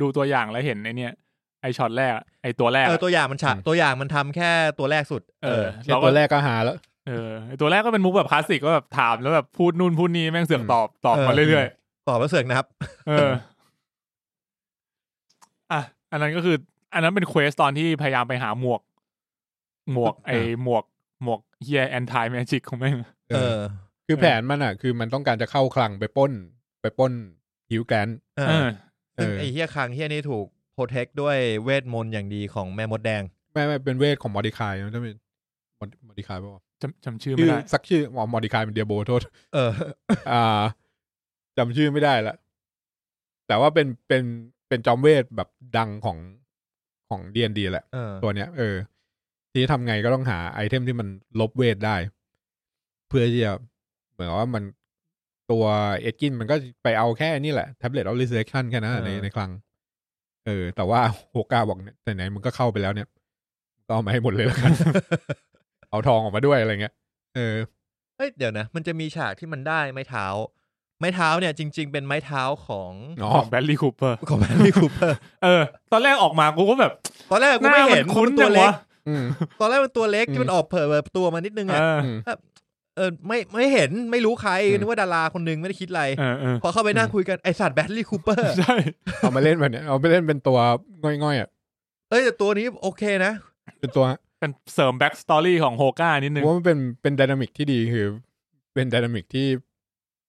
S1: ดูตัวอย่างแล้วเห็นไอเนี่ยไอช็อตแรกอะไอตัวแรก
S2: เออ
S1: อะ
S2: ตัวอย่างมันฉะตัวอย่างมันทำแค่ตัวแรกสุด
S1: เออ
S3: แค่
S1: เราก็
S3: ตัวแรกก็หาแล้ว
S1: เออไอตัวแรกก็เป็นมุกแบบคลาสสิกก็แบบถามแล้วแบบพูดนู่นพูดนี่แม่งเสือกตอบตอบ
S2: เออ
S1: มาเรื่อยๆ
S2: ตอบแล้วเสือกนะครับ
S1: เออ อ่ะ อันนั้นก็คือ อันนั้นเป็นเควสตอนที่พยายามไปหาหมวก หมวก ไอ
S2: อ่า
S1: หมวก หมวกเฮียแอนทายแมจิกของแม่ง
S2: เออ
S3: คือแผนมันอ่ะ คือมันต้องการจะเข้าคลังไปปล้น ไปปล้นฮิวแกรนท์
S2: เอ
S1: เอ
S2: อ
S1: อ
S3: เอ
S2: ซึ่ง
S3: อ
S2: ไอ้เฮียคังเฮียนี่ถูกโปรเทคด้วยเวทมนต์อย่างดีของแม่มดแดง
S3: ไม่ไม่เป็นเวทของมอดิคายนะใช่ไหมมอดิคายป่าวะ
S1: จำจำชื่อ
S3: ชื่
S1: ไม่
S3: อ
S1: ได้
S3: สักชื่ออ๋อมอดิคายเป็นเดียโบโทษ
S2: เออ
S3: อ่าจำชื่อไม่ได้ละ แต่ว่าเป็นเป็นเป็นจอมเวทแบบดังของของดีนดีแหละ
S2: เออ
S3: ตัวเนี้ยเออ ทีนี้ทำไงก็ต้องหาไอเทมที่มันลบเวทได้ เพื่อที่จะเหมือนกับว่ามันตัวเอ็ดกินมันก็ไปเอาแค่นี่แหละแท็บเล็ตออฟรีเซคชั่นแค่นั้นอะในในคลัง เออ แต่ว่าโฮกาบอกเนี่ยไหนๆมึงก็เข้าไปแล้วเนี่ยก็เอามาให้หมดเลยแล้วกัน เอาทองออกมาด้วยอะไรเงี้ยเออ
S2: เอ้ยเดี๋ยวนะ มันจะมีฉากที่มันได้ไม้เท้า ไม้เท้าเนี่ยจริง ๆ เป็นไม้เท้าของ
S3: อ๋อ
S1: ของแบลลี่คูเปอร์
S2: ของแบรดี้คูเปอร์
S1: เออ ตอนแรกออกมากูก็แบบ
S2: ตอนแรก
S1: ห
S2: กู
S1: น้า
S2: ไม่
S1: มั
S2: เห็น
S1: นคุ้น
S2: มัน
S1: จั
S2: ตัว
S1: ง
S2: เล็ก
S1: วะ
S2: ตอนแรกมันตัวเล็ก
S3: อืม
S2: ที่มันออกเผยแบบตัวมานิดนึง
S1: เอ
S2: อะ
S1: อ
S3: อืม
S2: เออไม่ไม่เห็นไม่รู้ใคร
S3: อืม
S2: นึกว่าดาราคนหนึงไม่ได้คิดอะไร
S1: เออเออ
S2: พอเข้าไปนั่งคุยกัน ไอสัตว์แบทลี่คูเปอร์
S1: ใช่
S3: เอามาเล่นแบบเนี้ยเอาไปเล่นเป็นตัวง่อยๆอ่ะ
S2: เอ้ยแต่ตัวนี้โอเคนะ
S3: เป็นตัว
S1: เป็นเสริมแบ็กสตอรี่ของโฮก้านิดนึง
S3: ว่ามันเป็นเป็นดินามิกที่ดีคือ เป็นดินามิกที่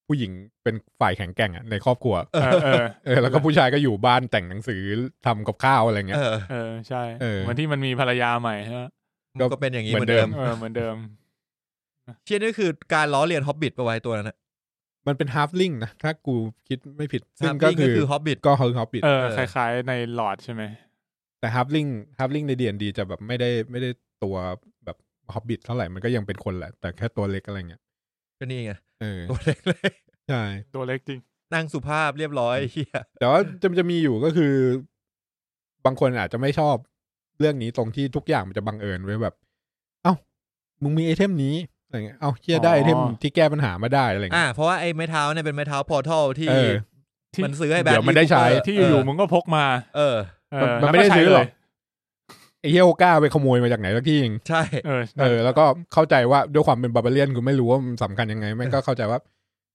S3: ผู้หญิงเป็นฝ่ายแข็งแกร่งอะในครอบครัว
S1: เออเออ
S3: เอ อแล้วก็ผู้ชายก็อยู่บ้านแต่งหนังสือทำกับข้าวอะไรเงี้
S2: เอย อ
S1: เออ ใช่
S3: เออ
S1: เหมือนที่มันมีภรรยาใหม่ใช่ไหม
S2: มันก็เป็นอย่างนี้
S3: เห
S2: เห
S3: มื
S2: มื
S3: อ
S2: อน น
S3: เดิ
S2: เดิ
S3: ม
S2: ม
S1: เออ เหมือนเดิม
S2: เชี่ยนี่คือการล้อเลียนฮอบบิทไปไว้ตัวนั้นนะ
S3: มันเป็นฮาร์ฟลิงนะ ถ้ากูคิดไม่ผิด ซึ่ง
S2: ฮาร์
S3: ก็
S2: ปปิ้งก็
S3: คือ
S2: คือฮอบบิท
S3: ก็คือฮอปปิด
S1: เออ
S2: เอ
S1: ค
S2: อ
S1: ล้ายๆในหลอดใช่ไหม
S3: แต่ฮาร์ฟลิงฮาร์ฟลิงในเดียนดีจะแบบไม่ได้ไม่ได้ตัวแบบฮอปปิดเท่าไหร่มันก็ยังเป็นคนแหละ แต่แค่ตัวเล็กอะไรเงี้ย
S2: ก็นี่ไง
S3: เออ
S2: ตัวเล็กเลย
S3: ใช่
S1: ตัวเล็กจริง
S2: นั่งสุภาพเรียบร้อยเฮีย
S3: แต่ว่าจะจะมีอยู่ก็คือ บางคนอาจจะไม่ชอบเรื่องนี้ตรงที่ทุกอย่างมันจะบังเอิญไว้แบบ เอ้า มึงมีไอเทมนี้อะไรเงี้ยเอ้าเชี่ยได้
S1: อ๋อ
S3: ไอเทมที่แก้ปัญหามาได้อะไร
S2: อ่า
S3: เงี้ย
S2: เพราะว่าไอ้ไม้เท้าเนี่ยเป็นไม้เท้าพอร์ทัลที่
S3: เออ
S2: มันซื้อให้แบ
S3: เดี๋
S2: ท
S3: ยวมันได้ใช้
S1: ที่อยู่ๆมึงก็พกมา
S2: เออ
S1: เออ
S3: มันไม่ได้ซื้อหรอก ไอเฮียโอก้าไปขโมยมาจากไหนสักที่หนึ่ง
S2: ใช่
S1: เออ
S3: เออ แล้วก็เข้าใจว่าด้วยความเป็นบาบาเลียนกูไม่รู้ว่ามันสำคัญยังไงแม่งก็เข้าใจว่า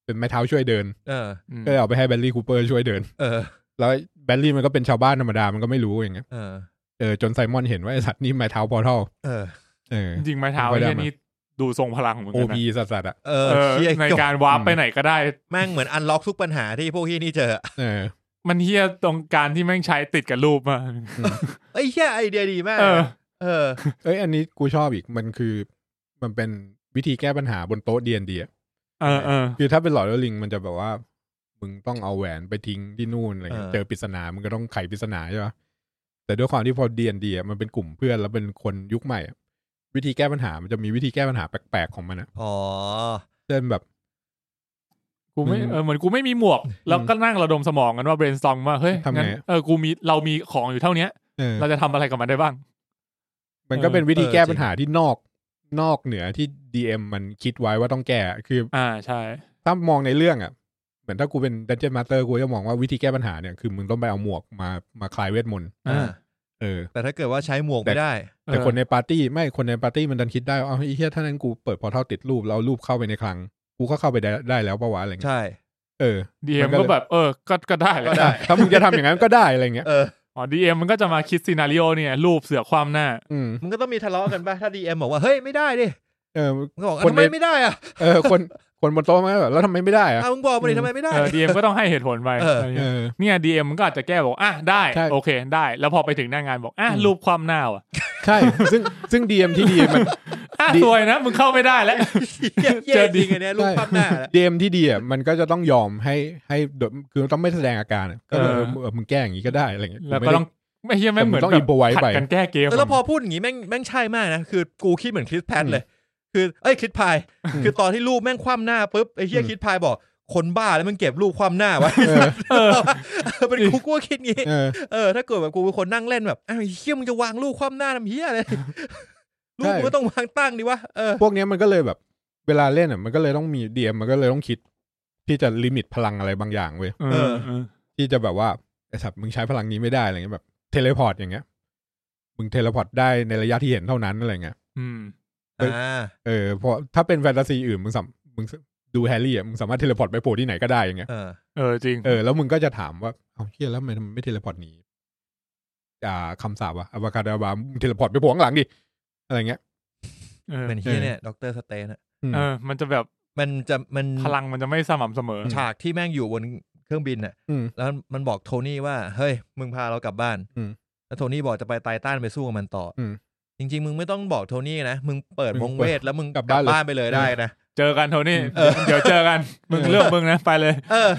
S3: เป็นไม้เท้าช่วยเดิน
S2: เออ
S3: ก็เลยเอาไปให้แบลลี่คูเปอร์ช่วยเดิน
S2: เออ
S3: แล้วแบลลี่มันก็เป็นชาวบ้านธรรมดามันก็ไม่รู้อย่างเงี้ย
S2: เออ
S3: เออจนไซมอนเห็นว่าไอสัตว์นี่ไม้เท้าพอทัล
S2: เออ
S3: เออ
S1: จริงๆไม้เท้า
S3: ไม่ได้
S1: เนี่ย
S3: มานี่
S1: นี่ดูทรงพลังเหมือน
S3: โอ
S1: กัน
S3: พี
S1: นะ
S3: สัสๆอ่ะ
S2: เอ
S1: เอ
S2: อ
S1: อ
S2: เชี่ย
S1: ในการวาร์ปไปไหนก็ได้
S2: แม่งเหมือนอันล็อกทุกปัญหาที่พวกที่นี่เจอ
S3: เออ
S1: มันเฮียตรงการที่แม่งใช้ติดกับรูปมาก
S2: เอ้ยเชี่ยไอเดียดีมาก
S1: เออ
S2: เออ
S3: เอ้ยอันนี้กูชอบอีกมันคือมันเป็นวิธีแก้ปัญหาบนโต๊ะ D&D ดี
S1: เออเออ
S3: คือถ้าเป็นหลอดลิงมันจะแบบว่า มึงต้องเอาแหวนไปทิ้งที่นู่นอะไรเงี้ย
S2: เออ
S3: เจอปริศนามึงก็ต้องไขปริศนาใช่ปะแต่ด้วยความที่พอ D&D อ่ะมันเป็นกลุ่มเพื่อนแล้วเป็นคนยุคใหม่อะวิธีแก้ปัญหามันจะมีวิธีแก้ปัญหาแปลกๆของมันอะ
S2: อ๋อ
S3: เช่นแบบ
S1: กูไม่
S3: มึง
S1: เออเหมือนกูไม่มีหมวก แล้วก็นั่งระดมสมองกันว่า brainstorm ว่าเฮ้ย
S3: ทำไง
S1: งั้นเออกูมีเรามีของอยู่เท่าเนี้ย
S3: เออ
S1: เราจะทำอะไรกับมันได้บ้าง
S3: มันก็เป็นวิธี
S2: เออ
S3: แก้ปัญหาที่นอกนอกเหนือที่ DM มันคิดไว้ว่าต้องแก้คือ
S1: อ่าใช่
S3: ถ้ามองในเรื่องอ่ะ เหมือนถ้ากูเป็นดันเจียนมาสเตอร์กูจะมองว่าวิธีแก้ปัญหาเนี่ยคือมึงต้องไปเอาหมวกมามาคลายเวทมนต์
S2: อ่า
S3: เออ
S2: แต่ถ้าเกิดว่าใช้หมวกไม่ได้
S3: แต่คนในปาร์ตี้ไม่คนในปาร์ตี้มันดันคิดได้ว่าเอาไอ้เหี้ยถ้านั้นกูเปิดพอร์ทัลติดรูปแล้วเอารูปเข้าไปในคลัง กูก็เข้าไปได้ได้แล้วปะวะอะไรเงี้ย
S2: ใช่
S3: เออ
S1: ดีเอ็ม
S3: มัน
S1: ก็
S3: ก็เลย
S1: แบบเออ ก็ก็ได้แหละ
S2: ก็ได้
S3: ถ้ามึงจะทำอย่างนั้นก็ได้อะไรเงี้ย
S2: เออ
S1: อ๋อดีเอ็มมันก็จะมาคิดซีนารีโอเนี่ยรูปเสือความหน้า
S3: อืม
S2: มันก็ต้องมีทะเลาะกันป่ะ ถ้าดีเอ็มบอกว่า เฮ้ย ไม่ได้ดิ
S3: เออ
S2: มันก็บอกอ่ะ
S3: คน
S2: ทำไม
S3: ใน
S2: ไม่ได้อ่ะ
S3: เออ คนคนบนโต๊ะมันก็แบบแล้วทำไมไม่ได้อะ
S2: อ่ะมึงบอกมาดิทำไมไม่ได้
S1: เออดีเอ็มก็ต้องให้เหตุผลไป
S2: เออ
S1: ะไร
S3: เอ
S1: เงี้ย
S3: อ
S1: เนี่ยดีเอ็มมันก็อาจจะแก้บอกอ่ะได้
S3: ใช่
S1: โอเคได้ แล้วพอไปถึงหน้างานบอกอ่ะรูปความหน้าว่ะ
S3: ใช่ ซึ่งซึ่งดีเอ็มที่ดีมัน
S1: อ่ะ
S3: ดี
S1: สวยนะมึงเข้าไม่ได้ แล้ว
S2: เหี้ยเหี้ย
S1: เจอดี
S2: จริงไงเนี่ยลูกปั้มหน้าน่ะ
S3: ดีเอ็มที่ดีอ่ะมันก็จะต้องยอมให้ให้โดยคือต้องไม่แสดงอาการอะก็เลย
S1: เออ
S3: เออมึงแกล้งอย่างนี้ก็ได้อะไรเงี้ย
S1: แล้วก็ต้องไม่ใช่
S3: แต่
S1: ไม่
S3: มึง
S1: เหมือน
S3: ต้อง
S1: แบ
S3: อิ
S1: บ
S3: นโพรไวส์
S1: ผัด
S3: ไป
S1: กันแก้เกม
S2: เออแล้วพอพูดอย่างงี้แม่งแม่งใช่มากนะคือกูคิดเหมือนคริสแพทเลย คือเอ้ยคริสพาย คือตอนที่รูปแม่งคว่ำหน้าปุ๊บไอ้เฮีย
S3: อืม
S2: คริสพายบอกคนบ้าแล้วมันเก็บรูปคว่ำหน้าวะ
S3: เออ
S1: เออ
S2: เป็นกูกูก็คิดงี้
S3: เออ
S2: เออถ้าเกิดแบบกูเป็นคนนั่งเล่นแบบอ้าวไอ้เฮียมึงจะวางลูกความหน้าทำเฮียอะไร ลูก
S3: ใช่
S2: มึงก็ต้องวางตั้งดิวะเออ
S3: พวกเนี้ยมันก็เลยแบบ เวลาเล่นอ่ะมันก็เลยต้องมีดีเอ็มมันก็เลยต้องคิด ที่จะลิมิตพลังอะไรบางอย่างเว้ย
S1: เออเออ
S3: ที่จะแบบว่าไอ้สัตว์มึงใช้พลังนี้ไม่ได้อะไรเงี้ยแบบเทเลพอร์ตอย่างเงี้ยมึงเทเลพอร์ตได้ในระยะที่เห็นเท่านั้นอะไรเงี้ย
S1: อืม
S3: เอออ่
S2: า
S3: เออเพราะถ้าเป็นแฟนตาซีอื่นมึงสามมึงดูแฮร์รี่อ่ะมึงสามารถเทเลพอร์ตไปโผล่ที่ไหนก็ได้อย่างเงี้ย
S2: เออ
S1: เออจริง
S3: เออแล้วมึงก็จะถามว่าเอาเฮียแล้วทำไมมันไม่เทเลพอร์ตหนีอ่าคำสาบอะอวกาดาบามงเทเลพอร์ตไปโผล่ข้างหลังดิอะไรเงี้ย
S1: เออ
S2: เหมือนเฮียเนี่ยด็อกเตอร์สเตนอะ
S3: อืม
S1: เออ มันจะแบบ
S2: มันจะมัน
S1: พลังมันจะไม่สม่ำเสมอ
S2: ฉากที่แม่งอยู่บนเครื่องบินน่ะ
S3: อืม
S2: แล้วมันบอกโทนี่ว่า เฮ้ย มึงพาเรากลับบ้าน
S3: อืม
S2: แล้วโทนี่บอกจะไปไตตันไปสู้กับมันต่ออ
S3: ม
S2: จริง ๆ มึงไม่ต้องบอกโทนี่นะมึงเปิด
S3: มึ
S2: ว
S3: ง
S2: งเวทแล้วมึงก
S3: ก
S2: ลั
S3: ลั
S2: บบ
S3: บ้าน
S2: บ้าน
S3: เลย
S2: ไปเลยได้นะ
S1: เจอกันโทนี่เดี๋ยวเจอกัน มึงเลือกมึงนะ ไปเลย
S2: เออ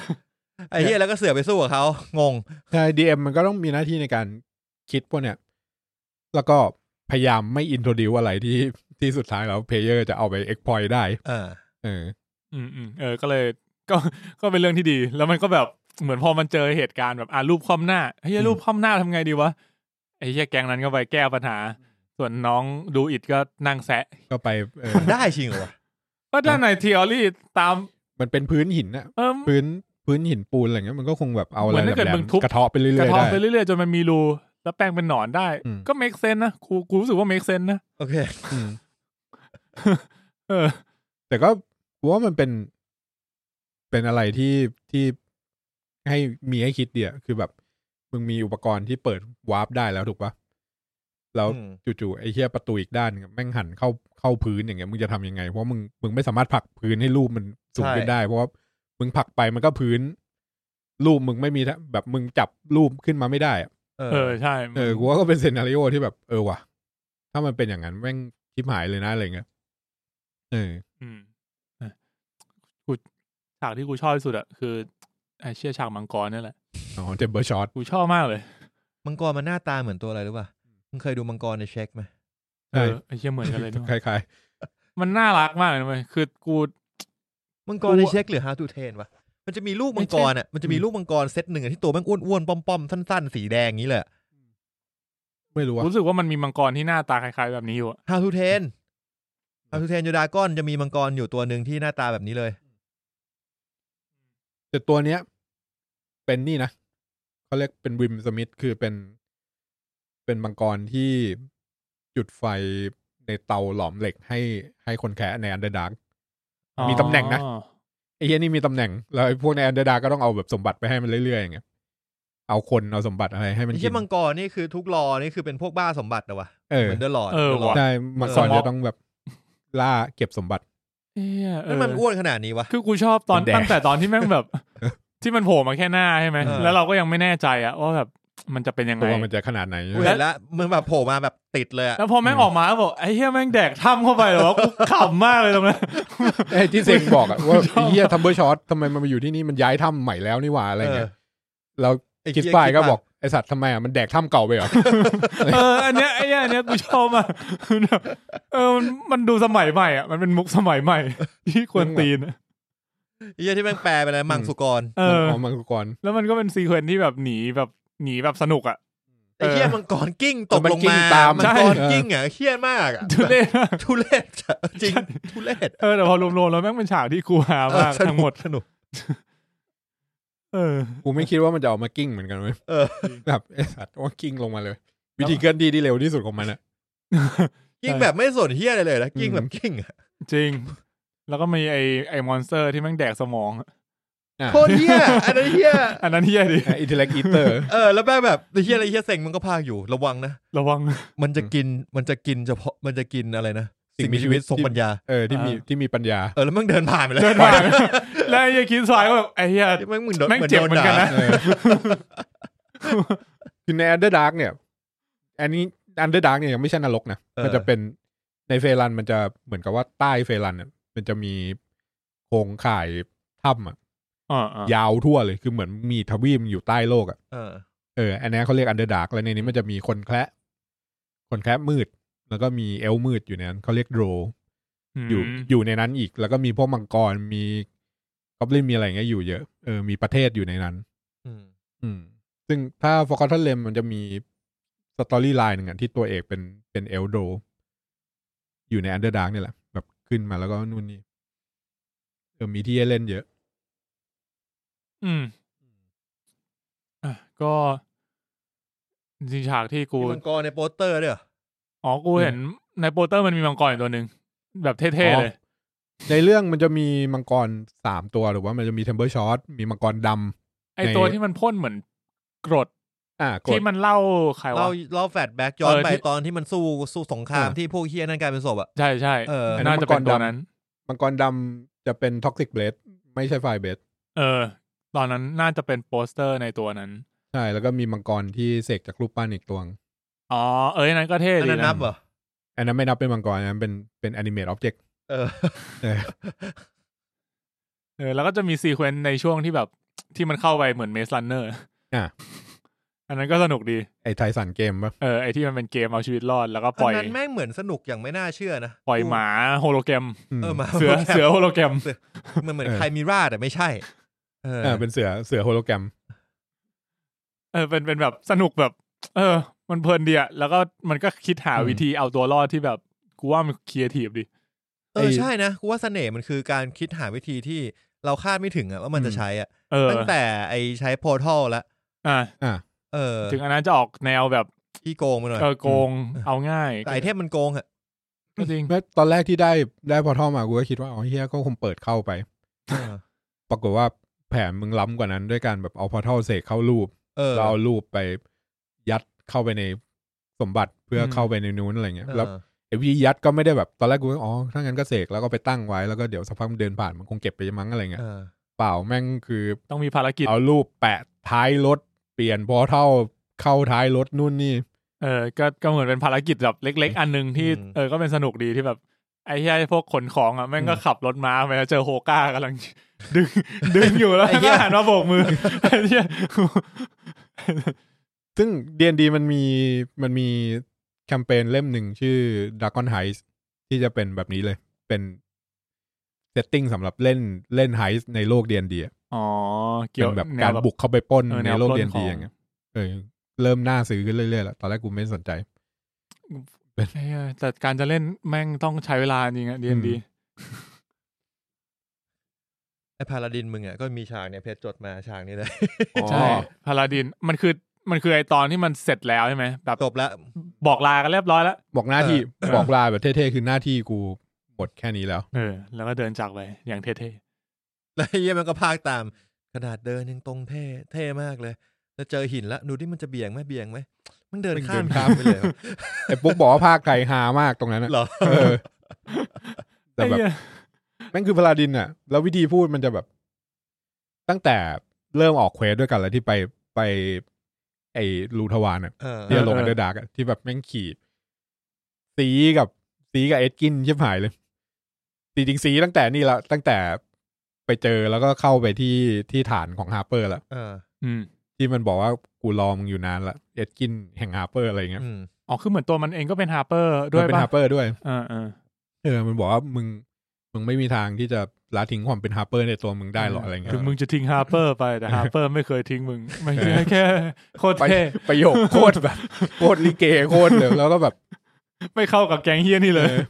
S2: ไอ้เฮียแล้วก็เสือกไปสู้กับเขางง
S3: ใช่ดีเอ็มมันก็ต้องมีหน้าที่ในการคิดพวกเนี้ยแล้วก็พยายามไม่อินโทรดิวอะไรที่ ที่สุดท้ายแล้วเพลเยอร์จะเอาไปเอ็กพอยได้
S2: เออ
S3: เออ
S1: อืมอืมเออ ก็เลย ก็ ก็เป็นเรื่องที่ดี แล้วมันก็แบบ เหมือนพอมันเจอเหตุการณ์แบบ อ่ะรูปคว่ำหน้า เฮ้ย รูปคว่ำหน้าทำไงดีวะ ไอ้เหี้ยแกงนั้นก็ไปแก้ปัญหา ส่วนน้องดูอิดก็นั่งแซะ
S3: ก็ไปเออ
S2: มันได้จริงเหรอวะ
S1: ก็ด้านในทีอรี่ตาม
S3: มันเป็นพื้นหินนะ
S1: เออ
S3: พื้นพื้นหินปูนอะไรเงี้ยมันก็คงแบบเอาอะไร
S1: เหมือนถ้าเกิด
S3: แหล
S1: มึ
S3: ม
S1: งทุบ
S3: ๆกระเทาะไปเรื่อยๆ
S1: กระ
S3: ได้
S1: เทอไปเรื่อยๆจนมันมีรู แล้วแป้งเป็นหนอนได้
S3: อืม
S1: ก็เมคเซนนะ กู กูรู้สึกว่าเมคเซนนะ
S2: โอเค
S3: อืม
S1: เออ
S3: แต่ก็กูว่ามันเป็นเป็นอะไรที่ที่ให้มีให้คิดเดียวคือแบบ มึงมีอุปกรณ์ที่เปิดวาร์ปได้แล้วถูกปะแล้ว
S2: อืม
S3: จู่ๆไอ้เหี้ยประตูอีกด้านเนี่ยแม่งหันเข้าเข้าพื้นอย่างเงี้ยมึงจะทำยังไง เพราะมึงมึงไม่สามารถผลักพื้นให้รูปมันสูงขึ้นได้ เพราะว่ามึงผลักไปมันก็พื้น รูปมึงไม่มีทะแบบมึงจับรูปขึ้นมาไม่ได้อะ
S2: เอ
S1: เอ
S2: อ
S1: อ ใช่
S3: เออกูว่าก็เป็นเซนาริโอที่แบบเออว่ะถ้ามันเป็นอย่างนั้นแม่งทิพหายเลยนะอะไรเงี้ยเออ
S1: อืมอ่ะกูฉากที่กูชอบที่สุดอะคือไอเชี่ยฉากมังกรนี่แหละ
S3: อ๋อเทมเบอร์ช็อต
S1: กูชอบมากเลย
S2: มังกรมันหน้าตาเหมือนตัวอะไรหรือเปล่ามึงเคยดูมังกรในเช็คไหม
S1: เออไอเชี่ยเหมือน กันเลยด้วย
S3: คล้าย
S1: มันน่ารักมากเลยนะเว้ยคือกู
S2: มังกรในเช็คหรือ How to Train วะมันจะมีลูกมังกรอ่ะมันจะมีลูกมังกรเซตหนึ่งอะที่ตัวแม่งอ้วนๆป้อมๆสั้นๆ สีแดงอย่างนี้เลยอะ
S3: ๆ ไม่รู้ว่า
S1: รู้สึกว่ามันมีมังกรที่หน้าตาคล้ายๆแบบนี้อยู่อะ
S2: How to Train How to Train ยูดาก้อนจะมีมังกรอยู่ตัวหนึ่งที่หน้าตาแบบนี้เลย
S3: แต่ตัวเนี้ย เป็นนี่นะเขาเรียกเป็นวิมสมิธคือเป็น เป็นมังกรที่จุดไฟในเตาหลอมเหล็กให้ให้คนแคะในอันเดอร์ดาร์ก มีตำแหน่งนะ
S1: อ๋อ
S3: ไอ้เฮียนี่มีตำแหน่ง แล้วไอ้พวกในอันเดอร์ดาร์กก็ต้องเอาแบบสมบัติไปให้มันเรื่อยๆอย่างเงี้ยเอาคนเอาสมบัติอะไรให้มัน
S2: ไม่
S3: กิ
S2: ใช่
S3: น
S2: มังกรนี่คือทุกรอนี่คือเป็นพวกบ้าสมบัตินะวะ
S3: เออ
S2: เหมือนเดอะหลอด
S1: เออว่ะ
S3: ใช่มังกร
S1: เออ
S3: จะต้องแบบล่าเก็บสมบัติ
S1: เอ้ยเอ
S2: นั่
S1: อน
S2: มันอ้วนขนาดนี้วะ
S1: คือกูชอบตอน
S3: มันแดง
S1: ตั้งแต่ตอนที่แม่งแบบ ที่มันโผล่มาแค่หน้าใช่ไหม
S2: เออ
S1: แล้วเราก็ยังไม่แน่ใจอะว่าแบบมันจะเป็นยังไง
S3: ตัวมันจะขนาดไหน
S2: กูเห็นแล้วมึงแบบโผล่มาแบบติดเลยอะ
S1: แล้วพอแม่งออกมาก็บอกไอ้เหี้ยแม่งแดกถ้ำเข้าไปเลยวะกูขำมากเลยตรงนั้น
S3: ไอ้ที่เซงบอกอะว่าไอ้เฮียทัมเบอร์ช็อตทำไมมันมาอยู่ที่นี่มันย้ายถ้ำใหม่แล้วนี่หว่าอะไรเงี้ยแล้ว
S2: เออ
S3: คิด
S2: ไอ้เหี้ย
S3: ปายก็บอกไอสัตว์ทำไมอ่ะมันแดกถ้ำเก่าไปเหรอ
S1: เออ อันเนี้ยไอ้เหี้ยอันเนี้ยกูชอบมาก เออมันมันดูสมัยใหม่อ่ะ มันเป็นมุกสมัยใหม่ ที่ควรตีนอะ
S2: ไอ้เหี้ยที่แม่งแปลไปเลยมังสุกร
S1: เออ
S3: มังกรมังกร
S1: แล้วมันก็เป็นซีเควนซ์ที่แบบหนีแบบหนีแบบสนุกอ่ะ
S2: ไอ้เหี้ยมังกรกิ้งตกลงมามัง
S1: ใช่
S2: กรกิ้งอ่ะเหี้ยมากอะ
S1: ทุเรศมาก
S2: ทุเรศจ้ะจริง ทุเรศ
S1: เออแต่พอรวมๆแล้วแม่งเป็นฉากที่กูหาม าก
S2: เออสนุ
S1: ทั้งหมด
S2: สนุก
S1: เออ
S3: กูไม่คิดว่ามันจะออกมากิ้งเหมือนกันเว้ย
S2: เออ
S3: แบบไอสัตว์ว่ากิ้งลงมาเลย วิธีเคลื่อนที่ที่เร็วที่สุดของมันอ่ะ
S2: กิ้ง
S1: ใช่
S2: แบบไม่สนเฮียอะไรเลยนะกิ้ง
S3: อืม
S2: แบบกิ้งอะ
S1: จริง แล้วก็มีไอไอมอนสเตอร์ที่แม่งแดกสมอง
S3: อ่า
S2: โคนเฮียอันนั้นเฮีย
S1: อันนั้นเฮียดิ
S3: อินเทลเล็กอีเตอร์
S2: เออแล้วแม่งแบบไอ้เฮียอะไรเฮียเซ็งมันก็พากอยู่ระวังนะ
S1: ระ วัง
S2: มันจะกินมันจะกินเฉพาะมันจะกินอะไรนะสิ่งมี
S3: สิ่งมีชี
S2: ชี
S3: วิ
S2: วิ
S3: ต
S2: ตทรงปัญญา
S3: เออที่มี
S1: อ่า
S3: ที่มีปัญญา
S2: เออแล้วแมันเดินผ่านไปเลย
S1: เดินผ่ านแล้วไอ้เฮียคิดสายว่าแบบไอ้เฮีย
S2: แม่งมึงโดน
S1: แม่ง
S2: เหมือน
S1: เจ็บ
S2: โดน
S1: เหมือน
S2: ด่า
S1: กันนะ
S3: เออคือในอันเดอร์ดาร์กเนี่ย อันนี้อันเดอร์ดาร์กเนี่ยยังไม่ใช่นรกนะ มันจะเป็นในเฟรันมันจะเหมือนกับว่าใต้เฟรันเนี่ยมันจะมีโครงข่ายถ้ำอะ
S1: อ่าอ่าย
S3: าวทั่วเลยคือเหมือนมีทวีปอยู่ใต้โลกอ่ะ
S2: เออ
S3: เอออันนี้เขาเรียกอันเดอร์ดาร์กแล้วในนี้มันจะมีคนแคระคนแคระมืด แล้วก็มีเอลฟ์มืดอยู่ในนั้นเขาเรียกโดร
S1: อ
S3: อยู่อยู่ในนั้นอีก แล้วก็มีพวกมังกรมีกอบลินมีอะไรอย่างเงี้ยอยู่เยอะเออมีประเทศอยู่ในนั้น
S2: อืม
S3: อืม ซึ่งถ้า Forgotten Realm มันจะมีสตอรี่ไลน์หนึ่งอะที่ตัวเอกเป็นเป็นเอลโด อยู่ใน Underdark เนี่ยแหละ แบบขึ้นมาแล้วก็นู่นนี่เออมีที่ให้เล่นเยอะ
S1: อืมอ่ะก็จริงๆฉากที่กู
S2: มีมังกรในโปสเตอร์ด้วยเหรอ
S1: อ๋อ กูเห็นในโปสเตอร์มันมีมังกรอยู่ตัวหนึ่งแบบเท่ๆเลย
S3: ในเรื่องมันจะมีมังกรสามตัวหรือว่ามันจะมี Temple Shot มีมังกรด
S1: ไอตัวที่มันพ่นเหมือนกรด
S3: ำอ่ากด
S1: ที่มันเล่าใคร
S2: เรา
S1: วะ
S2: เราแฟลชแบ็กย้อน
S1: เออ
S2: ไป
S1: ที่
S2: ตอนที่มันสู้สู้สงคราม
S3: เออ
S2: ที่พวกเฮียนั่นกลายเป็นศพอ่ะ
S1: ใช่ใช่
S2: เออ
S3: อันนั้น
S1: น่าจะเป็นตัวนั้น
S3: มังกรดำจะเป็น Toxic Blade ไม่ใช่ Fire Blade
S1: เออ ตอนนั้นน่าจะเป็นโปสเตอร์ในตัวนั้น
S3: ใช่แล้วก็มีมังกรที่เสกจากรูปปั้นอีกตัวง
S1: อ๋อ เอ้ยนั้นก็เท่
S2: อัน
S1: ดี
S2: นั้นนั
S1: นะ
S2: บเหรอ
S3: อันนั้นไม่นับเป็นมังกรอันนั้นเป็นเป็นแอนิเมตออบเจกต์
S2: เออ
S1: เออแล้วก็จะมีซีเควนต์ในช่วงที่แบบที่มันเข้าไปเหมือนเมสลันเนอร์
S3: อ่ะ
S1: อันนั้นก็สนุกดี
S3: ไอ้ไทสันเกมปะ
S1: เออไอที่มันเป็นเกมเอาชีวิตรอดแล้วก็ป
S2: อั
S1: ล่อ
S2: น
S1: ย
S2: นั้นแม่งเหมือนสนุกอย่างไม่น่าเชื่อนะ
S1: ปล่อยหมาโฮโลแกรม
S3: ม
S2: เออหมา
S1: เสือเสือโฮโลแกรม
S2: มันเหมือนไคมิราแต่ไม่ใช่ เออ
S3: เออเป็นเสือเสือโฮโลแกรม
S1: เออเป็นเป็นแบบสนุกแบบ เออ มันเพลินดีอะแล้วก็มันก็คิดหา
S3: อืม
S1: วิธีเอาตัวรอดที่แบบกูว่ามันครีเอทีฟดี
S2: เออใช่นะกูว่าเสน่ห์มันคือการคิดหาวิธีที่เราคาดไม่ถึงอะว่ามันจะใช้อะ
S1: เออ
S2: ตั้งแต่ไอใช้โพทอลละ
S1: อ่ะ
S3: อ่า
S2: เออ
S1: ถึงอันนั้นจะออกแนวแบบ
S2: ที่โกงมาหน่อย
S1: เออโกงเอาง่าย
S2: แต่ไอเทมมันโกงอะ
S1: ก็จริง
S3: แม้ตอนแรกที่ได้ได้พอท่อมากูก็คิดว่าอ๋อเฮียก็คงเปิดเข้าไป
S2: เออ
S3: ปรากฏว่าแผนมึงล้ำกว่านั้นด้วยการแบบเอาพอท่อเสกเข้ารูป
S2: เออ
S3: แล้วเอารูปไปยัดเข้าไปในสมบัติเพื่ออ
S1: ม
S3: เข้าไปในนู้นอะไรเงี้ย
S2: เออ
S3: แล้วไอ้วิธียัดก็ไม่ได้แบบตอนแรกกูก็อ๋อถ้างั้นก็เสกแล้วก็ไปตั้งไว้แล้วก็เดี๋ยวสักพักมันเดินผ่านมันคงเก็บไปมั้งอะไรเงี้ย
S2: เออ
S3: เปล่าแม่งคือ
S1: ต้องมีภารกิจ
S3: เอารูปแปะท้ายรถ เปลี่ยนพอเท่าเข้าท้ายรถนู่นนี่
S1: เออก็ก็เหมือนเป็นภารกิจแบบเล็ก ๆ อันหนึ่งที่เออก็เป็นสนุกดีที่แบบ ไอ้ที่ไอ้พวกขนของอ่ะแม่งก็ขับรถม้าไปแล้วเจอโฮก้ากำลัง ดึง ดึงอยู่แล้ว
S2: ไอ้
S1: แม่ง
S2: เหี้
S1: ก็
S2: ย
S1: หันมาโบก มือไอ้ที่
S3: ซึ่ง D&D มันมีมันมีแคมเปญเล่มหนึ่งชื่อ Dragon Heist ที่จะเป็นแบบนี้เลย เป็นเซตติ้งสำหรับเล่นเล่นไฮส์ในโลก D&D อะ
S1: อ๋อเกี่ย
S3: เป็
S1: วน
S3: แบบ
S1: นว
S3: การบุกเข้าไปปล้น
S1: เออแน
S3: ใน
S1: ว
S3: โลก
S1: ปล้น
S3: D&D
S1: ของ
S3: อย่างเงี้ยเออเริ่มน่าซื้อขึ้นเรื่อยๆแล้วตอนแรกกูไม่สนใจ
S1: ไอ้เหี้ยแต่การจะเล่นแม่งต้องใช้เวลาจริงอ่ะดีดี
S2: ไอพาราดินมึงอะก็มีฉากเนี่ยเพชรจดมาฉากนี้เลย
S1: ใช่พาลาดินมันคือมันคือไอตอนที่มันเสร็จแล้วใช่ไหมแบบ
S2: จบละ
S1: บอกลากันเรียบร้อยแล้ว
S3: บอกหน้าที่
S1: เออ
S3: บอกลาแบบเท่ๆ คือหน้าที่กูหมดแค่นี้แล้ว
S1: เออ แล้วก็เดินจากไปอย่างเท่
S2: แล้วไอ้เหี้ยมันก็พากตามขนาดเดินยังตรงเท่เท่มากเลย แล้วเจอหินละดูดิมันจะเบี่ยงไหมเบี่ยงไหมมันเดิน
S3: มันเดิ
S2: ข้าม
S3: น
S2: ข้า
S3: ข้าม ม
S2: ไปเลย
S3: ไอ้ปุ๊กบอกว่าภาคไก่ฮามากตรงนั้นอะ
S2: เหรอ
S3: เออ
S1: ๆ
S3: แต่แบบ
S1: ไอ้เหี้ย
S3: แม่งคือพลาดินอ่ะ แล้ววิธีพูดมันจะแบบ ตั้งแต่เริ่มออกเควสด้วยกันแล้วที่ไปไป ไอ้ลูทวานอ่ะ
S2: เออ
S3: ที่จะลงอันเดอร์ดาร์กที่แบบแม่งขี่สีกับสีกับเอ็ดกินชิบหายเลยสีจริงสีตั้งแต่นี่ละตั้งแต่ไปเจอแล้วก็เข้าไปที่ที่ฐานของฮาร์เปอร์ละ
S2: เออ
S1: อืม
S3: ที่มันบอกว่ากูรอมึงอยู่นานละเอ็ดกินแห่งฮาร์เปอร์อะไรอย่างเงี้ย
S2: อืม
S1: อ๋อคือเหมือนตัวมันเองก็เป็นฮาร์เปอร์ด้
S3: มั
S1: วย
S3: นเป็น
S1: ป่ะ
S3: ฮาร์เปอร์ด้วย
S1: เออเออ
S3: เออ มันบอกว่ามึงมึงไม่มีทางที่จะละทิ้งความเป็นฮาร์เปอร์ในตัวมึงได้หรอกอะไรเงี้ย
S1: ถึงมึงจะทิ้งฮาร์เปอร์ไปแต่ฮาร์เปอร์ไม่เคยทิ้งมึง มันแค่แค่โคตร
S3: ไป
S1: เท่
S3: ประโยคโคตรแบบโคตรลิเกโคตรเลยแล้วก็แบบ
S1: ไม่เข้ากับแก๊งเฮี้ยนี่เลย
S3: เออ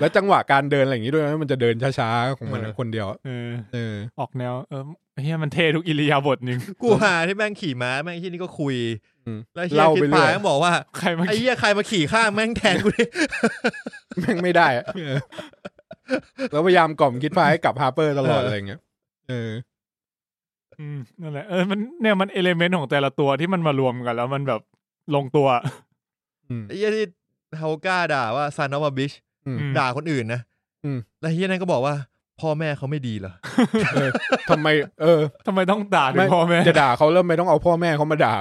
S3: แล้วจังหวะการเดินอะไรอย่างนี้ด้วยนะมันจะเดินช้าๆของมันนะคนเดียว
S1: เออ
S3: เออ
S1: ออกแนว เออเฮี้ยมันเท่ทุกอิริยาบถจริง
S2: กูหาที่แม่งขี่ม้าแม่งที่นี่ก็คุย
S3: อืม
S2: แล้วไอ้เฮีย
S3: เล่า
S2: คิด
S3: ไปเรื่
S2: พา
S3: อย
S2: ยก็บอกว่า
S1: ใครมา
S2: ไอ้เหี้ยใครมาขี่ข้างแม่งแทงกูดิ
S3: แม่งไม่ได้อะเออแล้วพยายามกล่อมคิดพาให้กลับฮาร์เปอร์ตลอดอะไรเงี้ยเออ
S1: อืมนั่นแหละเออมันเนี่ยมันเอเลเมนต์ของแต่ละตัวที่มันมารวมกัน แล้วมันแบบลงตัว
S3: อืม
S2: ไอ้เหี้ยที่เฮาก้าด่าว่าซานอฟบิช
S3: อืม
S1: อืม
S2: ด่าคนอื่นนะ
S3: อืม
S2: แล้วเฮียนั่นก็บอกว่า พ่อแม่เขาไม่ดีเหรอ
S3: เออทำไม เออ
S1: ทำไมต้องด่าถึ
S3: ไม่
S1: งพ่อแม่
S3: จะด่าเขาเริ่มไม่ต้องเอาพ่อแม่เขามาด่ า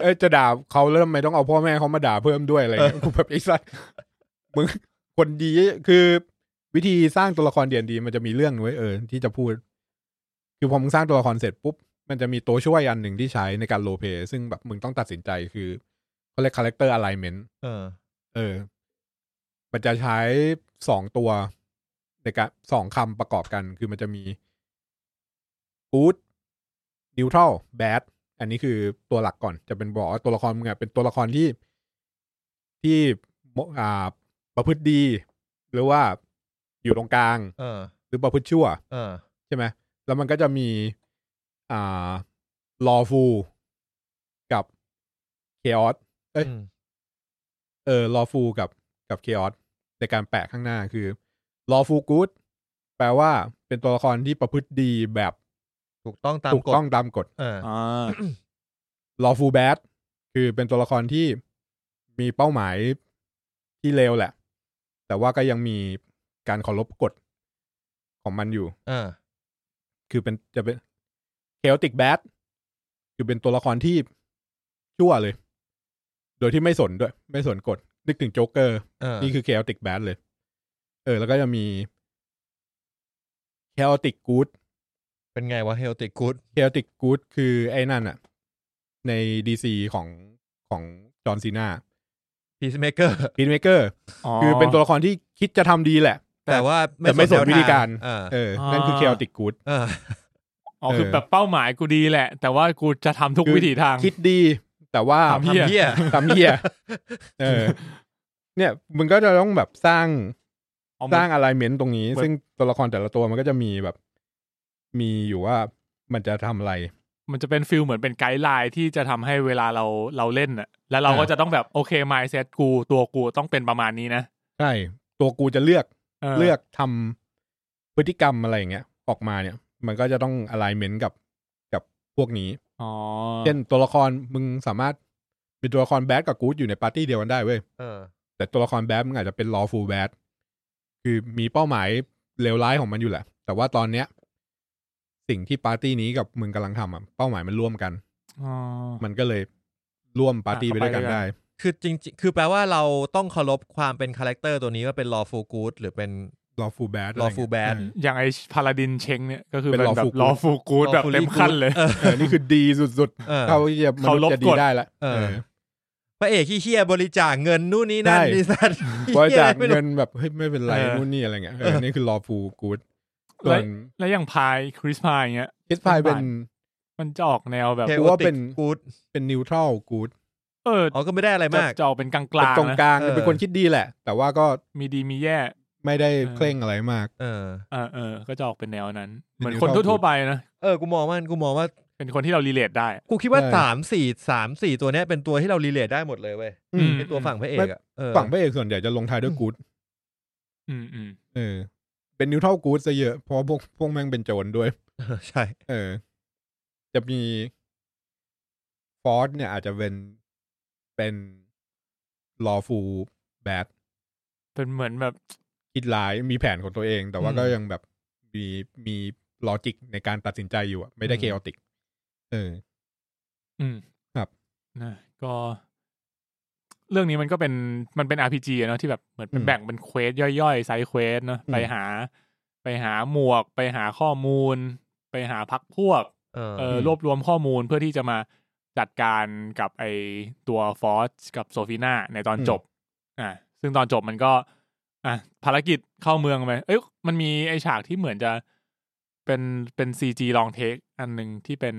S3: เออจะด่าเขาเริ่มไม่ต้องเอาพ่อแม่เขามาด่าเพิ่มด้วยอะไรเงี้ยกูแบบไอ้สัสมึงคนดีคือวิธีสร้างตัวละครเด่นดีมันจะมีเรื่องหนุ้ยเออที่จะพูด คือพอมึงสร้างตัวละครเสร็จปุ๊บ มันจะมีตัวช่วยอันหนึ่งที่ใช้ในการโลเปซึ่งแบบมึงต้องตัดสินใจคือเขาเรียกคาแรคเตอร์อะไลเมนต์
S2: เออ
S3: เออ มันจะใช้สองตัวในการสองคำประกอบกัน คือมันจะมี good neutral bad อันนี้คือตัวหลักก่อน จะเป็นบอกว่าตัวละครมึงอะเป็นตัวละครที่ที่มอ่า ประพฤติดี หรือว่าอยู่ตรงกลาง
S2: เออ
S3: หรือประพฤติชั่ว
S2: เออ
S3: ใช่ไหม แล้วมันก็จะมีอ่า lawful กับ chaos เอ้ย
S2: อืม
S3: เออลอฟูกับกับเคออสในการแปะข้างหน้าคือลอฟูกู d แปลว่าเป็นตัวละครที่ประพฤติดีแบบ
S2: ถูกต้องตาม
S3: ถูก
S2: กฎ
S3: ต้องตามกฎ
S2: เออ
S1: อ่า
S3: ลอฟูแบดคือเป็นตัวละครที่มีเป้าหมายที่เลวแหละ แต่ว่าก็ยังมีการเคารพกฎของมันอยู่
S2: เออ
S3: คือเป็นจะเป็นเคอติกแบดคือเป็นตัวละครที่ชั่วเลย โดยที่ไม่สนด้วย ไม่สนกฎนึกถึงโจ๊กเกอร์
S2: เออ
S3: นี่คือ chaotic bad เลย เออ แล้วก็จะมี chaotic good
S2: เป็นไงวะเฮลติกูด
S3: chaotic good คือไอ้นั่นอะใน DC ของของจอห์นซีนา
S2: พีซเมเกอร์
S3: พีทเมเกอร์คือ
S1: อ
S3: เป็นตัวละครที่คิดจะทำ ดีแหละ
S2: แต่ว่า
S3: แต่ไม่สน
S2: แนทง
S3: วิธีการ
S2: เออ
S3: เออ นั่นคือ chaotic good
S2: เออ
S1: อ๋อคือแบบเป้าหมายกูดีแหละ แต่ว่ากูจะทำทุก
S3: คือ
S1: วิถีทาง
S3: คิดดี แต่ว่า
S1: ทำเหี้ย
S2: ทำเหี้ย
S3: ทำเหี้ยเอ อ เนี่ยมึงก็จะต้องแบบสร้าง
S1: เอา
S3: ส
S1: มา
S3: ร้าง alignment ตรงนี้
S1: เหมือน
S3: ซึ่งตัวละครแต่ละตัวมันก็จะมีแบบ มีอยู่ว่ามันจะทำอะไร
S1: มันจะเป็นฟิลเหมือนเป็นไกด์ไลน์ที่จะทำให้เวลาเราเราเล่นน่ะ แล้วเราก็
S3: อ่า
S1: จะต้องแบบโอเคไมเซ็ตกูตัวกูต้องเป็นประมาณนี้นะ
S3: ใช่ตัวกูจะเลือก เลือกทำพฤติกรรมอะไรอย่างเงี้ย ออกมาเนี่ย มันก็จะต้อง alignment กับกับพวกนี้
S1: อ๋อ
S3: เช่นตัวละครมึงสามารถมีตัวละครแบดกับกู๊ดอยู่ในปาร์ตี้เดียวกันได้เว้ย
S2: เอ อ
S3: แต่ตัวละครแบดมึงอาจจะเป็น lawful bad คือมีเป้าหมายเลวร้ายของมันอยู่แหละ แต่ว่าตอนเนี้ย สิ่งที่ปาร์ตี้นี้กับมึงกำลังทำอะเป้าหมายมันร่วมกัน
S1: อ๋อ
S3: มันก็เลยร่วมปาร์ตี้
S1: อ่ะ
S3: ไป
S1: เข้าไป
S3: ด้วยกัน
S1: ด้วยกัน
S3: ได้
S2: คือจริงๆ คือแปลว่าเราต้องเคารพความเป็นคาแรคเตอร์ตัวนี้ว่าเป็น lawful good หรือเป็น
S3: lawful bad อะไรอย่างเงี้ย
S2: lawful bad
S3: อืม
S1: อย่างไอ้พาลาดินเชงเนี่ยก็คือ
S3: เป็
S1: เป็น นแบบ
S3: lawful good
S1: ลอฟูกูดแบบเต็ม
S2: lawfully
S1: ขั้นเลย
S2: good
S3: เออนี่คือดีสุด
S2: เออ
S3: ๆเท่าที่จะมนุษย์จะดีได้ละ
S2: เคารพกฎเออ
S3: เออ
S2: พระเอกขี้เฮียบริจาคเงินนู่นนี่นั่น
S3: ใช่
S2: นี่สัตว์
S3: บริจาค
S2: หี้ยไม่
S3: เงิ
S2: รู้
S3: นแบบเฮ้ยไม่เป็นไร
S1: เออ
S3: นู่นนี่อะไรเงี้ยเอ
S2: เอ
S3: อ
S2: อ
S3: นี่คือรอฟูกูด
S1: แล้
S3: ส่
S1: ว
S3: วน
S1: แล้วอย่างพายคริสพายอย่างเงี้ย
S3: คิดพายเป็น
S1: มันจะออกแนวแบบ
S3: กูว่าเป็น
S2: กูด
S3: เป็นนิวทรัลกูด
S1: เออ
S2: อ๋อก็ไม่ได้อะไร
S1: จะ
S2: มาก
S1: จะออกเป็นกลางก
S3: เป็น
S1: ลาง
S3: ตรง
S1: นะ
S3: กลาง
S2: เออ
S3: เป็นคนคิดดีแหละ แต่ว่าก็
S1: มีดีมีแย่
S3: ไม่ได้
S1: เออ
S3: เคร่งอะไรมาก
S2: เออ
S1: เออเออก็จะออกเป็นแนวนั้น
S3: เป็น
S1: เหมือน
S3: neutral
S1: คน
S3: good
S1: ทั่วๆไปนะ
S2: เออ กูมองว่ากูมองว่า
S1: เป็นคนที่เรารีเลทได้
S2: กูคิดว่า
S3: ใช่
S2: สามสี่สามสี่ตัวเนี้ยเป็นตัวที่เรารีเลทได้หมดเลยเว้ย
S1: อืม
S2: เป็นตัวฝั่งพระเอกอะเออ
S3: ฝั่งพระเอกส่วนใหญ่จะลงท้ายด้วยกูด
S1: อืมอืม
S3: เออ เป็นนิวทรัลกูดซะเยอะเพราะพวกพวกแม่งเป็นโจรด้วย
S2: เออ ใช่
S3: เออ จะมีฟอร์สเนี่ยอาจจะเป็นเป็นรอฟูแบด
S1: เป็นเหมือนแบบ
S3: คิดร้ายมีแผนของตัวเอง แต่ว่าก็ยังแบบมีมีลอจิกในการตัดสินใจอยู่อะไม่ได้เคอติก เออ
S1: อืม
S3: ครับ
S1: นะก็ เรื่องนี้มันก็เป็นมันเป็น RPG อะเนาะที่แบบเหมือนเป็น
S3: อืม
S1: แบ่งเป็นเควสย่อยๆไซส์เควสเนาะ
S3: อืม
S1: ไปหา ไปหาหมวก ไปหาข้อมูล ไปหาพักพวก
S2: เออ
S1: เออรวบรวมข้อมูลเพื่อที่จะมาจัดการกับไอตัวฟอสกับโซฟีนาในตอน
S3: อืม
S1: จบ อ่าซึ่งตอนจบมันก็ อ่ะภารกิจเข้าเมืองไปเอ้ยมันมีไอฉากที่เหมือนจะเป็นเป็นซีจีลองเทคอันหนึ่งที่เป็น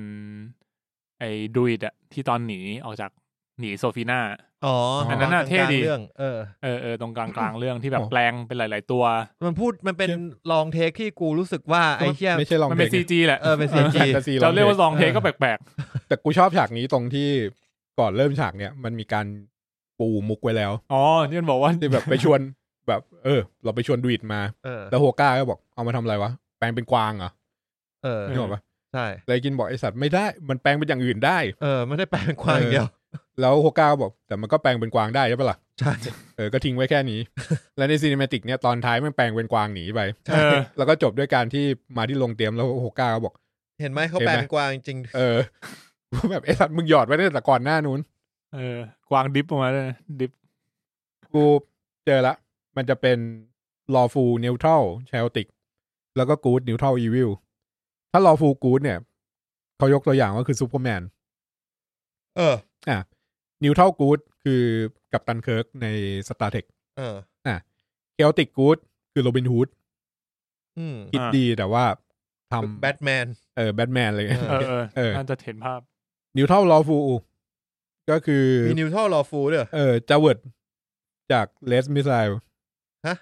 S1: ไอดูอิดอะที่ตอนหนีออกจากหนีโซฟีนา
S2: อ๋อ
S1: อั
S2: อั
S1: นนั้นน่ะเท่ดี
S2: เรื่อง เออ
S1: เออเออตรงกลางกลางเรื่องที่แบ
S3: อ๋
S1: บ
S3: อ
S1: แปลงเป็นหลาย ๆ ตัว
S2: มันพูดมันเป็น
S3: เชื่อ
S2: ลองเทคที่กูรู้สึกว่าไอ้เหี้ย
S3: ไม่ใช่ลอง
S1: มัน
S3: เพล
S1: เป็น
S3: ง
S1: ซี จีแหละ
S2: เออเป็น CG
S3: แฟนตาซีล
S1: จะ
S3: องเพ
S1: เรียกว่า
S3: ล
S1: ล
S3: ง
S1: องเทคก็แปลก
S3: แต่กูชอบฉากนี้ตรงที่ก่อนเริ่มฉากเนี่ย มันมีการปูมุกไว้แล้ว
S1: ๆอ๋อนี่มันบอกว่า
S3: ที่แบบไปชวน แบบ เออ เราไปชวนดูอิดมา
S2: เออ
S3: แล้วโฮก้าก็บอกเอามาทำอะไรวะ แปลงเป็นกวางเหรอ
S2: เออ
S3: นึกออกปะ
S2: ใช่
S3: ไรกินบอกไอสัตว์ไม่ได้ มันแปลงเป็นอย่างอื่นได้
S2: เออไม่ได้แปลงเป็นกวางอย่างเดียว
S3: แล้วโฮก้าบอก แต่มันก็แปลงเป็นกวางได้ใช่ปะล่ะ
S2: ใช่
S3: เออก็ทิ้งไว้แค่ นี้ แล้วในซีนิเมติกเนี่ยตอนท้ายมันแปลงเป็นกวางหนีไป
S2: ใช่
S1: เออ
S3: แล้วก็จบด้วยการที่มาที่โรงเตรียมแล้วโฮก้าก็บอก
S2: เห็นไหมเขา
S3: เห็นไหม
S2: แปลงเป็นกวางจริง
S3: เอ อแบบไอสัตว์มึงหยอดไว้ตั้งแต่ก่อนหน้านู้น
S1: เออกวางดิฟออกมาด้วยนะดิฟ
S3: กูเจอละ มันจะเป็น lawful neutral chaotic แล้วก็ good neutral evil ถ้า lawful good เนี่ย เขายกตัวอย่างก็คือซูเปอร์แมน
S2: เออ
S3: neutral good คือกัปตันเคิร์กใน Star Trek
S2: เออ
S3: chaotic good คือโรบินฮูด
S2: อืม
S3: คิดดีแต่ว่าทำ
S2: แบทแมน
S3: เออแบทแมนเลย
S1: เออเออ
S3: เออ
S1: น่าจะเห็นภาพ
S3: neutral lawful ก็คือ
S2: มีนิวทัลลอฟูด้วยเหรอ
S3: เออจาเวิร์ดจาก Les Missile
S2: ฮะ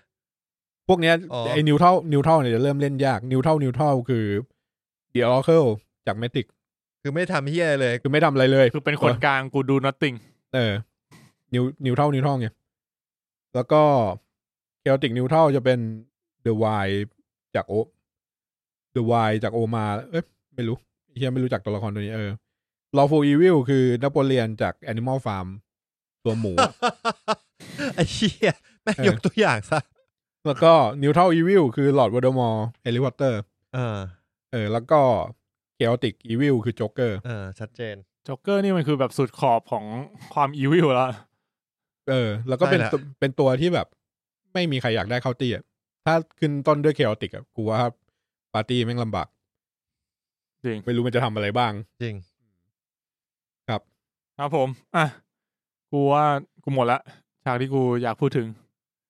S3: พวกเนี้ย
S2: อ๋อ
S3: ไอ้นิวเท่านิวเท่าเนี่ยจะเริ่มเล่นยากนิวเท่านิวเท่าคือ The Oracle จาก m มติก
S2: คือไม่ทำเฮียอะไรเลย
S3: คือไม่ทำอะไรเลย
S1: คือเป็นคนกลางกูดู nothing
S3: เออนิวนิวเท่านิวเท่าไงแล้วก็ Chaotic นิวเท่าจะเป็น The Wild จากโอ The Wild จากโอมาเอ้ยไม่รู้เฮียไม่รู้จักตัวละครตัวนี้เออ Lawful Evil คือนโปเลียนจาก Animal Farm ตัวหมู
S2: ไอ้เฮียแม่ง
S3: เออ
S2: ยกตัวอย่างซะ
S3: แล้วก็นิวเท่าอีวิลคือหลอดวอดมอร์เอลิวอเตอร์
S2: เออ
S3: เออ แล้วก็เคียติกอีวิลคือโจ๊กเกอร์
S2: เออ ชัดเจน
S1: จ็อกเกอร์นี่มันคือแบบสุดขอบของความอีวิลแล้ว
S3: เออ แล้วก็เป็น
S2: ใช่แหละ
S3: ตัวเป็นตัวที่แบบ ไม่มีใครอยากได้เข้าตี้อะถ้าขึ้นต้นด้วยเคียติกอะกูว่าปาร์ตี้แม่งลำบาก
S1: จริง
S3: ไม่รู้มันจะทำอะไรบ้าง
S2: จริง
S1: ครับผม อ่ะ กูว่ากูหมดละฉากที่กูอยากพูดถึง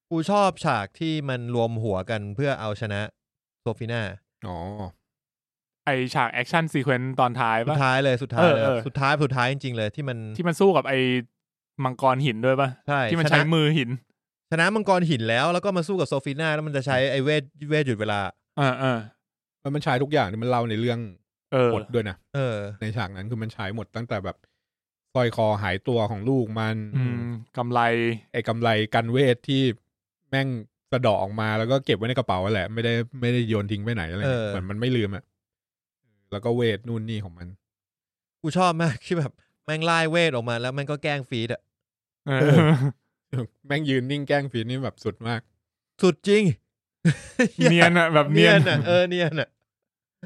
S2: กูชอบฉากที่มันรวมหัวกันเพื่อเอาชนะโซฟีน่า
S3: อ๋อ
S1: ไอฉากแอคชั่นซีเควนต์ตอนท้าย
S2: สุ
S1: ปะ
S2: ดท้ายเลย สุดท้ายเลย
S1: เออเออ
S2: สุดท้าย สุดท้ายจริงๆเลยที่มัน
S1: ที่มันสู้กับไอมังกรหินด้วยปะ
S2: ใช่
S1: ที่มัน
S2: ช
S1: ใช้
S2: นะ
S1: มือหิน
S2: ชนะมังกรหินแล้ว แล้วก็มาสู้กับโซฟีน่า แล้วมันจะใช้ไอเวทเวทหยุดเวลา
S1: อ่าอ่า
S3: มันมันใช้ทุกอย่างที่มันเล่าในเรื่อง
S1: เออ
S3: หมดด้วยนะ
S2: เออ
S3: ในฉากนั้นคือมันใช้หมดตั้งแต่แบบสร้อยคอหายตัวของลูกมัน
S1: อืมกำไร
S3: ไอ้กำไรกันเวทที่แม่งสะเดาะออกมาแล้วก็เก็บไว้ในกระเป๋าแหละ ไม่ได้ไม่ได้โยนทิ้งไปไหนอะไรเงี้ย
S2: เออ
S3: เหมือนมันไม่ลืมอ่ะแล้วก็เวทนู่นนี่ของมัน
S2: กูชอบมากที่แบบแม่งไล่เวทออกมาแล้วแม่งก็แกล้งฟีดอะ
S1: เอ
S3: เอ
S1: อ
S3: แม่งยืนนิ่งแกล้งฟีดนี่แบบสุดมาก
S2: สุดจริง
S1: เนียนอะแบบ
S2: เนี
S1: เนี
S2: ย
S1: ย
S2: น
S1: น
S2: อะเออเนียนอะ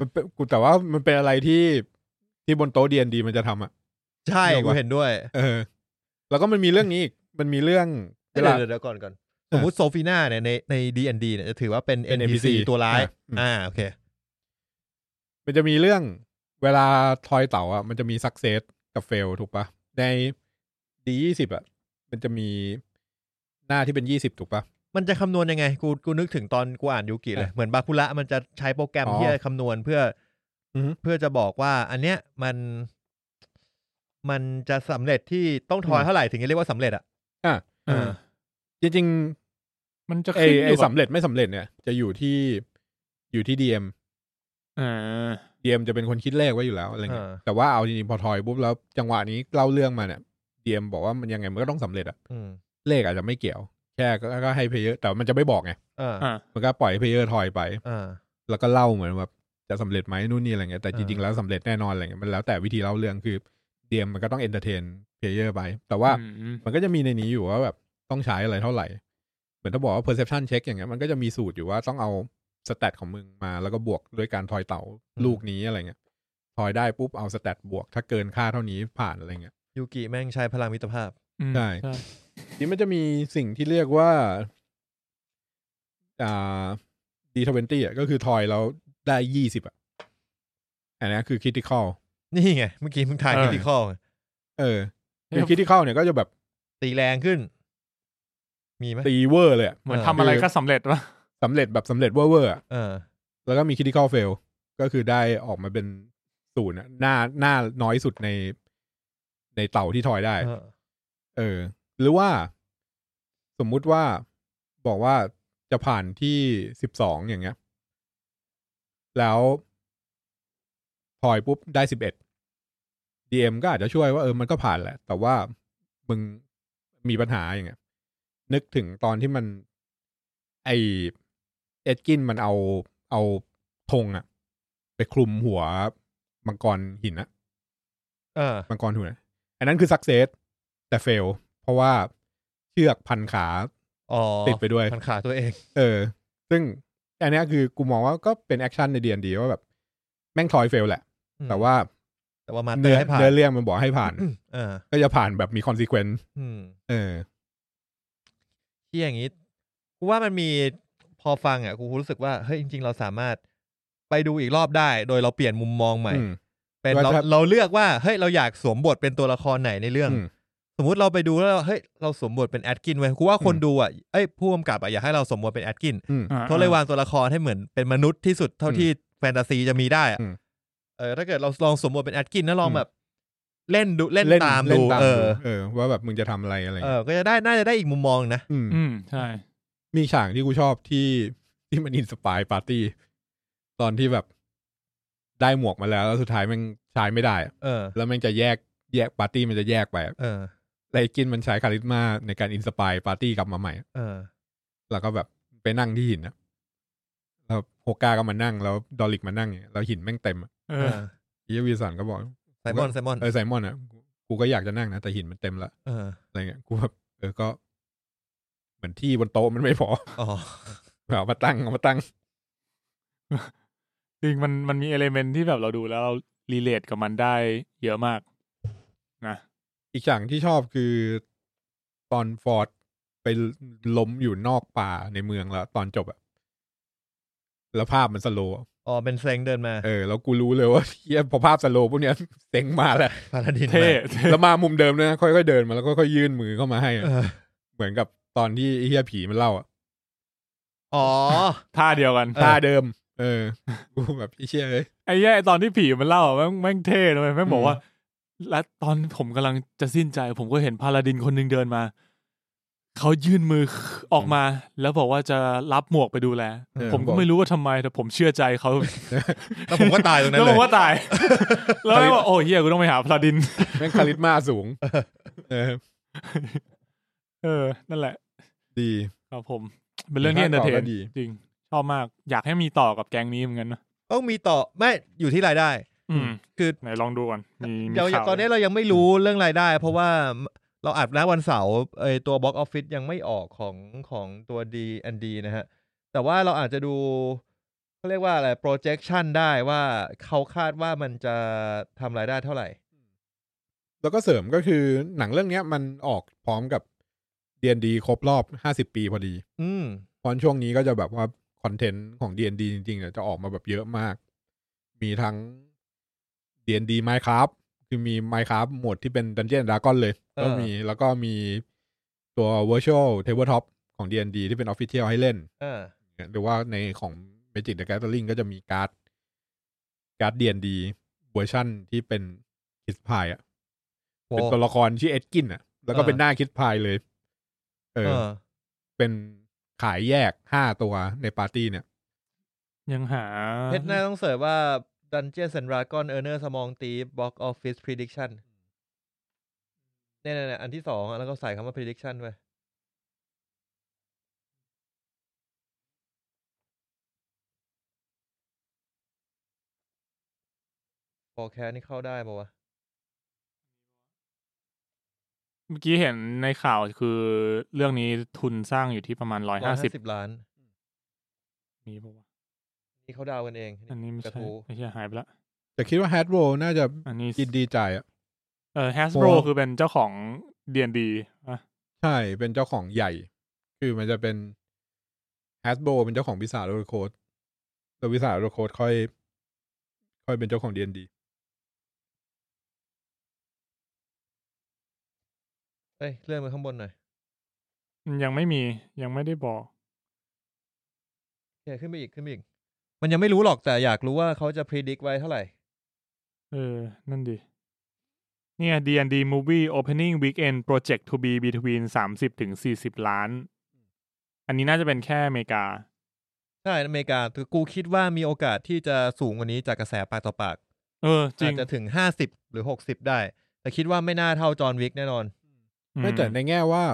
S3: มันเป็นกูแต่ว่ามันเป็นอะไรที่ที่บนโต๊ะเดียนดีมันจะทำอ่ะ
S2: ใช่
S3: เนียน
S2: กู
S3: วะ
S2: เห็นด้วย
S3: เออ แล้วก็มันมีเรื่องนี้อีกมันมีเรื่องเว
S2: เดี๋ยว
S3: ลา
S2: เดี๋ยวเดี๋ยวก่อนก่อน
S3: เออ
S2: สมมติโซฟีน่าเนี่ยในในดีแอนดีเนี่ยจะถือว่าเป็น
S3: เป็น
S2: NPC
S3: NPC
S2: ตัวร้าย
S3: อ่า
S2: อ่าโอเค
S3: มันจะมีเรื่องเวลาทอยเต่าอ่ะมันจะมีสักเซสกับเฟลถูกปะในดียี่สิบอ่ะมันจะมีหน้าที่เป็นยี่สิบถูกปะ
S2: มันจะคำนวณยังไง กูกูนึกถึงตอนกูอ่านยูกิเลยเหมือนบาคุระมันจะใช้โปรแกรม
S3: อ๋อ
S2: ที่จะคำนวณเพื่ออ
S3: อฮึ
S2: เพื่อจะบอกว่า อันเนี้ยมัน มันจะสำเร็จที่ต้องทอย
S3: อืม
S2: เท่าไหร่ถึงจะเรียกว่าสำเร็จอ่ะ
S3: อ่ะ
S1: เออ
S3: จริงๆ
S1: มันจะ
S3: ไอ
S1: ขึ้นอ
S3: ไอยู่
S1: กับ
S3: สำเร็จไม่สำเร็จเนี่ยจะอยู่ที่อยู่ที่ดีเอ็ม
S1: เออ
S3: ดีเอ็มจะเป็นคนคิดเลขไว้อยู่แล้วอะไรเงี้ย
S2: อ่า
S3: แต่ว่าเอาจริงๆพอทอยปุ๊บแล้วจังหวะนี้เล่าเรื่องมาเนี่ยดีเอ็มบอกว่ามันยังไงมันก็ต้องสำเร็จอะ
S2: อืม
S3: เลขอาจจะไม่เกี่ยว แค่ก็ก็ให้เพลเยอร์แต่มันจะไม่บอกไง
S2: อ่า
S1: อ่า
S3: มันก็ปล่อยให้เพลเยอร์ทอยไป
S2: อ่า
S3: แล้วก็เล่าเหมือนแบบจะสำเร็จไหมนู่นนี่อะไรเงี้ยแต่จริง
S2: อ่า
S3: ๆแล้วสำเร็จแน่นอนอะไรเงี้ยมันแล้วแต่วิธีเล่าเรื่องคือดีเอ็มมันก็ต้องเอนเตอร์เทนเพลเยอร์ไป แต่ว่า
S1: อืม
S3: มันก็จะมีในนี้อยู่ว่าแบบต้องใช้อะไรเท่าไหร่ เหมือนถ้าบอกว่า perception check อย่างเงี้ยมันก็จะมีสูตรอยู่ว่าต้องเอาสแตทของมึงมา แล้วก็บวกด้วยการทอยเต่า
S2: อืม
S3: ลูกนี้อะไรเงี้ยทอยได้ปุ๊บเอาสแตทบวก ถ้าเกินค่าเท่านี้ผ่านอะไรเงี้ย
S2: ยูกิแม่งใช้พลังมิตรภาพ
S1: อืม
S3: ใช่ ทีนี้มันจะมีสิ่งที่เรียกว่าอ่า d20 อ่ะก็คือทอยเราได้ยี่สิบอ่ะ อันนี้คือ critical
S2: นี่ไง เมื่อกี้มึงทาย
S3: เออ
S2: คิติคอล
S3: เออคือ critical เนี่ยก็จะแบบ
S2: ตีแรงขึ้น มีไหม
S3: ตีเวอร์เลยอะ
S1: เหมือนทำอะไรก็สำเร็จปะ
S3: สำเร็จแบบสำเร็จเวอร์เวอร์อะ
S2: เออ
S3: แล้วก็มี critical fail ก็คือได้ออกมาเป็นศูนย์อะหน้าหน้าน้อยสุดในในเต่าที่ทอยได้
S2: เออ
S3: เออ หรือว่า สมมุติว่าบอกว่าจะผ่านที่สิบสองอย่างเงี้ย แล้วทอยปุ๊บได้สิบเอ็ด DM ก็อาจจะช่วยว่าเออมันก็ผ่านแหละ แต่ว่ามึงมีปัญหาอย่างเงี้ย นึกถึงตอนที่มัน ไอเอ็ดกินมันเอาเอาธงอะไปคลุมหัว มังกรหินอะ
S2: เออ
S3: มังกรหุ่นอะอันนั้นคือสักเซสแต่เฟล เพราะว่าเชือกพันขา
S2: อ๋อ
S3: ติดไปด้วย
S2: มันขาตัวเอง
S3: เออ ซึ่งอันเนี้ยคือกูมองว่าก็เป็นแอคชั่นในเดียนดีว่าแบบ แม่งทอยเฟลแหละ แต่ว่า
S2: แต่ว่ามาเตอ
S3: เนื้อ
S2: ร์ให้ผ่าน
S3: เนื้อเรื่องมันบอกให้ผ่าน
S2: เออ
S3: ก็จะผ่านแบบมีคอนซีเควนต์
S2: อืม
S3: เออ
S2: ที่อย่างนี้กูว่ามันมีพอฟังอ่ะกูรู้สึกว่าเฮ้ยจริง ๆ เราสามารถไปดูอีกรอบได้ โดยเราเปลี่ยนมุมมองใหม่
S3: อืม
S2: เป็นเรา
S3: ว่าถ้า
S2: เราเลือกว่าเฮ้ยเราอยากสวมบทเป็นตัวละครไหนในเรื่อง
S3: อืม
S2: สมมุติเราไปดูแล้วเราเฮ้ยเราสวมบทเป็นแอดกินไว้ยกูว่าคน
S3: อืม
S2: ดูอ่ะเอ้ยผู้กำกับอ่ะอยากให้เราสวมบทเป็นแอดกิน
S3: อืม
S1: อ่
S2: เขาเลยวางตัวละครให้เหมือนเป็นมนุษย์ที่สุดเท่าที่แฟนตาซีจะมีได้อะ
S3: อืม
S2: เออถ้าเกิดเราลองสวมบทเป็นแอดกินแล้วลอง
S3: อืม
S2: แบบ เล่นดูเล่นตาม
S3: เล่
S2: ดู
S3: นตาม
S2: เอ
S3: ดู
S2: อ
S3: เออ ว่าแบบมึงจะทำอะไรอะไร
S2: เอ
S3: เงี้ย
S2: อก็จะได้น่าจะได้อีกมุมมองนะ
S3: อืม
S1: อืมใช่
S3: มีฉากที่กูชอบที่ ที่มันอินสปายปาร์ตี้ ตอนที่แบบได้หมวกมาแล้ว แล้วสุดท้ายแมันใช้ไม่ได้อะ
S2: เออ
S3: แล้วแมันจะแยกแยกปาร์ตี้มันจะแยกไปอะ
S2: เออ
S3: แล้วไอ้กินมันใช้คาริสมาในการอินสปายปาร์ตี้กลับมาใหม่อะ
S2: เออ
S3: แล้วก็แบบไปนั่งที่หินนะแล้วโฮกาก็มานั่ง แล้วดอลลิกมานั่งอย่างเงี้ยแล้วหินแม่งเต็มอะ
S1: เอ
S2: เอ
S1: อ
S2: อ
S3: เฮียวิลสันก็บอก
S2: ไซมอนไซมอน
S3: เออไซมอนอ่ะกูกูก็อยากจะนั่งนะแต่หินมันเต็มละ
S2: เออ
S3: อะไรเงี้ยกูแบบเออก็ เหมือนที่บนโต๊ะมันไม่พอ
S2: อ๋อ
S3: เอามาตั้งเอามาตั้ง
S1: จริงมันมันมีเอลเมนที่แบบเราดูแล้วเรารีเลทกับมันได้เยอะมาก นะ
S3: อีกอย่างที่ชอบคือตอนฟอร์ดไปล้มอยู่นอกป่าในเมืองแล้ว ตอนจบอะแล้วภาพมันสโลว์อะ
S2: อ๋อเป็นเซงเดินมา
S3: เออ แล้วกูรู้เลยว่า เฮียพอภาพสโลว์พวกเนี้ยเซ็งมาแล้ว
S2: พาราดินมา
S1: เท่เท่
S3: แล้วมามุมเดิมด้วยนะค่อยๆเดินมาแล้วก็ค่อยๆยื่นมือเข้ามาให้อะ
S2: เออ
S3: เหมือนกับตอนที่ไอ้เฮียผีมันเล่าอะ
S2: อ๋อ
S1: ท่าเดียวกัน
S2: เออ
S3: ตาเดิม เออ กูแบบไอ้เชี่ยเลย
S1: ไอ้แย่ตอนที่ผีมันเล่าอะแม่งแม่งเท่เลยแม่งบอกว่า และตอนผมกำลังจะสิ้นใจ ผมก็เห็นพาลาดินคนหนึ่งเดินมา เขายื่นมือ ออกมา แล้วบอกว่าจะรับหมวกไปดูแล
S3: เออ
S1: ผม
S3: บ
S1: ก็
S3: อก
S1: ไม่รู้ว่าทำไม แต่ผมเชื่อใจเขา
S2: แล้วผมก็ตายตรงนั้
S1: แล้
S2: น
S1: วผ
S2: เลย
S1: มก็ตาย แล้วแม่งบอกโอ้เฮียกูต้องไปหาพาลาดิน
S3: แม่งคาริสมาสู ง เออ
S1: เออ นั่นแหละ
S3: ดี
S1: ครับผม เป็นเรื่องที่เอนเตอร์เทน
S3: ดี
S1: จริง ชอบมาก อยากให้มีต่อกับแกงนี้เหมือนกันนะ
S2: ต้องมีต่อไม่อยู่ที่รายได้
S1: อืม
S2: คือ
S1: ไหนลองดูก่อนมีมี
S2: เดี๋ยว
S1: ข่าว
S2: ตอนนี้เรายังไม่รู้เรื่องรายได้ เพราะว่าเราอัดนะวันเสาร์ไอตัวบ็อกออฟฟิศยังไม่ออกของของตัวดีอันดีนะฮะ แต่ว่าเราอาจจะดูเขาเรียกว่าอะไร projection ได้ว่าเขาคาดว่ามันจะทำรายได้เท่าไหร่
S3: แล้วก็เสริมก็คือหนังเรื่องเนี้ยมันออกพร้อมกับเดียนดีครบรอบห้าสิบปีพอดี
S2: อืม
S3: เพราะช่วงนี้ก็จะแบบว่า คอนเทนต์ของเดียนดีจริงๆเนี่ยจะออกมาแบบเยอะมาก มีทั้งเดียนดีไมครับคือมีไมครับหมวดที่เป็นดันเจียนดากอนเลย
S2: เออ
S3: ก็มีแล้วก็มีตัว Virtual Tabletop ของ D&D ที่เป็น Official ให้เล่น
S2: อ่า
S3: หรือว่าในของ Magic the Gathering ก็จะมีการ์ดการ์ด D&D เวอร์ชั่นที่เป็นคิสพายอะ
S2: โห
S3: เป็นตัวละครชื่อเอ็ดกินอ่ะ แล้วก็
S2: เออ
S3: เป็นหน้าคิดพายเลย เออ
S2: เออ
S3: เป็นขายแยกห้าตัวในปาร์ตี้เนี่ย
S1: ยังหา
S2: เพชรหน้าต้องเสิร์ชว่า Dungeons and Dragon Earner สมองตี Box Office Prediction เนี่ยๆๆอันที่สองอะแล้วก็ใส่คำว่า prediction ไปพอแคสนี่เข้าได้ป่าวะ
S1: เมื่อกี้เห็นในข่าวคือเรื่องนี้ทุนสร้างอยู่ที่ประมาณร้อยห้าสิบ
S2: 150 ล้าน
S1: มีปะวะ
S2: นี่เขาเดาวกันเอง
S1: อันนี้ไม่
S2: กระ
S1: ใช่
S2: ทู้
S1: ไม่ใช่หายไปละ
S3: แต่คิดว่าแฮดโรน่าจะ
S1: อันนี้
S3: ยินดีจ่ายอ่ะ
S1: เออแฮสโบร
S3: โอ้
S1: คือเป็นเจ้าของเดียนดีอ่ะ
S3: ใช่ เป็นเจ้าของใหญ่ คือมันจะเป็นแฮสโบเป็นเจ้าของวิสาโรโคดแล้ววิสาโรโคดค่อย ค่อยเป็นเจ้าของดีนดี
S2: เอ้ยเลื่อนไปข้างบนหน่อย
S1: ยังไม่มียังไม่ได้บอก
S2: โอเคขึ้นไปอีกขึ้นไปอีก มันยังไม่รู้หรอกแต่อยากรู้ว่าเขาจะ predict ไว้เท่าไหร่
S1: เออ นั่นดิ เนี่ย D&D Movie Opening Weekend Project to be between สามสิบถึงสี่สิบล้าน อันนี้น่าจะเป็นแค่อเมริกา
S2: ใช่อเมริกาคือกูคิดว่ามีโอกาสที่จะสูงกว่านี้จากกระแสปากต่อปาก
S1: เออ จริ
S2: อาจ
S1: ง
S2: จะถึงห้าสิบหรือหกสิบได้ แต่คิดว่าไม่น่าเท่าจอห์นวิกแน่นอน
S1: อื
S3: ไม่แต่ในแง่ว่า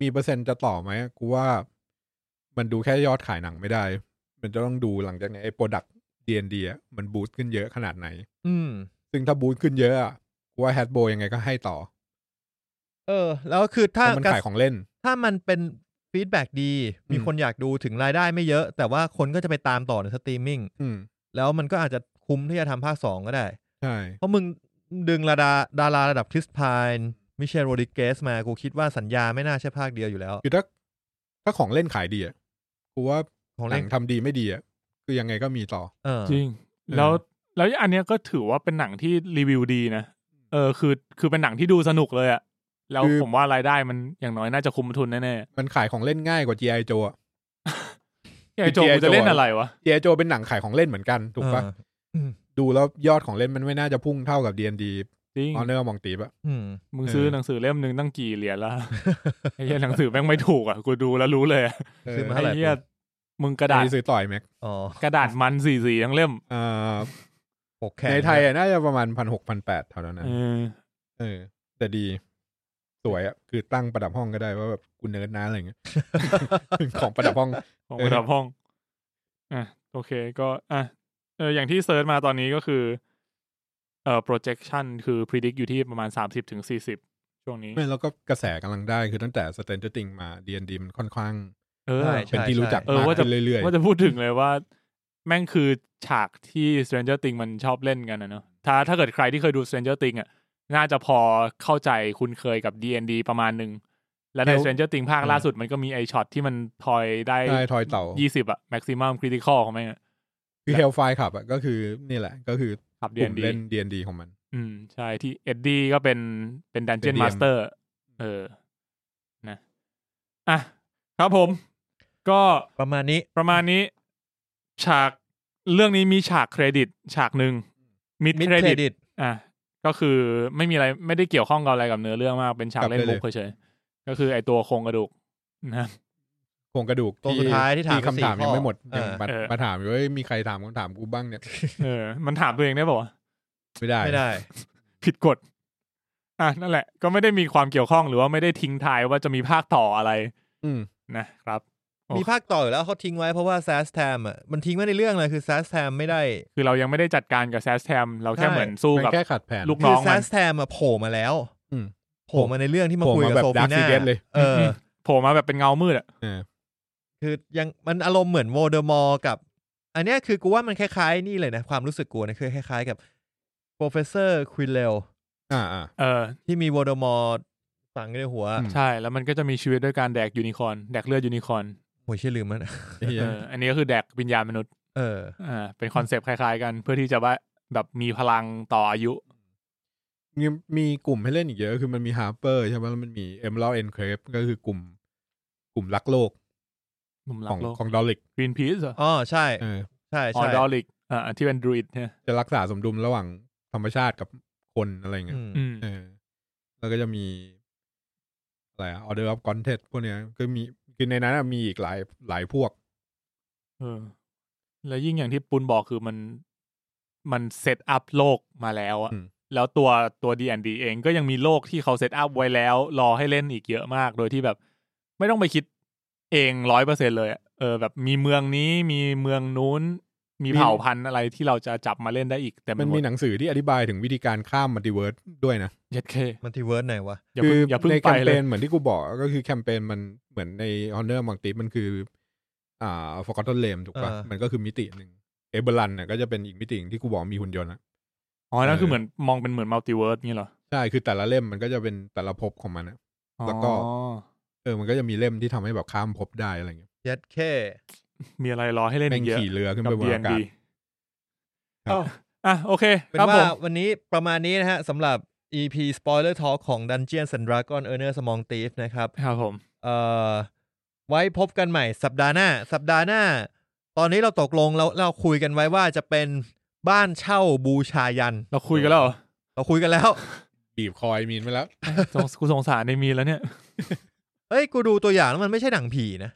S3: มีเปอร์เซ็นต์จะต่อไหมกูว่ามันดูแค่ยอดขายหนังไม่ได้ มันจะต้องดูหลังจากเนี้ไอ้โปรดักต์ D&D อ่ะมันบูสต์ขึ้นเยอะขนาดไหน
S2: อืม
S3: ซึ่งถ้าบูสต์ขึ้นเยอะอ่ะกูว่าแฮตโบยังไงก็ให้ต่อ
S2: เออ แล้วคือ
S3: เพ
S2: ถ้า
S3: ราะมันขายของเล่น
S2: ถ้ามันเป็นฟีดแบ็ดี มี
S3: อืม
S2: คนอยากดูถึงรายได้ไม่เยอะ แต่ว่าคนก็จะไปตามต่อในสตรีมมิ่ง
S3: อืม
S2: แล้วมันก็อาจจะคุ้มที่จะทำภาคสองก็ได้
S3: ใช่
S2: เพราะมึงดึงระดาดาราระดับคริสพายมิเชลโรดิเกสมากูคิดว่าสัญญาไม่น่าใช่ภาคเดียวอยู่แล้ว
S3: คือถ้าถ้าของเล่นขายดีอ่ะกูว่า
S2: ของ
S3: หนั
S2: เล่น
S3: งทำดีไม่ดีอ่ะคือยังไงก็มีต่อ
S2: เออ
S1: จริง แล้วแล้วอันเนี้ยก็ถือว่าเป็นหนังที่รีวิวดีนะเออคือคือเป็นหนังที่ดูสนุกเลยอะแล้ว
S3: คือ
S1: ผมว่ารายได้มันอย่างน้อยน่าจะคุ้มทุนแน่
S3: มันขายของเล่นง่ายกว่า G.I. Joe อ่ะ
S1: ๆไอโจกูจะเล่นอะไรวะ
S3: G.I. Joe เป็นหนังขายของเล่นเหมือนกันถูกปะ
S2: เออ
S3: ดูแล้วยอดของเล่นมันไม่น่าจะพุ่งเท่ากับ D&D
S1: จริง
S3: Honor Among Thieves อ่ะ
S2: อืม
S1: มึงซื้อ
S3: เออ
S1: หนังสือเล่มหนึ่งตั้งกี่เหรียญละ ไอ้เหี้ยหนังสือแม่งไม่ถูกอ่ะกูดูแล้วรู้เลยอะ
S2: ซื้อมา
S1: ไอ้
S2: เท่ไหร่
S1: เหี้ยมึงกระดาษ
S3: ไอ้ซื้อต่อยแม็ก
S2: อ๋อก
S1: ระดาษมันสีสีทั้งเล่ม
S3: อ่า
S2: ปกแขน
S3: ในไทยอะน่าจะประมาณพันหกพันแปดเท่านั้นนะ
S1: เออ
S3: เออ แต่ดี สวยอ่ะ คือตั้งประดับห้องก็ได้ว่าแบบกูเนิร์ดนะอะไรอย่างเงี้ย ของประดับห้อง
S1: ของ
S3: เออ
S1: กระดับห้องอ่ะโอเคก็อ่ะเอออย่างที่เซิร์ชมาตอนนี้ก็คือเอ่อ projection คือ predict อยู่ที่ประมาณสามสิบถึงสี่สิบช่วงนี้
S3: ไม่แล้วก็กระแสกำลังได้คือตั้งแต่ Stranger Things มา D&D มันค่อนข้าง
S1: เออ
S2: ใช่
S3: เป็น
S2: ใช่
S3: ที่รู้จัก
S2: ใช่
S1: เออ
S3: มาก
S1: ว่าจะ
S3: ขึ้นเรื่อย
S1: ว่าจะพูดถึงเลยว่า แม่งคือฉากที่ Stranger Things มันชอบเล่นกันนะเนอะถ้าถ้าเกิดใครที่เคยดู Stranger Things อ่ะน่าจะพอเข้าใจคุ้นเคยกับ D&D ประมาณหนึ่งและใน Stranger Things ภาคล่าสุดมันก็มีไอช็อตที่มันทอยได้
S3: ๆใช่ทอยเต่า
S1: ยี่สิบอะ maximum critical ของแม่งอะ
S3: คือ Hellfire ขับอ่ะก็คือนี่แหละ ก็คือ
S1: ครับ
S3: กลุ่ม
S1: D&D
S3: เล่น D&D ของมัน
S1: อืมใช่ที่เอ็ดดี้ก็เป็นเป็น
S3: เป็น
S1: Dungeon
S3: DM
S1: Master เออนะอ่ะครับผม ก็
S2: ประมาณนี้
S1: ประมาณนี้ฉากเรื่องนี้มีฉากเครดิต ฉากหนึ่งมิด
S2: mid
S1: เครดิต
S2: credit
S1: อ่ะก็คือไม่มีอะไรไม่ได้เกี่ยวข้องกับอะไรกับเนื้อเรื่องมาก เป็นฉากเล่น
S3: กลับได้
S1: มุ
S3: เล
S1: ก
S3: ย
S1: เฉยๆก็คือไอตัวโครงกระดูกนะ
S3: โครงกระดูก
S2: ตัวสุดท้ายที่ถาม
S3: คำถาม
S2: ไปสี่
S3: ยังไม่หมด
S2: ข้อ
S3: ยัง
S2: เออ
S3: มามาถามอยู่ว่ามีใครถามคำถามกูบ้างเนี่ย
S1: เออ มันถามตัวเองได้ป่าวะ
S3: ไม่ได้
S2: ไม่ได้
S1: ผิดกฎ อ่ะนั่นแหละ ก็ไม่ได้มีความเกี่ยวข้องหรือว่าไม่ได้ทิ้งทายว่าจะมีภาคต่ออะไร
S3: อืม
S1: นะครับ โอเค
S2: มีภาคต่ออยู่แล้วเขาทิ้งไว้เพราะว่าแซสแทมอ่ะมันทิ้งไว้ในเรื่องเลยคือแซสแทมไม่ได้
S1: คือเรายังไม่ได้จัดการกับแซสแทมเราแค่
S2: ใช่
S1: เหมือนสู้
S3: มัน
S1: กับ
S3: แค่ขัดแผน
S1: ลูก น้
S2: คือ
S1: อง
S2: แซ
S1: มัน
S2: สแทมอ่ะโผล่มาแล้ว
S3: อืม
S2: โผล่มาในเรื่องที่มา
S3: โผล่
S2: คุยกั
S3: มา
S2: บ
S3: แบบ
S2: โซฟี
S3: Dark
S2: น่า
S3: Secret เลย
S2: เออ
S1: โผล่มาแบบเป็นเงามืดอะ
S3: เออ
S2: คือยังมันอารมณ์เหมือนโวลเดอมอร์กับ อันเนี้ยคือกูว่ามันคล้ายๆนี่เลยนะความรู้สึกกูนะคือคล้ายๆกับ professor quirrell
S3: อ่าอ่า
S1: เออ
S2: ที่มีโวลเดอมอร์ฝังอยู่ในหัว
S3: อืม
S1: ใช่ แล้วมันก็จะมีชีวิตด้วยการแดกยูนิคอร์นแดกเลือดยูนิคอร์น
S2: โอ้ยเชื่อลืมมันนะ
S3: ไอ้เหี้ย
S1: เอออันนี้ก็คือแดกวิญญาณมนุษย์
S2: เออ
S1: อ่าเป็นคอนเซปต์คล้ายๆกัน เพื่อที่จะว่าแบบมีพลังต่ออายุ
S3: มีมีกลุ่มให้เล่นอีกเยอะคือมันมีฮาร์เปอร์ใช่ไหมแล้วมันมีเอ็มลอเอ็นเครปก็คือกลุ่ม กลุ่มรักโลก
S1: หนุ่มหลั
S3: ของ
S1: กโลก
S3: ของดอลลิก
S1: กรีนพีซอ่ะ
S2: อ๋อใช่
S3: เออ
S2: ใช่
S1: ออ
S2: ใช่
S1: ดอลิกอ่าที่เป็นดรูอิดเนี่ย
S3: จะรักษาสมดุลระหว่างธรรมชาติกับคนอะไรเงี้ย
S2: อืม
S1: อืม
S3: เออแล้วก็จะมีอะไรออเดอร์ออฟคอนเทนต์พวกเนี้ยคือมีคือในนั้นอะมีอีกหลายหลายพวก
S1: เออ แล้วยิ่งอย่างที่ปุนบอกคือมันมันเซตอัพโลกมาแล้วอะ
S3: อืม
S1: แล้วตัวตัวดีแอนดีเองก็ยังมีโลกที่เขาเซตอัพไว้แล้ว รอให้เล่นอีกเยอะมาก โดยที่แบบ ไม่ต้องไปคิดเองร้อยเปอร์เซ็นเลยอะเออ แบบมีเมืองนี้มีเมืองนู้น มีเผ่าพันธุ์อะไรที่เราจะจับมาเล่นได้อีกแต่
S3: มันมีหนังสือที่อธิบายถึงวิธีการข้ามมัลติเวิร์สด้วยนะ
S1: เย็ดเค
S2: มันทีเวิร์สไหนวะ
S1: อย่า
S3: คื
S1: เพิ่งอย่าเพิ่ง
S3: ใน
S1: ไป
S3: แคมเป
S1: เลย
S3: ญเหมือนที่กูบอกก็คือแคมเปญมันเหมือนใน Honor a m o n g t i e s มันคือ อ่า Forgotten l a m ถูกปะ
S2: อ่ามั
S3: มันก็คือมิติหนึ่งเอเบรันน่ะก็จะเป็นอีกมิติหนึ่งที่กูบอกมีหุ่นยนต์นะ
S1: อ๋อนั่นคือเหมือนมองเป็นเหมือนมัลติเวิร์สนี่เหรอ
S3: ใช่คือแต่ละเล่มมันก็จะเป็นแต่ละภพของมันนะ แล้วก็
S1: อ๋อ
S3: เออมันก็จะมีเล่มที่ทำให้แบบข้ามภพได้อะไรเงี้ย
S2: ยัดเค
S1: มีอะไรรอให้เล่น
S3: แม่
S1: อี
S3: ง
S1: กเยอะ
S3: ขี่เรือขึ้น
S1: กับ
S3: ไปบน
S1: เบียน
S3: อากาศ
S1: ดี
S3: ครับ
S1: อ่ะโอเค
S2: เป็น
S1: ครับผ
S2: ว่าม วันนี้ประมาณนี้นะฮะสำหรับ EP Spoiler Talk ของ Dungeons and Dragons Earner Small Thief นะครับ
S1: ครับผม
S2: เอ่อไว้พบกันใหม่สัปดาห์หน้า สัปดาห์หน้า ตอนนี้เราตกลงเราเราคุยกันไว้ว่าจะเป็นบ้านเช่าบูชายัน
S1: เราคุยกันแล้วเหรอ
S2: เราคุยกันแล้ว
S3: บีบคอยมีนไปแล้ว
S1: สงกูสงสารในมีนแล้วเนี่ย
S2: เอ้ย กูดูตัวอย่างแล้วมันไม่ใช่หนังผีนะ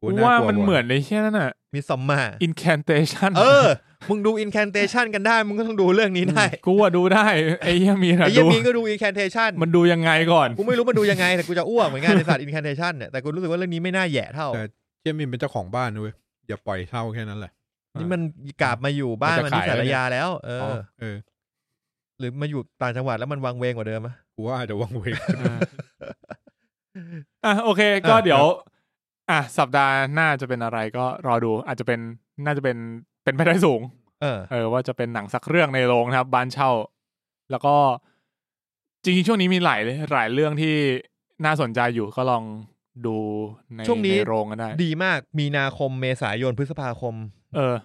S3: กู
S1: กู
S3: น่
S1: ว่าก
S3: ลั
S1: มัน
S3: ว่ะ
S1: เหมือนในแค่นั้นน่ะ
S2: มีซอมมา
S1: incantation
S2: เออ มึงดู incantation กันได้ มึงก็ต้องดูเรื่องนี้ได้
S1: กูว่าดูได้ไอ้เหี้ยมีน
S2: ไอ้
S1: อะ
S2: เหี้ย
S1: ดู
S2: มีนก็ดู incantation
S1: มันดูยังไงก่อน
S2: กูไม่รู้มันดูยังไง แต่กูจะอ้วกเหมือนกันในศาสตร์ incantation เนี่ยแต่กูรู้สึกว่าเรื่องนี้ไม่น่าแหย่เท่า
S3: แต่ เชี่ยมินเป็นเจ้าของบ้านด้วยอย่าปล่อยเช่าแค่นั้นแหละ
S2: นี่มันกลับมาอยู่บ้าน
S3: มัน
S2: มันที่สา
S3: จะ
S2: ร
S3: ขายแล้วเนี่ย
S2: ยาแล้ว เออ
S3: อ
S2: อ
S3: เออ
S2: หรือมาอยู่ต่างจังหวัดแล้วมันวังเวงกว่าเดิมอะ
S3: กูว่าอาจจะวังเวง
S1: อ่ะโอเค ก็
S2: อ่ะ
S1: เดี๋ยว อ่ะสัปดาห์หน้าจะเป็นอะไรก็รอดู อาจจะเป็นน่าจะเป็นเป็นไปได้สูง
S2: เออ
S1: เออว่าจะเป็นหนังสักเรื่องในโรงนะครับ บ้านเช่า แล้วก็จริงๆช่วงนี้มีหลายหลายเรื่องที่น่าสนใจอยู่ก็ลองดูใน
S2: ช่วงนี้
S1: ในโรงก็ได้
S2: ดีมากมีนาคมเมษายนพฤษภาคม
S1: เออ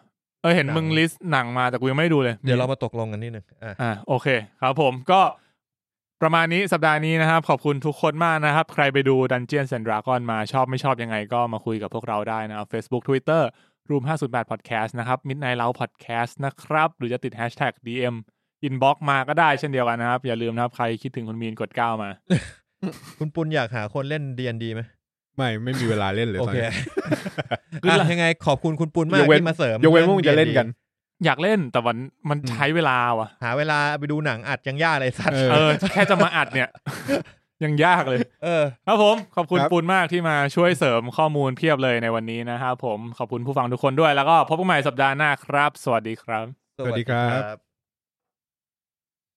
S1: เออเห็น
S2: หนัง
S1: มึงลิสต์หนังมาแต่กูยังไม่ได้ดูเลย
S2: เดี๋ยวเรามาตกลงกันนิดนึงอ่ะ
S1: อ่าโอเค ครับผมก็ประมาณนี้สัปดาห์นี้นะครับ ขอบคุณทุกคนมากนะครับ ใครไปดู Dungeons and Dragon มาชอบไม่ชอบยังไงก็มาคุยกับพวกเราได้นะครับ Facebook Twitter Room 508 Podcast นะครับ Midnight Lounge Podcast นะครับ หรือจะติด Hashtag DM Inbox มาก็ได้เช่นเดียวกันนะครับ อย่าลืมนะครับ ใครคิดถึงคุณมีนกดก้าวมา
S2: คุณปุณอยากหาคนเล่นดีนดีไหม
S3: ไม่ไม่มีเวลาเล่นเลย
S2: โอ
S3: ตอน
S2: เค
S3: นี้
S1: คือ
S2: อ่ะ
S1: ละ
S2: ยังไงขอบคุณคุณปุณมาก
S3: ยกเว้น
S2: ที่มาเสริม
S3: ยกเว้นว่ามึงจะเล่น
S2: รื่อง
S3: กัน
S2: D&D
S1: อยากเล่นแต่วันมันใช้เวลาว่ะ
S2: หาเวลาไปดูหนังอัดยังยากเลยสัตว์
S3: เออ
S1: เออ แค่จะมาอัดเนี่ย ยังยากเลย
S2: เออ
S1: ครับผม ขอบคุณ
S3: ครับ
S1: ปูนมากที่มาช่วยเสริมข้อมูลเพียบเลยในวันนี้นะครับผม ขอบคุณผู้ฟังทุกคนด้วยแล้วก็พบกันใหม่สัปดาห์หน้าครับ สวัสดีครับ
S3: สวัสดีครับ
S2: สวัสบ